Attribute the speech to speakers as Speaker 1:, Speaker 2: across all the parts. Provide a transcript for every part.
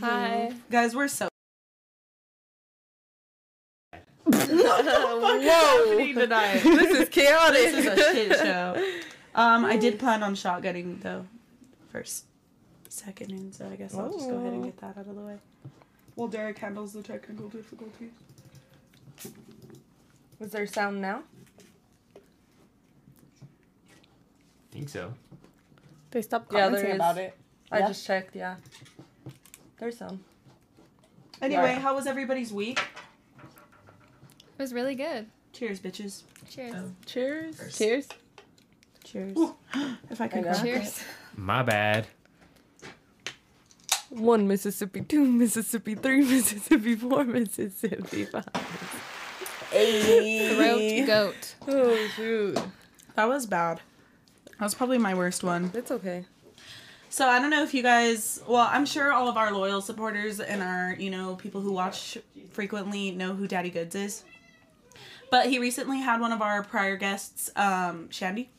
Speaker 1: Hi.
Speaker 2: Guys, we're so.
Speaker 1: Whoa.
Speaker 2: tonight.
Speaker 1: This is chaotic.
Speaker 2: this is a shit show. Um, I did plan on shotgunning though, first, second, and so I guess I'll just go ahead and get that out of the way. Well, Derek handles the technical difficulties.
Speaker 1: Was there sound now?
Speaker 3: think so.
Speaker 4: They stopped
Speaker 1: Yeah, there
Speaker 4: commenting
Speaker 1: is.
Speaker 4: about it.
Speaker 1: I
Speaker 4: Yeah.
Speaker 1: just checked, yeah. There's sound.
Speaker 2: Anyway,
Speaker 1: Yeah.
Speaker 2: how was everybody's week?
Speaker 4: It was really good.
Speaker 2: Cheers, bitches.
Speaker 4: Cheers.
Speaker 2: Oh.
Speaker 4: Cheers.
Speaker 2: First.
Speaker 4: Cheers.
Speaker 2: Cheers. if I can.
Speaker 1: I know.
Speaker 2: crack it.
Speaker 4: Cheers.
Speaker 3: My bad.
Speaker 1: One Mississippi, two Mississippi, three Mississippi, four Mississippi, five.
Speaker 4: Throat goat.
Speaker 1: Oh shoot.
Speaker 2: That was bad. That was probably my worst one.
Speaker 1: It's okay.
Speaker 2: So I don't know if you guys, well, I'm sure all of our loyal supporters and our, you know, people who watch frequently know who Daddy Goods is. But he recently had one of our prior guests, um, Shandy,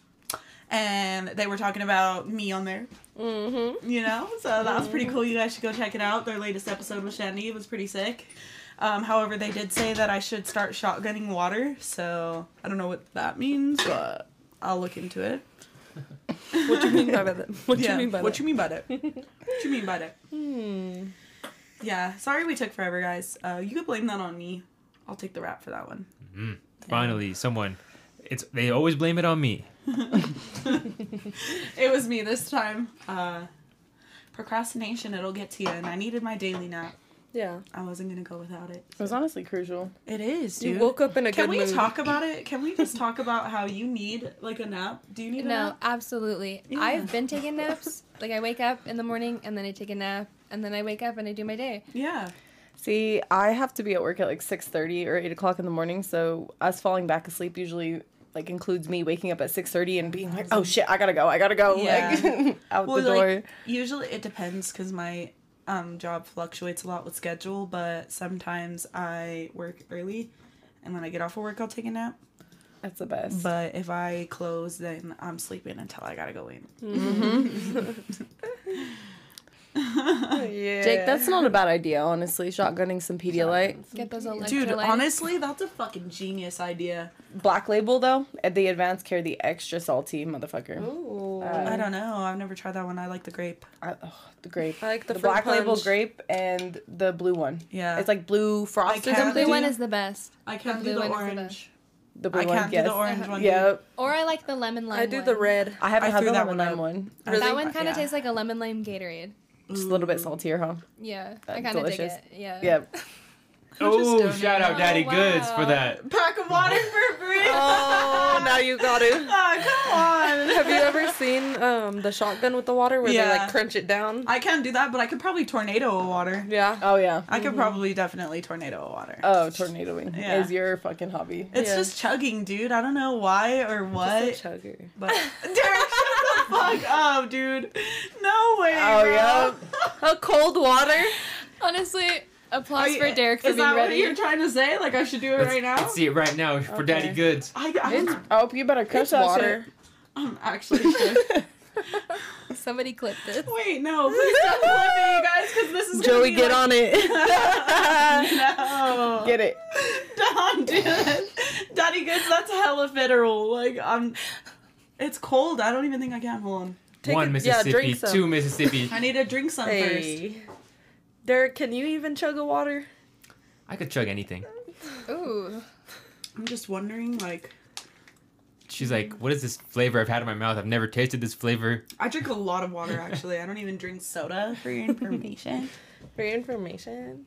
Speaker 2: and they were talking about me on there,
Speaker 1: Mm-hmm.
Speaker 2: you know? So that was pretty cool. You guys should go check it out. Their latest episode with Shandy was pretty sick. Um, however, they did say that I should start shotgunning water, so I don't know what that means, but I'll look into it.
Speaker 1: What you mean by that? What
Speaker 2: Yeah,
Speaker 1: you mean by
Speaker 2: what
Speaker 1: that?
Speaker 2: you mean by that? what you mean by that?
Speaker 1: Hmm.
Speaker 2: Yeah, sorry we took forever, guys. Uh, you could blame that on me. I'll take the rap for that one.
Speaker 3: Finally, someone. It's they always blame it on me.
Speaker 2: It was me this time. Uh, procrastination, it'll get to you. And I needed my daily nap.
Speaker 1: Yeah.
Speaker 2: I wasn't gonna go without it.
Speaker 4: It was honestly crucial.
Speaker 2: It is,
Speaker 1: You
Speaker 2: dude.
Speaker 1: woke up in a
Speaker 2: Can
Speaker 1: good
Speaker 2: we
Speaker 1: mood.
Speaker 2: talk about it? Can we just talk about how you need like a nap? Do you need a
Speaker 4: No,
Speaker 2: nap?
Speaker 4: absolutely.
Speaker 2: Yeah.
Speaker 4: I've been taking naps. Like I wake up in the morning and then I take a nap and then I wake up and I do my day.
Speaker 2: Yeah.
Speaker 5: See, I have to be at work at like six thirty or eight o'clock in the morning, so us falling back asleep usually like includes me waking up at six thirty and being like, "Oh shit, I gotta go, I gotta go,"
Speaker 2: Yeah.
Speaker 5: like out
Speaker 2: Well,
Speaker 5: the door.
Speaker 2: like usually it depends because my um job fluctuates a lot with schedule, but sometimes I work early, and when I get off of work, I'll take a nap.
Speaker 5: That's the best.
Speaker 2: But if I close, then I'm sleeping until I gotta go in.
Speaker 1: yeah.
Speaker 5: Jake, that's not a bad idea, honestly. Shotgunning some Pedialyte,
Speaker 4: Get those electrolytes.
Speaker 2: Dude, honestly, that's a fucking genius idea.
Speaker 5: black label though. At the Advanced Care, the extra salty motherfucker.
Speaker 1: Ooh.
Speaker 5: Uh,
Speaker 2: I don't know. I've never tried that one. I like the grape.
Speaker 5: I, oh, the grape,
Speaker 2: Uh,
Speaker 1: I like the
Speaker 5: the
Speaker 1: fruit
Speaker 5: black label
Speaker 1: punch.
Speaker 5: grape, and the blue one.
Speaker 2: Yeah.
Speaker 5: It's like blue frosted.
Speaker 2: can't-
Speaker 4: the
Speaker 5: something.
Speaker 4: blue one
Speaker 2: do-
Speaker 4: is the best.
Speaker 2: I can't
Speaker 4: the
Speaker 2: do
Speaker 4: blue
Speaker 2: the
Speaker 4: one is the
Speaker 2: orange.
Speaker 5: The blue
Speaker 2: I
Speaker 5: one.
Speaker 2: can't
Speaker 5: yes.
Speaker 2: do the orange one.
Speaker 5: Yep.
Speaker 4: Or I like the lemon lime.
Speaker 1: I do
Speaker 4: one.
Speaker 1: the red.
Speaker 5: I haven't
Speaker 2: I
Speaker 5: had
Speaker 2: threw
Speaker 5: the
Speaker 2: that
Speaker 5: lemon
Speaker 2: one up.
Speaker 5: lime one.
Speaker 2: Really?
Speaker 4: That one kind
Speaker 2: Yeah.
Speaker 4: of tastes like a lemon lime Gatorade.
Speaker 5: Just a little
Speaker 2: Mm.
Speaker 5: bit saltier, huh?
Speaker 4: Yeah,
Speaker 5: Uh,
Speaker 4: I kind of dig
Speaker 5: delicious.
Speaker 4: it. Yeah.
Speaker 5: Yeah.
Speaker 3: Oh,
Speaker 2: donated-
Speaker 3: shout out Daddy
Speaker 4: Oh,
Speaker 3: Goods for
Speaker 4: wow.
Speaker 3: that.
Speaker 2: Pack of water for free.
Speaker 1: Oh, now you got it.
Speaker 2: Ah, come on.
Speaker 1: Have you ever seen um the shotgun with the water where they
Speaker 2: Yeah.
Speaker 1: like crunch it down?
Speaker 2: I can do that, but I could probably tornado a water.
Speaker 1: yeah.
Speaker 5: Oh yeah.
Speaker 2: I could probably definitely tornado a water.
Speaker 5: Oh, tornadoing
Speaker 2: Yeah.
Speaker 5: is your fucking hobby.
Speaker 2: it's
Speaker 1: yeah.
Speaker 2: just chugging, dude. I don't know why or what.
Speaker 1: Just a chugger.
Speaker 2: But Derek, shut the fuck up, dude. No way.
Speaker 5: Oh,
Speaker 2: bro.
Speaker 5: yeah.
Speaker 1: A cold water.
Speaker 4: Honestly,
Speaker 2: Are
Speaker 4: applause
Speaker 2: you-
Speaker 4: for Derek for
Speaker 2: Is
Speaker 4: being
Speaker 2: that what
Speaker 4: ready.
Speaker 2: you're trying to say? Like I should do it
Speaker 3: Let's,
Speaker 2: right now?
Speaker 3: let's see it right now for Daddy
Speaker 5: Okay.
Speaker 3: Goods.
Speaker 2: I, I'm,
Speaker 5: I hope you better cut
Speaker 1: It's
Speaker 5: that
Speaker 1: water.
Speaker 2: I'm actually shook.
Speaker 4: Somebody clip this.
Speaker 2: Wait, no, please stop flipping, you guys, because this is gonna
Speaker 5: Joey,
Speaker 2: be
Speaker 5: get
Speaker 2: like,
Speaker 5: on it.
Speaker 2: No,
Speaker 5: get it.
Speaker 2: don't do this, Daddy Goods. That's hella federal. Like I'm, it's cold. I don't even think I can. Hold on.
Speaker 1: Take
Speaker 3: One
Speaker 1: it- yeah,
Speaker 3: Mississippi,
Speaker 1: drink some.
Speaker 3: two Mississippi.
Speaker 2: I need to drink some first.
Speaker 1: Hey. Derek, can you even chug a water?
Speaker 3: I could chug anything.
Speaker 4: Ooh.
Speaker 2: I'm just wondering, like,
Speaker 3: She's like, what is this flavor I've had in my mouth? I've never tasted this flavor.
Speaker 2: I drink a lot of water. Actually, I don't even drink soda. For your information,
Speaker 1: For your information.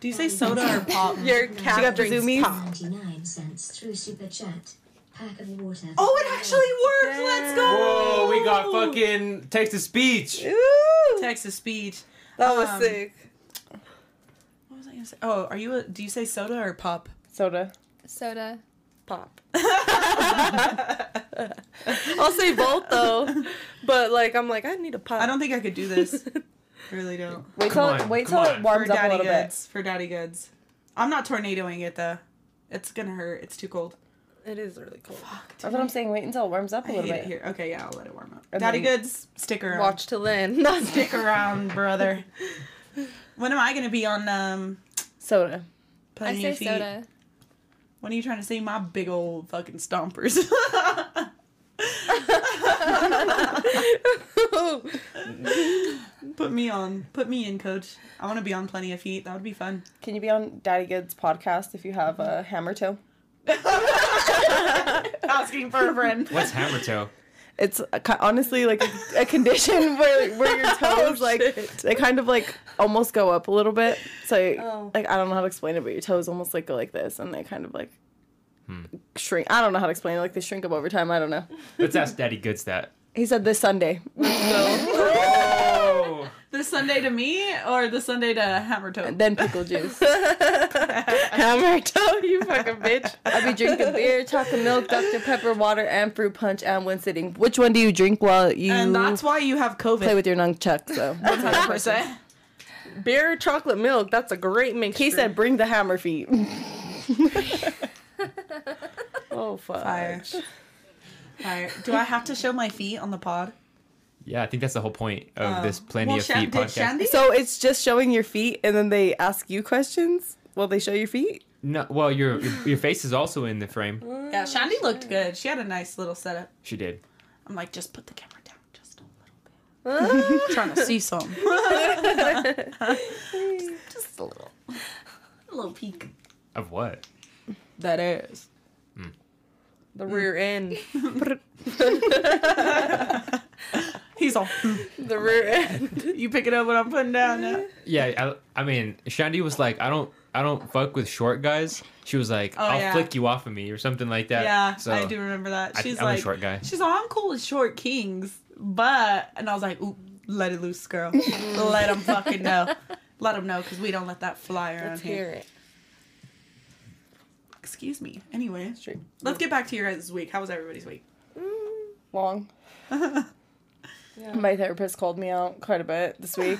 Speaker 2: do you
Speaker 5: Um,
Speaker 2: say soda or pop?
Speaker 1: Your cat
Speaker 5: got the
Speaker 1: drinks
Speaker 5: zoomies?
Speaker 1: pop.
Speaker 6: 99 cents through super chat. Pack of water.
Speaker 2: Oh, it actually works. Let's go. Oh,
Speaker 3: Whoa, we got fucking text to speech.
Speaker 1: Ooh,
Speaker 2: Texas speech.
Speaker 1: that was
Speaker 2: Um,
Speaker 1: sick.
Speaker 2: What was I gonna say? Oh, are you? A, do you say soda or pop?
Speaker 5: Soda.
Speaker 4: Soda.
Speaker 1: Pop. I'll say both though, but like I'm like I need a pop.
Speaker 2: I don't think I could do this. I really don't.
Speaker 5: Wait till
Speaker 3: Come
Speaker 5: it
Speaker 3: on,
Speaker 5: wait till
Speaker 3: come
Speaker 5: it
Speaker 3: on.
Speaker 2: For
Speaker 5: warms up a
Speaker 2: daddy
Speaker 5: little bit.
Speaker 2: goods. For daddy goods. I'm not tornadoing it though. It's gonna hurt. It's too cold.
Speaker 1: It is really cool.
Speaker 5: That's what I'm saying. Wait until it warms up a
Speaker 2: I
Speaker 5: little
Speaker 2: hate it
Speaker 5: bit.
Speaker 2: here. Okay, yeah, I'll let it warm up.
Speaker 5: And
Speaker 2: daddy
Speaker 5: then-
Speaker 2: goods, stick around.
Speaker 1: Watch till then. Not
Speaker 2: Stick around, brother. When am I gonna be on um?
Speaker 5: Soda.
Speaker 4: I
Speaker 2: Putting
Speaker 4: say
Speaker 2: your feet?
Speaker 4: soda.
Speaker 2: When are you trying to say my big old fucking stompers? put me on. Put me in, coach. I want to be on plenty of feet. That would be fun.
Speaker 5: Can you be on Daddy Good's podcast if you have a hammer toe?
Speaker 2: Asking for a friend.
Speaker 3: What's hammer toe?
Speaker 5: It's a, ki- honestly like a, a condition where where your toes like they kind of like almost go up a little bit. So like I don't know how to explain it, but your toes almost like go like this, and they kind of like shrink. I don't know how to explain it. Like they shrink up over time. I don't know.
Speaker 3: Let's ask Daddy Goods that.
Speaker 5: He said this Sunday.
Speaker 3: Oh,
Speaker 2: This Sunday to me or this Sunday to Hammer Toe?
Speaker 5: then pickle juice. Hammer toe, you fucking bitch. I'll be drinking beer, chocolate milk, Dr. Pepper, water, and fruit punch, and one sitting. Which one do you drink while you
Speaker 2: and that's why you have
Speaker 5: play
Speaker 2: COVID.
Speaker 5: with your nunchuck? So
Speaker 2: One hundred percent.
Speaker 7: Beer, chocolate milk. That's a great mixture.
Speaker 5: he said, "Bring the hammer feet." oh fuck!
Speaker 2: Fire. Fire. Do I have to show my feet on the pod?
Speaker 3: yeah. I think that's the whole point of
Speaker 2: Oh.
Speaker 3: this Plenty
Speaker 2: Well,
Speaker 3: of
Speaker 2: Shan-
Speaker 3: Feet
Speaker 2: did
Speaker 3: podcast.
Speaker 2: Shandy-
Speaker 5: So it's just showing your feet, and then they ask you questions. Will they show your feet?
Speaker 3: No, well, your your face is also in the frame.
Speaker 2: Yeah, Shandy looked good. She had a nice little setup.
Speaker 3: She did.
Speaker 2: I'm like, just put the camera down just a little bit. trying to see some.
Speaker 5: Just a little.
Speaker 2: a little peek.
Speaker 3: Of what?
Speaker 7: that ass. The rear end.
Speaker 2: He's all. hmm,
Speaker 5: The rear end.
Speaker 2: You picking up what I'm putting down now?
Speaker 3: Yeah, I, I mean, Shandy was like, I don't, I don't fuck with short guys. She was like,
Speaker 2: Oh,
Speaker 3: I'll
Speaker 2: yeah.
Speaker 3: flick you off of me or something like that.
Speaker 2: Yeah,
Speaker 3: so
Speaker 2: I do remember that.
Speaker 3: I-
Speaker 2: She's
Speaker 3: I'm a
Speaker 2: like,
Speaker 3: short guy.
Speaker 2: She's like, I'm cool with short kings, but and I was like, Ooh, let it loose, girl. let them fucking know. Let them know because we don't let that fly around
Speaker 4: Let's
Speaker 2: here.
Speaker 4: hear it.
Speaker 2: Excuse me. Anyway,
Speaker 5: Straight.
Speaker 2: let's get back to your guys' week. How was everybody's week?
Speaker 5: Long. My therapist called me out quite a bit this week.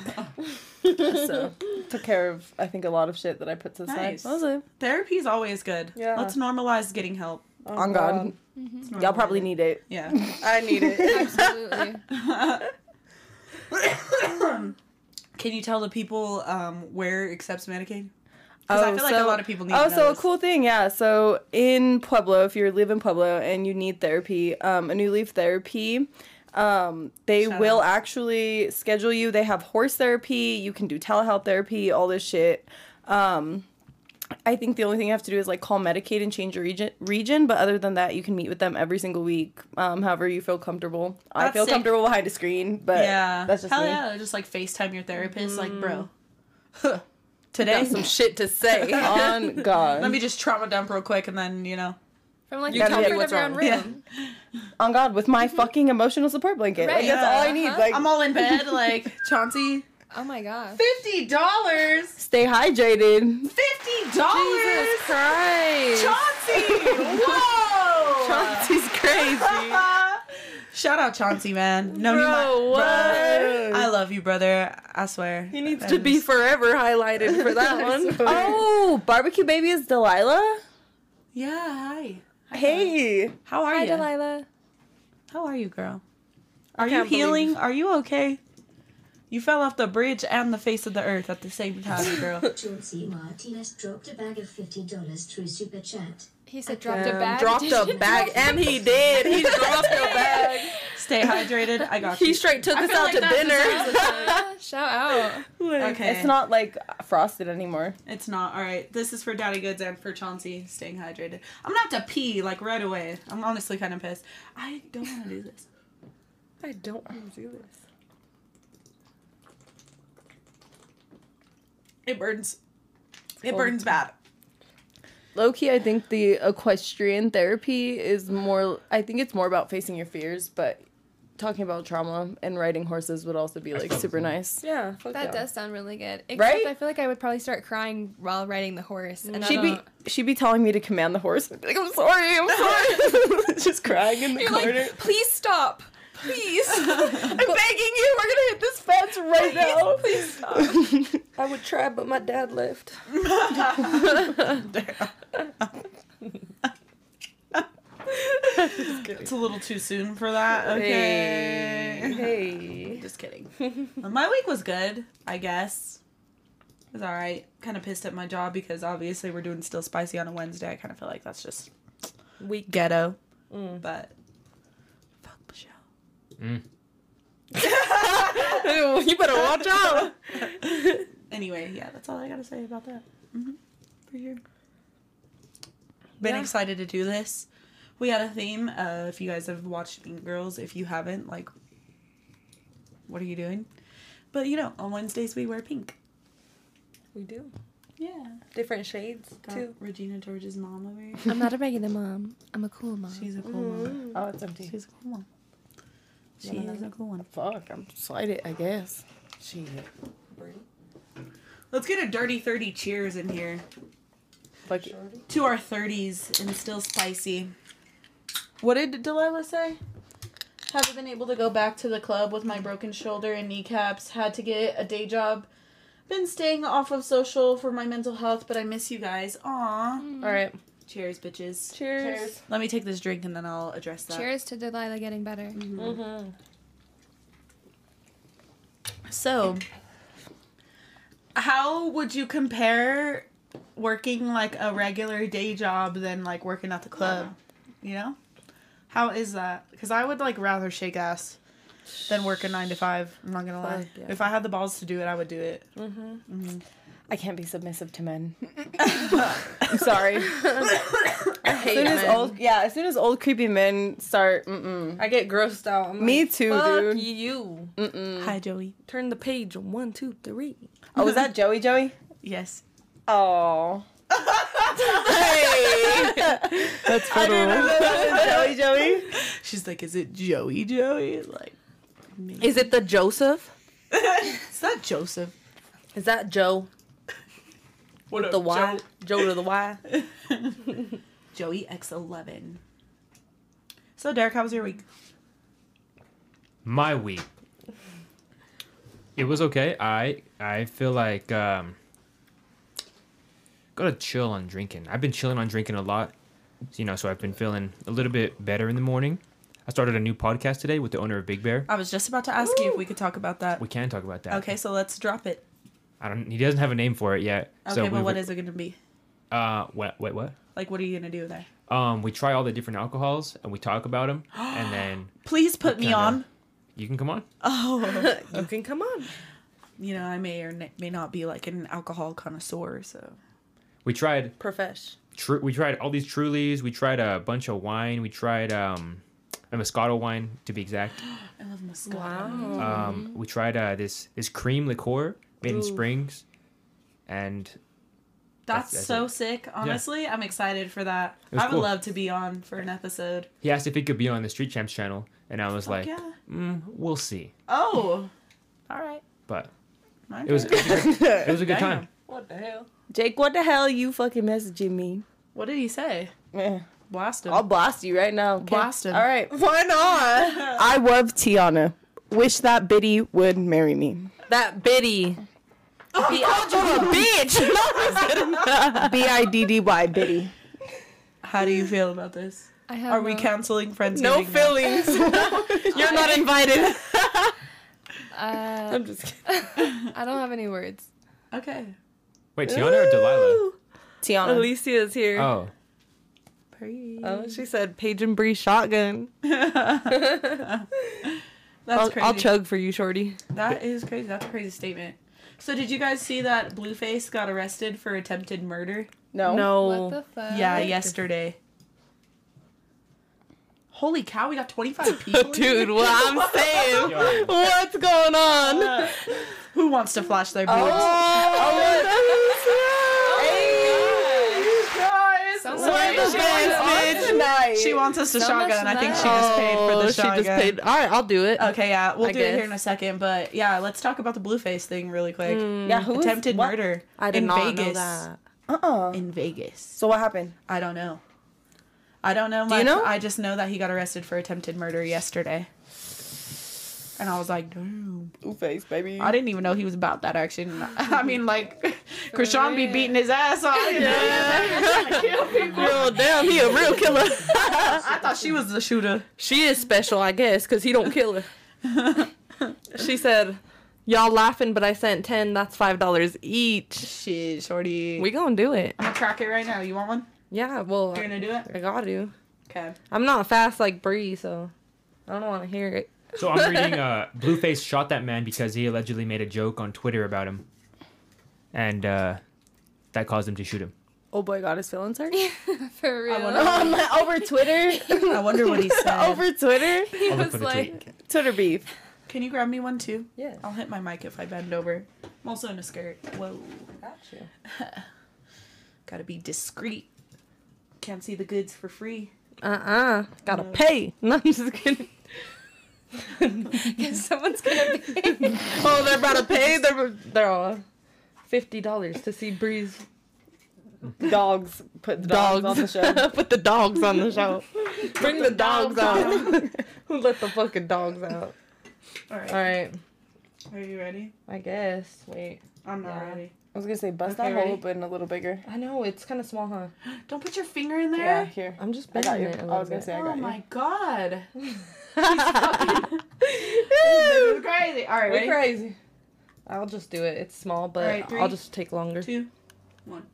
Speaker 5: so took care of I think a lot of shit that I put to the
Speaker 2: Nice.
Speaker 5: side. That was it.
Speaker 2: Therapy is always good.
Speaker 5: Yeah.
Speaker 2: Let's normalize getting help.
Speaker 5: On God. Y'all probably need it.
Speaker 2: Yeah.
Speaker 7: I need it.
Speaker 4: Absolutely.
Speaker 2: Can you tell the people um, where accepts Medicaid? Because I feel like a lot of people need.
Speaker 5: Oh,
Speaker 2: to know
Speaker 5: so a
Speaker 2: this.
Speaker 5: cool thing, yeah. So in Pueblo, if you live in Pueblo and you need therapy, um, a new leaf therapy, um, they
Speaker 2: Shout
Speaker 5: will
Speaker 2: out.
Speaker 5: actually schedule you. They have horse therapy. You can do telehealth therapy, all this shit. Um, I think the only thing you have to do is like call Medicaid and change your region. Region, but other than that, you can meet with them every single week, um, however you feel comfortable. I
Speaker 2: That's
Speaker 5: feel
Speaker 2: sick.
Speaker 5: comfortable behind a screen, but
Speaker 2: Yeah.
Speaker 5: that's just
Speaker 2: Hell
Speaker 5: me.
Speaker 2: yeah. Just like FaceTime your therapist, like, bro.
Speaker 5: Mm.
Speaker 2: huh, Today,
Speaker 7: Got some shit to say.
Speaker 5: On God,
Speaker 2: let me just trauma dump real quick, and then you know.
Speaker 4: From like
Speaker 7: You
Speaker 4: the
Speaker 7: tell me
Speaker 4: comfort of
Speaker 7: what's
Speaker 4: your
Speaker 7: wrong.
Speaker 4: own
Speaker 2: Yeah.
Speaker 4: room.
Speaker 5: on God, with my fucking emotional support blanket. Like,
Speaker 4: Right.
Speaker 5: that's all I need.
Speaker 4: Uh-huh.
Speaker 5: Like
Speaker 2: I'm all in bed, like Chauncey.
Speaker 4: Oh my gosh.
Speaker 2: Fifty dollars.
Speaker 5: Stay hydrated.
Speaker 2: Fifty dollars.
Speaker 5: Christ.
Speaker 2: Chauncey. Whoa.
Speaker 5: Chauncey's crazy.
Speaker 2: Shout out Chauncey, man. No,
Speaker 7: Bro, what?
Speaker 2: I love you, brother. I swear. He
Speaker 7: Needs to be forever highlighted for that one.
Speaker 5: oh, barbecue baby is Delilah.
Speaker 2: Yeah. Hi.
Speaker 5: Hey,
Speaker 2: How are
Speaker 4: Hi,
Speaker 2: you?
Speaker 4: Delilah.
Speaker 2: How are you, girl? Are you
Speaker 7: can't believe-
Speaker 2: healing? Are you okay? You fell off the bridge and the face of the earth at the same time, girl.
Speaker 6: Chauncey Martinez dropped a bag of $50 through Super Chat.
Speaker 4: He said dropped a bag.
Speaker 7: dropped a bag, and he did. He dropped a bag.
Speaker 2: Stay hydrated. I got
Speaker 7: He
Speaker 2: you.
Speaker 7: straight took us
Speaker 2: feel
Speaker 7: out
Speaker 2: like
Speaker 7: to
Speaker 2: that
Speaker 7: dinner.
Speaker 4: Shout out.
Speaker 2: okay.
Speaker 5: it's not like frosted anymore.
Speaker 2: It's not. All right. This is for Daddy Goods and for Chauncey staying hydrated. I'm gonna have to pee like right away. I'm honestly kind of pissed. I don't want to do this.
Speaker 7: I don't want to do this.
Speaker 2: It burns. It burns bad.
Speaker 5: Low key, I think the equestrian therapy is more. I think it's more about facing your fears, but talking about trauma and riding horses would also be like super nice.
Speaker 7: Yeah, fuck
Speaker 4: That
Speaker 7: yeah.
Speaker 4: does sound really good. Except
Speaker 5: Right?
Speaker 4: I feel like I would probably start crying while riding the horse. And I
Speaker 5: She'd be
Speaker 4: don't-
Speaker 5: she'd be telling me to command the horse. I'd be like, I'm sorry, I'm sorry. Just crying in the
Speaker 4: You're
Speaker 5: corner.
Speaker 4: like, please stop. Please.
Speaker 5: I'm begging you, we're gonna hit this fence right now. Please stop.
Speaker 7: I would try, but my dad left.
Speaker 2: It's a little too soon for that. Okay.
Speaker 7: Hey.
Speaker 2: Just kidding. my week was good, I guess. It was all right. Kind of pissed at my job because obviously we're doing still spicy on a Wednesday. I kind of feel like that's just
Speaker 7: Weak.
Speaker 2: ghetto.
Speaker 7: Mm.
Speaker 2: But fuck Michelle.
Speaker 3: mm,
Speaker 5: you better watch out.
Speaker 2: Anyway, yeah, that's all I gotta say about that. Mm-hmm. For sure. Been excited to do this. We had a theme. Uh, if you guys have watched Mean Girls, if you haven't, like, what are you doing? But you know, on Wednesdays we wear pink.
Speaker 7: We do.
Speaker 2: Yeah.
Speaker 7: Different shades, too.
Speaker 2: Regina George's mom over here.
Speaker 4: I'm not a regular mom. I'm a cool mom.
Speaker 2: She's a cool mom.
Speaker 5: Oh, it's empty.
Speaker 2: She's a cool mom. She is a cool one.
Speaker 5: Fuck, I'm slighted, I guess. Shit.
Speaker 2: Let's get a dirty 30 cheers in here.
Speaker 5: Fuck it.
Speaker 2: To our 30s and still spicy. What did Delilah say? Haven't been able to go back to the club with my broken shoulder and kneecaps. Had to get a day job. Been staying off of social for my mental health, but I miss you guys. Aw.
Speaker 5: All right.
Speaker 2: Cheers, bitches.
Speaker 7: Cheers.
Speaker 2: Let me take this drink and then I'll address that.
Speaker 4: Cheers to Delilah getting better.
Speaker 2: So, how would you compare working like a regular day job than like working at the club? You know, how is that? Because I would like rather shake ass than work a nine to five. I'm not gonna lie.
Speaker 5: Fuck, yeah.
Speaker 2: If I had the balls to do it, I would do it.
Speaker 5: I can't be submissive to men. I'm sorry.
Speaker 7: I hate
Speaker 5: soon as
Speaker 7: men.
Speaker 5: old, yeah, as soon as old creepy men start, mm-mm.
Speaker 7: I get grossed out. I'm
Speaker 5: Me
Speaker 7: like,
Speaker 5: too,
Speaker 7: Fuck
Speaker 5: dude.
Speaker 7: you.
Speaker 2: Hi, Joey.
Speaker 7: Turn the page. One, two, three.
Speaker 5: Oh, was that Joey? Joey?
Speaker 2: Yes.
Speaker 5: Oh. hey. That's for Joey. Joey.
Speaker 2: She's like, is it Joey? Joey? Like,
Speaker 7: Is it the Joseph?
Speaker 2: it's not Joseph.
Speaker 7: Is that Joe?
Speaker 2: What
Speaker 7: The Y? Joe to the Y?
Speaker 2: Joey X11. So Derek, how was your week?
Speaker 3: my week it was okay i i feel like um gotta chill on drinking i've been chilling on drinking a lot you know so i've been feeling a little bit better in the morning i started a new podcast today with the owner of big bear
Speaker 2: I was just about to ask you if we could talk about that.
Speaker 3: we can talk about that
Speaker 2: Oh. Okay, so let's drop it.
Speaker 3: i don't he doesn't have a name for it yet
Speaker 2: Okay,
Speaker 3: so
Speaker 2: but what is it going to be?
Speaker 3: it uh what wait what
Speaker 2: Like, what are you going to do there?
Speaker 3: um we try all the different alcohols and we talk about them and then
Speaker 2: Please put me
Speaker 3: kinda-
Speaker 2: on.
Speaker 3: you can come on
Speaker 2: Oh,
Speaker 7: you can come on.
Speaker 2: you know, I may or n- may not be like an alcohol connoisseur, so.
Speaker 3: we tried
Speaker 7: Profesh.
Speaker 3: tru- we tried all these Trulies. We tried a bunch of wine. We tried um, a Moscato wine to be exact.
Speaker 2: I love Moscato. Oh,
Speaker 3: Um, we tried uh, this this cream liqueur made in Springs, and
Speaker 2: That's,
Speaker 3: That's- that's
Speaker 2: so
Speaker 3: it.
Speaker 2: sick. Honestly, I'm excited for that.
Speaker 3: It was
Speaker 2: I would
Speaker 3: cool.
Speaker 2: love to be on for an episode.
Speaker 3: he asked if he could be on the Street Champs channel, and I was like,
Speaker 2: yeah.
Speaker 3: mm, we'll see.
Speaker 2: Oh, all right.
Speaker 3: But
Speaker 2: Mine
Speaker 3: it was it was a good
Speaker 2: Damn.
Speaker 3: time.
Speaker 7: What the hell?
Speaker 5: Jake, what the hell you fucking messaging me?
Speaker 2: What did he say?
Speaker 5: Eh,
Speaker 2: Blast him.
Speaker 5: I'll blast you right now.
Speaker 2: Blast him.
Speaker 5: All right. Why not? I love Tiana. Wish that Biddy would marry me.
Speaker 7: That Biddy.
Speaker 5: B I D D Y Biddy.
Speaker 2: How do you feel about this?
Speaker 4: I have uh,
Speaker 2: Are we
Speaker 7: Uh-huh.
Speaker 4: no-
Speaker 2: canceling friends?
Speaker 5: No
Speaker 2: meeting now?
Speaker 5: feelings. You're not invited.
Speaker 4: Uh,
Speaker 5: I'm just kidding.
Speaker 4: I don't have any words.
Speaker 2: Okay.
Speaker 3: Wait, Tiana or Delilah?
Speaker 5: Tiana.
Speaker 7: Alicia is here.
Speaker 3: Oh,
Speaker 7: Oh, she said Paige and Bree shotgun.
Speaker 2: That's
Speaker 7: I'll,
Speaker 2: crazy.
Speaker 7: I'll chug for you, shorty.
Speaker 2: That is crazy. That's a crazy statement. So did you guys see that Blueface got arrested for attempted murder? Oh,
Speaker 5: No. Oh.
Speaker 4: What the fuck?
Speaker 2: Yeah, yesterday. Holy cow, we got 25 people.
Speaker 7: Dude, what I'm saying.
Speaker 3: Yo,
Speaker 7: What's going on?
Speaker 2: Who wants to flash their
Speaker 7: Oh,
Speaker 2: boobs?
Speaker 4: Someone-
Speaker 5: We're the
Speaker 4: She
Speaker 5: best, bitch. Tonight.
Speaker 2: She wants us to
Speaker 4: So much
Speaker 2: shotgun. I think she
Speaker 4: love.
Speaker 2: just paid for the
Speaker 7: Oh, she
Speaker 2: shotgun.
Speaker 7: just paid. All right, I'll do it.
Speaker 2: Okay, yeah, we'll
Speaker 7: I
Speaker 2: do it here
Speaker 7: guess.
Speaker 2: in a second. But yeah, let's talk about the Blueface thing really quick.
Speaker 5: Yeah, who is-
Speaker 2: attempted
Speaker 5: what?
Speaker 2: murder
Speaker 7: Hmm. I did
Speaker 2: in
Speaker 7: not
Speaker 2: Vegas.
Speaker 7: know that.
Speaker 5: Uh-uh.
Speaker 2: In Vegas.
Speaker 5: So what happened?
Speaker 2: I don't know. I don't know much.
Speaker 5: you know?
Speaker 2: I just know that he got arrested for attempted murder yesterday. And I was like, damn.
Speaker 5: Blue face, baby.
Speaker 2: I didn't even know he was about that action. I mean, like, Krishan be beating his ass off.
Speaker 7: Real damn, he a real killer.
Speaker 2: I thought she was the shooter.
Speaker 7: she is special, I guess, because he don't kill her. she said, Y'all laughing, but I sent ten. That's five dollars each.
Speaker 2: Shit, shorty.
Speaker 7: We gonna do it.
Speaker 2: I'm gonna track it right now. You want one?
Speaker 7: Yeah. Well,
Speaker 2: You're gonna do it?
Speaker 7: I got to.
Speaker 2: Okay.
Speaker 7: I'm not fast like Bree, so I don't want to hear it.
Speaker 3: So I'm reading uh, Blueface shot that man because he allegedly made a joke on Twitter about him. And uh, that caused him to shoot him.
Speaker 5: Oh boy, got his feelings hurt.
Speaker 4: For real.
Speaker 5: Um, over Twitter,
Speaker 2: I wonder what he said.
Speaker 5: over Twitter,
Speaker 4: he
Speaker 3: I'll look
Speaker 4: was
Speaker 3: for the
Speaker 4: like,
Speaker 3: tweet.
Speaker 5: Twitter beef.
Speaker 2: Can you grab me one too?
Speaker 7: Yeah.
Speaker 2: I'll hit my mic if I bend over. I'm also in a skirt. Whoa.
Speaker 7: Got you.
Speaker 2: Gotta be discreet. Can't see the goods for free.
Speaker 7: Uh uh-uh. uh. got to pay. No, I'm just kidding.
Speaker 4: if someone's gonna be.
Speaker 7: Oh, they're about to pay. They're they're all fifty dollars to see Bree's
Speaker 5: Dogs put the dogs,
Speaker 7: dogs.
Speaker 5: on the show.
Speaker 7: Put the dogs on the show. Bring the, dogs, out. Who let the fucking dogs out?
Speaker 2: Alright.
Speaker 7: All right.
Speaker 2: Are you ready?
Speaker 7: I guess. Wait.
Speaker 2: I'm not
Speaker 7: Yeah.
Speaker 2: ready.
Speaker 5: I was gonna say bust
Speaker 7: Okay,
Speaker 5: that hole
Speaker 7: ready?
Speaker 5: open a little bigger.
Speaker 7: I know it's kind of small, huh?
Speaker 2: Don't put your finger in
Speaker 5: Yeah,
Speaker 2: there.
Speaker 5: here.
Speaker 7: I'm just
Speaker 5: I got
Speaker 7: bending
Speaker 5: you.
Speaker 7: it. a
Speaker 5: I
Speaker 7: little
Speaker 5: was gonna
Speaker 7: bit.
Speaker 5: say I
Speaker 2: Oh
Speaker 5: got
Speaker 2: my
Speaker 5: you.
Speaker 2: god. This
Speaker 7: Woo!
Speaker 2: is crazy. Alright,
Speaker 7: We're
Speaker 2: ready?
Speaker 7: crazy. I'll just do it. It's small, but
Speaker 2: All right, three,
Speaker 7: I'll just take longer.
Speaker 2: Two, one.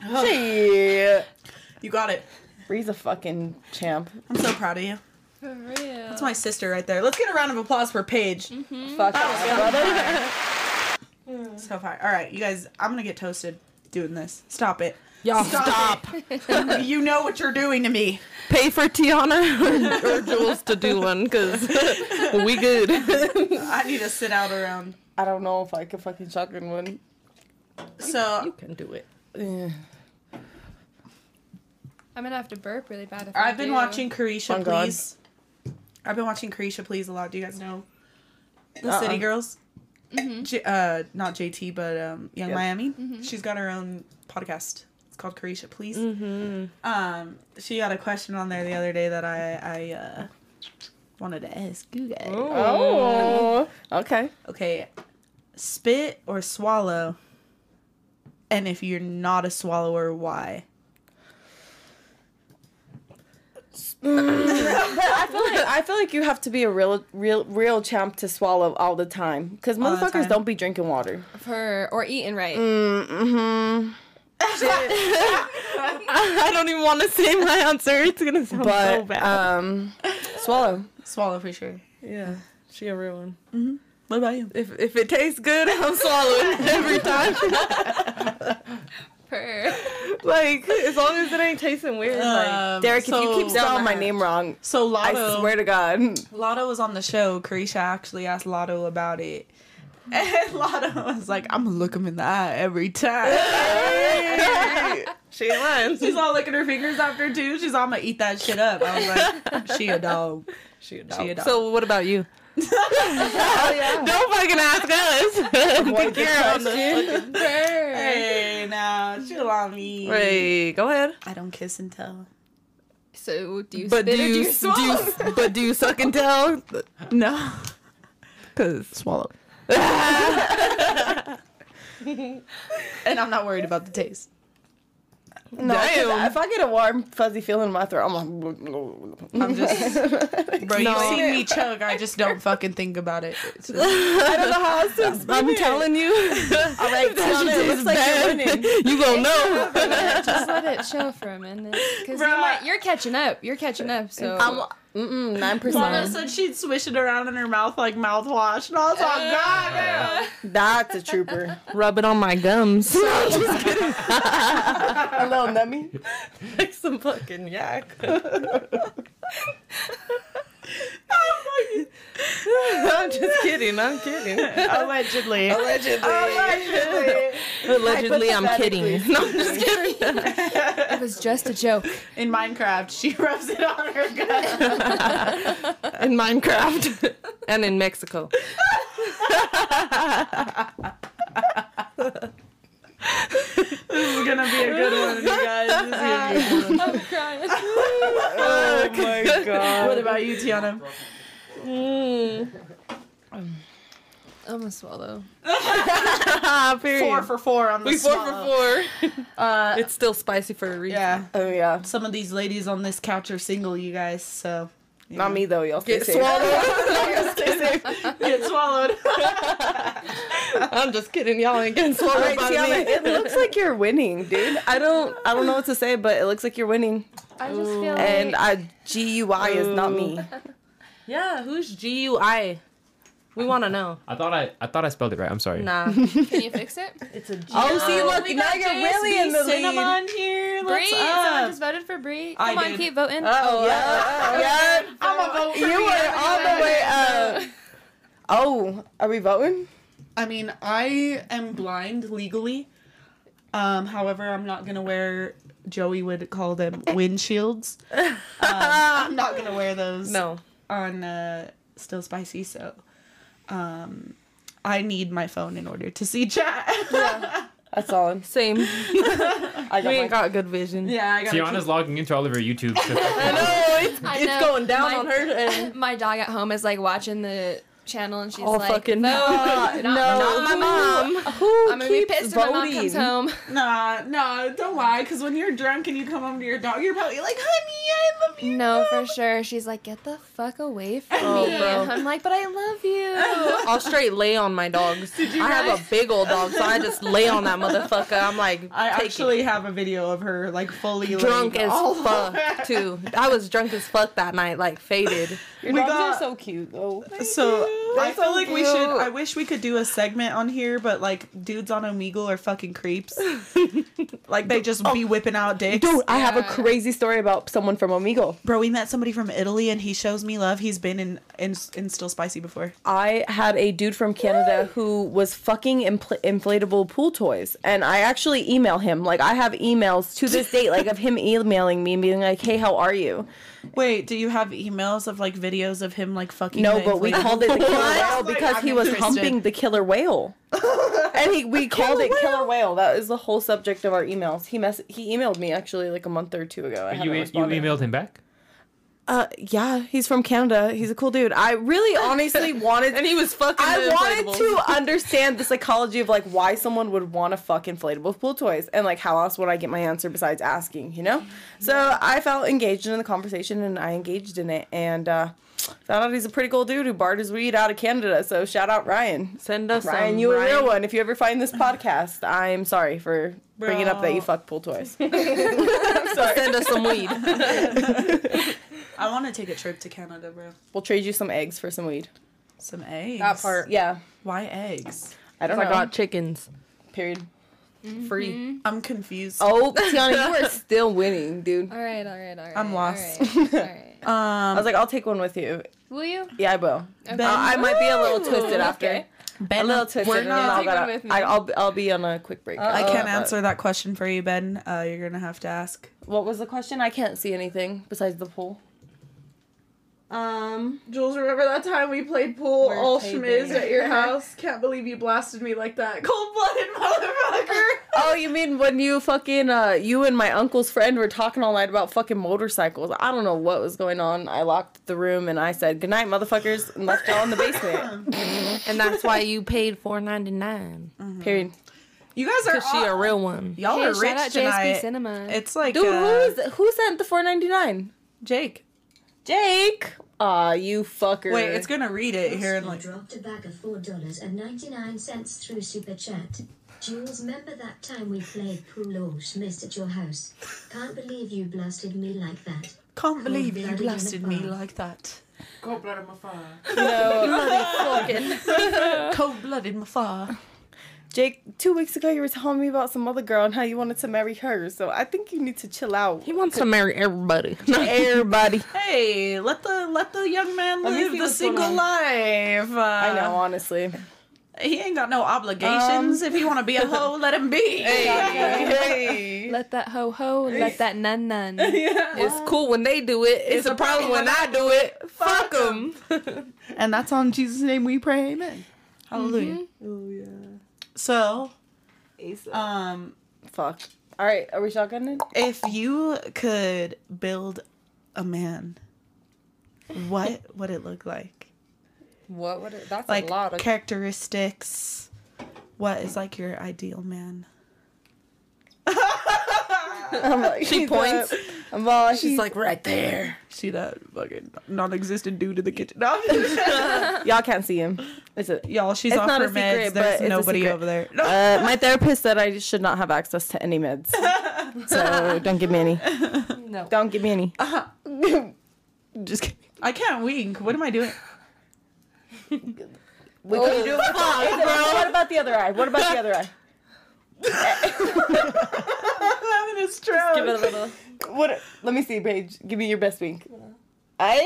Speaker 5: Yeah.
Speaker 2: You got it.
Speaker 5: Bree's a fucking champ.
Speaker 2: I'm so proud of you.
Speaker 4: For real.
Speaker 2: That's my sister right there. Let's get a round of applause for Paige.
Speaker 5: Mm-hmm. Fuck yeah, brother.
Speaker 2: So far. All right, you guys, I'm going to get toasted doing this. Stop it.
Speaker 5: Oh,
Speaker 7: Y'all
Speaker 2: Stop. you know what you're doing to me.
Speaker 7: Pay for Tiana or, or Jules to do one, cause we good.
Speaker 2: I need to sit out around.
Speaker 5: I don't know if I could fucking shotgun one.
Speaker 7: you
Speaker 2: So
Speaker 7: can do it.
Speaker 5: Yeah.
Speaker 4: I'm gonna have to burp really bad. If I
Speaker 2: I've been
Speaker 4: do.
Speaker 2: watching Carisha
Speaker 5: On God.
Speaker 2: Please. I've been watching Carisha Please a lot. Do you guys know the
Speaker 5: Uh-uh. Mm-hmm.
Speaker 2: City Girls? J- uh, not JT, but um, Young
Speaker 5: Yeah. Mm-hmm.
Speaker 2: Miami. She's got her own podcast. It's called Carisha Please.
Speaker 5: Mm-hmm.
Speaker 2: Um, she got a question on there the other day that I I uh, wanted to ask you guys.
Speaker 5: Oh. Okay.
Speaker 2: Okay, spit or swallow? And if you're not a swallower, why?
Speaker 5: I feel like I feel like you have to be a real real real champ to swallow all the time cuz
Speaker 2: the
Speaker 5: motherfuckers
Speaker 2: time.
Speaker 5: don't be drinking water.
Speaker 4: for or eating right.
Speaker 5: Mm-hmm.
Speaker 7: I don't even want to say my answer. It's gonna sound so
Speaker 5: But
Speaker 7: bad.
Speaker 5: um swallow.
Speaker 2: Swallow for sure.
Speaker 7: yeah, she a real one.
Speaker 2: What about you?
Speaker 7: If if it tastes good, I'm swallowing every time.
Speaker 4: Per.
Speaker 7: like as long as it ain't tasting weird. like
Speaker 2: Um,
Speaker 5: Derek, if you keep
Speaker 2: so-
Speaker 5: spelling my name wrong,
Speaker 2: So
Speaker 5: I
Speaker 2: Lotto,
Speaker 5: swear to God.
Speaker 2: Lotto was on the show. Carisha actually asked Lotto about it. And Lotto was like, I'm gonna look him in the eye every time.
Speaker 7: she ain't lying.
Speaker 2: She's all licking her fingers after too. She's all I'm gonna eat that shit up. I was like, she a dog.
Speaker 7: She a
Speaker 2: She a dog.
Speaker 7: So what about you?
Speaker 5: Oh yeah.
Speaker 7: Don't fucking ask us. Think
Speaker 5: good
Speaker 7: you're on the
Speaker 5: question.
Speaker 7: fucking-
Speaker 2: Hey, nah, chill on me.
Speaker 7: Right, go ahead.
Speaker 2: I don't kiss and tell.
Speaker 4: So do you
Speaker 7: But do
Speaker 4: spit or do
Speaker 7: you,
Speaker 4: you swallow?
Speaker 7: do you, but do you suck and tell?
Speaker 2: No.
Speaker 7: Cause
Speaker 2: Swallow. and I'm not worried about the taste.
Speaker 5: No, 'cause If I get a warm fuzzy feeling in my throat, I'm like
Speaker 2: I'm just, bro,
Speaker 7: No.
Speaker 2: you've seen me chug. I just don't fucking think about it. It's just-
Speaker 5: I don't know how else to explain
Speaker 7: I'm
Speaker 5: it.
Speaker 7: telling you,
Speaker 5: All right,
Speaker 7: that
Speaker 5: Tiana,
Speaker 7: shit
Speaker 5: it looks
Speaker 7: tastes
Speaker 5: like you're
Speaker 7: bad.
Speaker 5: winning.
Speaker 7: you gonna know.
Speaker 4: Just let it chill for a minute, because you
Speaker 2: Bruh.
Speaker 4: might, you're catching up. You're catching up. So
Speaker 5: I'm mm-mm,
Speaker 2: Lana
Speaker 5: nine percent.
Speaker 2: said she'd swish it around in her mouth like mouthwash, and I was like, God, damn."
Speaker 5: That's a trooper.
Speaker 7: Rub it on my gums.
Speaker 5: a little nummy.
Speaker 7: like some fucking yak. I'm just kidding. I'm kidding.
Speaker 2: allegedly.
Speaker 5: Allegedly.
Speaker 2: Allegedly.
Speaker 7: Allegedly, I'm kidding. No, I'm just kidding.
Speaker 4: it was just a joke.
Speaker 2: In Minecraft, she rubs it on her gut.
Speaker 7: in Minecraft and in Mexico.
Speaker 2: This is gonna be a good one, you guys. This is gonna be a good one.
Speaker 4: I'm crying.
Speaker 5: Oh my god.
Speaker 2: What about you, Tiana?
Speaker 7: Mm.
Speaker 4: Oh my gonna swallow.
Speaker 2: Four for four on the
Speaker 7: We four
Speaker 2: swallow.
Speaker 7: for four.
Speaker 2: Uh,
Speaker 1: It's still spicy for a reason.
Speaker 2: yeah.
Speaker 5: Oh yeah.
Speaker 2: Some of these ladies on this couch are single, you guys. So
Speaker 5: Not me though. Y'all stay
Speaker 7: Get
Speaker 5: safe.
Speaker 7: swallowed.
Speaker 5: Stay safe.
Speaker 2: get swallowed.
Speaker 7: I'm just kidding. Y'all ain't getting swallowed
Speaker 5: Alright,
Speaker 7: by
Speaker 5: Tiana,
Speaker 7: me.
Speaker 5: it looks like you're winning, dude. I don't I don't know what to say, but it looks like you're winning.
Speaker 4: I just feel like
Speaker 5: And I GUI is not me.
Speaker 7: Yeah, who's G U I? We want to know.
Speaker 3: I thought I I thought I spelled it right. I'm sorry.
Speaker 7: Nah.
Speaker 4: can you fix it?
Speaker 7: It's a G.
Speaker 5: Oh, see, look,
Speaker 2: we
Speaker 5: now
Speaker 2: got
Speaker 5: you're
Speaker 2: JSB
Speaker 5: really in the lead.
Speaker 2: Cinnamon here.
Speaker 4: Bree,
Speaker 2: What's
Speaker 4: someone
Speaker 2: up?
Speaker 4: just voted for Bree.
Speaker 2: I
Speaker 4: Come on,
Speaker 2: did.
Speaker 4: keep voting.
Speaker 5: Oh, yeah. yeah.
Speaker 2: I'm a vote for
Speaker 5: You
Speaker 2: you.
Speaker 5: are all the way up. Oh, are we voting?
Speaker 2: I mean, I am blind legally. Um, however, I'm not gonna wear. Joey would call them windshields. Um, I'm not gonna wear those.
Speaker 7: No.
Speaker 2: On uh, still spicy, so um, I need my phone in order to see chat. Yeah,
Speaker 5: That's all.
Speaker 7: Same.
Speaker 5: I
Speaker 7: We
Speaker 5: got
Speaker 7: ain't
Speaker 5: my
Speaker 7: got good vision.
Speaker 2: I gotta.
Speaker 3: Tiana's logging into all of her YouTube. stuff.
Speaker 7: it's,
Speaker 4: I
Speaker 7: it's
Speaker 4: know.
Speaker 7: going down
Speaker 4: My-
Speaker 7: on her and
Speaker 4: My dog at home is like watching the channel and she's
Speaker 7: all
Speaker 4: like,
Speaker 7: fucking.
Speaker 4: "Vote." Not my
Speaker 7: no, not my mom.
Speaker 5: Who
Speaker 4: I'm gonna be
Speaker 5: keeps
Speaker 4: pissed
Speaker 5: voting?
Speaker 4: when my mom comes home.
Speaker 2: keep- Nah, nah, don't lie. Cause when you're drunk and you come home to your dog, you're probably like, "Honey, I love you."
Speaker 4: No, for sure. She's like, get the fuck away from
Speaker 7: Oh,
Speaker 4: me.
Speaker 7: bro.
Speaker 4: I'm like, but I love you.
Speaker 7: I'll straight lay on my dogs. I have a big old dog, so I just lay on that motherfucker. I'm like,
Speaker 2: I
Speaker 7: take
Speaker 2: actually have a video of her like fully
Speaker 7: it. drunk
Speaker 2: laying
Speaker 7: as
Speaker 2: all
Speaker 7: fuck too. I was drunk as fuck that night, like faded.
Speaker 5: Your
Speaker 2: We
Speaker 5: dogs
Speaker 2: got-
Speaker 5: are so cute, though.
Speaker 2: So I
Speaker 5: That's
Speaker 2: feel
Speaker 5: so
Speaker 2: like we should.
Speaker 5: cute.
Speaker 2: I wish we could do a segment on here, but like dudes on Omegle are fucking creeps. like they just be whipping out dicks.
Speaker 5: Dude, I have a
Speaker 4: Yeah.
Speaker 5: crazy story about someone from Omegle.
Speaker 2: Bro, we met somebody from Italy, and he shows me love. He's been in in, in Still Spicy before.
Speaker 5: I had a dude from Canada who was fucking impl- inflatable pool toys, and I actually email him. Like I have emails to this date, like of him emailing me and being like, "Hey, how are you?"
Speaker 2: Wait, do you have emails of like videos of him like fucking?
Speaker 5: No,
Speaker 2: the
Speaker 5: but we
Speaker 2: inflatable-
Speaker 5: called it the killer whale
Speaker 2: Like,
Speaker 5: because
Speaker 2: I'm
Speaker 5: he was
Speaker 2: interested.
Speaker 5: humping the killer whale. and he, we called it killer whale. That is the whole subject of our emails. He mess he emailed me actually like a month or two ago. I
Speaker 3: you e,
Speaker 5: haven't
Speaker 3: you
Speaker 5: responded.
Speaker 3: emailed him back.
Speaker 5: Uh, yeah, he's from Canada. He's a cool dude. I really honestly wanted
Speaker 7: And he was fucking.
Speaker 5: I
Speaker 7: the
Speaker 5: wanted
Speaker 7: inflatables.
Speaker 5: to understand the psychology of like why someone would want to fuck inflatable pool toys and like how else would I get my answer besides asking, you know? So I felt engaged in the conversation and I engaged in it and uh, found out he's a pretty cool dude who barred his weed out of Canada. So shout out Ryan.
Speaker 7: send us
Speaker 5: Ryan,
Speaker 7: some.
Speaker 5: you a
Speaker 7: Ryan.
Speaker 5: real one. If you ever find this podcast, I'm sorry for bringing up that you fuck pool toys.
Speaker 7: Send us some weed.
Speaker 2: I want to take a trip to Canada, bro.
Speaker 5: We'll trade you some eggs for some weed.
Speaker 2: Some eggs.
Speaker 7: That part.
Speaker 5: Yeah,
Speaker 2: Why eggs?
Speaker 5: I don't
Speaker 7: I
Speaker 5: know.
Speaker 7: got chickens
Speaker 5: Period.
Speaker 7: free.
Speaker 2: I'm confused.
Speaker 5: Oh, Tiana, you are still winning, dude.
Speaker 4: All right, all right, all right.
Speaker 2: I'm lost.
Speaker 4: All right, all right.
Speaker 2: Um,
Speaker 5: I was like, I'll take one with you.
Speaker 4: Will you?
Speaker 5: Yeah, I will.
Speaker 4: Okay.
Speaker 5: Uh, I might be a little twisted after.
Speaker 4: Okay.
Speaker 5: A little twisted.
Speaker 2: we're
Speaker 5: and
Speaker 2: not-
Speaker 5: then I'll,
Speaker 4: Take one
Speaker 5: gotta-
Speaker 4: with me.
Speaker 5: I, I'll, I'll be on a quick break.
Speaker 2: I can't
Speaker 5: Uh,
Speaker 2: answer that question for you, Ben. Uh, you're gonna have to ask.
Speaker 5: What was the question? I can't see anything besides the pool.
Speaker 7: Um,
Speaker 2: Jules, remember that time we played pool
Speaker 7: We're
Speaker 2: all
Speaker 7: playing
Speaker 2: schmiz
Speaker 7: games.
Speaker 2: at your house? Can't believe you blasted me like that. Cold blooded motherfucker.
Speaker 5: Oh, you mean when you fucking, uh, you and my uncle's friend were talking all night about fucking motorcycles. I don't know what was going on. I locked the room and I said, good night, motherfuckers, and left y'all in the basement.
Speaker 7: and that's why you paid four ninety nine
Speaker 5: Period.
Speaker 2: You guys are
Speaker 7: because she a
Speaker 2: all-
Speaker 7: real one.
Speaker 2: Y'all
Speaker 4: Hey,
Speaker 2: are
Speaker 4: shout
Speaker 2: rich
Speaker 4: out JSP
Speaker 2: tonight.
Speaker 4: Cinema.
Speaker 2: It's like
Speaker 5: Dude,
Speaker 2: uh,
Speaker 5: who is, who sent the 499
Speaker 2: Jake?
Speaker 5: Jake! Aw, you fucker.
Speaker 2: Wait, it's gonna read it here and
Speaker 6: Austin
Speaker 2: like.
Speaker 6: dropped a bag of four dollars and ninety nine cents through super chat. Jules, remember that time we played pool or schmist at your house? Can't believe you blasted me like that.
Speaker 2: Can't believe you
Speaker 6: blooded
Speaker 2: blasted me
Speaker 6: motherfucker.
Speaker 2: like that.
Speaker 5: No.
Speaker 2: Cold blooded my far.
Speaker 5: Jake, two weeks ago you were telling me about some other girl and how you wanted to marry her, so I think you need to chill out.
Speaker 7: He wants to marry everybody.
Speaker 5: Everybody.
Speaker 2: Hey, let the let the young man
Speaker 5: Let me
Speaker 2: live
Speaker 5: see
Speaker 2: the
Speaker 5: what's going
Speaker 2: single
Speaker 5: on.
Speaker 2: life. Uh,
Speaker 5: I know, honestly.
Speaker 2: He ain't got no obligations. if he wanna be a hoe, let him be.
Speaker 5: Hey.
Speaker 4: Let that ho ho, let that nun nun.
Speaker 7: It's cool when they do it. It's, a problem when I do it. Fuck them.
Speaker 2: And that's on Jesus' name we pray. Amen. Hallelujah. So, um,
Speaker 5: Fuck. All right, are we shotgunning?
Speaker 2: if you could build a man, what would it look like?
Speaker 7: What would it? That's
Speaker 2: like
Speaker 7: a lot of.
Speaker 2: characteristics. What is like your ideal man?
Speaker 5: I'm like,
Speaker 7: She
Speaker 5: he's
Speaker 7: points.
Speaker 5: up. I'm all like,
Speaker 2: She's
Speaker 5: he's-
Speaker 2: like right there. See that fucking non-existent dude in the kitchen? No.
Speaker 5: y'all can't see him. It's a,
Speaker 2: Y'all, she's
Speaker 5: It's
Speaker 2: off
Speaker 5: not
Speaker 2: her
Speaker 5: a secret,
Speaker 2: meds.
Speaker 5: but
Speaker 2: There's
Speaker 5: it's a
Speaker 2: nobody
Speaker 5: secret.
Speaker 2: over there. No.
Speaker 5: uh, my therapist said I should not have access to any meds, so don't give me any.
Speaker 4: No.
Speaker 5: Don't give me any. Just kidding.
Speaker 2: I can't wink. What am I doing?
Speaker 5: We couldn't do it. with the eye, bro. What about the other eye? What about the other eye?
Speaker 2: I'm having a stroke.
Speaker 4: Give it a little.
Speaker 5: What? Let me see, Paige. Give me your best wink. I.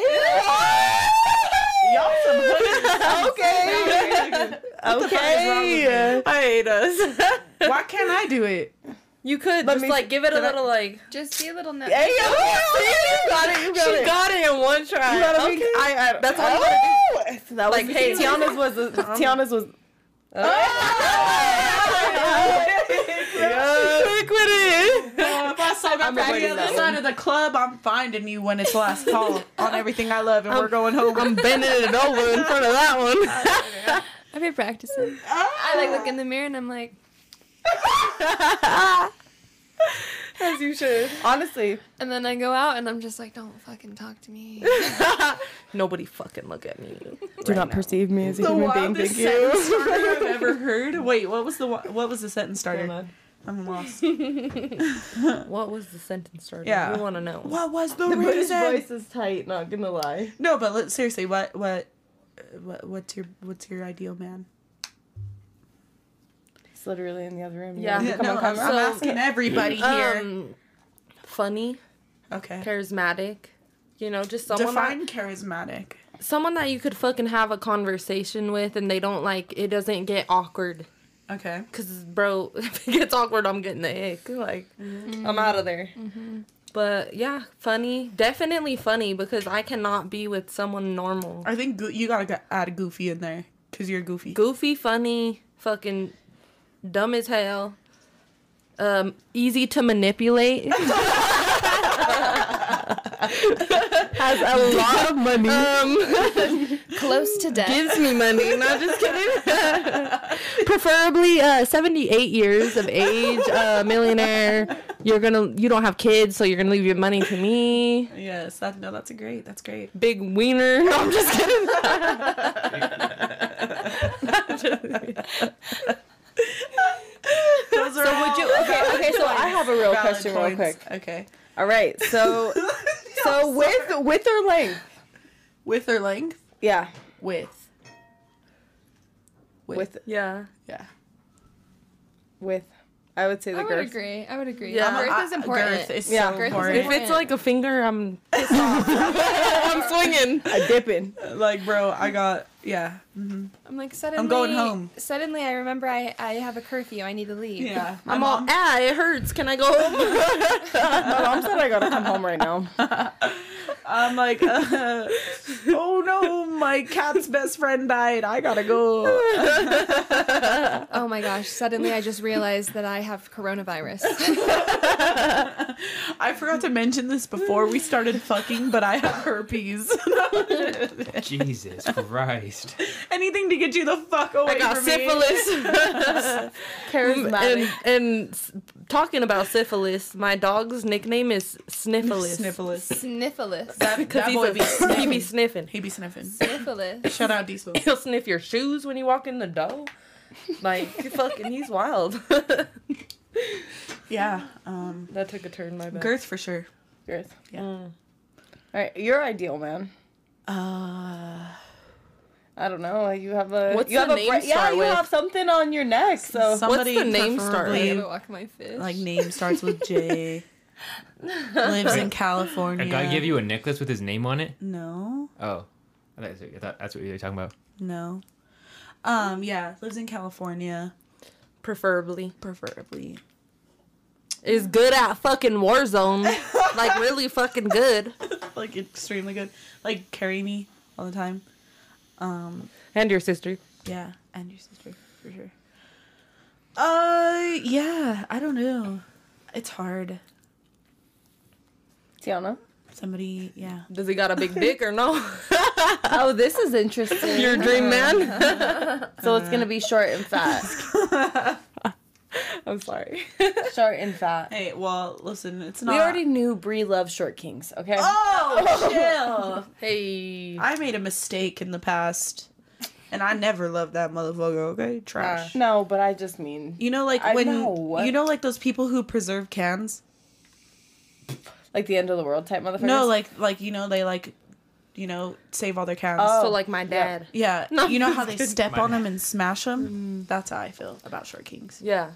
Speaker 5: Y'all some hoodies. Okay. okay.
Speaker 2: I hate us. Why can't I do it?
Speaker 7: You could
Speaker 5: Let
Speaker 7: just
Speaker 5: me-
Speaker 7: like give it a
Speaker 5: did I-
Speaker 7: little like.
Speaker 4: Just be a little. No-
Speaker 5: Hey, yo, you got it. You got
Speaker 7: she
Speaker 5: it.
Speaker 7: got it in one try.
Speaker 5: You got a wink.
Speaker 7: Okay.
Speaker 5: I, I, that's
Speaker 7: all you
Speaker 5: gotta do. That was
Speaker 7: Like, hey,
Speaker 5: Tiana's was a, Tiana's was. Oh!
Speaker 2: if I saw that back the
Speaker 5: avoiding
Speaker 2: other
Speaker 5: that
Speaker 2: side of the club, I'm finding you when it's last call on everything I love, and we're going home.
Speaker 5: I'm bending it over in front of that one.
Speaker 4: I've been practicing. I like look in the mirror and I'm like,
Speaker 7: As you should.
Speaker 5: Honestly,
Speaker 4: and then I go out and I'm just like, don't fucking talk to me.
Speaker 7: Nobody fucking look at me.
Speaker 5: do not perceive me as a
Speaker 2: the
Speaker 5: human being.
Speaker 2: wildest
Speaker 5: Thank
Speaker 2: sentence
Speaker 5: you.
Speaker 2: starter I've ever heard. Wait, what was the wa- what was the sentence starter? I'm lost.
Speaker 7: What was the sentence starter?
Speaker 2: Yeah.
Speaker 7: We want to know.
Speaker 2: What was the,
Speaker 5: His
Speaker 2: reason?
Speaker 5: voice is tight. Not gonna lie.
Speaker 2: No, but let, seriously, what what uh, what what's your what's your ideal man?
Speaker 5: It's literally in the other room.
Speaker 7: Yeah.
Speaker 2: Yeah,
Speaker 5: Come
Speaker 2: no,
Speaker 5: on,
Speaker 2: I'm,
Speaker 5: come
Speaker 2: I'm
Speaker 5: on.
Speaker 7: So-
Speaker 2: asking everybody here.
Speaker 7: Um, funny,
Speaker 2: okay.
Speaker 7: charismatic. You know, just someone
Speaker 2: Define
Speaker 7: that,
Speaker 2: charismatic.
Speaker 7: someone that you could fucking have a conversation with, and they don't like it. Doesn't get awkward.
Speaker 2: Okay.
Speaker 7: Cause bro, if it gets awkward, I'm getting the ick. Like, I'm out of there. But yeah, funny, definitely funny because I cannot be with someone normal.
Speaker 2: I think go- you gotta go- add a goofy in there because you're goofy.
Speaker 7: Goofy, funny, fucking dumb as hell. Um, easy to manipulate.
Speaker 5: Has a lot of money.
Speaker 7: Um,
Speaker 4: Close to death.
Speaker 7: Gives me money. No, just kidding. Preferably uh, 78 years of age, uh, millionaire. You're gonna, you don't have kids, so you're gonna leave your money to me.
Speaker 2: Yes, that no, that's a great. That's great.
Speaker 7: Big wiener. No, I'm just kidding.
Speaker 2: Those are
Speaker 5: So would you? Okay, okay. So I have a real
Speaker 2: valid
Speaker 5: question, real
Speaker 2: points.
Speaker 5: quick.
Speaker 2: Okay.
Speaker 5: All right, so so with with or length?
Speaker 2: Width or length?
Speaker 5: Yeah,
Speaker 2: Width. Width.
Speaker 5: with
Speaker 7: Yeah.
Speaker 2: Yeah.
Speaker 5: with. I would say the
Speaker 4: I would
Speaker 5: girth.
Speaker 4: agree. I would agree.
Speaker 7: Yeah.
Speaker 4: Yeah, girth is
Speaker 2: Uh,
Speaker 4: important.
Speaker 2: Girth is
Speaker 5: Yeah.
Speaker 2: so
Speaker 5: Girth is
Speaker 2: important.
Speaker 7: If it's like a finger, I'm
Speaker 5: I'm swinging. I dipping.
Speaker 2: like, bro, I got yeah.
Speaker 4: I'm like suddenly.
Speaker 2: going home.
Speaker 4: Suddenly, I remember I I have a curfew. I need to leave.
Speaker 2: Yeah. My
Speaker 7: I'm all
Speaker 2: mom-
Speaker 7: ah, it hurts. Can I go home?
Speaker 5: My mom said I gotta come home right now.
Speaker 2: I'm like, uh, oh no, my cat's best friend died. I gotta go.
Speaker 4: Oh my gosh! Suddenly, I just realized that I have coronavirus.
Speaker 2: I forgot to mention this before we started fucking, but I have herpes.
Speaker 3: Jesus Christ.
Speaker 2: Anything to get you the fuck away
Speaker 7: I got
Speaker 2: from me.
Speaker 7: syphilis. and,
Speaker 5: Charismatic.
Speaker 7: and s- talking about syphilis, my dog's nickname is Sniffilus.
Speaker 2: Sniffles.
Speaker 4: Sniffilus.
Speaker 7: Because
Speaker 2: That boy be
Speaker 7: he's a, he be sniffing.
Speaker 2: He be sniffing.
Speaker 4: Sniffilus.
Speaker 2: Shout out Diesel.
Speaker 7: He'll sniff your shoes when you walk in the door. Like fucking, he's wild.
Speaker 2: Yeah. Um,
Speaker 7: that took a turn, my bad.
Speaker 2: girth for sure.
Speaker 5: Girth.
Speaker 2: Yeah.
Speaker 5: Mm. All right, your ideal man.
Speaker 2: Uh,
Speaker 5: I don't know. You have a.
Speaker 7: What's
Speaker 5: you
Speaker 7: the
Speaker 5: have
Speaker 7: name
Speaker 5: a bra- Yeah,
Speaker 7: start
Speaker 5: you
Speaker 7: with?
Speaker 5: have something on your neck. So
Speaker 2: somebody
Speaker 7: the name start
Speaker 4: I
Speaker 2: preferably,
Speaker 4: gotta walk my fish.
Speaker 2: Like name starts with J. lives in California.
Speaker 3: A guy gave you a necklace with his name on it?
Speaker 2: No,
Speaker 3: Oh. I thought, I thought that's what you were talking about.
Speaker 2: no. Um, yeah, lives in California,
Speaker 7: Preferably,
Speaker 2: preferably.
Speaker 7: is good at fucking Warzone. like really fucking good.
Speaker 2: Like extremely good. Like carry me all the time. Um,
Speaker 7: And your sister.
Speaker 2: yeah, and your sister for sure. Uh, yeah, I don't know. It's hard.
Speaker 5: Tiana.
Speaker 2: Somebody, yeah.
Speaker 7: Does he got a big dick or no?
Speaker 4: oh, this is interesting.
Speaker 7: Your dream man?
Speaker 5: So it's gonna be short and fat.
Speaker 7: I'm sorry.
Speaker 5: short and fat.
Speaker 2: Hey, well, listen, it's not.
Speaker 5: We already knew Brie loves short kings. Okay.
Speaker 2: Oh, chill.
Speaker 7: Hey.
Speaker 2: I made a mistake in the past, and I never loved that motherfucker. Okay, trash.
Speaker 5: Uh, No, but I just mean
Speaker 2: You know, like
Speaker 5: I
Speaker 2: when
Speaker 5: know.
Speaker 2: you know, like those people who preserve cans.
Speaker 5: like the end of the world type motherfuckers.
Speaker 2: No, like like you know they like, you know, save all their cans.
Speaker 5: Oh,
Speaker 7: so like my dad.
Speaker 2: Yeah, you know how they step on them and smash them. That's how I feel about short kings.
Speaker 7: Yeah.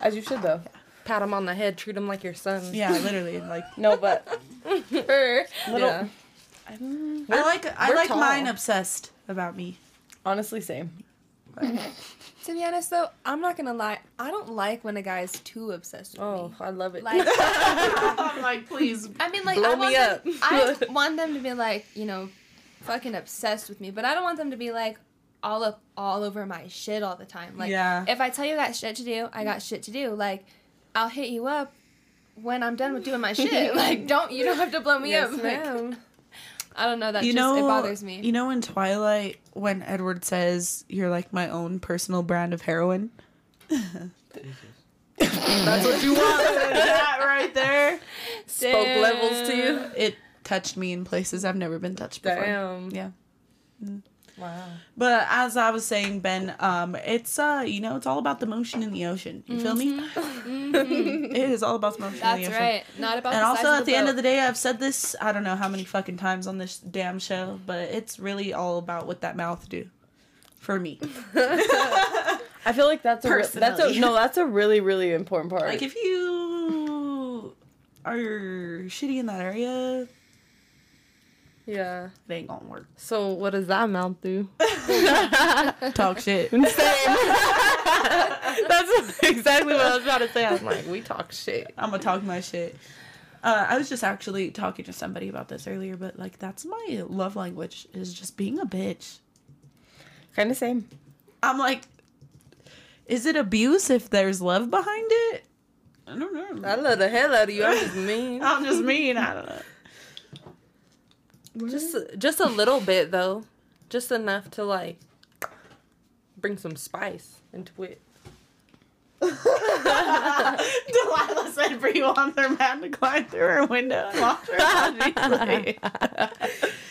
Speaker 5: as you should though.
Speaker 7: Pat him on the head. Treat him like your son.
Speaker 2: Yeah, literally. Like
Speaker 5: No, but
Speaker 4: Her.
Speaker 5: little
Speaker 7: Yeah.
Speaker 2: I like I
Speaker 5: we're
Speaker 2: like
Speaker 5: tall.
Speaker 2: mine obsessed about me.
Speaker 5: honestly, same.
Speaker 4: To be honest, though, I'm not gonna lie. I don't like when a guy's too obsessed with
Speaker 5: Oh,
Speaker 4: me.
Speaker 5: I love it.
Speaker 4: Like,
Speaker 2: I'm like, please.
Speaker 4: I mean, like,
Speaker 5: Blow
Speaker 4: I want
Speaker 5: me
Speaker 4: them, I want them to be like, you know, fucking obsessed with me, but I don't want them to be like all up all over my shit all the time. Like,
Speaker 2: Yeah.
Speaker 4: if I tell you I got shit to do, I got shit to do. Like, I'll hit you up when I'm done with doing my shit. like, don't you don't have to blow me up. Like, I don't know. That
Speaker 2: You
Speaker 4: just
Speaker 2: know,
Speaker 4: it bothers me.
Speaker 2: You know, in Twilight, when Edward says, "You're like my own personal brand of heroin." That's what you want. that right there.
Speaker 4: Spoke
Speaker 7: levels to you.
Speaker 2: It touched me in places I've never been touched before.
Speaker 7: Damn.
Speaker 2: Yeah. Mm.
Speaker 5: Wow.
Speaker 2: But as I was saying, Ben, um, it's uh, you know, it's all about the motion in the ocean. You feel me? It is all about the motion in
Speaker 4: Mm-hmm. That's
Speaker 2: the ocean.
Speaker 4: right. Not about.
Speaker 2: And
Speaker 4: the
Speaker 2: also,
Speaker 4: size
Speaker 2: at the end of the day, I've said this I don't know how many fucking times on this damn show, but it's really all about what that mouth do for me.
Speaker 5: I feel like that's a re- that's a
Speaker 2: Personally.
Speaker 5: no, that's a really really important part.
Speaker 2: Like if you are shitty in that area,
Speaker 7: Yeah.
Speaker 2: it ain't gonna work.
Speaker 7: So what does that amount do?
Speaker 2: Talk shit.
Speaker 7: Same. That's exactly what I was about to say. I was like, we talk shit.
Speaker 2: I'm gonna talk my shit. Uh, I was just actually talking to somebody about this earlier, but like that's my love language is just being a bitch.
Speaker 5: kind of same.
Speaker 2: I'm like, is it abuse if there's love behind it? I don't know.
Speaker 7: love the hell out of you. I'm just mean.
Speaker 2: I'm just mean. I don't know.
Speaker 7: Just just a little bit though. Just enough to like bring some spice into it.
Speaker 2: Delilah said Brie wants her man to climb through her window and lock her out.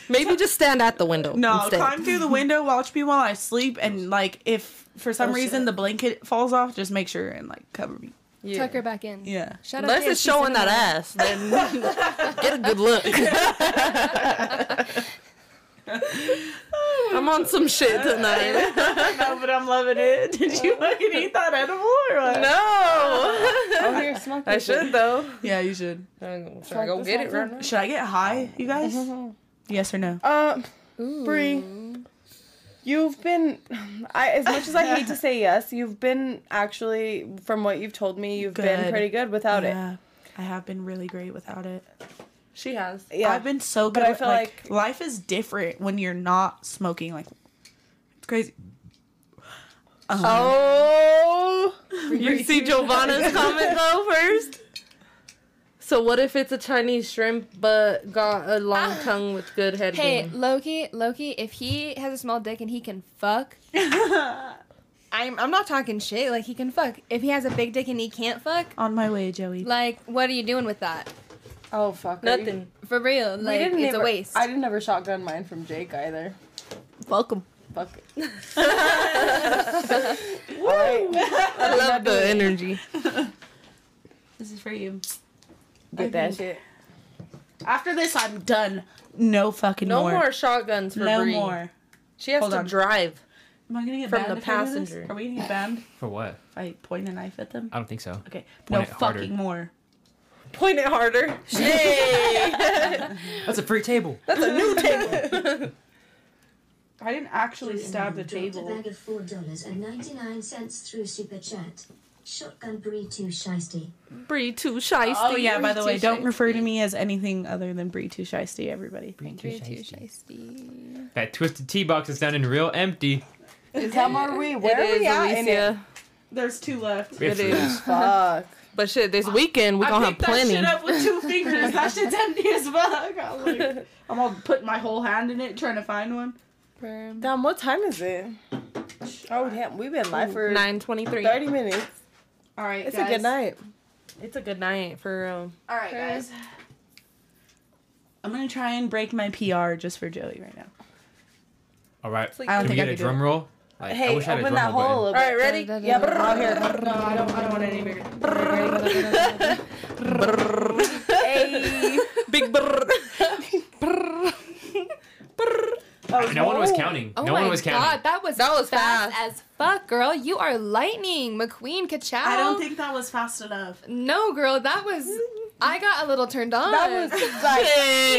Speaker 7: Maybe just stand at the window.
Speaker 2: No,
Speaker 7: instead.
Speaker 2: climb through the window, watch me while I sleep, and like if for
Speaker 7: Oh,
Speaker 2: some reason the blanket falls off, just make sure and like cover me.
Speaker 7: Yeah.
Speaker 4: tuck her back in.
Speaker 2: Yeah.
Speaker 4: Shout out
Speaker 7: Unless
Speaker 4: to
Speaker 7: it's
Speaker 4: Nancy
Speaker 7: showing that
Speaker 4: Sinema.
Speaker 7: ass, then get a good look. I'm on some shit tonight.
Speaker 2: no, but I'm loving it. Did you fucking eat that edible or what?
Speaker 7: No,
Speaker 5: Oh, here, smoke.
Speaker 7: I should though.
Speaker 2: Yeah, you should.
Speaker 7: I'm trying to go get it right now.
Speaker 2: Should I get high, you guys? yes or no?
Speaker 5: Um, Brie, you've been, I as much as I hate to say yes, you've been actually, from what you've told me, you've been
Speaker 2: Good.
Speaker 5: pretty good without
Speaker 2: yeah. I have been really great without it.
Speaker 7: She has.
Speaker 5: it. Yeah,
Speaker 2: I've been so good.
Speaker 5: But I
Speaker 2: with-
Speaker 5: feel
Speaker 2: like,
Speaker 5: like-
Speaker 2: life is different when you're not smoking. Like it's crazy.
Speaker 7: Oh, you see Giovanna's comment though first. So what if it's a Chinese shrimp but got a long tongue with good head
Speaker 4: Hey,
Speaker 7: game?
Speaker 4: Loki, Loki, if he has a small dick and he can fuck, I'm I'm not talking shit. Like he can fuck. If he has a big dick and he can't fuck,
Speaker 2: On my way, Joey.
Speaker 4: like what are you doing with that?
Speaker 5: oh fuck, are you-
Speaker 7: Nothing.
Speaker 4: For real,
Speaker 5: We
Speaker 4: like it's
Speaker 5: didn't
Speaker 4: a
Speaker 5: ever-
Speaker 4: waste.
Speaker 5: I didn't ever shotgun mine from Jake either.
Speaker 7: Welcome.
Speaker 5: Fuck. it. All right,
Speaker 7: I love the energy.
Speaker 2: This is for you.
Speaker 5: get that shit.
Speaker 2: After this, I'm done. No fucking
Speaker 7: No more,
Speaker 2: more.
Speaker 7: shotguns for
Speaker 2: no
Speaker 7: Bree.
Speaker 2: more.
Speaker 7: She has
Speaker 2: Hold
Speaker 7: to
Speaker 2: on.
Speaker 7: drive.
Speaker 2: Am I gonna get
Speaker 7: From
Speaker 2: banned
Speaker 7: the
Speaker 2: if I do this?
Speaker 7: passenger.
Speaker 2: Are we gonna get banned
Speaker 3: For what?
Speaker 2: if I point a knife at them?
Speaker 3: I don't think so.
Speaker 2: Okay.
Speaker 3: Uh,
Speaker 2: no
Speaker 3: Point it harder.
Speaker 2: fucking more.
Speaker 5: Point it harder.
Speaker 3: That's a free table.
Speaker 2: I didn't actually stab the
Speaker 6: Dropped A
Speaker 2: table.
Speaker 6: bag of four dollars and ninety nine cents through super chat. Shotgun Brie too shisty.
Speaker 7: Bree too shy.
Speaker 2: Oh yeah. By the way, don't refer to me as anything other than Bree Too Shiesty, everybody. Thank you.
Speaker 4: Three, two, shiesty.
Speaker 3: That twisted tea box is sounding real empty.
Speaker 5: Is that where we? Where are
Speaker 7: It is,
Speaker 5: we at? in it?
Speaker 7: Alicia.
Speaker 2: There's two left.
Speaker 3: We have
Speaker 7: It
Speaker 3: three.
Speaker 7: is.
Speaker 5: Fuck.
Speaker 7: But shit, this weekend we
Speaker 2: I
Speaker 7: gonna have
Speaker 2: picked that
Speaker 7: plenty.
Speaker 2: shit up with two fingers. That shit's empty as fuck. I'm, like, I'm all putting my whole hand in it trying to find one.
Speaker 5: Damn, what time is it? Oh damn, we've been live for
Speaker 7: Nine twenty-three.
Speaker 5: thirty minutes.
Speaker 2: All right,
Speaker 5: It's
Speaker 2: guys.
Speaker 5: a good night.
Speaker 7: It's a good night for um, real.
Speaker 2: All right, guys. I'm gonna try and break my PR just for Joey right now.
Speaker 3: All right.
Speaker 2: I don't
Speaker 3: Can we
Speaker 2: think I
Speaker 3: get
Speaker 2: can
Speaker 3: a
Speaker 2: do it.
Speaker 3: drum roll? Like,
Speaker 5: Hey,
Speaker 3: I
Speaker 5: open that hole a
Speaker 3: roll
Speaker 5: little
Speaker 2: All right,
Speaker 5: bit.
Speaker 2: ready?
Speaker 4: Da-da-da-da.
Speaker 5: Yeah, brr, out here.
Speaker 2: No, I don't. I don't want it any bigger.
Speaker 5: Hey, big brr.
Speaker 3: button. No one was counting.
Speaker 4: Oh
Speaker 3: no
Speaker 4: my
Speaker 3: one was counting.
Speaker 4: god, that was that was fast, as fuck, girl. You are lightning, McQueen, Kachow.
Speaker 2: I don't think that was fast enough.
Speaker 4: No, girl, that was. I got a little turned on.
Speaker 5: That was like
Speaker 4: You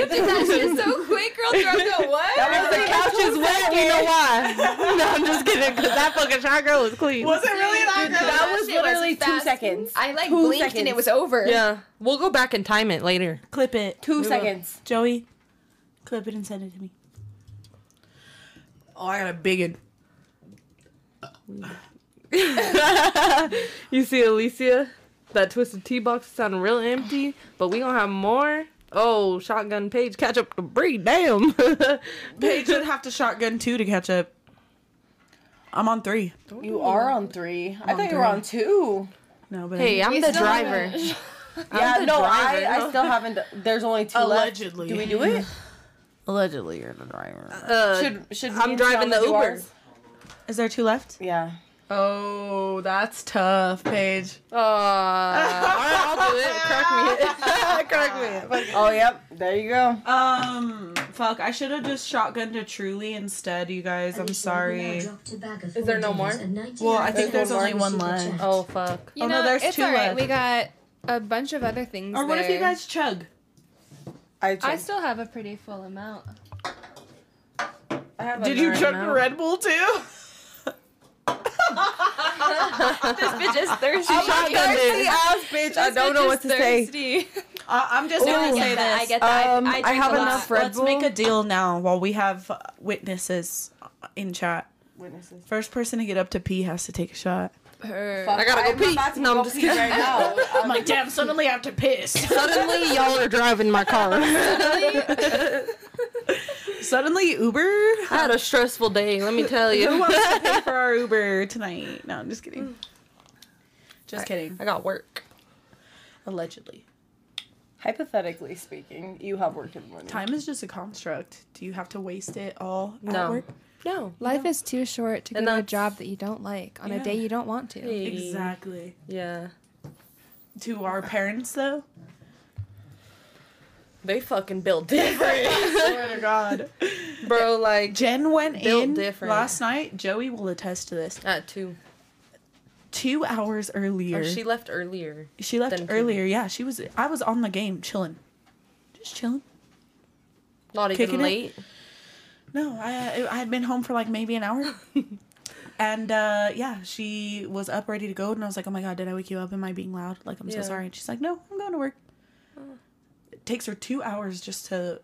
Speaker 4: did that shit so quick, girl. Throw the what?
Speaker 5: that was the couch is wet. You know why?
Speaker 7: no, I'm just kidding. Cause that fucking shot girl was clean.
Speaker 2: Was it really that
Speaker 4: Dude,
Speaker 2: good?
Speaker 5: That was
Speaker 4: shit was
Speaker 5: literally two
Speaker 4: fast.
Speaker 5: seconds.
Speaker 4: I like
Speaker 5: Two
Speaker 4: blinked and it
Speaker 5: seconds.
Speaker 4: was over.
Speaker 7: Yeah, we'll go back and time it later.
Speaker 2: Clip it,
Speaker 5: Two seconds.
Speaker 2: Joey. Clip it and send it to me. Oh, I got a big one.
Speaker 7: you see, Alicia, that twisted T box sounded real empty, but we gonna have more. Oh, shotgun page, catch up to Bree. Damn.
Speaker 2: Paige would have to shotgun two to catch up. I'm on three.
Speaker 5: You are on three. I
Speaker 2: on
Speaker 5: thought you were
Speaker 2: three.
Speaker 5: on two.
Speaker 2: No, but
Speaker 7: hey, I'm
Speaker 4: We
Speaker 7: the
Speaker 4: still
Speaker 7: driver.
Speaker 4: haven't-
Speaker 5: yeah,
Speaker 7: the
Speaker 5: no,
Speaker 7: driver.
Speaker 5: I, I still haven't. There's only two
Speaker 2: Allegedly.
Speaker 5: left. Do we do it?
Speaker 2: allegedly you're the driver.
Speaker 7: Uh,
Speaker 5: Should should
Speaker 7: I'm
Speaker 5: me and
Speaker 7: driving
Speaker 5: Shauna do
Speaker 7: the Uber.
Speaker 5: ours?
Speaker 2: Is there two left?
Speaker 5: Yeah.
Speaker 2: Oh, that's tough, Paige.
Speaker 7: uh, I'll do it. Crack me. Crack me.
Speaker 5: Oh yep. There you go.
Speaker 2: Um, fuck. I should have just shotgunned to Truly instead, you guys. I'm sorry.
Speaker 6: Is
Speaker 7: there no more?
Speaker 2: Well, I think there's only one left.
Speaker 7: Oh fuck.
Speaker 4: You
Speaker 2: Oh, no,
Speaker 4: know,
Speaker 2: there's
Speaker 4: it's
Speaker 2: two
Speaker 4: all right.
Speaker 2: left.
Speaker 4: We got a bunch of other things.
Speaker 2: Or what if you
Speaker 4: there.
Speaker 2: guys chug?
Speaker 5: I,
Speaker 4: I still have a pretty full amount.
Speaker 2: Did you chug the Red Bull too?
Speaker 4: this bitch is thirsty.
Speaker 5: thirsty ass bitch. I don't know what to say.
Speaker 4: say.
Speaker 2: I- I'm just
Speaker 4: I
Speaker 2: gonna
Speaker 4: get
Speaker 2: say
Speaker 4: that.
Speaker 2: this.
Speaker 4: I get that. I-
Speaker 5: Um,
Speaker 4: I,
Speaker 5: I
Speaker 4: drink
Speaker 5: have
Speaker 4: a lot.
Speaker 5: enough Red
Speaker 2: Let's
Speaker 5: Bull?
Speaker 2: make a deal now while we have uh, witnesses in chat.
Speaker 5: Witnesses.
Speaker 2: First person to get up to pee has to take a shot.
Speaker 4: Per-
Speaker 5: I
Speaker 7: gotta go pee. No, I'm just kidding.
Speaker 5: Right now.
Speaker 2: I'm like, damn, suddenly I have to piss.
Speaker 7: Suddenly, y'all are driving my car. I
Speaker 2: suddenly Uber?
Speaker 7: had a stressful day. Let me tell
Speaker 2: Who
Speaker 7: you.
Speaker 2: wants to pay for our Uber tonight? No, I'm just kidding. Just kidding.
Speaker 7: I got work.
Speaker 2: Allegedly.
Speaker 5: Hypothetically speaking, you have work in the morning.
Speaker 2: Time is just a construct. Do you have to waste it all at
Speaker 7: No.
Speaker 2: work?
Speaker 7: No.
Speaker 4: Life is too short to
Speaker 7: And
Speaker 4: go to a
Speaker 7: that's-
Speaker 4: job that you don't like on
Speaker 2: Yeah.
Speaker 4: a day you don't want to.
Speaker 2: Exactly.
Speaker 7: Yeah.
Speaker 2: To our parents, though?
Speaker 7: They fucking built different,
Speaker 2: Swear to God.
Speaker 7: bro. Like
Speaker 2: Jen went
Speaker 7: Built
Speaker 2: in
Speaker 7: different.
Speaker 2: last night. Joey will attest to this.
Speaker 7: at two.
Speaker 2: Two hours earlier.
Speaker 7: Or Oh, she
Speaker 2: she,
Speaker 7: left earlier.
Speaker 2: left
Speaker 7: than two.
Speaker 2: earlier. Yeah, she was. I was on the game chilling. Just chilling.
Speaker 7: Not even
Speaker 2: Kicking it?
Speaker 7: late.
Speaker 2: No, I I had been home for like maybe an hour. and uh, yeah, she was up ready to go. And I was like, oh my God, did I wake you up? Am I being loud? Like, I'm
Speaker 7: Yeah. Oh.
Speaker 2: so sorry. And she's like, no, I'm going to work. It takes her two hours just to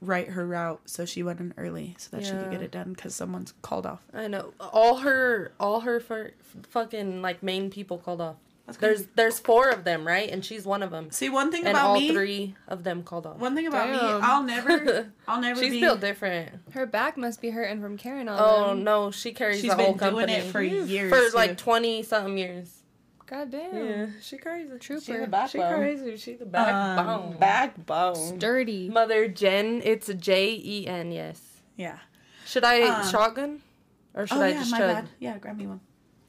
Speaker 2: write her route. So she went in early so that she could
Speaker 7: Yeah.
Speaker 2: get it done because someone's called off.
Speaker 7: I know. All her, all her fir- fucking like main people called off. There's there's four of them, right? And she's one of them.
Speaker 2: See, one thing
Speaker 7: And
Speaker 2: about
Speaker 7: all
Speaker 2: me.
Speaker 7: three of them called off.
Speaker 2: One thing about
Speaker 4: Damn.
Speaker 2: me, I'll never, I'll never
Speaker 7: She's
Speaker 2: be.
Speaker 7: built different.
Speaker 4: Her back must be hurting from carrying all
Speaker 7: Oh
Speaker 4: them.
Speaker 7: no, she carries
Speaker 2: She's
Speaker 7: the whole
Speaker 2: been doing
Speaker 7: company
Speaker 2: it for years.
Speaker 7: for like
Speaker 2: too.
Speaker 7: twenty something years.
Speaker 4: God damn.
Speaker 7: she carries a
Speaker 4: Trooper.
Speaker 5: She's a backbone.
Speaker 7: her. She's the
Speaker 2: backbone.
Speaker 5: Backbone.
Speaker 4: Dirty.
Speaker 7: Um, Mother Jen. It's J E N. Yes.
Speaker 2: yeah.
Speaker 7: Should I
Speaker 2: Um,
Speaker 7: shotgun, or should
Speaker 2: oh
Speaker 7: I
Speaker 2: yeah,
Speaker 7: just
Speaker 2: my
Speaker 7: chug?
Speaker 2: bad. Yeah, grab me one.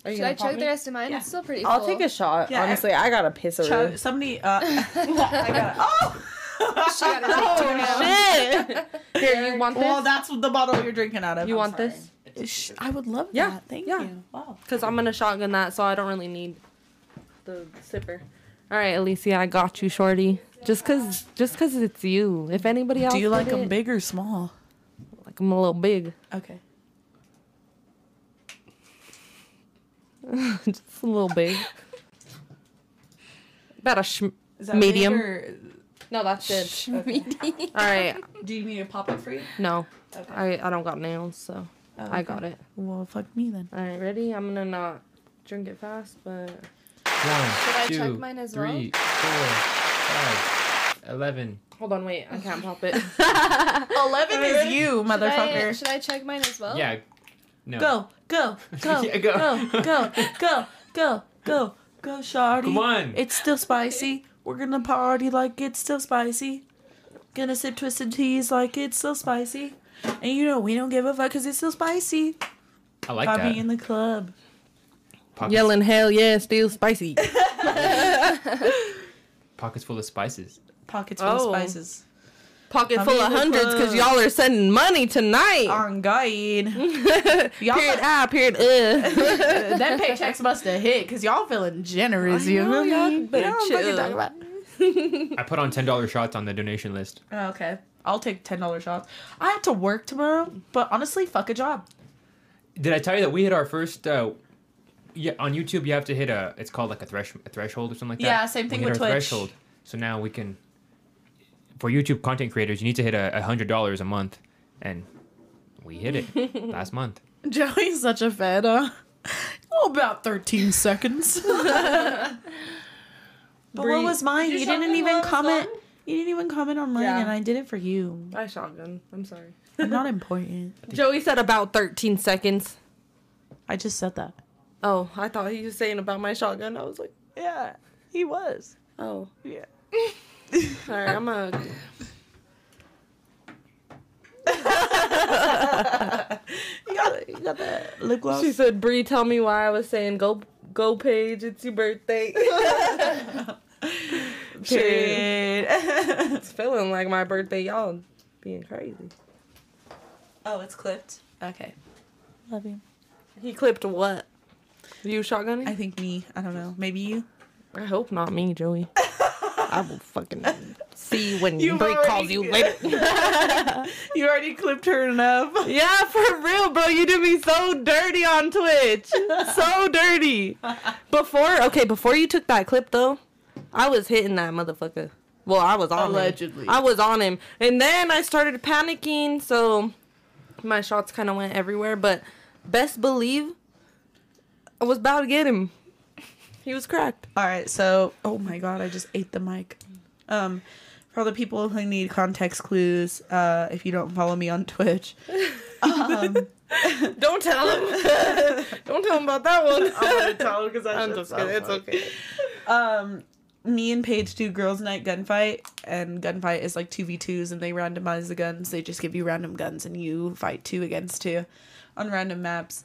Speaker 7: Are you
Speaker 4: Should
Speaker 7: gonna
Speaker 4: I
Speaker 7: pop
Speaker 4: chug the
Speaker 7: me?
Speaker 4: rest of mine?
Speaker 2: Yeah.
Speaker 4: It's still pretty
Speaker 5: I'll
Speaker 4: full.
Speaker 5: take a shot.
Speaker 2: Yeah,
Speaker 5: Honestly, I gotta piss already.
Speaker 2: Chug, somebody. Uh, I got. Oh.
Speaker 4: shot.
Speaker 7: Shit! Here, you want this?
Speaker 2: Well, that's the bottle you're drinking out of.
Speaker 7: you
Speaker 2: I'm
Speaker 7: want
Speaker 2: sorry.
Speaker 7: this?
Speaker 2: Sh- I would love
Speaker 7: Yeah,
Speaker 2: that. Thank
Speaker 7: yeah.
Speaker 2: you. Wow.
Speaker 7: Because I'm gonna shotgun that, so I don't really need the sipper. All right, Alicia, I got you, shorty. Just cause, just cause it's you. If anybody else,
Speaker 2: Do you
Speaker 7: did
Speaker 2: like them
Speaker 7: it,
Speaker 2: big or small?
Speaker 7: Like I'm a little big,
Speaker 2: Okay.
Speaker 7: just a little big. About a sh-
Speaker 2: Is
Speaker 7: Medium.
Speaker 2: big or-
Speaker 7: no, that's it.
Speaker 2: okay.
Speaker 7: All right,
Speaker 2: Do you need a pop up for you?
Speaker 7: no,
Speaker 2: Okay.
Speaker 7: I I don't got nails, so
Speaker 2: Oh,
Speaker 7: I
Speaker 2: okay.
Speaker 7: got it.
Speaker 2: Well, fuck me then.
Speaker 7: All right, ready? I'm gonna not drink it fast, but
Speaker 4: I
Speaker 3: One,
Speaker 4: check
Speaker 3: two,
Speaker 4: mine as well?
Speaker 3: three, four, five, eleven.
Speaker 7: hold on, wait, I can't pop it.
Speaker 2: Eleven is you,
Speaker 4: Should I,
Speaker 2: motherfucker.
Speaker 4: should I check mine as well?
Speaker 3: Yeah. No.
Speaker 2: Go, go, go,
Speaker 3: Yeah,
Speaker 2: go,
Speaker 3: go.
Speaker 2: go, go, go, go, go, shawty.
Speaker 3: Come on.
Speaker 2: It's still spicy. We're gonna party like it's still spicy. Gonna sip twisted teas like it's still spicy. And you know, we don't give a fuck because it's still spicy.
Speaker 3: I like
Speaker 2: Bobby in
Speaker 3: that.
Speaker 2: the club.
Speaker 3: Pockets,
Speaker 7: Yelling hell yeah, still spicy.
Speaker 3: pockets full of spices.
Speaker 2: Pockets full
Speaker 7: Oh.
Speaker 2: of spices.
Speaker 7: Pocket
Speaker 2: I'm
Speaker 7: full
Speaker 2: in
Speaker 7: of
Speaker 2: the
Speaker 7: hundreds because
Speaker 2: club.
Speaker 7: y'all are sending money tonight.
Speaker 2: On guide.
Speaker 7: period I, period uh.
Speaker 2: that paychecks must have hit because y'all feeling generous. You know, y'all better chill.
Speaker 3: I put on ten dollar shots on the donation list.
Speaker 2: Oh, okay. I'll take ten dollar shots. I have to work tomorrow, but honestly, fuck a job.
Speaker 3: Did I tell you that we hit our first? Uh, yeah, on YouTube you have to hit a. It's called like a thresh a threshold or something like that.
Speaker 2: Yeah, same thing
Speaker 3: we hit
Speaker 2: with
Speaker 3: our
Speaker 2: Twitch.
Speaker 3: Threshold. So now we can. For YouTube content creators, you need to hit a a hundred dollars a month, and we hit it last month.
Speaker 2: Joey's such a fed. Uh, about thirteen seconds. but what was mine? You, didn't even comment. You didn't even comment on mine,
Speaker 7: Yeah.
Speaker 2: and I did it for you.
Speaker 7: I shotgun. I'm sorry.
Speaker 2: I'm not important.
Speaker 7: Joey said about 13 seconds.
Speaker 2: I just said that.
Speaker 7: Oh, I thought he was saying about my shotgun. I was like,
Speaker 2: Yeah, he was.
Speaker 7: oh.
Speaker 2: Yeah.
Speaker 7: All right, I'm a.
Speaker 2: You got, you got that lip gloss.
Speaker 7: She said, Bree, tell me why I was saying go go Paige, it's your birthday. Period.
Speaker 2: Period.
Speaker 7: It's feeling like my birthday, y'all being crazy.
Speaker 2: oh, it's clipped. Okay. Love you.
Speaker 7: He clipped what? You shotgunning?
Speaker 2: I think me. I don't know. Maybe you.
Speaker 7: I hope not me, Joey. I will fucking see when
Speaker 2: You've
Speaker 7: Bree
Speaker 2: already-
Speaker 7: calls you later.
Speaker 2: You already clipped her enough.
Speaker 7: yeah, for real, bro. You did me so dirty on Twitch. So dirty. Before, okay, before you took that clip though, I was hitting that motherfucker. Well, I was on
Speaker 2: Allegedly.
Speaker 7: Him. I was on him, and then I started panicking, so my shots kind of went everywhere. But best believe, I was about to get him. He was cracked.
Speaker 2: All right, so oh my god, I just ate the mic. Um, for all the people who need context clues, uh, if you don't follow me on Twitch, um,
Speaker 7: Don't tell him. Don't tell him about that one.
Speaker 2: because
Speaker 7: I'm just kidding. It's okay.
Speaker 2: Um, me and Paige do girls' night gunfight, and gunfight is like two v twos, and they randomize the guns. They just give you random guns, and you fight two against two on random maps.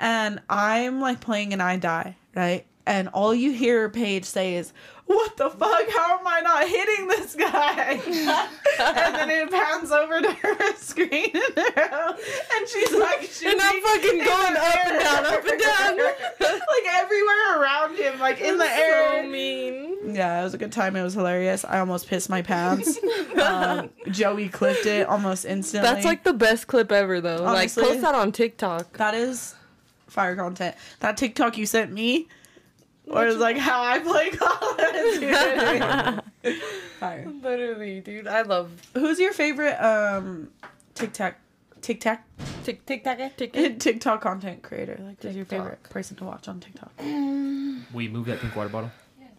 Speaker 2: And I'm like playing, and I die right. And all you hear Paige say is, "What the fuck? How am I not hitting this guy?" and then it pans over to her screen, and she's like,
Speaker 7: And I'm
Speaker 2: shooting
Speaker 7: fucking
Speaker 2: in
Speaker 7: going
Speaker 2: the
Speaker 7: up and
Speaker 2: air.
Speaker 7: down, up and down.
Speaker 2: like everywhere around him, like in the air.
Speaker 7: So mean.
Speaker 2: Yeah, it was a good time. It was hilarious. I almost pissed my pants. um, Joey clipped it almost instantly.
Speaker 7: That's like the best clip ever, though.
Speaker 2: Honestly.
Speaker 7: Like, post that on TikTok.
Speaker 2: that is fire content. That TikTok you sent me, or is like how I play Call of Duty. Fire.
Speaker 7: Literally, dude. I love
Speaker 2: Who's your favorite um, TikTok TikTok
Speaker 7: Tik TikTok. TikTok.
Speaker 2: TikTok content creator? Like, who's your
Speaker 7: TikTok.
Speaker 2: favorite person to watch on TikTok?
Speaker 3: We move that pink water bottle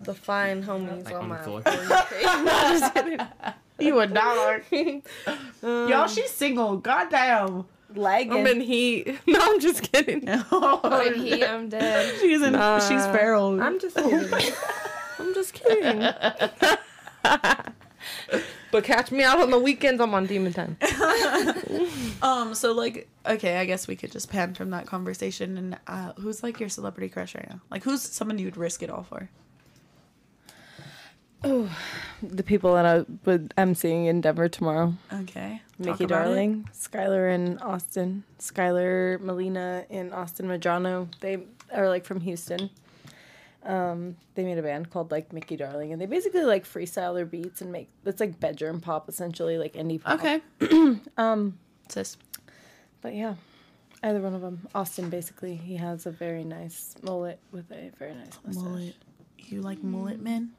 Speaker 7: The fine homies
Speaker 3: like
Speaker 7: on
Speaker 3: on the
Speaker 7: my.
Speaker 3: floor.
Speaker 2: You a dollar, y'all. She's single. Goddamn.
Speaker 7: I'm in heat. No, I'm just kidding.
Speaker 4: When he, I'm dead.
Speaker 2: she's in,
Speaker 7: Nah.
Speaker 2: she's feral.
Speaker 7: I'm just kidding. I'm just kidding. but catch me out on the weekends. I'm on Demon Time.
Speaker 2: Um, so like, okay, I guess we could just pan from that conversation. And uh, who's like your celebrity crush right now? Like, who's someone you'd risk it all for?
Speaker 5: The people that I would I'm seeing in Denver tomorrow.
Speaker 2: Okay,
Speaker 5: Mickey Darling, Skylar in Austin, Skylar Molina and Austin Madrano. They are like from Houston. Um, they made a band called like Mickey Darling, and they basically like freestyle their beats and make it's like bedroom pop essentially, like indie pop.
Speaker 2: Okay,
Speaker 5: Um,
Speaker 2: sis.
Speaker 5: but yeah, either one of them. Austin basically, he has a very nice mullet with a very nice mustache.
Speaker 2: Mullet. You like mullet men?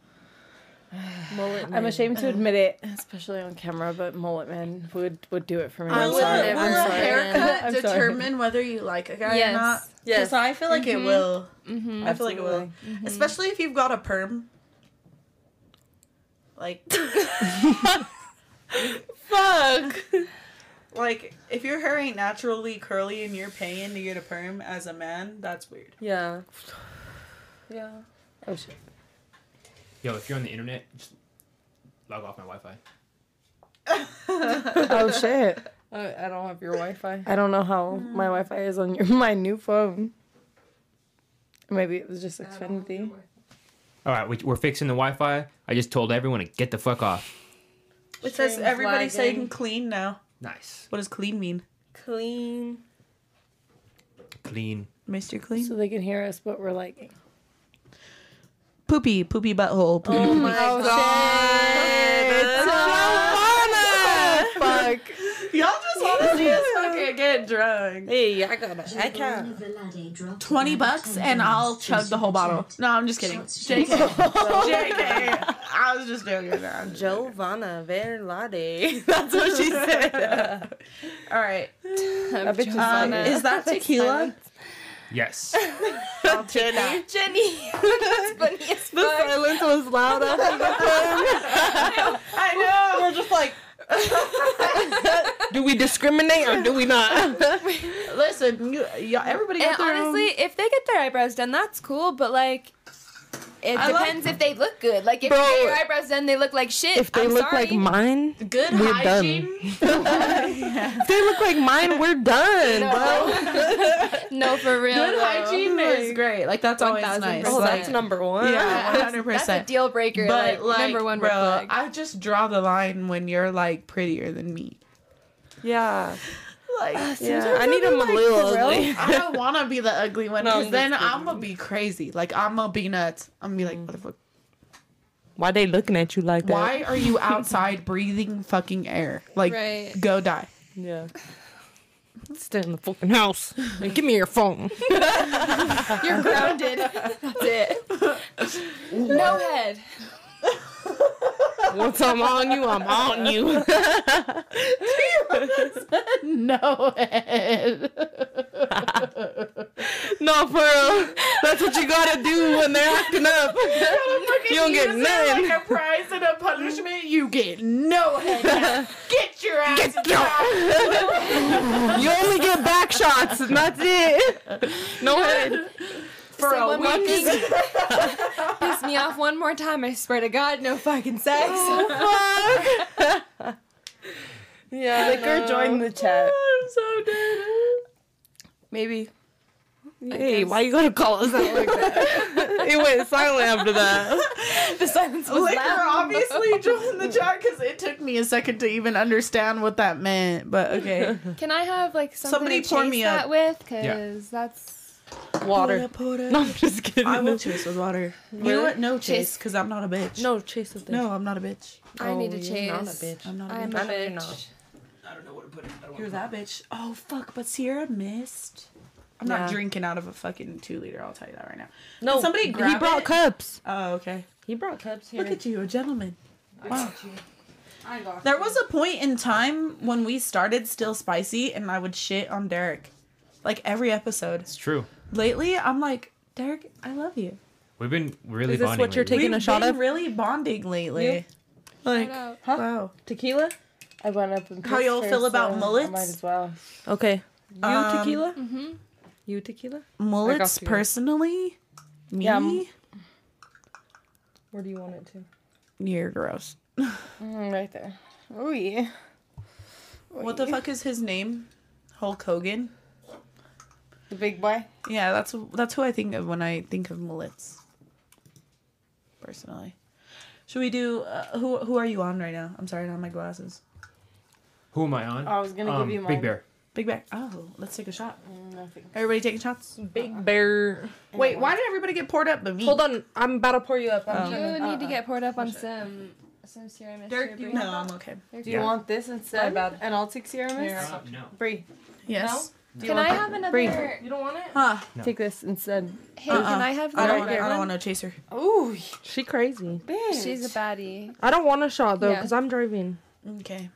Speaker 7: Mullet.
Speaker 5: I'm ashamed to admit it, uh, especially on camera, but mullet man would would do it for me.
Speaker 7: I'm
Speaker 2: will
Speaker 7: sorry,
Speaker 2: a, will
Speaker 7: I'm
Speaker 2: a
Speaker 7: sorry.
Speaker 2: haircut
Speaker 5: I'm sorry.
Speaker 2: determine whether you like a guy
Speaker 4: Yes.
Speaker 2: or not?
Speaker 7: Yes.
Speaker 2: So I feel like it will.
Speaker 4: Mm-hmm.
Speaker 2: I feel like it will. Especially if you've got a perm. Like,
Speaker 4: Fuck.
Speaker 2: like if your hair ain't naturally curly and you're paying to get a perm as a man, that's weird.
Speaker 5: Yeah. Yeah. Oh shit.
Speaker 3: Yo, if you're on the internet, just log off my Wi-Fi.
Speaker 5: Oh shit.
Speaker 7: I don't have your Wi-Fi.
Speaker 5: I don't know how
Speaker 2: Mm.
Speaker 5: my Wi-Fi is on your my new phone. Maybe it was just Xfinity.
Speaker 3: All right, we, we're fixing the Wi-Fi. I just told everyone to get the fuck off.
Speaker 2: It says
Speaker 4: Streams
Speaker 2: everybody's
Speaker 4: lagging.
Speaker 2: saying clean now.
Speaker 3: Nice,
Speaker 2: What does clean mean?
Speaker 4: Clean.
Speaker 3: clean.
Speaker 2: Mr. Clean?
Speaker 5: So they can hear us, but we're like,
Speaker 2: Poopy, poopy butthole. Poopy.
Speaker 4: Oh my god.
Speaker 5: fuck.
Speaker 2: Y'all just want to see us fucking get drunk.
Speaker 7: Hey, I got it.
Speaker 6: I can. not
Speaker 2: 20 bucks and I'll chug the whole
Speaker 7: Oh.
Speaker 2: bottle. No, I'm just kidding.
Speaker 6: Shots
Speaker 2: JK. JK. I was just joking around.
Speaker 7: Giovanna Verlade.
Speaker 2: That's what she said. All right.
Speaker 5: That bitch is
Speaker 2: Um,
Speaker 5: like-
Speaker 2: is that tequila?
Speaker 3: Yes.
Speaker 2: I'll take that.
Speaker 4: Jenny. That's funny as fuck.
Speaker 7: Silence was loud after the
Speaker 2: I know. We're just like,
Speaker 7: Do we discriminate or do we not?
Speaker 2: listen, you, y'all, everybody
Speaker 4: And
Speaker 2: got their own-
Speaker 4: honestly, if they get their eyebrows done, that's cool. But like, it
Speaker 2: I love-
Speaker 4: depends if they look good. Like if you
Speaker 7: Bro,
Speaker 4: get your eyebrows done, they look like shit.
Speaker 7: If they
Speaker 4: I'm
Speaker 7: look
Speaker 4: sorry.
Speaker 7: like mine,
Speaker 2: good
Speaker 7: we're
Speaker 2: hygiene.
Speaker 7: if they look like mine, we're done, bro.
Speaker 4: no, for real.
Speaker 2: Good
Speaker 4: though.
Speaker 2: hygiene is great. Like, that's always
Speaker 4: 1000%.
Speaker 2: nice.
Speaker 4: Oh,
Speaker 2: like,
Speaker 4: that's
Speaker 7: number one.
Speaker 2: yeah,
Speaker 4: That's-
Speaker 2: 100%.
Speaker 4: That's a deal breaker.
Speaker 2: But
Speaker 4: like,
Speaker 2: like,
Speaker 4: number one,
Speaker 2: bro,
Speaker 4: red flag.
Speaker 2: I just draw the line when you're like prettier than me.
Speaker 5: yeah.
Speaker 2: Like,
Speaker 5: Yeah. I need them a little ugly.
Speaker 2: I don't want to be the ugly one
Speaker 7: No, I'm
Speaker 2: because
Speaker 7: just
Speaker 2: then I'm gonna be crazy. Like I'm gonna be nuts. I'm gonna be like, motherfucker,
Speaker 7: Why they looking at you like that?
Speaker 2: why are you outside breathing fucking air? Like,
Speaker 4: Right.
Speaker 2: go die.
Speaker 7: Yeah. Stay in the fucking house and give me your phone.
Speaker 4: You're grounded. That's it. no head.
Speaker 7: Once I'm on you, I'm on you.
Speaker 2: No head.
Speaker 7: no, for real. That's what you gotta do when they're acting up. You don't get nothing.
Speaker 2: Like a prize and a punishment, you get no head. Get your ass.
Speaker 7: you only get back shots, and that's it. No head.
Speaker 2: for
Speaker 4: Say
Speaker 2: a
Speaker 4: one more thing. Piss me off one more time. I swear to God, no fucking sex.
Speaker 5: Yeah. Like or join the chat.
Speaker 2: I'm so dead.
Speaker 5: Maybe.
Speaker 7: Hey, why you gotta call us out like that? it went silent after that.
Speaker 4: the silence was
Speaker 2: Liquor
Speaker 4: loud.
Speaker 2: obviously joined the chat because it took me a second to even understand what that meant. But okay.
Speaker 4: Can I have like something
Speaker 2: Somebody
Speaker 4: to
Speaker 2: pour
Speaker 4: chase
Speaker 2: me a-
Speaker 4: that with? Because that's
Speaker 7: Water. No, I'm just kidding.
Speaker 2: I will chase with water. You know what? No chase, because I'm not a bitch.
Speaker 7: No, chase something.
Speaker 2: no, I'm not a bitch.
Speaker 4: I need to
Speaker 7: you're
Speaker 4: chase.
Speaker 7: not a bitch.
Speaker 2: I'm not a
Speaker 4: I'm oh, a
Speaker 2: bitch.
Speaker 7: know you're
Speaker 4: bitch.
Speaker 7: not.
Speaker 2: You're that bitch. Oh fuck! But Sierra missed. I'm not
Speaker 7: Yeah.
Speaker 2: drinking out of a fucking two liter. I'll tell you that right now.
Speaker 7: No,
Speaker 2: somebody grab
Speaker 7: He brought
Speaker 2: it?
Speaker 7: cups.
Speaker 2: Oh okay.
Speaker 7: He brought cups
Speaker 2: Look at you, a gentleman. Wow.
Speaker 4: I got
Speaker 2: There was a point in time when we started still spicy, and I would shit on Derek, like every episode.
Speaker 3: It's true.
Speaker 2: Lately, I'm like Derek, I love you.
Speaker 3: We've been really
Speaker 7: Is this
Speaker 3: bonding
Speaker 7: what you're
Speaker 3: lately.
Speaker 7: Taking a
Speaker 2: We've
Speaker 7: shot
Speaker 2: been
Speaker 7: of-
Speaker 2: really bonding lately. Like,
Speaker 4: out.
Speaker 2: wow.
Speaker 7: Tequila?
Speaker 5: I went up and
Speaker 2: How
Speaker 5: pissed
Speaker 2: y'all
Speaker 5: her,
Speaker 2: feel about
Speaker 5: I
Speaker 2: mullets?
Speaker 5: Might as well.
Speaker 7: Okay. You
Speaker 2: Um,
Speaker 7: tequila? Mm-hmm. You tequila?
Speaker 2: Mullets
Speaker 7: you.
Speaker 2: personally, me,
Speaker 5: Yeah, m-
Speaker 7: Where do you want it to?
Speaker 2: you're gross.
Speaker 5: Mm, right there. Oh yeah.
Speaker 2: What the fuck is his name? Hulk Hogan.
Speaker 5: The big boy.
Speaker 2: Yeah, that's that's who I think of when I think of mullets. Personally, should we do uh, who who are you on right now? I'm sorry, not my glasses.
Speaker 3: Who am I
Speaker 7: Oh,
Speaker 3: on?
Speaker 5: I was gonna give you mine.
Speaker 3: Um, Big Bear.
Speaker 2: Big Bear. Oh, let's take a shot.
Speaker 5: Nothing.
Speaker 2: Everybody taking shots.
Speaker 7: Big Bear.
Speaker 2: Wait, why did everybody get poured up but me?
Speaker 7: Hold on. I'm about to pour you up.
Speaker 4: You
Speaker 7: I'm
Speaker 4: need to get poured up on some some serum.
Speaker 2: Dirk, you no, I'm okay.
Speaker 4: Uh,
Speaker 5: Do you want this instead? About and I'll take Sierra Mist.
Speaker 3: No.
Speaker 5: Bree.
Speaker 2: Yes. Do
Speaker 4: Can I have another?
Speaker 5: You don't want it?
Speaker 2: Huh.
Speaker 5: Take this instead.
Speaker 4: Hey, can I have
Speaker 2: Uh-uh.
Speaker 4: that?
Speaker 2: I don't, want, I don't
Speaker 4: one?
Speaker 2: want no chaser.
Speaker 1: Ooh,
Speaker 7: She crazy.
Speaker 4: She's a baddie.
Speaker 7: I don't want a shot though
Speaker 4: Yeah.
Speaker 7: because I'm driving.
Speaker 2: Okay.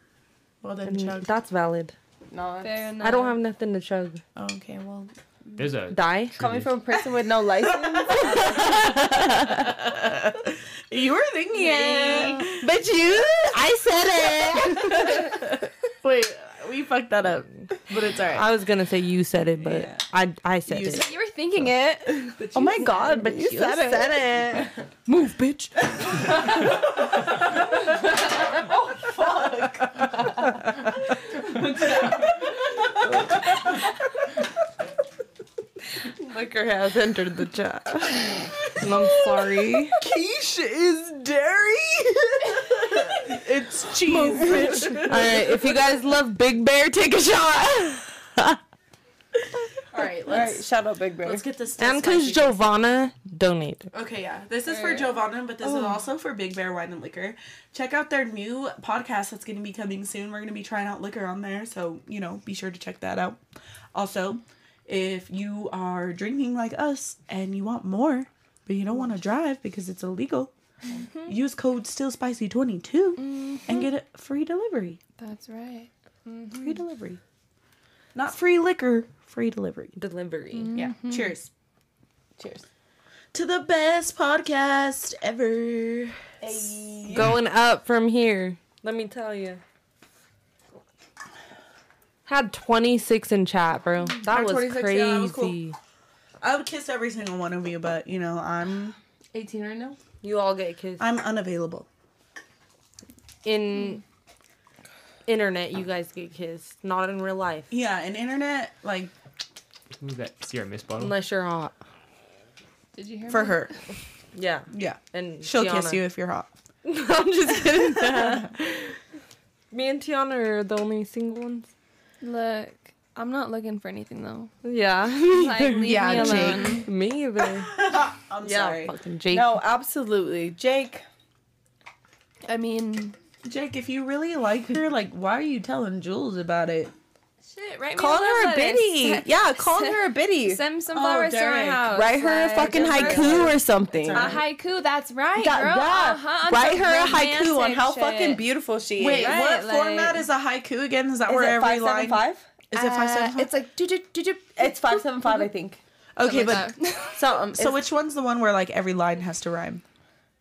Speaker 2: Well then,
Speaker 7: And
Speaker 2: chug.
Speaker 7: that's valid.
Speaker 5: No.
Speaker 4: Fair enough.
Speaker 7: I don't have nothing to chug.
Speaker 2: Oh, okay. Well,
Speaker 3: There's a
Speaker 7: Die.
Speaker 5: Coming from a person with no license.
Speaker 2: you were thinking it.
Speaker 7: But you, I said it.
Speaker 5: Wait, we fucked that up, but it's alright.
Speaker 7: I was gonna say you said it, but
Speaker 2: Yeah.
Speaker 7: I I said
Speaker 2: You
Speaker 7: it.
Speaker 2: said-
Speaker 4: You were thinking it.
Speaker 5: Oh my god, but you, said, it.
Speaker 7: Move, bitch.
Speaker 5: Liquor has entered the chat.
Speaker 7: And I'm sorry.
Speaker 5: Quiche is dairy.
Speaker 2: It's cheese.
Speaker 7: All right, if you guys love Big Bear, take a shot.
Speaker 2: All right.
Speaker 5: Alright,
Speaker 2: Let's
Speaker 5: shout out Big Bear.
Speaker 2: let's get this. to
Speaker 7: And because
Speaker 2: spicy.
Speaker 7: Giovanna donated.
Speaker 2: Okay, yeah. This is for Giovanna, but this is also for Big Bear Wine and Liquor. Check out their new podcast that's going to be coming soon. We're going to be trying out liquor on there, so, you know, be sure to check that out. Also, if you are drinking like us and you want more, but you don't want to drive because it's illegal, use code STILLSPICY22 and get a free delivery.
Speaker 4: That's right.
Speaker 2: Free delivery. Not free liquor, free delivery.
Speaker 7: Delivery.
Speaker 2: Yeah. Cheers.
Speaker 5: Mm-hmm. Cheers.
Speaker 2: To the best podcast ever.
Speaker 7: Going up from here. Let me tell you. Had 26 in chat, bro. That
Speaker 2: Mm, Had
Speaker 7: was
Speaker 2: 26,
Speaker 7: crazy.
Speaker 2: yeah, that was cool. I would kiss every single one of you, but, you know, I'm
Speaker 5: 18 right now.
Speaker 7: You all get kissed.
Speaker 2: I'm unavailable.
Speaker 7: In internet, you guys get kissed. Not in real life.
Speaker 2: Yeah, and internet, like
Speaker 3: Who's that Sierra Mist bottle?
Speaker 7: Unless you're hot.
Speaker 4: Did you hear
Speaker 2: for
Speaker 4: me?
Speaker 5: Mm-hmm.
Speaker 2: her.
Speaker 7: Yeah.
Speaker 2: Yeah.
Speaker 7: And
Speaker 2: She'll
Speaker 7: Tiana.
Speaker 2: kiss you if you're hot.
Speaker 7: I'm just kidding. Me and Tiana are the only single ones.
Speaker 4: Look, I'm not looking for anything though.
Speaker 7: Yeah.
Speaker 4: Like, leave
Speaker 2: Yeah,
Speaker 4: me
Speaker 2: Jake.
Speaker 4: alone.
Speaker 7: Me either.
Speaker 2: I'm
Speaker 5: Yeah,
Speaker 2: sorry.
Speaker 7: Fucking Jake.
Speaker 5: No, absolutely. Jake.
Speaker 4: I mean,
Speaker 2: Jake, if you really like her, like why are you telling Jules about it?
Speaker 4: shit. Right?
Speaker 5: Call her a biddy. Yeah, call her a biddy.
Speaker 4: Send me some flowers to my
Speaker 2: Derek.
Speaker 4: house.
Speaker 5: Write her a
Speaker 4: like,
Speaker 5: fucking
Speaker 4: give her-
Speaker 5: haiku or something.
Speaker 4: Oh, A haiku, that's right,
Speaker 5: Yeah,
Speaker 4: girl.
Speaker 5: yeah.
Speaker 4: Uh-huh, I'm
Speaker 5: Write
Speaker 4: so
Speaker 5: her a haiku on
Speaker 4: romantic
Speaker 5: how
Speaker 4: shit.
Speaker 5: fucking beautiful she
Speaker 2: Wait,
Speaker 5: is.
Speaker 4: Right,
Speaker 2: what
Speaker 4: like-
Speaker 2: format is a haiku again? Is that
Speaker 5: Is
Speaker 2: where
Speaker 5: it
Speaker 2: every
Speaker 5: five
Speaker 2: line
Speaker 5: seven five?
Speaker 2: is it five seven
Speaker 4: Uh,
Speaker 2: five?
Speaker 4: It's like, do do do
Speaker 5: It's five seven five, I think.
Speaker 2: okay, but
Speaker 5: So, um,
Speaker 2: so
Speaker 5: so
Speaker 2: which one's the one where like every line has to rhyme?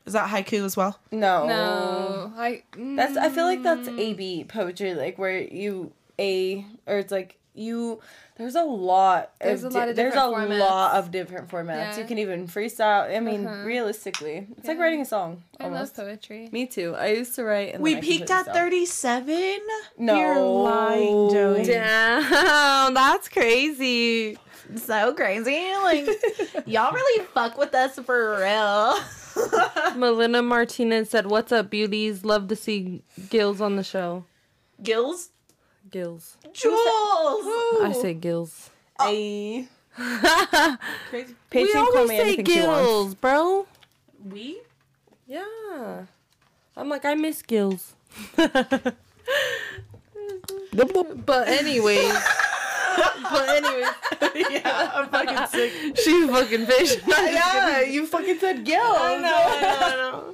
Speaker 2: Is that haiku as well?
Speaker 5: no,
Speaker 4: No, I. Mm,
Speaker 5: That's I feel like that's AB poetry, like where you a or it's like you. There's a lot.
Speaker 4: There's a
Speaker 5: of
Speaker 4: lot of
Speaker 5: there's a
Speaker 4: different formats.
Speaker 5: lot of different formats.
Speaker 4: Yeah.
Speaker 5: You can even freestyle. I mean,
Speaker 4: Uh-huh.
Speaker 5: realistically, it's like
Speaker 4: Yeah.
Speaker 5: writing a song.
Speaker 4: I love
Speaker 5: Almost.
Speaker 4: poetry.
Speaker 5: Me too. I used to write. And
Speaker 2: We
Speaker 5: then I
Speaker 2: peaked
Speaker 5: completely
Speaker 2: at
Speaker 5: stopped.
Speaker 2: thirty seven.
Speaker 5: No,
Speaker 2: You're lying, Joey.
Speaker 7: Damn, that's crazy.
Speaker 2: So crazy. Like y'all really fuck with us for real.
Speaker 7: Melina Martinez said, What's up, beauties? Love to see Gills on the show.
Speaker 2: Gills?
Speaker 7: Gills.
Speaker 2: Jules!
Speaker 7: I say Gills.
Speaker 5: Ay.
Speaker 2: Crazy.
Speaker 5: Paige
Speaker 7: we
Speaker 5: can call
Speaker 7: always
Speaker 5: me
Speaker 7: say
Speaker 5: anything she wants.
Speaker 7: Gills, bro.
Speaker 2: We?
Speaker 7: Yeah. I'm like, I miss Gills. but anyways. but anyways.
Speaker 2: yeah, I'm fucking sick.
Speaker 7: She's fucking fish.
Speaker 5: Yeah, you fucking said Gil. I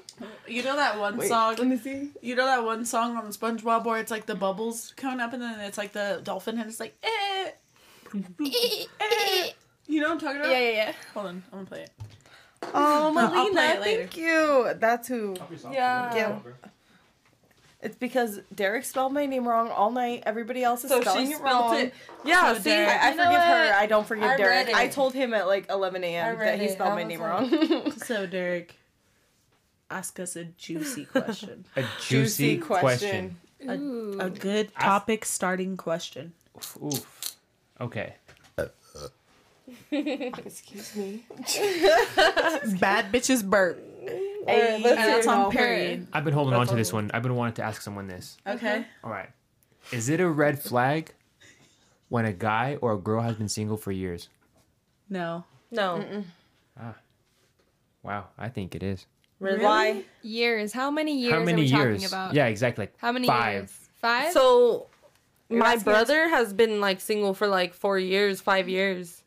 Speaker 2: You know that one
Speaker 5: Let
Speaker 2: song?
Speaker 5: me see.
Speaker 2: You know that one song on SpongeBob where it's like the bubbles coming up and then it's like the dolphin and it's like, eh. eh. You know what I'm talking about?
Speaker 4: Yeah, yeah, yeah.
Speaker 2: Hold on, I'm gonna play it. I'll
Speaker 5: Oh,
Speaker 2: play
Speaker 5: Melina,
Speaker 2: it later.
Speaker 5: thank you. That's who.
Speaker 4: Yeah.
Speaker 5: Yeah. Um, It's because Derek spelled my name wrong all night. Everybody else is spelling it wrong.
Speaker 7: Yeah,
Speaker 2: So
Speaker 7: see,
Speaker 2: Derek-
Speaker 5: Oh, I, I
Speaker 4: You know
Speaker 5: forgive her.
Speaker 4: what?
Speaker 5: I don't forgive
Speaker 4: I read
Speaker 5: Derek. I
Speaker 4: it.
Speaker 5: told him at like 11 a.m.
Speaker 4: I
Speaker 5: that he
Speaker 4: read it.
Speaker 5: spelled
Speaker 4: I
Speaker 5: my
Speaker 4: was
Speaker 5: name
Speaker 4: like-
Speaker 5: wrong.
Speaker 2: So, Derek, ask us a juicy question.
Speaker 3: A juicy, question.
Speaker 4: Ooh.
Speaker 2: a good topic starting question.
Speaker 3: Oof. Okay.
Speaker 5: Excuse me.
Speaker 2: Bad bitches burp.
Speaker 5: Hey,
Speaker 2: And that's on period.
Speaker 3: I've been holding on to this one. I've been wanting to ask someone this.
Speaker 2: Okay.
Speaker 3: All right. Is it a red flag when a guy or a girl has been single for years?
Speaker 2: No.
Speaker 7: no.
Speaker 3: Wow, I think it is.
Speaker 5: Why?
Speaker 4: Years. How many years
Speaker 3: How many
Speaker 4: are we
Speaker 3: years?
Speaker 4: talking about?
Speaker 3: Yeah, exactly. Like
Speaker 4: How many
Speaker 3: Five.
Speaker 4: years? Five?
Speaker 7: So
Speaker 2: You're
Speaker 7: my
Speaker 2: asking us-
Speaker 7: brother has been like single for like four years, five years.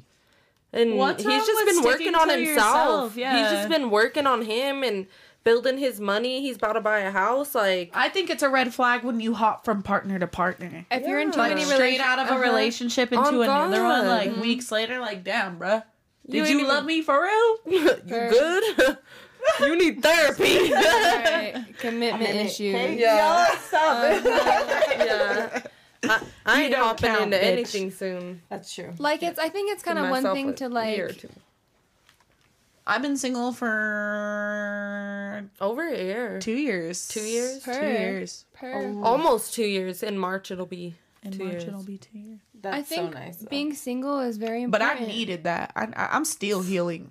Speaker 7: And
Speaker 2: What's wrong
Speaker 7: he's just
Speaker 2: with
Speaker 7: been working
Speaker 2: sticking
Speaker 7: on
Speaker 2: to
Speaker 7: himself.
Speaker 2: yourself?
Speaker 7: He's
Speaker 2: Yeah.
Speaker 7: just been working on him and building his money. He's about to buy a house. Like
Speaker 2: I think it's a red flag when you hop from partner to partner.
Speaker 4: If you're in uh-huh. too
Speaker 7: Like, Uh-huh.
Speaker 4: many
Speaker 2: Straight
Speaker 4: relationships,
Speaker 2: out of a relationship into
Speaker 7: On
Speaker 2: another one,
Speaker 7: God.
Speaker 2: like weeks later, like damn, bruh.
Speaker 7: You
Speaker 2: Did
Speaker 7: ain't
Speaker 2: you,
Speaker 7: even-
Speaker 2: love me for real?
Speaker 7: you good? you need therapy.
Speaker 4: commitment issues.
Speaker 7: yeah.
Speaker 4: Um,
Speaker 7: yeah. I, I ain't
Speaker 2: don't
Speaker 7: hopping
Speaker 2: count,
Speaker 7: into
Speaker 2: bitch.
Speaker 7: anything soon.
Speaker 2: That's true.
Speaker 4: like it's, I think it's kind of
Speaker 7: Give
Speaker 4: one
Speaker 7: myself
Speaker 4: thing
Speaker 7: a
Speaker 4: to
Speaker 7: year or
Speaker 4: like.
Speaker 7: two.
Speaker 2: I've been single for
Speaker 7: over a year.
Speaker 2: two years.
Speaker 7: Two years?
Speaker 2: Two
Speaker 4: Per.
Speaker 2: years.
Speaker 4: Per.
Speaker 7: Almost two years. In March it'll be.
Speaker 2: In
Speaker 7: Two
Speaker 2: March
Speaker 7: years.
Speaker 2: it'll be two years.
Speaker 5: That's
Speaker 4: I think
Speaker 5: so nice. though.
Speaker 4: being single is very
Speaker 2: But
Speaker 4: important.
Speaker 2: I needed that. I, I- I'm still healing.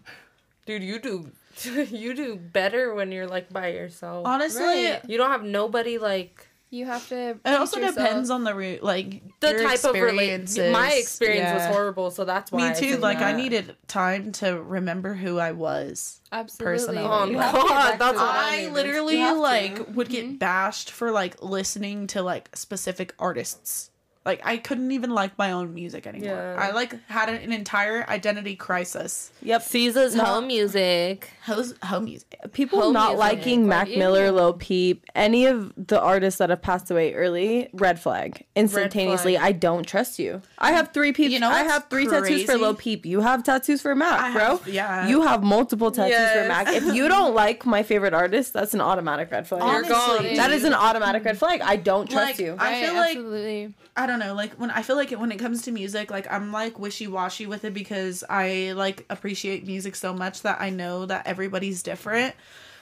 Speaker 7: Dude, you do you do better when you're like by yourself.
Speaker 2: Honestly,
Speaker 4: Right.
Speaker 7: You don't have nobody like
Speaker 4: You have to.
Speaker 2: it also
Speaker 4: teach
Speaker 2: depends
Speaker 4: yourself.
Speaker 2: on the root, like
Speaker 7: the
Speaker 2: your
Speaker 7: type of
Speaker 2: experiences.
Speaker 7: relationship. My experience was
Speaker 2: Yeah.
Speaker 7: horrible, so that's why.
Speaker 2: Me
Speaker 7: I
Speaker 2: too.
Speaker 7: think
Speaker 2: Like I
Speaker 7: that.
Speaker 2: needed time to remember who I was.
Speaker 4: Absolutely.
Speaker 7: Oh
Speaker 2: personality.
Speaker 4: You
Speaker 7: my
Speaker 4: have to get
Speaker 7: god,
Speaker 4: back to
Speaker 7: that's
Speaker 4: that.
Speaker 7: why.
Speaker 2: I literally
Speaker 5: You have to.
Speaker 2: like would get bashed for like listening to like specific artists. Like I couldn't even like my own music anymore.
Speaker 7: Yeah.
Speaker 2: I like had an entire identity crisis.
Speaker 5: Yep.
Speaker 7: Caesar's home music.
Speaker 2: How's how music?
Speaker 5: people
Speaker 7: Home
Speaker 5: not
Speaker 7: music
Speaker 5: liking
Speaker 4: or
Speaker 5: Mac
Speaker 4: even-
Speaker 5: Miller, Lil Peep, any of the artists that have passed away early, red flag. Instantaneously, I don't trust you. I have three peeps.
Speaker 2: You know
Speaker 5: I
Speaker 2: what's
Speaker 5: have three tattoos for
Speaker 2: crazy?
Speaker 5: Lil Peep. You have tattoos for Mac,
Speaker 2: I
Speaker 5: bro.
Speaker 2: have- yeah.
Speaker 5: You have multiple tattoos
Speaker 7: Yes.
Speaker 5: for Mac. If you don't like my favorite artist, that's an automatic red flag.
Speaker 7: You're gone.
Speaker 5: that is an automatic red flag. I don't trust
Speaker 2: Like
Speaker 5: you.
Speaker 2: I feel
Speaker 4: Right,
Speaker 2: like
Speaker 4: absolutely.
Speaker 2: I don't know, like when I feel like it, when it comes to music, like I'm like wishy washy with it because I like appreciate music so much that I know that everybody's different.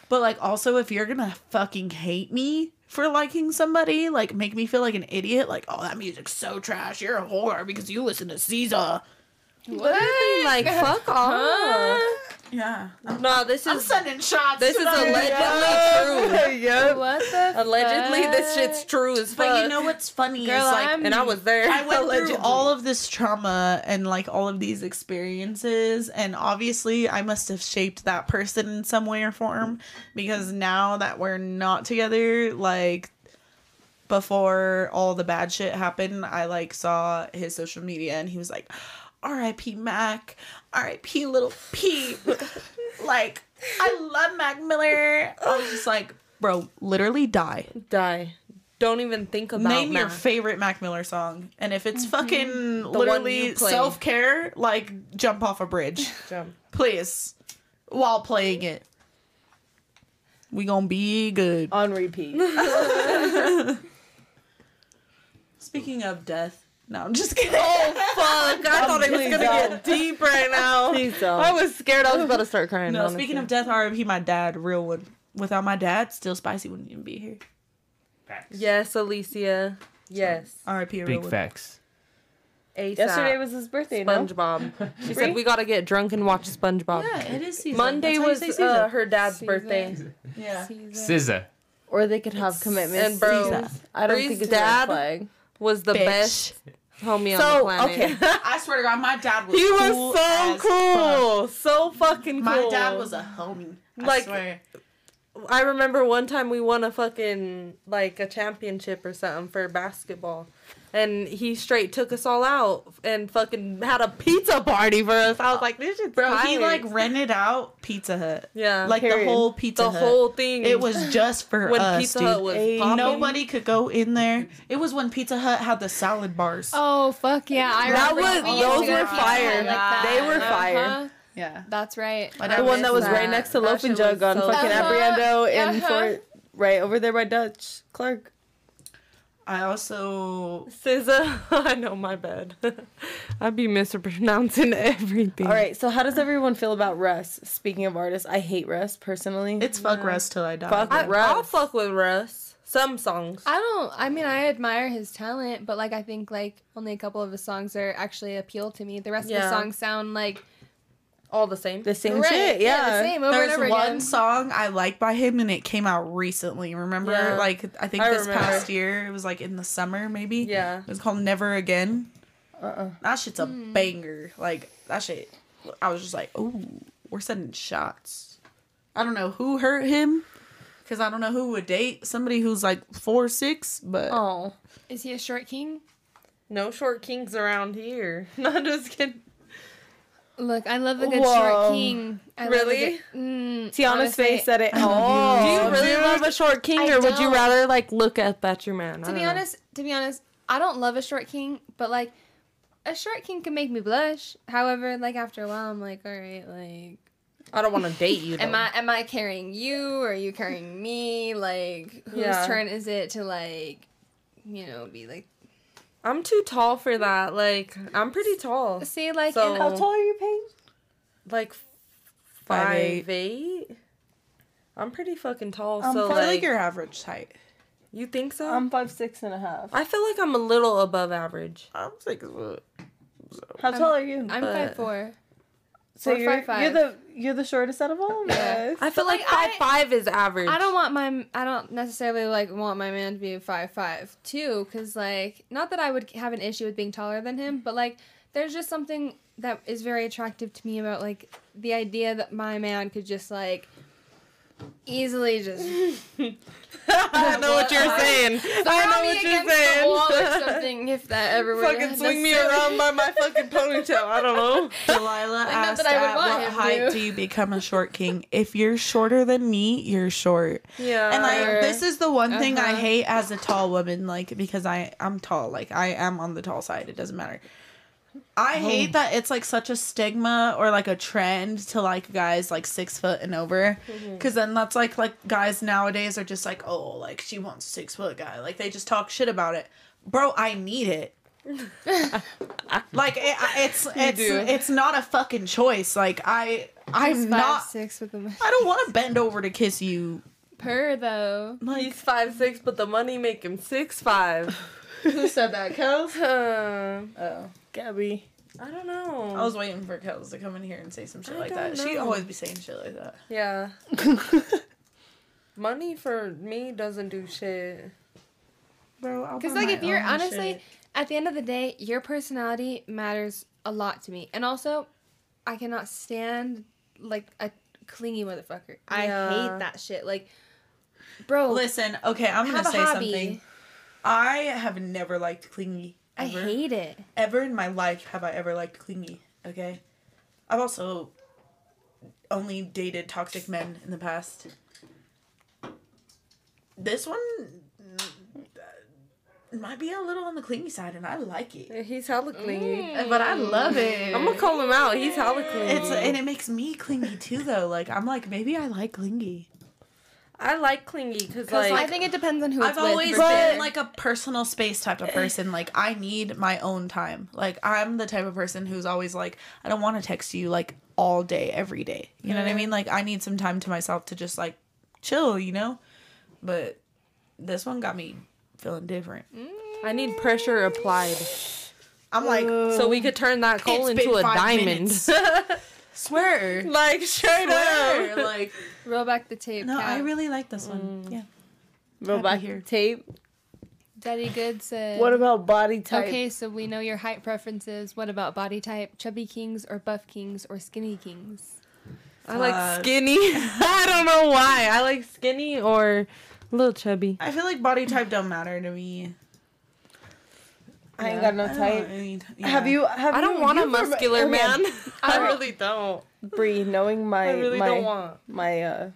Speaker 2: But like also, if you're gonna fucking hate me for liking somebody, like make me feel like an idiot, like oh that music's so trash, you're a whore because you listen to Caesar.
Speaker 7: Literally, like fuck off.
Speaker 2: Yeah, I'm,
Speaker 7: No, this
Speaker 2: I'm
Speaker 7: is
Speaker 2: sending shots.
Speaker 7: this is
Speaker 2: tonight.
Speaker 7: allegedly true.
Speaker 5: yep.
Speaker 4: What the?
Speaker 7: Allegedly, this
Speaker 4: fuck?
Speaker 7: shit's true as fuck.
Speaker 2: But you know what's funny
Speaker 4: Girl,
Speaker 2: is like
Speaker 4: I'm-
Speaker 7: and I was there.
Speaker 2: I went
Speaker 7: Allegedly.
Speaker 2: through all of this trauma and like all of these experiences, and obviously I must have shaped that person in some way or form because now that we're not together, like before all the bad shit happened, I like saw his social media and he was like, R.I.P. Mac, R.I.P. Little P. like, I love Mac Miller. I was just like, bro, literally die.
Speaker 7: die. Don't even think about
Speaker 2: Name your
Speaker 7: Mac.
Speaker 2: favorite Mac Mm-hmm. Miller song, and if it's fucking
Speaker 7: one
Speaker 2: literally
Speaker 7: you play.
Speaker 2: self care, like jump off a bridge,
Speaker 7: Jump.
Speaker 2: please, while playing it. We gonna be good.
Speaker 5: On repeat.
Speaker 2: Speaking of death, Oh, no, I'm just kidding.
Speaker 7: Fuck! I thought it was gonna get deep right now.
Speaker 5: Please don't.
Speaker 7: I was scared. I was about to start crying.
Speaker 2: no, speaking of death, R.I.P. My dad, real one. Without my dad, still spicy wouldn't even be here.
Speaker 7: yes, Alicia. Yes,
Speaker 2: R.I.P. a Real
Speaker 3: Big
Speaker 2: one.
Speaker 3: facts.
Speaker 7: ASAP.
Speaker 5: Yesterday was his birthday, no?
Speaker 7: SpongeBob. She said we gotta get drunk and watch SpongeBob.
Speaker 2: Yeah, it is season.
Speaker 7: Monday was uh, her dad's birthday,
Speaker 2: yeah.
Speaker 4: Caesar.
Speaker 3: SZA.
Speaker 5: Or they could have commitments.
Speaker 7: and bro
Speaker 2: Caesar.
Speaker 5: I don't
Speaker 7: Bree's
Speaker 5: think it's a
Speaker 7: dad
Speaker 5: red flag.
Speaker 7: was the
Speaker 2: Bitch.
Speaker 7: best homie on the
Speaker 5: So
Speaker 7: planet.
Speaker 5: okay.
Speaker 2: I swear to God, my dad was.
Speaker 7: He was
Speaker 2: cool
Speaker 7: so
Speaker 2: as fuck.
Speaker 7: cool, so fucking
Speaker 2: My
Speaker 7: cool.
Speaker 2: dad was a homie. I
Speaker 7: Like,
Speaker 2: swear.
Speaker 7: I remember one time we won a fucking like a championship or something for basketball. And he straight took us all out and fucking had a pizza party for us. I was like, this shit's
Speaker 2: Bro, he
Speaker 7: fire.
Speaker 2: like rented out Pizza Hut.
Speaker 7: yeah,
Speaker 2: Like
Speaker 5: Period.
Speaker 2: the whole Pizza
Speaker 7: the
Speaker 2: Hut.
Speaker 7: whole thing.
Speaker 2: It was just for
Speaker 7: when
Speaker 2: us,
Speaker 7: Pizza
Speaker 2: dude.
Speaker 7: Hut was
Speaker 5: Ain't
Speaker 7: popping.
Speaker 2: Nobody could go in there. It was when Pizza Hut had the salad bars.
Speaker 4: Oh fuck yeah! I
Speaker 7: That
Speaker 4: remember when
Speaker 7: was-
Speaker 4: we used
Speaker 7: those
Speaker 4: to go
Speaker 7: were
Speaker 4: to Pizza Hut
Speaker 7: fire.
Speaker 4: Like that.
Speaker 7: They were fire.
Speaker 4: Uh-huh.
Speaker 2: yeah.
Speaker 4: That's right.
Speaker 2: My
Speaker 5: The
Speaker 2: dad
Speaker 5: one that was
Speaker 7: missed
Speaker 5: right
Speaker 7: that.
Speaker 5: next to
Speaker 7: That
Speaker 5: Loaf and
Speaker 7: shit was
Speaker 5: Jug on
Speaker 7: so
Speaker 5: fucking
Speaker 4: good.
Speaker 5: Abriendo and
Speaker 4: Uh-huh.
Speaker 5: Fort, right over there by Dutch Clark.
Speaker 2: I also
Speaker 7: SZA. I know my bad. I'd be mispronouncing everything.
Speaker 5: All right, so how does everyone feel about Russ? Speaking of artists, I hate Russ personally.
Speaker 2: it's fuck Russ till I die.
Speaker 5: Fuck
Speaker 7: I,
Speaker 5: Russ.
Speaker 7: I'll fuck with Russ. Some songs.
Speaker 4: I don't. I mean, I admire his talent, but like, I think like only a couple of his songs are actually appeal to me. The rest of
Speaker 7: Yeah.
Speaker 4: the songs sound like
Speaker 7: all the same.
Speaker 5: the same
Speaker 4: Right,
Speaker 5: shit, yeah.
Speaker 4: the same over and
Speaker 2: There's
Speaker 4: over
Speaker 2: one
Speaker 4: again.
Speaker 2: song I like by him and it came out recently. Remember?
Speaker 7: Yeah.
Speaker 2: Like I think
Speaker 7: I
Speaker 2: this
Speaker 7: remember.
Speaker 2: past year, it was like in the summer maybe.
Speaker 7: Yeah.
Speaker 2: It was called Never Again.
Speaker 5: Uh-uh.
Speaker 2: That shit's a
Speaker 4: Hmm.
Speaker 2: banger. Like that shit I was just like, "Oh, we're sending shots." I don't know who hurt him cuz I don't know who would date somebody who's like 4 6, but
Speaker 5: Oh,
Speaker 4: Is he a short king?
Speaker 7: No short kings around here. No, I'm just kidding.
Speaker 4: Look, I love a good
Speaker 5: Whoa.
Speaker 4: short king. I love a
Speaker 7: Really?
Speaker 4: good- mm,
Speaker 5: Tiana's
Speaker 4: honestly,
Speaker 5: face said it all.
Speaker 7: Do you really love a short king,
Speaker 4: I
Speaker 7: or would you
Speaker 4: don't.
Speaker 7: rather like look up at your man? I
Speaker 4: To
Speaker 7: don't
Speaker 4: be
Speaker 7: know.
Speaker 4: honest, to be honest, I don't love a short king, but like a short king can make me blush. However, like after a while, I'm like, all right, like,
Speaker 7: I don't want to date you.
Speaker 4: am
Speaker 7: though.
Speaker 4: I am I carrying you or are you carrying me? Like, whose
Speaker 7: Yeah.
Speaker 4: turn is it to like, you know, be like,
Speaker 7: I'm too tall for that. Like, I'm pretty tall.
Speaker 4: see, like,
Speaker 7: So-
Speaker 4: in
Speaker 7: How
Speaker 4: a,
Speaker 7: tall
Speaker 2: are you, Paige?
Speaker 7: Like,
Speaker 5: Five
Speaker 7: five
Speaker 5: eight.
Speaker 7: eight. I'm pretty fucking tall.
Speaker 2: Um,
Speaker 7: so
Speaker 2: probably
Speaker 7: like,
Speaker 2: like, your average height.
Speaker 7: you think so?
Speaker 5: I'm five six and a half.
Speaker 7: I feel like I'm a little above average.
Speaker 5: I'm six foot.
Speaker 7: Oh,
Speaker 5: How tall are you?
Speaker 4: I'm
Speaker 7: but-
Speaker 4: five four.
Speaker 5: so
Speaker 4: we're
Speaker 5: you're,
Speaker 4: five-five.
Speaker 5: you're the you're the shortest out of all of us.
Speaker 7: I feel
Speaker 4: But,
Speaker 7: like,
Speaker 4: like,
Speaker 7: five
Speaker 4: I-
Speaker 7: five is average.
Speaker 4: I don't want my I don't necessarily like want my man to be five five too, because like not that I would have an issue with being taller than him, but like there's just something that is very attractive to me about like the idea that my man could just like easily just
Speaker 7: I know what you're saying. I know
Speaker 4: throw me
Speaker 7: what
Speaker 4: against
Speaker 7: you're
Speaker 4: the wall or
Speaker 7: saying.
Speaker 4: something if that ever were to
Speaker 7: fucking
Speaker 4: happen.
Speaker 7: swing me
Speaker 4: So-
Speaker 7: around by my fucking ponytail. I don't know.
Speaker 2: Delilah
Speaker 4: Like, not
Speaker 2: asked
Speaker 4: that I would
Speaker 2: at
Speaker 4: want
Speaker 2: what
Speaker 4: him
Speaker 2: height
Speaker 4: to."
Speaker 2: do you become a short king? If you're shorter than me, you're short.
Speaker 7: Yeah.
Speaker 2: And like
Speaker 4: Sure.
Speaker 2: this is the one thing I
Speaker 4: Uh-huh.
Speaker 2: hate as a tall woman, like because I I'm tall, like I am on the tall side. It doesn't matter.
Speaker 4: Oh.
Speaker 2: I hate that it's like such a stigma or like a trend to like guys like six foot and over,
Speaker 4: Mm-hmm.
Speaker 2: because then that's like like guys nowadays are just like oh like she wants a six foot guy like they just talk shit about it, bro. I need it. like it, it's it's
Speaker 4: do.
Speaker 2: it's not a fucking choice. Like I I'm
Speaker 4: He's
Speaker 2: not
Speaker 4: five, six with the
Speaker 2: I don't want to bend over to kiss you.
Speaker 4: purr though.
Speaker 2: Like
Speaker 7: He's five six, but the money make him six five.
Speaker 2: who said that, Kels?
Speaker 7: Huh.
Speaker 2: Oh.
Speaker 5: Gabby.
Speaker 7: I don't know.
Speaker 2: I was waiting for Kels to come in here and say some shit
Speaker 7: I
Speaker 2: like that.
Speaker 7: don't
Speaker 2: She
Speaker 7: know.
Speaker 2: always be saying shit like that.
Speaker 7: yeah. Money for me doesn't do shit.
Speaker 2: Bro, I'll
Speaker 4: Because like if
Speaker 2: oh,
Speaker 4: you're honestly, at the end of the day, your personality matters a lot to me, and also, I cannot stand like a clingy motherfucker. I
Speaker 7: Yeah.
Speaker 4: hate that shit. Like, bro,
Speaker 2: Listen, okay, I'm
Speaker 4: have
Speaker 2: gonna
Speaker 4: a
Speaker 2: say
Speaker 4: hobby.
Speaker 2: something. I have never liked clingy.
Speaker 4: I
Speaker 2: Ever.
Speaker 4: hate it.
Speaker 2: Ever in my life have I ever liked clingy, okay? I've also only dated toxic men in the past. This one mm, uh, might be a little on the clingy side, and I like it.
Speaker 7: He's hella clingy.
Speaker 2: Mm. But I love it.
Speaker 7: I'm gonna call him out. He's hella clingy.
Speaker 5: Mm.
Speaker 2: It's and it makes me clingy too though. Like I'm like maybe I like clingy.
Speaker 7: I like clingy because like,
Speaker 4: I think it depends on who it's
Speaker 2: I've always
Speaker 4: with.
Speaker 2: been
Speaker 4: for sure.
Speaker 2: like a personal space type of person. Like I need my own time. Like I'm the type of person who's always like I don't want to text you like all day every day. You know what
Speaker 5: Mm-hmm.
Speaker 2: I mean? Like I need some time to myself to just like chill, you know? But this one got me feeling different.
Speaker 7: I need pressure applied
Speaker 2: I'm like
Speaker 7: so we could turn that
Speaker 2: It's
Speaker 7: coal
Speaker 2: been
Speaker 7: into a
Speaker 2: five
Speaker 7: diamond.
Speaker 2: minutes. swear.
Speaker 7: like straight
Speaker 2: Swear.
Speaker 7: up.
Speaker 2: like
Speaker 4: roll back the tape.
Speaker 2: no, I
Speaker 4: Kat.
Speaker 2: really like this
Speaker 5: Mm.
Speaker 2: one. Yeah.
Speaker 5: Roll
Speaker 2: Happy
Speaker 5: back
Speaker 2: here.
Speaker 5: tape.
Speaker 4: Daddy Good said.
Speaker 5: What about body type?
Speaker 4: Okay, so we know your height preferences. What about body type? Chubby kings or buff kings or skinny kings?
Speaker 7: I like
Speaker 2: Fuck.
Speaker 7: skinny. I don't know why. I like skinny or a little chubby.
Speaker 2: I feel like body type don't matter to me.
Speaker 5: I ain't got no
Speaker 2: I don't
Speaker 5: type.
Speaker 2: really-
Speaker 5: Have
Speaker 2: yeah.
Speaker 5: you? Have
Speaker 7: I don't
Speaker 5: you- oh,
Speaker 7: want a
Speaker 5: you've rem-
Speaker 7: muscular
Speaker 5: okay,
Speaker 7: man. I
Speaker 4: Alright.
Speaker 7: really don't.
Speaker 5: Bree, knowing my
Speaker 7: I really
Speaker 5: my
Speaker 7: don't want.
Speaker 5: my uh,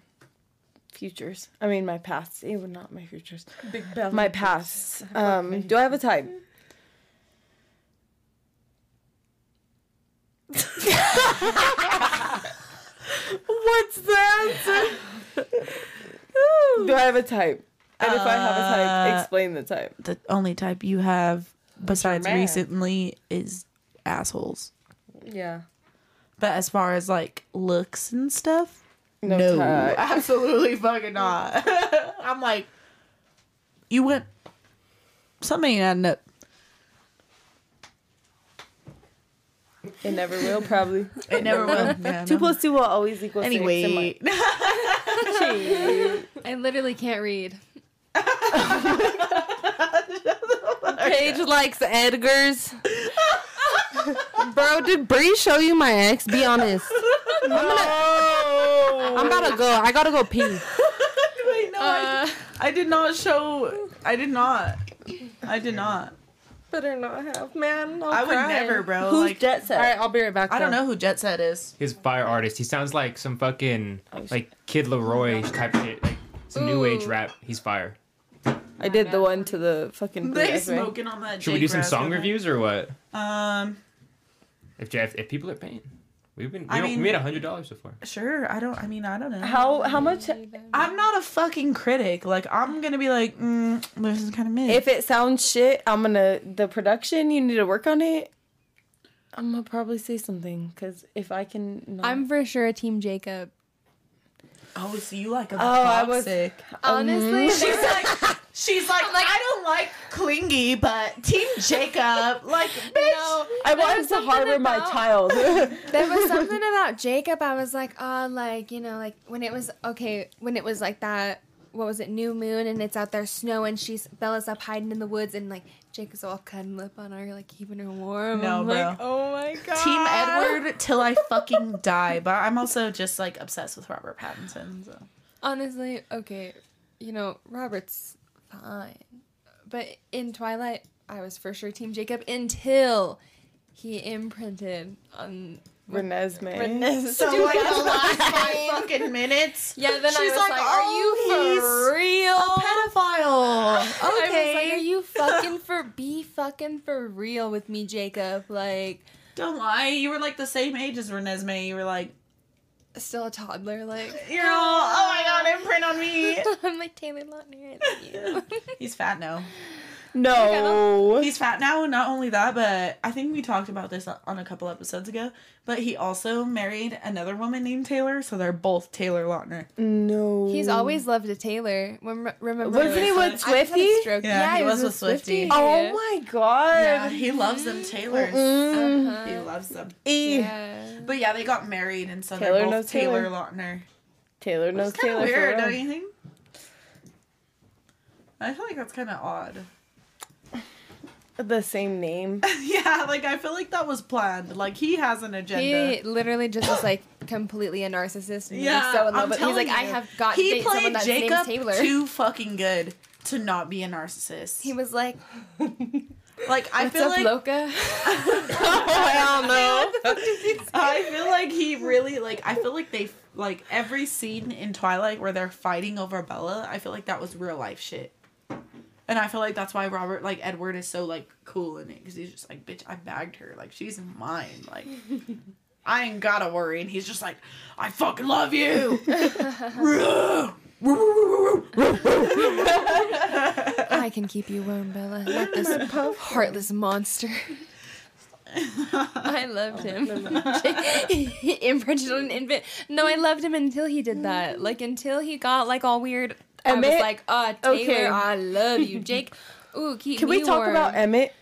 Speaker 5: futures. I mean, my pasts. Eh, well, not my futures.
Speaker 7: Big belly.
Speaker 5: My pasts. Um, do Oh, I have a type?
Speaker 7: What's the answer?
Speaker 5: Do I have a type? And if I have a type,
Speaker 2: Uh,
Speaker 5: explain the type.
Speaker 2: the only type you have besides
Speaker 7: man.
Speaker 2: recently is assholes.
Speaker 7: Yeah.
Speaker 2: But as far as like looks and stuff,
Speaker 5: No, type.
Speaker 2: absolutely fucking not. I'm like, you went. Something ain't adding up.
Speaker 5: It never will, probably.
Speaker 2: It never will. Yeah,
Speaker 5: Two
Speaker 2: no.
Speaker 5: plus two will always equal six. in my-
Speaker 2: Anyway,
Speaker 4: I literally can't read.
Speaker 7: Paige likes Edgar's. Bro, did Bree show you my ex? Be honest. I'm, gonna, I'm about to go. I gotta go pee.
Speaker 5: Uh.
Speaker 2: Wait, no, I, I did not show. I did not. I did not.
Speaker 7: Better not have, man. I'll
Speaker 2: I would
Speaker 7: cry.
Speaker 2: never, bro.
Speaker 5: Who's
Speaker 2: like,
Speaker 5: Jet Set?
Speaker 7: All right, I'll be right back.
Speaker 2: I don't
Speaker 7: though.
Speaker 2: know who Jet Set is.
Speaker 3: His fire artist. He sounds like some fucking
Speaker 5: Oh,
Speaker 3: like Kid Leroy type shit, like some new age
Speaker 4: Ooh.
Speaker 3: rap. He's fire.
Speaker 5: I did the one to the fucking.
Speaker 2: They
Speaker 5: Bluegrass, right?
Speaker 2: smoking on that.
Speaker 3: Should we
Speaker 2: Jake
Speaker 3: do some
Speaker 2: Raskin.
Speaker 3: song reviews or what?
Speaker 2: Um,
Speaker 3: If Jeff, if people are paying, we've been we,
Speaker 2: I
Speaker 3: don't- we
Speaker 2: mean-
Speaker 3: made a hundred dollars so far.
Speaker 2: sure. I don't. I mean, I don't know.
Speaker 5: How how much?
Speaker 2: I'm not a fucking critic. Like I'm gonna be like, mm, this is kind of mid.
Speaker 5: If it sounds shit, I'm gonna the production. You need to work on it. I'm gonna probably say something because if I can, not,
Speaker 4: I'm for sure a team Jacob.
Speaker 2: oh, so you like a oh,
Speaker 5: I was-
Speaker 2: toxic.
Speaker 4: Honestly, they were like,
Speaker 2: She's like,
Speaker 4: like-
Speaker 2: I don't like clingy, but Team Jacob, like, bitch.
Speaker 4: no,
Speaker 5: I
Speaker 4: there
Speaker 5: wanted
Speaker 4: was
Speaker 5: to
Speaker 4: something
Speaker 5: harbor my
Speaker 4: about-
Speaker 5: child.
Speaker 4: There was something about Jacob. I was like, oh, like you know, like when it was okay, when it was like that. What was it? New moon, and it's out there snow, and she's Bella's up hiding in the woods, and like Jacob's all cuddling up on her, like keeping her warm.
Speaker 2: No,
Speaker 4: I'm
Speaker 2: bro.
Speaker 4: like, oh my god.
Speaker 2: Team Edward till I fucking die. But I'm also just like obsessed with Robert Pattinson. So.
Speaker 4: Honestly, okay, you know Robert's fine, but in Twilight, I was for sure Team Jacob until he imprinted on.
Speaker 5: Renesmee.
Speaker 2: So like the last five fucking minutes.
Speaker 4: Yeah, then I
Speaker 2: She's
Speaker 4: was
Speaker 2: like,
Speaker 4: like,
Speaker 2: "Oh,
Speaker 4: are you for real?
Speaker 2: Pedophile.
Speaker 4: I was like, are
Speaker 2: Okay.
Speaker 4: you fucking for be fucking for real with me, Jacob? Like,
Speaker 2: Don't lie. You were like the same age as Renesmee. You were like,
Speaker 4: still a toddler. Like,
Speaker 2: you're all, oh my god, imprint on me.
Speaker 4: I'm like Taylor Lautner. I love you.
Speaker 2: He's fat now.
Speaker 5: No.
Speaker 2: He's fat now, and not only that, but I think we talked about this on a couple episodes ago. But he also married another woman named Taylor, so they're both Taylor Lautner.
Speaker 5: No.
Speaker 4: He's always loved a Taylor. When, remember?
Speaker 5: Wasn't he with
Speaker 4: I just had a
Speaker 5: Swifty?
Speaker 4: stroke.
Speaker 2: Yeah, he was with Swifty.
Speaker 5: Oh my god.
Speaker 2: Yeah, he loves them Taylors.
Speaker 5: Mm.
Speaker 4: Uh-huh.
Speaker 2: He loves them.
Speaker 5: E.
Speaker 4: Yeah.
Speaker 2: But yeah, they got married, and so
Speaker 5: Taylor
Speaker 2: they're both
Speaker 5: knows
Speaker 2: Taylor,
Speaker 5: Taylor.
Speaker 2: Lautner.
Speaker 5: Taylor knows
Speaker 2: It's kind
Speaker 5: Taylor.
Speaker 2: of
Speaker 5: for
Speaker 2: weird,
Speaker 5: real.
Speaker 2: don't you think? I feel like that's kind of odd.
Speaker 5: The same name.
Speaker 2: yeah, like I feel like that was planned. Like he has an agenda.
Speaker 4: He literally just is like completely a narcissist. And
Speaker 2: yeah,
Speaker 4: he's so in love.
Speaker 2: I'm
Speaker 4: with- He's
Speaker 2: telling
Speaker 4: like, I
Speaker 2: you.
Speaker 4: have got to
Speaker 2: he
Speaker 4: date
Speaker 2: played
Speaker 4: someone that's named
Speaker 2: Jacob
Speaker 4: Taylor.
Speaker 2: too fucking good to not be a narcissist.
Speaker 4: He was like,
Speaker 2: like I
Speaker 4: What's
Speaker 2: feel
Speaker 4: up,
Speaker 2: like
Speaker 4: Loca?
Speaker 7: I don't know.
Speaker 2: I feel like he really like I feel like they like every scene in Twilight where they're fighting over Bella, I feel like that was real life shit. And I feel like that's why Robert like Edward is so like cool in it cuz he's just like bitch, I bagged her. Like she's mine. Like I ain't got to worry and he's just like I fucking love you.
Speaker 4: I can keep you warm, Bella. Not this heartless monster. I
Speaker 5: Oh
Speaker 4: loved him. he imprinted on an infant. No, I loved him until he did that. Like until he got like all weird. I was
Speaker 5: Emmett?
Speaker 4: like, ah, Taylor,
Speaker 5: Okay.
Speaker 4: I love you, Jake. Ooh, keep
Speaker 5: Can we
Speaker 4: me
Speaker 5: talk
Speaker 4: warm.
Speaker 5: about Emmett?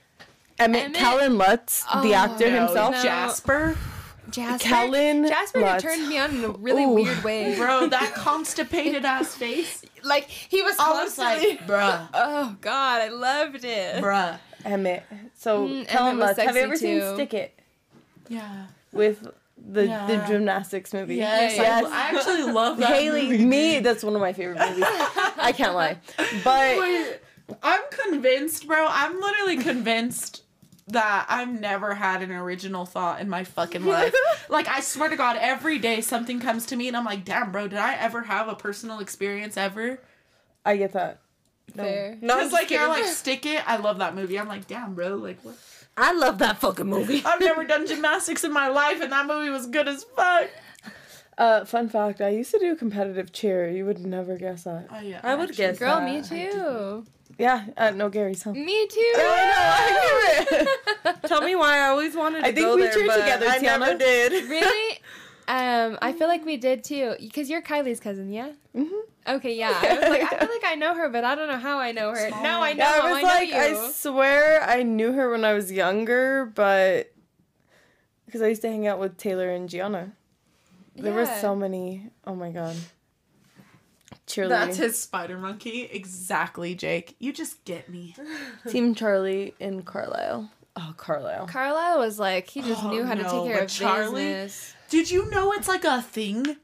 Speaker 5: Emmett,
Speaker 4: Emmett-
Speaker 5: Callan Lutz, the
Speaker 4: Oh,
Speaker 5: actor
Speaker 4: no,
Speaker 5: himself.
Speaker 4: no.
Speaker 2: Jasper,
Speaker 4: Jasper?
Speaker 5: Callan
Speaker 4: Jasper
Speaker 5: Lutz.
Speaker 4: turned me on in a really
Speaker 5: Ooh.
Speaker 4: weird way.
Speaker 2: bro, that constipated ass face.
Speaker 4: Like he was
Speaker 2: I was like,
Speaker 4: constantly.
Speaker 2: bruh,
Speaker 4: oh God, I loved it.
Speaker 2: bruh.
Speaker 5: Emmett. So
Speaker 4: Mm,
Speaker 5: Callan
Speaker 4: Emmett was
Speaker 5: Lutz. Have
Speaker 4: sexy
Speaker 5: you ever seen
Speaker 4: too.
Speaker 5: Stick It
Speaker 2: Yeah.
Speaker 5: with the the
Speaker 2: Yeah.
Speaker 5: gymnastics movie?
Speaker 2: Yes,
Speaker 5: Yes.
Speaker 2: I, I actually love that.
Speaker 5: Haley, me, that's one of my favorite movies. I can't lie. But
Speaker 2: Wait, I'm convinced, bro. I'm literally convinced that I've never had an original thought in my fucking life. like, I swear to God, every day something comes to me and I'm like, damn, bro, did I ever have a personal experience ever?
Speaker 5: I get that.
Speaker 4: Fair.
Speaker 7: No, I'm
Speaker 2: Because,
Speaker 7: just
Speaker 2: like, you're
Speaker 7: kidding.
Speaker 2: like, stick it. I love that movie. I'm like, damn, bro. Like, what?
Speaker 7: I love that fucking movie.
Speaker 2: I've never done gymnastics in my life and that movie was good as fuck.
Speaker 5: Uh, fun fact, I used to do competitive cheer. You would never guess that.
Speaker 2: Oh, yeah.
Speaker 7: I would
Speaker 2: actually-
Speaker 7: guess.
Speaker 4: Girl,
Speaker 7: that.
Speaker 4: me too.
Speaker 5: Yeah, uh, no, Gary's home.
Speaker 4: Me too.
Speaker 7: Tell me why I always wanted to
Speaker 5: I think
Speaker 7: go
Speaker 5: we
Speaker 7: there,
Speaker 5: cheered
Speaker 7: but
Speaker 5: together,
Speaker 7: I never
Speaker 5: Tiana.
Speaker 7: did.
Speaker 4: really? Um, I feel like we did too, because you're Kylie's cousin, yeah.
Speaker 5: Mm-hmm.
Speaker 4: Okay, yeah. I was like, I feel like I know her, but I don't know how I know her. Now I know
Speaker 5: Yeah,
Speaker 4: how
Speaker 5: I was
Speaker 4: I know
Speaker 5: like,
Speaker 4: you.
Speaker 5: I swear I knew her when I was younger, but because I used to hang out with Taylor and Gianna. There were
Speaker 4: Yeah.
Speaker 5: so many. Oh my god. Cheerleading.
Speaker 2: That's his spider monkey. Exactly, Jake. You just get me.
Speaker 5: Team Charlie in Carlisle. Oh, Carlisle.
Speaker 4: Carlisle was like, he just
Speaker 2: Oh,
Speaker 4: knew how to
Speaker 2: no,
Speaker 4: take
Speaker 2: but
Speaker 4: care of
Speaker 2: Charlie-
Speaker 4: business.
Speaker 2: Did you know it's like a thing?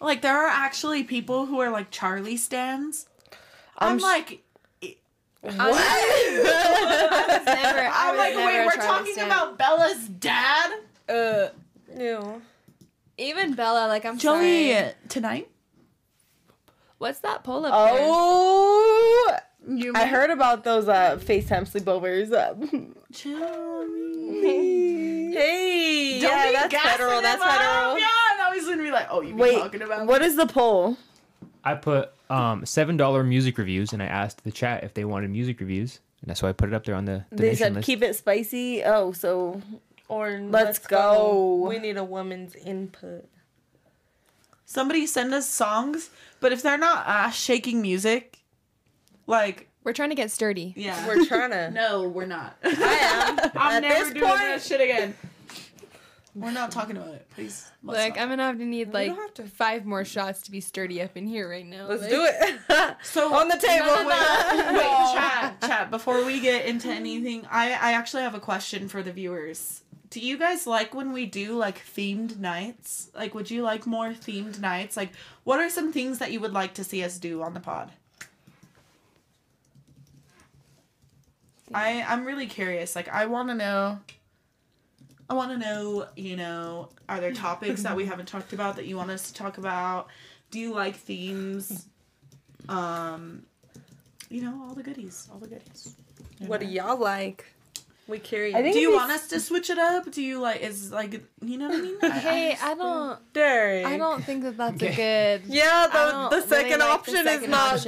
Speaker 2: Like there are actually people who are like Charlie stands. I'm,
Speaker 5: sh-
Speaker 2: like,
Speaker 4: was never. I
Speaker 2: I'm
Speaker 4: was
Speaker 2: like, wait,
Speaker 4: never a
Speaker 2: we're
Speaker 4: Charlie
Speaker 2: talking
Speaker 4: Stan.
Speaker 2: about Bella's dad? Uh,
Speaker 7: Ew.
Speaker 4: even Bella. Like I'm
Speaker 2: Joey,
Speaker 4: sorry.
Speaker 2: tonight?
Speaker 4: What's that pull up?
Speaker 5: Oh,
Speaker 2: You
Speaker 5: I heard about those uh, FaceTime sleepovers. Uh,
Speaker 7: Hey.
Speaker 2: Don't
Speaker 7: yeah,
Speaker 2: be
Speaker 7: that's
Speaker 2: gassing
Speaker 7: federal.
Speaker 2: him
Speaker 7: That's
Speaker 2: up,
Speaker 7: federal.
Speaker 2: Yeah, and I was gonna be like, oh, you
Speaker 5: Wait,
Speaker 2: be talking about
Speaker 5: what is the poll?
Speaker 3: I put um, seven dollar music reviews, and I asked the chat if they wanted music reviews, and that's why I put it up there on the. the
Speaker 5: They
Speaker 3: nation
Speaker 5: said
Speaker 3: list.
Speaker 5: keep it spicy. Oh, so
Speaker 7: Or
Speaker 5: Let's go.
Speaker 7: We need a woman's input.
Speaker 2: Somebody send us songs, but if they're not ass shaking music, like
Speaker 4: We're trying to get sturdy.
Speaker 2: yeah,
Speaker 7: We're trying to.
Speaker 2: no, we're not.
Speaker 7: I am.
Speaker 2: I'm
Speaker 7: At
Speaker 2: never
Speaker 7: this
Speaker 2: doing
Speaker 7: point-
Speaker 2: that shit again. We're not talking about it, please. Let's
Speaker 4: Like
Speaker 2: not.
Speaker 4: I'm gonna have to need like
Speaker 7: don't have to-
Speaker 4: five more shots to be sturdy up in here right now.
Speaker 7: Let's do it.
Speaker 2: so
Speaker 7: On the table.
Speaker 4: No, no,
Speaker 2: Wait, chat, chat. Before we get into anything, I I actually have a question for the viewers. Do you guys like when we do like themed nights? Like, would you like more themed nights? Like, what are some things that you would like to see us do on the pod? I I'm really curious. Like, I want to know. I want to know. You know, are there topics that we haven't talked about that you want us to talk about? Do you like themes? Um, you know, all the goodies, all the goodies.
Speaker 7: what do y'all like? We curious.
Speaker 5: I think-
Speaker 2: Do you
Speaker 5: we
Speaker 2: want us to switch it up? Do you like? Is like, you know what I mean? I- I
Speaker 4: Hey,
Speaker 2: just-
Speaker 4: I don't.
Speaker 7: Derek.
Speaker 4: I don't think that that's a good.
Speaker 7: Yeah,
Speaker 4: I don't
Speaker 7: the, the
Speaker 4: really
Speaker 7: second
Speaker 4: like the
Speaker 7: option is
Speaker 4: second
Speaker 7: not
Speaker 4: option.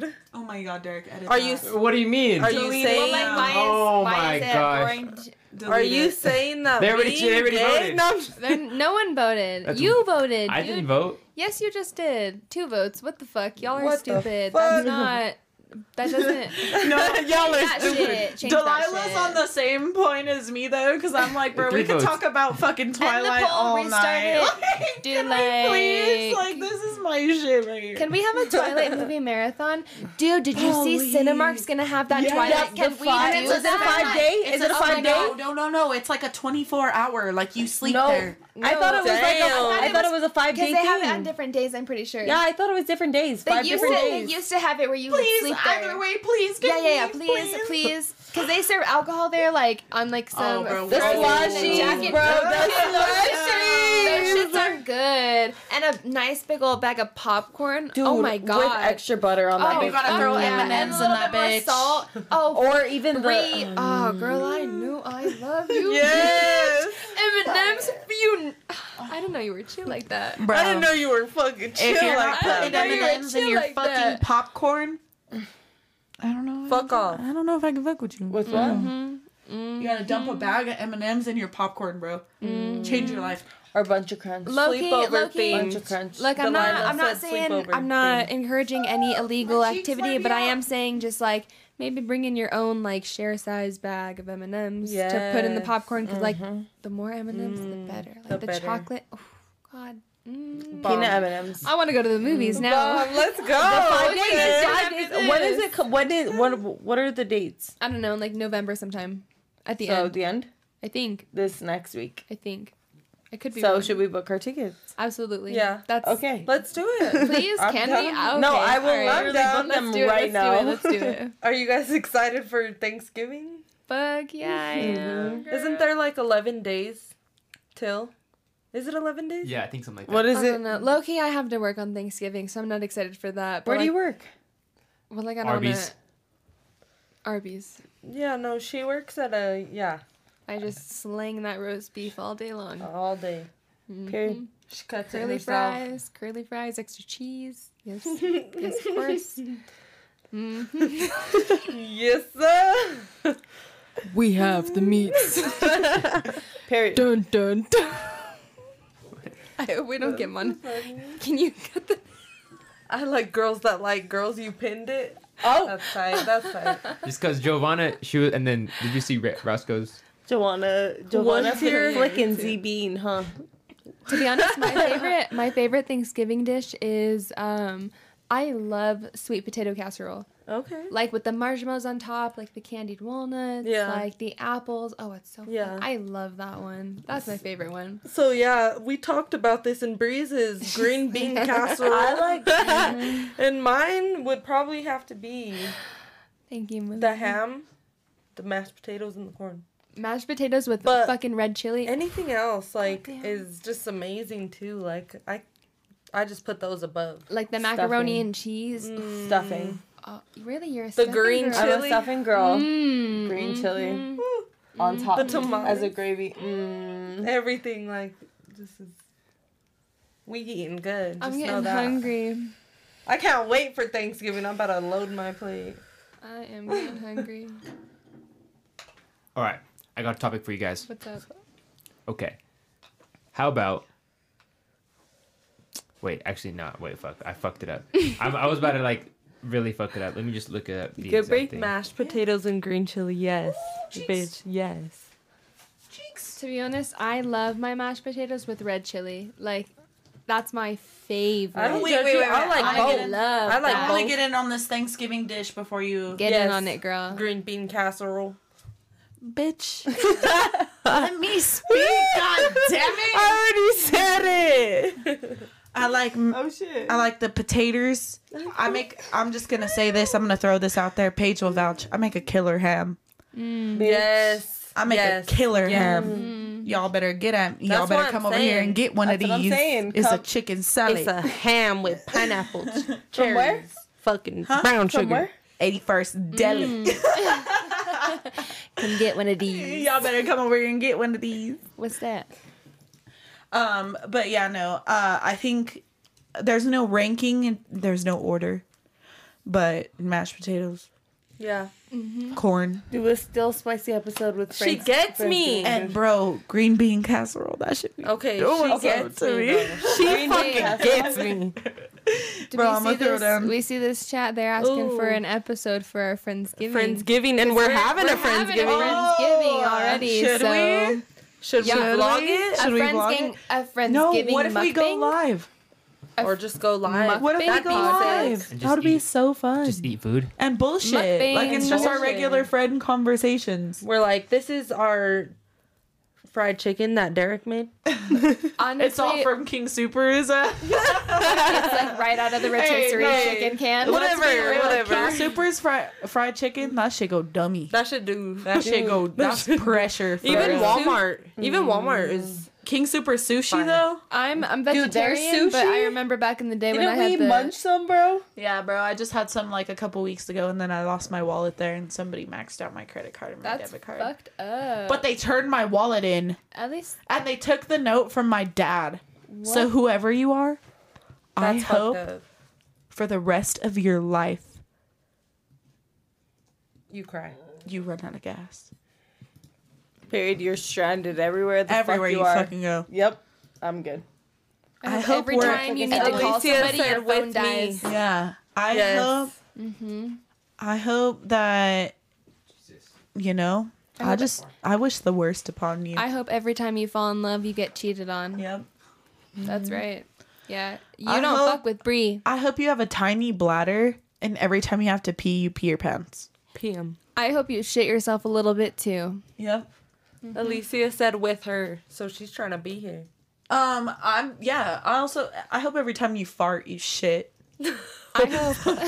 Speaker 7: good.
Speaker 2: oh my god, Derek, edit
Speaker 7: Are
Speaker 2: that.
Speaker 7: you
Speaker 3: Uh, What do you mean?
Speaker 7: Are you
Speaker 4: Well,
Speaker 7: saying?
Speaker 4: like, why is,
Speaker 3: Oh
Speaker 4: why
Speaker 3: my
Speaker 4: is it
Speaker 3: gosh.
Speaker 4: orange?
Speaker 2: Delete
Speaker 7: are you
Speaker 2: it.
Speaker 7: saying that?
Speaker 3: They already-
Speaker 7: we
Speaker 3: they already
Speaker 7: gay?
Speaker 3: voted.
Speaker 7: No, I'm just-
Speaker 4: Then no one voted.
Speaker 3: That's-
Speaker 4: you voted.
Speaker 3: I
Speaker 4: dude.
Speaker 3: didn't vote.
Speaker 4: Yes, you just did. Two votes. What the fuck? Y'all are
Speaker 7: What the
Speaker 4: stupid.
Speaker 7: fuck?
Speaker 4: That's not. That doesn't.
Speaker 2: no?
Speaker 7: y'all are
Speaker 4: that
Speaker 7: stupid.
Speaker 4: shit. Change that
Speaker 2: Delilah's
Speaker 4: shit.
Speaker 2: on the same point as me though, because I'm like, bro,
Speaker 3: Three
Speaker 2: we could
Speaker 3: votes.
Speaker 2: talk about fucking Twilight
Speaker 4: poll
Speaker 2: all night.
Speaker 4: restarted.
Speaker 2: Like,
Speaker 4: Do
Speaker 2: can we please?
Speaker 4: like-
Speaker 2: Like, this is my shit right here.
Speaker 4: Can we have a Twilight movie marathon? Dude, did you see
Speaker 2: Please.
Speaker 4: Cinemark's gonna have that
Speaker 5: Yeah.
Speaker 4: Twilight?
Speaker 5: Yeah,
Speaker 4: Can
Speaker 5: the
Speaker 4: we
Speaker 5: five-
Speaker 4: do
Speaker 5: It's a
Speaker 4: that? oh
Speaker 5: five day- It's is it a five day?
Speaker 2: No, no, no, no. It's like a 24 hour. Like you sleep
Speaker 5: no,
Speaker 2: there.
Speaker 5: I thought it was like a,
Speaker 7: Damn.
Speaker 5: I thought it was a five
Speaker 4: Because
Speaker 5: day
Speaker 4: they have it on different days, I'm pretty sure.
Speaker 5: yeah, I thought it was different days.
Speaker 4: They
Speaker 5: five
Speaker 4: used to,
Speaker 5: different
Speaker 4: they
Speaker 5: days.
Speaker 4: used to have it where you
Speaker 2: Please,
Speaker 4: would sleep there.
Speaker 2: either way, please.
Speaker 4: yeah,
Speaker 2: Get
Speaker 4: yeah, yeah.
Speaker 2: me,
Speaker 4: Please, please, because they serve alcohol there, like on like
Speaker 5: Oh,
Speaker 4: some.
Speaker 2: bro,
Speaker 5: the
Speaker 2: Bro,
Speaker 5: slushies,
Speaker 4: jacket-
Speaker 5: bro.
Speaker 4: Those
Speaker 5: The
Speaker 4: shits
Speaker 5: slushies.
Speaker 4: are good, and a nice big old bag of popcorn.
Speaker 5: Dude,
Speaker 4: oh my god!
Speaker 5: With extra butter on that.
Speaker 2: Oh,
Speaker 5: bitch.
Speaker 2: you gotta
Speaker 4: fuck
Speaker 2: throw
Speaker 4: yeah. And
Speaker 2: M&Ms
Speaker 4: a
Speaker 2: in
Speaker 4: little
Speaker 2: that
Speaker 4: bit more
Speaker 2: bitch.
Speaker 4: Salt. Oh,
Speaker 5: Or even
Speaker 4: free.
Speaker 5: the.
Speaker 4: Oh, girl, I knew I love you.
Speaker 7: Yes.
Speaker 4: M and M's. You. I didn't know you were chill like that.
Speaker 2: Bro.
Speaker 7: I didn't know you were fucking chill
Speaker 2: if you're
Speaker 7: like
Speaker 2: not
Speaker 7: that.
Speaker 2: putting
Speaker 4: I didn't know you
Speaker 2: M&Ms in
Speaker 4: chill
Speaker 2: your
Speaker 4: like
Speaker 2: fucking
Speaker 4: that.
Speaker 2: popcorn, I don't know.
Speaker 7: Fuck off.
Speaker 2: I don't know if I can fuck with you. Mm.
Speaker 5: With what?
Speaker 4: Mm-hmm.
Speaker 2: You gotta dump a
Speaker 7: Mm-hmm.
Speaker 2: bag of M and M's in your popcorn, bro. Change
Speaker 7: Mm.
Speaker 2: your life.
Speaker 5: Or bunch of crunch.
Speaker 4: Low key,
Speaker 7: Sleepover
Speaker 4: low key.
Speaker 7: thing.
Speaker 5: bunch of crunch.
Speaker 4: Look, I'm not.
Speaker 7: Delilah
Speaker 4: I'm not
Speaker 7: said
Speaker 4: saying.
Speaker 7: sleepover
Speaker 4: I'm not
Speaker 7: thing.
Speaker 4: encouraging any illegal
Speaker 2: My cheeks
Speaker 4: activity,
Speaker 2: might
Speaker 4: but
Speaker 2: be
Speaker 4: I am
Speaker 2: out.
Speaker 4: saying just like maybe bring in your own like share size bag of M and M's to put in the
Speaker 7: Yes.
Speaker 4: popcorn because
Speaker 5: Mm-hmm.
Speaker 4: like the more M and M's,
Speaker 5: Mm,
Speaker 4: the better. Like
Speaker 7: the
Speaker 4: the,
Speaker 7: better.
Speaker 4: chocolate. Oh, God. Mm.
Speaker 7: Bomb.
Speaker 5: peanut M&Ms.
Speaker 4: I want to go to the movies now.
Speaker 7: Bomb. Let's go.
Speaker 5: Five
Speaker 4: wait,
Speaker 5: days.
Speaker 4: it's
Speaker 5: Five
Speaker 4: after
Speaker 5: days. When is
Speaker 4: this.
Speaker 5: it? co- When is what? What are the dates?
Speaker 4: I don't know, like November sometime. At the
Speaker 5: So
Speaker 4: end,
Speaker 5: the end
Speaker 4: I think.
Speaker 5: this next week.
Speaker 4: I think. I could be.
Speaker 5: So
Speaker 4: wrong.
Speaker 5: should we book our tickets?
Speaker 4: absolutely.
Speaker 7: Yeah.
Speaker 4: That's
Speaker 5: Okay.
Speaker 7: Let's do it.
Speaker 4: Please,
Speaker 5: I'm
Speaker 4: can we?
Speaker 5: down.
Speaker 4: Oh,
Speaker 5: No,
Speaker 4: okay,
Speaker 5: I will
Speaker 4: all right.
Speaker 5: literally
Speaker 7: I'm
Speaker 5: book them
Speaker 7: down.
Speaker 4: Let's do it, let's
Speaker 5: right
Speaker 4: do
Speaker 5: now.
Speaker 4: it, let's do it.
Speaker 7: Are you guys excited for Thanksgiving?
Speaker 4: Fuck yeah, I am.
Speaker 7: Isn't
Speaker 4: girl.
Speaker 7: there like 11 days till? Is it 11 days?
Speaker 3: Yeah, I think something like
Speaker 5: what is
Speaker 4: I
Speaker 5: it?
Speaker 4: don't know. Low key, I have to work on Thanksgiving, so I'm not excited for that. But
Speaker 5: Where do you
Speaker 4: like-
Speaker 5: work?
Speaker 4: Well, like I don't
Speaker 3: Arby's.
Speaker 4: Wanna... Arby's.
Speaker 7: Yeah, no, she works at a, yeah,
Speaker 4: I just slang that roast beef all day long.
Speaker 7: all day.
Speaker 4: mm-hmm.
Speaker 5: Period.
Speaker 7: She cuts it
Speaker 4: Curly
Speaker 7: herself.
Speaker 4: fries, curly fries, extra cheese. Yes, yes, of course. Mhm.
Speaker 7: Yes, sir.
Speaker 1: We have the meats.
Speaker 5: Period.
Speaker 1: dun dun dun.
Speaker 4: I hope we don't get one. Can you get the?
Speaker 7: I like girls that like girls. You pinned it.
Speaker 5: Oh,
Speaker 7: That's tight. That's tight.
Speaker 3: Just because Giovanna, she was, and then did you see Ra- Roscoe's?
Speaker 5: Joanna, Joanna
Speaker 7: What's your-
Speaker 5: flicking Z Bean, huh?
Speaker 4: Mm-hmm. To be honest, my favorite, my favorite Thanksgiving dish is um, I love sweet potato casserole.
Speaker 7: Okay.
Speaker 4: like with the marshmallows on top, like the candied walnuts,
Speaker 7: Yeah.
Speaker 4: like the apples. Oh, it's so
Speaker 7: Yeah.
Speaker 4: fun. I love that one. That's my favorite one.
Speaker 7: So yeah, we talked about this in Breeze's green bean casserole.
Speaker 5: I like
Speaker 7: and mine would probably have to be
Speaker 4: Thank you. Melissa.
Speaker 7: The ham, the mashed potatoes, and the corn.
Speaker 4: mashed potatoes with
Speaker 7: But-
Speaker 4: fucking red chili.
Speaker 7: Anything else like
Speaker 4: Goddamn.
Speaker 7: is just amazing too. Like I, I just put those above.
Speaker 4: like the macaroni
Speaker 5: Stuffing.
Speaker 4: and cheese.
Speaker 5: Stuffing.
Speaker 4: Oh, really, you're a
Speaker 7: Mm. The green
Speaker 5: I'm a
Speaker 7: Chili.
Speaker 5: stuffing girl.
Speaker 4: Mm,
Speaker 5: Green chili.
Speaker 4: mhm.
Speaker 5: On top
Speaker 7: The tamales.
Speaker 5: as a gravy.
Speaker 7: Mm-hmm.
Speaker 5: Mm.
Speaker 7: Everything like this is. We eating good. Just
Speaker 4: I'm
Speaker 7: know
Speaker 4: getting
Speaker 7: that.
Speaker 4: hungry.
Speaker 7: I can't wait for Thanksgiving. I'm about to load my plate.
Speaker 4: I am getting hungry.
Speaker 3: All right, I got a topic for you guys.
Speaker 4: What's up?
Speaker 3: Okay, how about? Wait, actually, not. Wait, fuck. I fucked it up. I'm, I was about to like really fuck it up. Let me just look it up. The
Speaker 7: Good
Speaker 3: exact
Speaker 7: break,
Speaker 3: thing.
Speaker 7: mashed potatoes and green chili. Yes, bitch. Yes.
Speaker 4: To be honest, I love my mashed potatoes with red chili. Like, that's my favorite.
Speaker 7: I don't
Speaker 2: Oh, Wait,
Speaker 7: judge
Speaker 2: wait,
Speaker 7: you.
Speaker 2: wait,
Speaker 7: I
Speaker 2: wait. I
Speaker 7: like
Speaker 2: get
Speaker 7: both.
Speaker 2: it.
Speaker 4: love.
Speaker 7: I like
Speaker 2: I
Speaker 4: that.
Speaker 2: want to get in on this Thanksgiving dish before you.
Speaker 4: Get in
Speaker 7: Yes.
Speaker 4: on it, girl.
Speaker 7: Green bean casserole.
Speaker 2: Bitch. Let me speak. God damn it.
Speaker 5: already said it.
Speaker 2: I like
Speaker 5: oh shit.
Speaker 2: I like the potatoes. I make. I'm just gonna say this. I'm gonna throw this out there. Paige will vouch. I make a killer ham.
Speaker 7: Yes.
Speaker 2: I make
Speaker 7: yes.
Speaker 2: a killer
Speaker 7: Yes. Mm-hmm.
Speaker 2: ham. Y'all better get at. Y'all
Speaker 7: That's what
Speaker 2: better
Speaker 7: I'm
Speaker 2: come over here
Speaker 7: saying.
Speaker 2: and get one of
Speaker 5: That's
Speaker 2: these.
Speaker 5: what I'm saying.
Speaker 2: It's a
Speaker 5: Come-
Speaker 2: chicken salad.
Speaker 7: It's a ham with pineapples, cherries,
Speaker 5: where?
Speaker 7: fucking brown sugar.
Speaker 5: From where?
Speaker 2: 81st Deli.
Speaker 7: Mm.
Speaker 4: Come get one of these.
Speaker 2: Y'all better come over here and get one of these.
Speaker 4: What's that?
Speaker 2: Um, but yeah, no. Uh, I think there's no ranking and there's no order, but mashed potatoes,
Speaker 7: Yeah.
Speaker 4: Mm-hmm.
Speaker 2: corn,
Speaker 5: Do a still spicy episode with
Speaker 7: She gets me.
Speaker 2: and bro, green bean casserole. That should be.
Speaker 7: Okay,
Speaker 2: doing
Speaker 7: she
Speaker 2: something
Speaker 7: gets me. though. She fucking gets me.
Speaker 4: Did
Speaker 2: Bro,
Speaker 4: we,
Speaker 2: I'ma
Speaker 4: see
Speaker 2: throw
Speaker 4: this,
Speaker 2: down.
Speaker 4: we see this chat. They're asking for
Speaker 7: Ooh.
Speaker 4: an episode for our Friendsgiving.
Speaker 7: Friendsgiving, and we're, having
Speaker 4: we're
Speaker 7: a
Speaker 4: having a
Speaker 7: friendsgiving.
Speaker 4: Friendsgiving already.
Speaker 2: Oh, should
Speaker 4: so
Speaker 2: we?
Speaker 7: Should we
Speaker 4: Yeah.
Speaker 7: vlog it?
Speaker 2: Should
Speaker 4: a
Speaker 2: we vlog
Speaker 4: Friendsgiving,
Speaker 2: it?
Speaker 4: a Friendsgiving
Speaker 2: No, what if we go
Speaker 4: mukbang?
Speaker 2: live?
Speaker 7: Or just go live?
Speaker 2: What if we
Speaker 4: That'd
Speaker 2: go
Speaker 4: be
Speaker 2: live?
Speaker 4: sick.
Speaker 3: And
Speaker 2: That would
Speaker 3: just
Speaker 2: be
Speaker 3: eat-
Speaker 2: so fun.
Speaker 3: Just eat food.
Speaker 2: and bullshit.
Speaker 4: Mukbang.
Speaker 2: Like it's just our
Speaker 7: Bullshit.
Speaker 2: regular friend conversations.
Speaker 7: We're like, this is our fried chicken that Derek made.
Speaker 4: Honestly,
Speaker 2: It's all from King Super, is it?
Speaker 4: it's like right out of the rotisserie chicken can.
Speaker 7: Whatever, whatever.
Speaker 2: King Super's fried fried chicken. That shit go dummy.
Speaker 7: That should do.
Speaker 2: That shit go. That's pressure. For
Speaker 7: Even
Speaker 2: real.
Speaker 7: Walmart. Even Walmart is.
Speaker 2: King Super sushi
Speaker 7: Fine.
Speaker 2: though.
Speaker 4: I'm I'm
Speaker 5: Dude, their
Speaker 4: vegetarian, but I
Speaker 5: sushi-
Speaker 4: remember back in the day when I
Speaker 5: Didn't
Speaker 4: had
Speaker 5: we
Speaker 4: the
Speaker 5: munch some, bro?
Speaker 2: Yeah, bro. I just had some like a couple weeks ago, and then I lost my wallet there, and somebody maxed out my credit card and my
Speaker 4: that's
Speaker 2: debit card.
Speaker 4: fucked up.
Speaker 2: But they turned my wallet in,
Speaker 4: at least
Speaker 2: and they took the note from my dad. So whoever you are, I
Speaker 7: That's fucked
Speaker 2: hope
Speaker 7: up.
Speaker 2: for the rest of your life
Speaker 7: You cry.
Speaker 2: you run out of gas
Speaker 5: Period. You're stranded everywhere. The
Speaker 2: everywhere
Speaker 5: fuck
Speaker 2: you,
Speaker 5: you, are.
Speaker 2: fucking go.
Speaker 5: Yep. I'm good.
Speaker 4: I
Speaker 2: I
Speaker 4: hope
Speaker 2: hope
Speaker 4: every
Speaker 2: we're-
Speaker 4: time you need to
Speaker 5: Alicia
Speaker 4: call somebody,
Speaker 7: said
Speaker 4: your
Speaker 7: with
Speaker 4: phone
Speaker 7: me.
Speaker 4: dies.
Speaker 2: Yeah, I
Speaker 7: Yes.
Speaker 2: hope. Mm-hmm. I hope that you know. I, just I wish the worst upon you.
Speaker 4: I hope every time you fall in love, you get cheated on.
Speaker 2: yep.
Speaker 4: That's right. Yeah, you
Speaker 2: I
Speaker 4: don't
Speaker 2: hope-
Speaker 4: fuck with Bree.
Speaker 2: I hope you have a tiny bladder, and every time you have to pee, you pee your pants.
Speaker 7: PM.
Speaker 4: I hope you shit yourself a little bit too.
Speaker 2: Yep.
Speaker 7: Alicia said with her, so she's trying to be here.
Speaker 2: Um, I'm yeah. I also I hope every time you fart, you shit.
Speaker 4: I hope,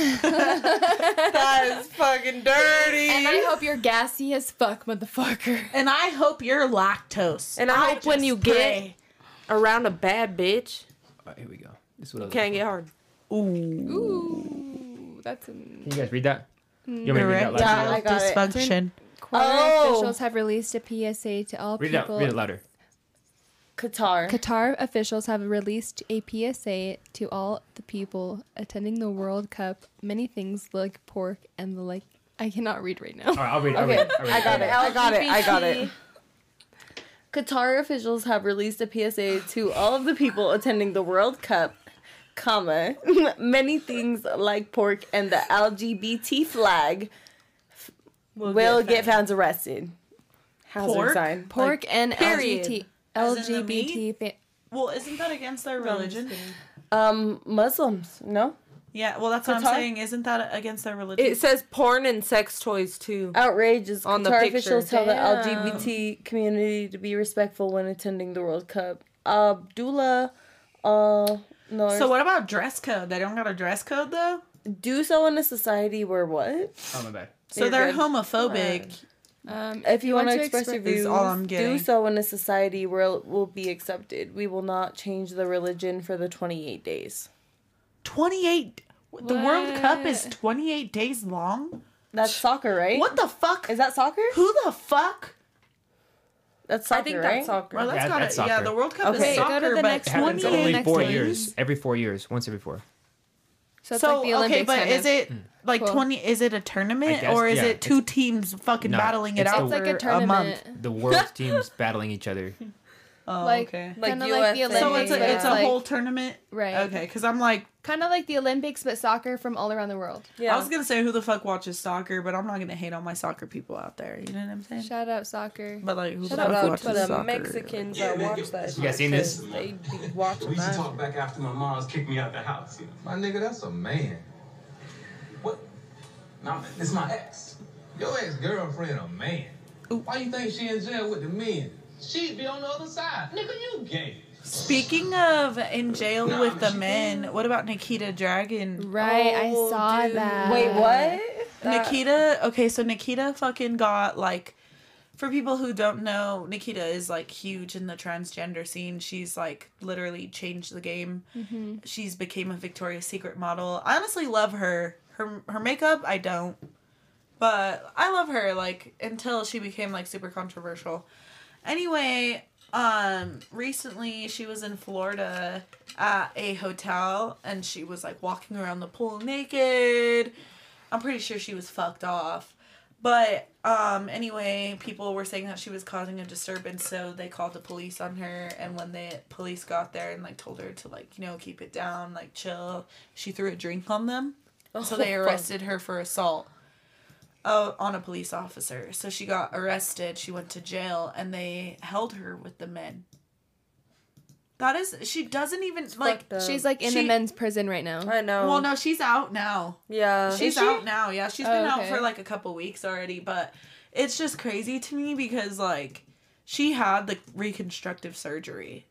Speaker 7: That is fucking dirty.
Speaker 4: and I hope you're gassy as fuck, motherfucker.
Speaker 2: And I hope you're lactose.
Speaker 7: And I hope when
Speaker 2: just
Speaker 7: you
Speaker 2: pray.
Speaker 7: Around a bad bitch,
Speaker 3: All right, here we go. This is what I was
Speaker 7: can't get hard.
Speaker 2: ooh,
Speaker 4: Ooh, that's an
Speaker 3: Can you guys read that? You want me to read that
Speaker 2: erectile
Speaker 5: Mm,
Speaker 3: louder?
Speaker 5: Yeah, I got it.
Speaker 2: dysfunction.
Speaker 4: Quarter
Speaker 5: Oh.
Speaker 4: officials have released a PSA to all
Speaker 3: Read it out.
Speaker 4: people.
Speaker 3: Read it louder.
Speaker 5: Qatar.
Speaker 4: Qatar officials have released a PSA to all the people attending the World Cup. Many things like pork and the like. I cannot read right now.
Speaker 3: All right, I'll read. it, I'll
Speaker 5: Okay,
Speaker 3: read it, I'll read
Speaker 5: I got it. I got it. I got it.
Speaker 4: LGBT.
Speaker 5: Qatar officials have released a PSA to all of the people attending the World Cup, comma, many things like pork and the LGBT flag
Speaker 7: We'll
Speaker 5: will get fans arrested. Hazard
Speaker 2: Pork?
Speaker 5: sign.
Speaker 4: Pork and
Speaker 7: period.
Speaker 4: LGBT.
Speaker 2: As in the meat?
Speaker 4: LGBT. Fa-
Speaker 2: Well, isn't that against their religion?
Speaker 5: Um, Muslims. No.
Speaker 2: Yeah. Well, that's what I'm
Speaker 5: Qatar?
Speaker 2: saying. Isn't that against their religion?
Speaker 7: It says porn and sex toys too.
Speaker 5: Outrage is
Speaker 7: On
Speaker 5: on
Speaker 7: the
Speaker 5: Qatar
Speaker 7: picture.
Speaker 5: officials tell the
Speaker 4: Damn.
Speaker 5: LGBT community to be respectful when attending the World Cup. Abdullah, uh, no.
Speaker 2: so what about dress code? They don't got a dress code though.
Speaker 5: do so in a society where what?
Speaker 3: Oh my bad.
Speaker 2: So
Speaker 5: You're
Speaker 2: they're
Speaker 5: good.
Speaker 2: homophobic.
Speaker 4: Um,
Speaker 5: If you want to express your
Speaker 4: expre-
Speaker 2: is
Speaker 5: views,
Speaker 2: all I'm
Speaker 5: do
Speaker 2: getting.
Speaker 5: so in a society where it will be accepted. We will not change the religion for the 28 days.
Speaker 2: 28. The World Cup is
Speaker 4: What?
Speaker 2: 28 days long?
Speaker 5: That's soccer, right?
Speaker 2: What the fuck?
Speaker 5: Is that soccer?
Speaker 2: Who the fuck?
Speaker 5: That's soccer,
Speaker 7: I think
Speaker 5: right?
Speaker 7: that's soccer.
Speaker 2: Well, that's
Speaker 3: Yeah,
Speaker 2: got
Speaker 3: that's
Speaker 2: it. Yeah,
Speaker 3: soccer.
Speaker 2: the World Cup
Speaker 5: Okay,
Speaker 2: is
Speaker 5: go
Speaker 4: to
Speaker 2: soccer,
Speaker 4: the
Speaker 2: but
Speaker 4: next
Speaker 3: It
Speaker 4: one.
Speaker 2: 28
Speaker 3: happens
Speaker 4: Go to the
Speaker 3: only
Speaker 4: next
Speaker 3: four
Speaker 4: one.
Speaker 3: years. Every four years, once every four.
Speaker 4: so it's
Speaker 2: so
Speaker 4: like the Olympics.
Speaker 2: okay, but
Speaker 4: kind
Speaker 2: is
Speaker 4: of.
Speaker 2: it like
Speaker 4: Cool.
Speaker 2: twenty? Is it a tournament
Speaker 3: Hmm. I guess,
Speaker 2: or is
Speaker 3: yeah,
Speaker 2: it two teams fucking
Speaker 3: No,
Speaker 2: battling it
Speaker 3: it's
Speaker 2: out
Speaker 4: It's like
Speaker 2: for
Speaker 4: a
Speaker 2: a,
Speaker 4: tournament.
Speaker 2: month?
Speaker 3: The world's teams battling each other.
Speaker 2: Oh,
Speaker 4: Like,
Speaker 2: okay.
Speaker 7: Like
Speaker 4: kind of like the
Speaker 7: USA.
Speaker 4: Olympics.
Speaker 2: So
Speaker 4: but
Speaker 2: it's a, it's a
Speaker 4: like,
Speaker 2: whole tournament,
Speaker 4: right.
Speaker 2: Okay, because I'm like,
Speaker 4: Kind of like the Olympics, but soccer from all around the world.
Speaker 7: Yeah.
Speaker 2: I was gonna say who the fuck watches soccer, but I'm not gonna hate all my soccer people out there. You know what I'm saying?
Speaker 4: Shout out soccer.
Speaker 2: but like, who the
Speaker 7: Shout
Speaker 2: fuck
Speaker 7: out
Speaker 2: watches
Speaker 7: to the
Speaker 2: soccer?
Speaker 7: Mexicans that watch that.
Speaker 3: You guys
Speaker 7: shit,
Speaker 3: seen this?
Speaker 7: 'cause They be watching
Speaker 8: We used to
Speaker 7: that.
Speaker 8: talk back after my mom's kicked me out the house. You know?
Speaker 9: My nigga, that's a man.
Speaker 8: What?
Speaker 9: Nah, man, it's my ex. Your ex girlfriend a man. Why you think she in jail with the men? She'd be on the other side. Nigga, you gay.
Speaker 2: Speaking of in jail with the men, what about Nikita Dragon?
Speaker 4: Right, I saw
Speaker 7: dude.
Speaker 4: that.
Speaker 5: Wait, what?
Speaker 2: Nikita, okay, so Nikita fucking got like for people who don't know, Nikita is like huge in the transgender scene. She's like literally changed the game. She's became a Victoria's Secret model. I honestly love her. Her her makeup, I don't. But I love her like until she became like super controversial. Anyway, um recently she was in Florida at a hotel and she was like walking around the pool naked. I'm pretty sure she was fucked off. But um anyway, people were saying that she was causing a disturbance, so they called the police on her and when the police got there and like told her to like, you know, keep it down, like chill, she threw a drink on them. so they
Speaker 7: Oh, fuck.
Speaker 2: arrested her for assault. Oh, on a police officer. So she got arrested, she went to jail and they held her with the men. That is she doesn't even like
Speaker 7: fucked up.
Speaker 4: She's like in the
Speaker 2: She-
Speaker 4: men's prison right now.
Speaker 7: I know.
Speaker 2: well no, she's out now.
Speaker 7: Yeah.
Speaker 2: She's
Speaker 4: she?
Speaker 2: out now. Yeah, she's been
Speaker 4: Oh,
Speaker 2: out
Speaker 4: okay.
Speaker 2: for like a couple weeks already, but it's just crazy to me because like she had the reconstructive surgery.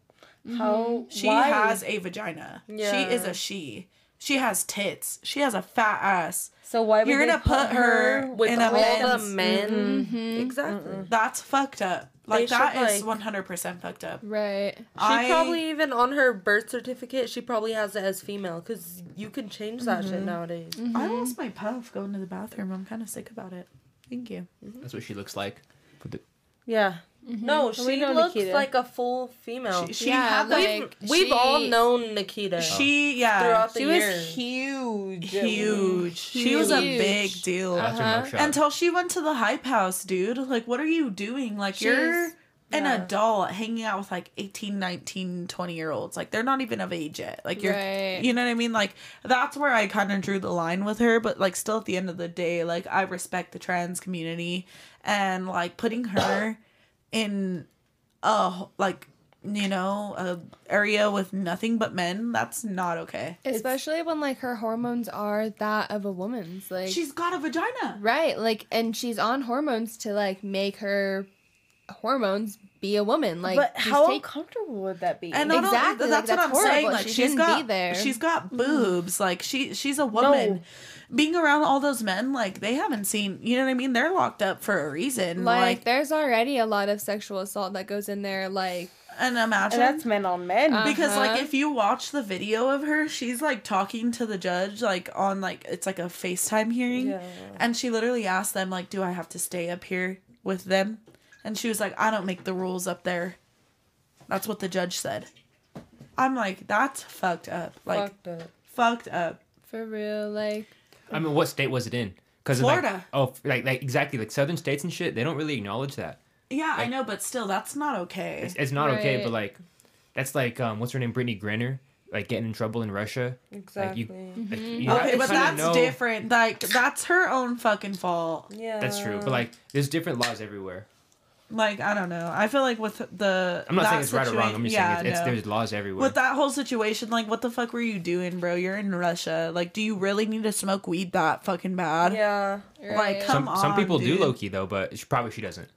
Speaker 5: How?
Speaker 2: Oh,
Speaker 7: Mm-hmm.
Speaker 2: She
Speaker 5: why?
Speaker 2: has a vagina. She is
Speaker 7: Yeah.
Speaker 2: a she. She has tits. She has a fat ass.
Speaker 5: So why would
Speaker 2: You're
Speaker 5: they
Speaker 2: gonna put her
Speaker 7: with
Speaker 2: in a
Speaker 7: all the
Speaker 2: men's. Mm-hmm.
Speaker 7: men. Mm-hmm. Exactly.
Speaker 2: That's fucked up.
Speaker 7: They
Speaker 2: Like
Speaker 7: should,
Speaker 2: that is
Speaker 7: like-
Speaker 2: 100% fucked up.
Speaker 4: Right.
Speaker 7: She probably even on her birth certificate, she probably has it as female because you can change that shit
Speaker 2: Mm-hmm.
Speaker 7: nowadays.
Speaker 2: I lost my puff going to the bathroom. I'm kind of sick about it. Thank you.
Speaker 3: That's what she looks like. With the-
Speaker 7: Yeah.
Speaker 2: Mm-hmm.
Speaker 7: No,
Speaker 5: we
Speaker 7: she
Speaker 5: know
Speaker 7: looks
Speaker 5: Nikita.
Speaker 7: like a full female.
Speaker 2: She, she
Speaker 4: Yeah,
Speaker 2: had like,
Speaker 4: like,
Speaker 7: We've
Speaker 4: she-
Speaker 7: all known Nikita
Speaker 2: she yeah.
Speaker 7: throughout the
Speaker 5: She
Speaker 7: years.
Speaker 5: was huge.
Speaker 2: huge. She was a big deal.
Speaker 3: That's her mug shot.
Speaker 2: Until she went to the hype house, dude. Like, what are you doing? Like, you're
Speaker 4: She's-
Speaker 2: an
Speaker 7: yeah.
Speaker 2: adult hanging out with like 18, 19, 20 year olds. Like, they're not even of age yet. Like, you're,
Speaker 4: Right.
Speaker 2: you know what I mean? Like, that's where I kind of drew the line with her. But, like, still at the end of the day, like, I respect the trans community and, like, putting her in a, wh- like, you know, a area with nothing but men, that's not okay.
Speaker 4: Especially when like her hormones are that of a woman's. Like
Speaker 2: She's got a vagina.
Speaker 4: right, like and she's on hormones to like make her hormones be a woman. Like
Speaker 5: but
Speaker 4: just
Speaker 5: how
Speaker 4: take-
Speaker 5: uncomfortable would that be?
Speaker 2: And not only-
Speaker 4: Exactly, like,
Speaker 2: that's,
Speaker 4: that's
Speaker 2: what I'm saying.
Speaker 4: horrible.
Speaker 2: Like
Speaker 4: She
Speaker 2: she has
Speaker 4: shouldn't
Speaker 2: got,
Speaker 4: be there. Mm-hmm.
Speaker 2: she's got boobs. Like she, she's a woman. Being around all those men, like they haven't seen. You know what I mean? They're locked up for a reason.
Speaker 4: like,
Speaker 2: Like,
Speaker 4: there's already a lot of sexual assault that goes in there like
Speaker 2: and
Speaker 5: and
Speaker 2: imagine
Speaker 5: that's men on men.
Speaker 4: Uh,
Speaker 2: because like
Speaker 4: Uh-huh.
Speaker 2: if you watch the video of her, she's like talking to the judge, like on like it's like a FaceTime hearing,
Speaker 7: Yeah.
Speaker 2: and she literally asked them like, "Do I have to stay up here with them?" And she was like, "I don't make the rules up there." That's what the judge said. I'm like, that's fucked up. Like
Speaker 7: Fucked up.
Speaker 2: fucked up.
Speaker 4: for real like
Speaker 3: I mean, what state was it in? Because
Speaker 2: Florida.
Speaker 3: Like, oh, like, like exactly like southern states and shit. They don't really acknowledge that.
Speaker 2: Yeah, I know, but still, that's not okay.
Speaker 3: It's, it's not okay, but
Speaker 4: Right.
Speaker 3: like, that's like um, what's her name, Brittany Griner, like getting in trouble in Russia.
Speaker 7: Exactly.
Speaker 3: Like you,
Speaker 10: Mm-hmm.
Speaker 3: like, you have
Speaker 2: Okay,
Speaker 3: to
Speaker 2: Oh, but
Speaker 3: kinda
Speaker 2: that's
Speaker 3: know-
Speaker 2: different. Like, that's her own fucking fault.
Speaker 7: yeah.
Speaker 3: That's true, but like, there's different laws everywhere.
Speaker 2: Like, I don't know. I feel like with the
Speaker 3: I'm not
Speaker 2: that
Speaker 3: saying it's right or wrong.
Speaker 2: situa-
Speaker 3: I'm just
Speaker 2: yeah,
Speaker 3: saying it's, it's
Speaker 2: no.
Speaker 3: there's laws everywhere.
Speaker 2: with that whole situation, like, what the fuck were you doing, bro? You're in Russia. Like, do you really need to smoke weed that fucking bad?
Speaker 7: yeah.
Speaker 2: Like,
Speaker 4: right.
Speaker 2: come
Speaker 3: some some
Speaker 2: on,
Speaker 3: people
Speaker 2: dude.
Speaker 3: do low key though, but she, probably she doesn't.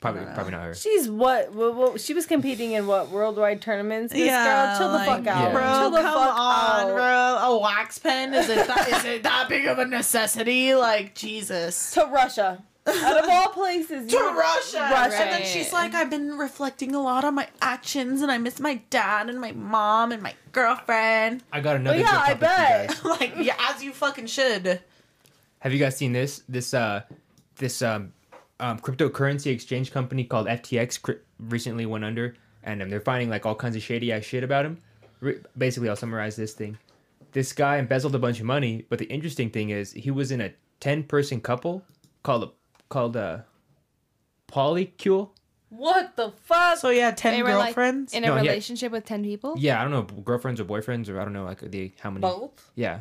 Speaker 3: Probably, probably not her.
Speaker 10: She's what, what, what- She was competing in what worldwide tournaments? This girl, chill the
Speaker 2: like,
Speaker 10: fuck out.
Speaker 3: bro,
Speaker 10: chill the
Speaker 2: come
Speaker 10: fuck
Speaker 2: on,
Speaker 10: out.
Speaker 2: bro. A wax pen is it? That, is it that big of a necessity? Like Jesus.
Speaker 10: To Russia, out of all places.
Speaker 2: To
Speaker 10: you-
Speaker 2: Russia. And then
Speaker 10: Right.
Speaker 2: she's like, I've been reflecting a lot on my actions, and I miss my dad and my mom and my girlfriend.
Speaker 3: I got another.
Speaker 10: yeah,
Speaker 3: good
Speaker 10: I
Speaker 3: topic for you
Speaker 10: bet.
Speaker 3: guys.
Speaker 2: like, yeah, as you fucking should.
Speaker 3: Have you guys seen this? This uh, this um, um, cryptocurrency exchange company called FTX cri- recently went under, and um, they're finding like all kinds of shady ass shit about him. Re- basically, I'll summarize this thing. This guy embezzled a bunch of money, but the interesting thing is he was in a ten-person couple called a called a polycule.
Speaker 7: What the fuck?
Speaker 2: So yeah, ten
Speaker 4: They were like
Speaker 2: girlfriends.
Speaker 4: in a
Speaker 3: No, yeah.
Speaker 4: relationship with ten people.
Speaker 3: Yeah, I don't know girlfriends or boyfriends or I don't know like the how many.
Speaker 7: Both.
Speaker 3: Yeah,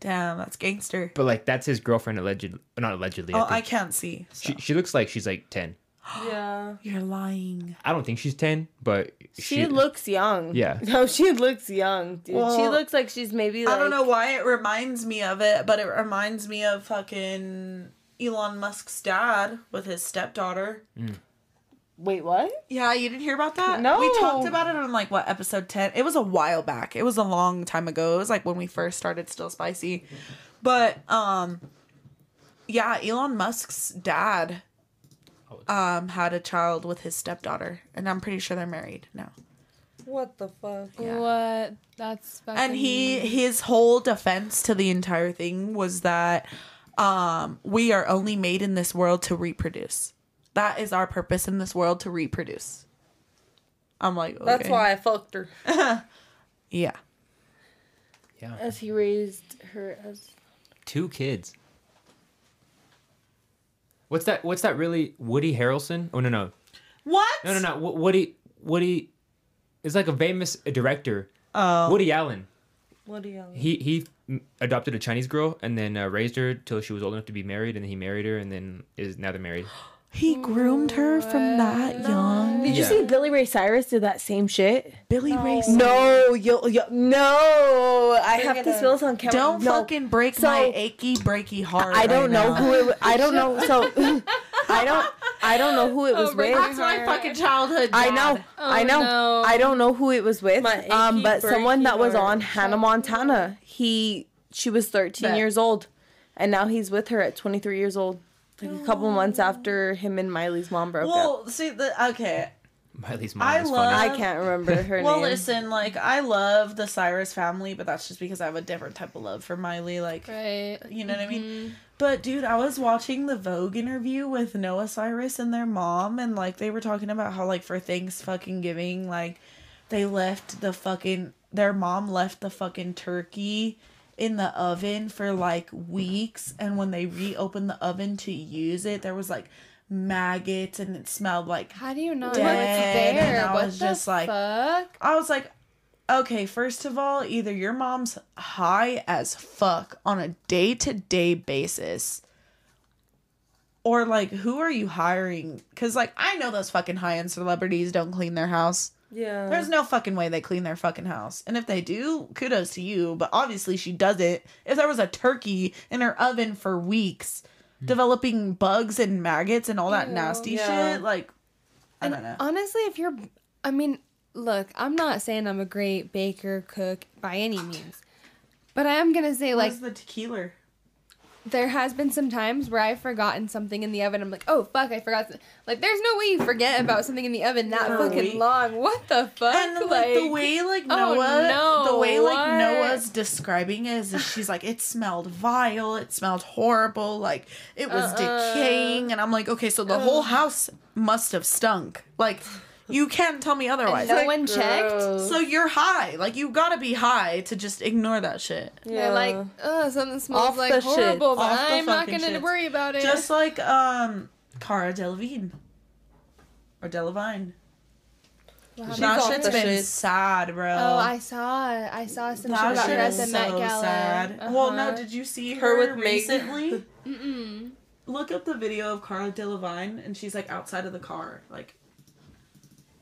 Speaker 2: Damn, that's gangster.
Speaker 3: but like that's his girlfriend allegedly, not allegedly.
Speaker 2: Oh,
Speaker 3: I
Speaker 2: I
Speaker 3: think.
Speaker 2: can't see.
Speaker 3: she she looks like she's like ten.
Speaker 7: Yeah.
Speaker 2: You're lying.
Speaker 3: I don't think she's ten, but
Speaker 10: She looks young.
Speaker 3: Yeah.
Speaker 10: No, Oh, she looks young, dude. she
Speaker 2: Well,
Speaker 10: looks like she's maybe. Like,
Speaker 2: I don't know why it reminds me of it, but it reminds me of fucking Elon Musk's dad with his stepdaughter.
Speaker 10: Wait, what?
Speaker 2: Yeah, you didn't hear about that?
Speaker 10: No.
Speaker 2: We talked about it on like what episode 10. It was a while back. It was a long time ago. It was like when we first started Still Spicy. But um yeah, Elon Musk's dad um had a child with his stepdaughter, and I'm pretty sure they're married now.
Speaker 7: What the fuck?
Speaker 2: Yeah.
Speaker 4: What? That's fucking...
Speaker 2: and he his whole defense to the entire thing was that um we are only made in this world to reproduce that is our purpose in this world to reproduce i'm like
Speaker 7: That's
Speaker 2: okay.
Speaker 7: why I fucked her.
Speaker 2: yeah
Speaker 3: yeah,
Speaker 10: As he raised her as.
Speaker 3: two kids. What's that? What's that really? Woody Harrelson? Oh no no
Speaker 2: what
Speaker 3: no no no Wo- Woody Woody is like a famous director. Oh. Woody Allen.
Speaker 7: What do you?
Speaker 3: He he mm, adopted a Chinese girl and then uh, raised her till she was old enough to be married, and then he married her, and then is now they're married.
Speaker 2: he groomed her from that young
Speaker 10: Did
Speaker 3: Yeah.
Speaker 10: you see Billy Ray Cyrus did that same shit?
Speaker 2: billy ray
Speaker 10: No, yo, yo, no! I have to spill this on camera.
Speaker 2: don't
Speaker 10: No.
Speaker 2: fucking break
Speaker 10: So-
Speaker 2: my achy breaky heart
Speaker 10: I don't
Speaker 2: right
Speaker 10: know
Speaker 2: now.
Speaker 10: who it. wa- I don't know. So I don't. I don't know who Oh, it was
Speaker 4: break
Speaker 10: with.
Speaker 4: my heart.
Speaker 2: fucking childhood
Speaker 10: I know.
Speaker 2: dad.
Speaker 10: I know.
Speaker 4: no.
Speaker 10: I don't know who it was with.
Speaker 7: My achy,
Speaker 10: um, but someone
Speaker 7: breaky
Speaker 10: that was
Speaker 7: heart.
Speaker 10: on Hannah Montana. He she was 13
Speaker 2: Bet.
Speaker 10: years old, and now he's with her at 23 years old. Like a couple months after him and Miley's mom broke up.
Speaker 2: Oh. well see the okay
Speaker 3: Miley's mom
Speaker 2: I
Speaker 3: is
Speaker 2: love-
Speaker 3: funny.
Speaker 10: I can't remember her
Speaker 2: Well,
Speaker 10: name.
Speaker 2: listen, like I love the Cyrus family, but that's just because I have a different type of love for Miley. Like,
Speaker 4: Right.
Speaker 2: you know what I mean? But dude, I was watching the Vogue interview with Noah Cyrus and their mom, and like they were talking about how like for Thanks fucking giving, like they left the fucking their mom left the fucking turkey in the oven for like weeks and when they reopened the oven to use it there was like maggots and it smelled like
Speaker 4: How do you not know it's
Speaker 2: Dead, and
Speaker 4: there?
Speaker 2: I
Speaker 4: What
Speaker 2: was
Speaker 4: the
Speaker 2: just like-
Speaker 4: fuck?
Speaker 2: I was like, okay, first of all, either your mom's high as fuck on a day to day basis, or like, who are you hiring? Because, like, I know those fucking high end celebrities don't clean their house.
Speaker 7: Yeah.
Speaker 2: There's no fucking way they clean their fucking house. And if they do, kudos to you. But obviously, she doesn't. If there was a turkey in her oven for weeks, developing bugs and maggots and all that nasty
Speaker 7: yeah.
Speaker 2: shit, like, I don't know.
Speaker 4: Honestly, if you're, I mean, look, I'm not saying I'm a great baker cook by any means, but I am gonna say like
Speaker 2: Where's the tequila?
Speaker 4: there has been some times where I've forgotten something in the oven. I'm like, oh fuck, I forgot. Some-. Like, there's no way you forget about something in the oven that
Speaker 2: No.
Speaker 4: fucking long. What the fuck?
Speaker 2: And like, the way like
Speaker 4: oh,
Speaker 2: Noah,
Speaker 4: no,
Speaker 2: the way like
Speaker 4: what?
Speaker 2: Noah's describing it is, that she's like, it smelled vile, it smelled horrible, like it was decaying, and I'm like, okay, so the whole house must have stunk. Like, you can't tell me otherwise.
Speaker 4: no one checked.
Speaker 2: so you're high, like you gotta be high to just ignore that shit.
Speaker 4: They're like, oh, something smells
Speaker 7: Off
Speaker 4: like
Speaker 7: the shit.
Speaker 4: horrible, but
Speaker 2: Off the
Speaker 4: I'm not
Speaker 2: fucking
Speaker 4: gonna
Speaker 2: shit.
Speaker 4: worry about it.
Speaker 2: Just like um, Cara Delevingne or Delevingne.
Speaker 4: Wow.
Speaker 7: She's
Speaker 2: That
Speaker 7: off
Speaker 2: shit's
Speaker 7: the
Speaker 2: been
Speaker 7: shit.
Speaker 2: sad, bro.
Speaker 4: Oh, I saw. I saw some shit
Speaker 2: That
Speaker 4: about her
Speaker 2: shit
Speaker 4: at
Speaker 2: is
Speaker 4: the Met
Speaker 2: so
Speaker 4: Gala.
Speaker 2: sad. Well, no,
Speaker 4: Uh-huh.
Speaker 2: did you see her,
Speaker 7: Her with Meg.
Speaker 2: recently?
Speaker 4: Mm-mm.
Speaker 2: Look up the video of Carla Delevingne, and she's like outside of the car, like.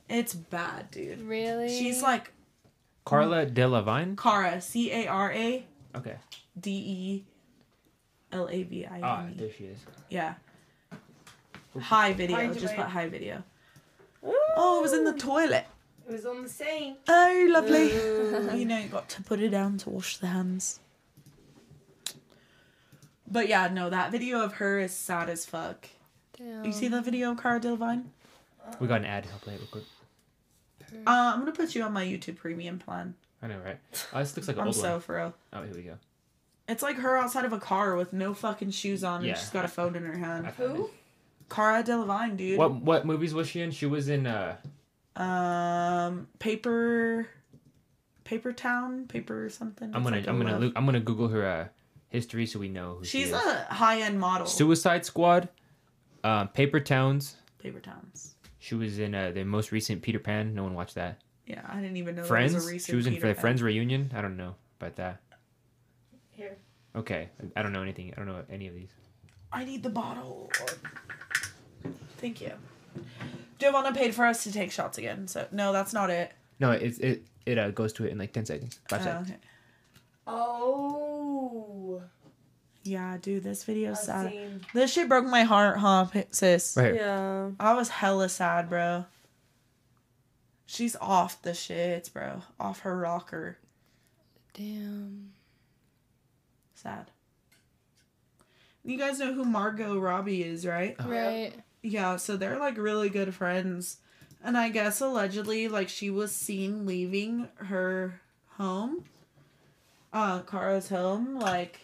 Speaker 2: It's bad, dude.
Speaker 4: Really?
Speaker 2: She's like
Speaker 3: Carla Delevingne.
Speaker 2: Cara, C A R A
Speaker 3: Okay.
Speaker 2: D E L A V I N E.
Speaker 3: Ah, there she is.
Speaker 2: Yeah. High video.
Speaker 11: Find your
Speaker 2: just
Speaker 11: way.
Speaker 2: put high video. Oh, it was in the toilet.
Speaker 11: It was on the sink.
Speaker 2: Oh, lovely. you know, you got to put it down to wash the hands. But yeah, no, that video of her is sad as fuck. You see the video of Cara Delevingne?
Speaker 3: We got an ad. I'll play it real quick.
Speaker 11: Mm.
Speaker 2: Uh, I'm gonna put you on my YouTube Premium plan.
Speaker 3: I know, right? Oh, this looks like an
Speaker 2: I'm
Speaker 3: old
Speaker 2: so
Speaker 3: one.
Speaker 2: for real.
Speaker 3: Oh, here we go.
Speaker 2: It's like her outside of a car with no fucking shoes on,
Speaker 3: Yeah.
Speaker 2: and she's got a phone in her hand.
Speaker 3: I found Who?
Speaker 2: Cara Delevingne, dude.
Speaker 3: What what movies was she in? She was in uh
Speaker 2: Um, paper, paper town, paper something.
Speaker 3: I'm gonna
Speaker 2: something
Speaker 3: I'm gonna
Speaker 2: love.
Speaker 3: look, I'm gonna Google her uh history so we know who
Speaker 2: She's
Speaker 3: she is.
Speaker 2: a high end model.
Speaker 3: Suicide Squad, um, Paper Towns.
Speaker 2: paper towns.
Speaker 3: She was in uh, the most recent Peter Pan. No one watched that.
Speaker 2: Yeah, I didn't even know that
Speaker 3: Friends.
Speaker 2: was a recent
Speaker 3: she was in
Speaker 2: Peter
Speaker 3: for the
Speaker 2: Pan.
Speaker 3: Friends reunion. I don't know about that.
Speaker 11: Here.
Speaker 3: Okay, I don't know anything. I don't know any of these.
Speaker 2: I need the bottle. Thank you. Giovanna paid for us to take shots again, so no, that's not it.
Speaker 3: No, it's it it uh, goes to it in like ten seconds. Five
Speaker 2: Oh,
Speaker 3: seconds.
Speaker 2: okay.
Speaker 11: Oh.
Speaker 2: Yeah, dude, this video's sad.
Speaker 11: seen-
Speaker 2: This shit broke my heart, huh, p- sis?
Speaker 3: Right here.
Speaker 7: Yeah.
Speaker 2: I was hella sad, bro. She's off the shits, bro. Off her rocker.
Speaker 4: Damn.
Speaker 2: Sad. You guys know who Margot Robbie is, right?
Speaker 4: Right.
Speaker 2: Yeah, so they're like really good friends. And I guess allegedly, like, she was seen leaving her home, uh, Kara's home, like,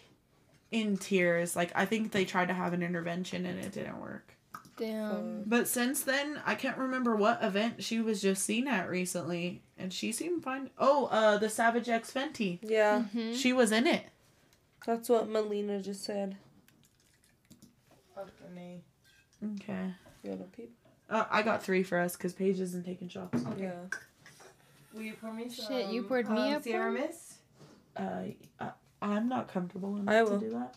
Speaker 2: in tears. Like, I think they tried to have an intervention and it didn't work.
Speaker 4: Damn.
Speaker 2: But since then, I can't remember what event she was just seen at recently. And she seemed fine. Oh, uh, the Savage X Fenty.
Speaker 7: Yeah.
Speaker 2: She was in it.
Speaker 7: That's what Melina just said.
Speaker 11: Fuck me.
Speaker 2: Okay.
Speaker 7: The other people.
Speaker 2: Uh, I got three for us because Paige isn't taking shots.
Speaker 7: Yeah.
Speaker 11: Will you pour me some?
Speaker 4: Shit, you poured me
Speaker 11: um,
Speaker 4: up
Speaker 11: Sierra
Speaker 4: one?
Speaker 11: Mist?
Speaker 2: Uh, I, I'm not comfortable enough
Speaker 7: I
Speaker 2: to
Speaker 7: will.
Speaker 2: do that.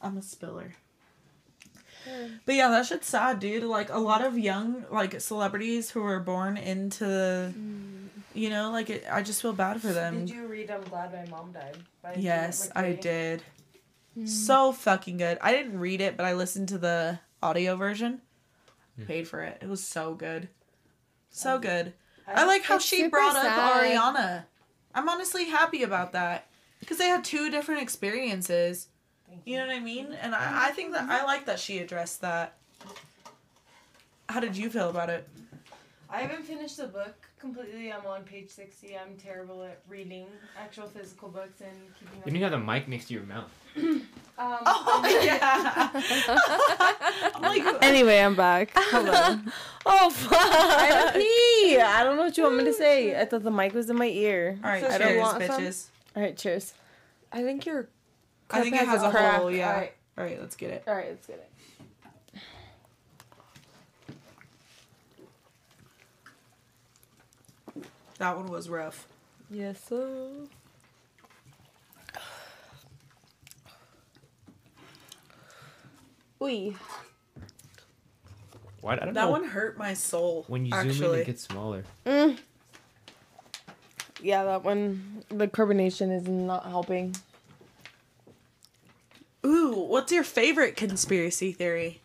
Speaker 2: I'm a spiller. But yeah, that shit's sad, dude. Like a lot of young like celebrities who were born into, you know, like it, I just feel bad for them.
Speaker 11: Did you read I'm Glad My Mom Died? by
Speaker 2: Um, yes,
Speaker 11: Janet
Speaker 2: I
Speaker 11: McRae?
Speaker 2: did. So fucking good. I didn't read it, but I listened to the audio version. Paid for it. It was so good. So good. I like how
Speaker 4: It's
Speaker 2: she
Speaker 4: super
Speaker 2: brought up
Speaker 4: sad.
Speaker 2: Ariana. I'm honestly happy about that because they had two different experiences. You know what I mean? And I, I think that I like that she addressed that. How did you feel about it?
Speaker 11: I haven't finished the book completely. I'm on page 60. I'm terrible at reading actual physical books and keeping up.
Speaker 3: You need to have the mic next to your mouth.
Speaker 11: um,
Speaker 2: Oh yeah. I'm like,
Speaker 10: Anyway, I'm back. Hello.
Speaker 7: Oh fuck.
Speaker 10: I had a pee. I don't know what you want
Speaker 2: Oh,
Speaker 10: me to say. I thought the mic was in my ear.
Speaker 2: all right,
Speaker 7: So
Speaker 2: cheers,
Speaker 7: she wants some?
Speaker 2: bitches.
Speaker 10: All right, cheers.
Speaker 7: I think you're
Speaker 2: I think it
Speaker 10: has
Speaker 2: has
Speaker 10: a
Speaker 2: a
Speaker 10: crack.
Speaker 2: hole. Yeah. All
Speaker 10: Alright.
Speaker 2: right. let's get it.
Speaker 10: All right, let's get it.
Speaker 2: That one was rough.
Speaker 7: Yes so
Speaker 10: Oi.
Speaker 3: Why? I don't
Speaker 2: That
Speaker 3: know.
Speaker 2: one hurt my soul.
Speaker 3: When you zoom in,
Speaker 2: actually.
Speaker 3: it gets smaller.
Speaker 10: Mm. Yeah, that one. The carbonation is not helping.
Speaker 2: Ooh, what's your favorite conspiracy theory?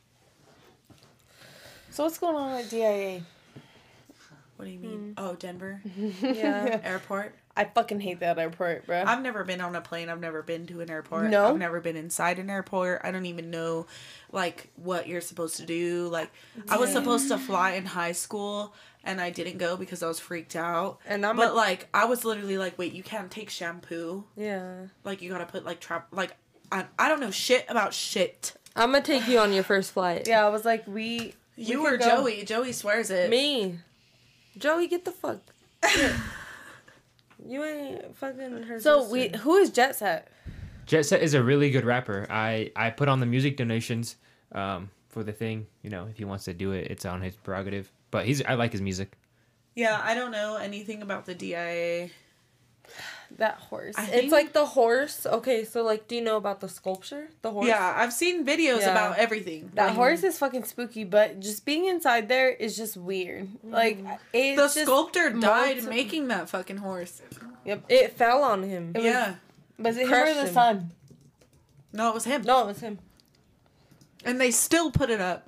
Speaker 10: So what's going on at DIA?
Speaker 2: What do you
Speaker 10: Mm.
Speaker 2: mean? Oh, Denver
Speaker 10: Mm-hmm.
Speaker 7: Yeah.
Speaker 2: airport.
Speaker 10: I fucking hate that airport, bro.
Speaker 2: I've never been on a plane. I've never been to an airport.
Speaker 10: No?
Speaker 2: I've never been inside an airport. I don't even know, like, what you're supposed to do. Like, I was supposed to fly in high school, and I didn't go because I was freaked out.
Speaker 7: And I'm
Speaker 2: but
Speaker 7: a-
Speaker 2: like, I was literally like, wait, you can't take shampoo.
Speaker 7: yeah.
Speaker 2: Like, you gotta put like trap. Like, I I don't know shit about shit.
Speaker 7: I'm gonna take you on your first flight.
Speaker 10: yeah, I was like, we.
Speaker 2: You
Speaker 10: We could
Speaker 2: or
Speaker 10: go-
Speaker 2: Joey? Joey swears it.
Speaker 7: Me. Joey, get the fuck. you ain't fucking her.
Speaker 10: So
Speaker 7: sister.
Speaker 10: we. Who is Jet Set?
Speaker 3: Jet Set is a really good rapper. I I put on the music donations um for the thing. You know, if he wants to do it, it's on his prerogative. But he's I like his music.
Speaker 2: Yeah, I don't know anything about the DIA.
Speaker 10: That horse.
Speaker 2: I
Speaker 7: It's
Speaker 2: think-
Speaker 7: like the horse. Okay, so like, do you know about the sculpture? The horse.
Speaker 2: Yeah, I've seen videos
Speaker 7: Yeah.
Speaker 2: about everything.
Speaker 10: That
Speaker 2: Like,
Speaker 10: horse is fucking spooky, but just being inside there is just weird. Like it's
Speaker 2: The
Speaker 10: just,
Speaker 2: sculptor died
Speaker 10: molds-
Speaker 2: making that fucking horse.
Speaker 7: It fell on him.
Speaker 10: was-
Speaker 2: yeah.
Speaker 10: Was it him or
Speaker 7: crushed
Speaker 10: the
Speaker 7: him.
Speaker 10: sun?
Speaker 2: No, it was him.
Speaker 7: No, it was him.
Speaker 2: And they still put it up.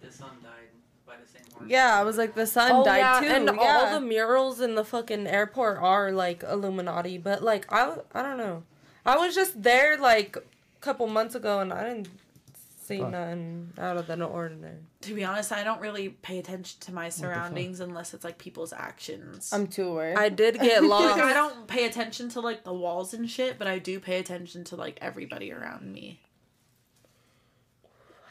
Speaker 12: the son died by the same horse.
Speaker 10: Yeah, I was like, the sun
Speaker 7: Oh,
Speaker 10: died
Speaker 7: yeah,
Speaker 10: too.
Speaker 7: And
Speaker 10: yeah.
Speaker 7: all the murals in the fucking airport are like Illuminati, but like I I don't know. I was just there like a couple months ago and I didn't see
Speaker 2: Fuck.
Speaker 7: nothing out of the ordinary.
Speaker 2: To be honest, I don't really pay attention to my surroundings unless it's like people's actions.
Speaker 10: I'm too aware.
Speaker 7: I did get
Speaker 2: Like,
Speaker 7: lost.
Speaker 2: I don't pay attention to like the walls and shit, but I do pay attention to like everybody around me.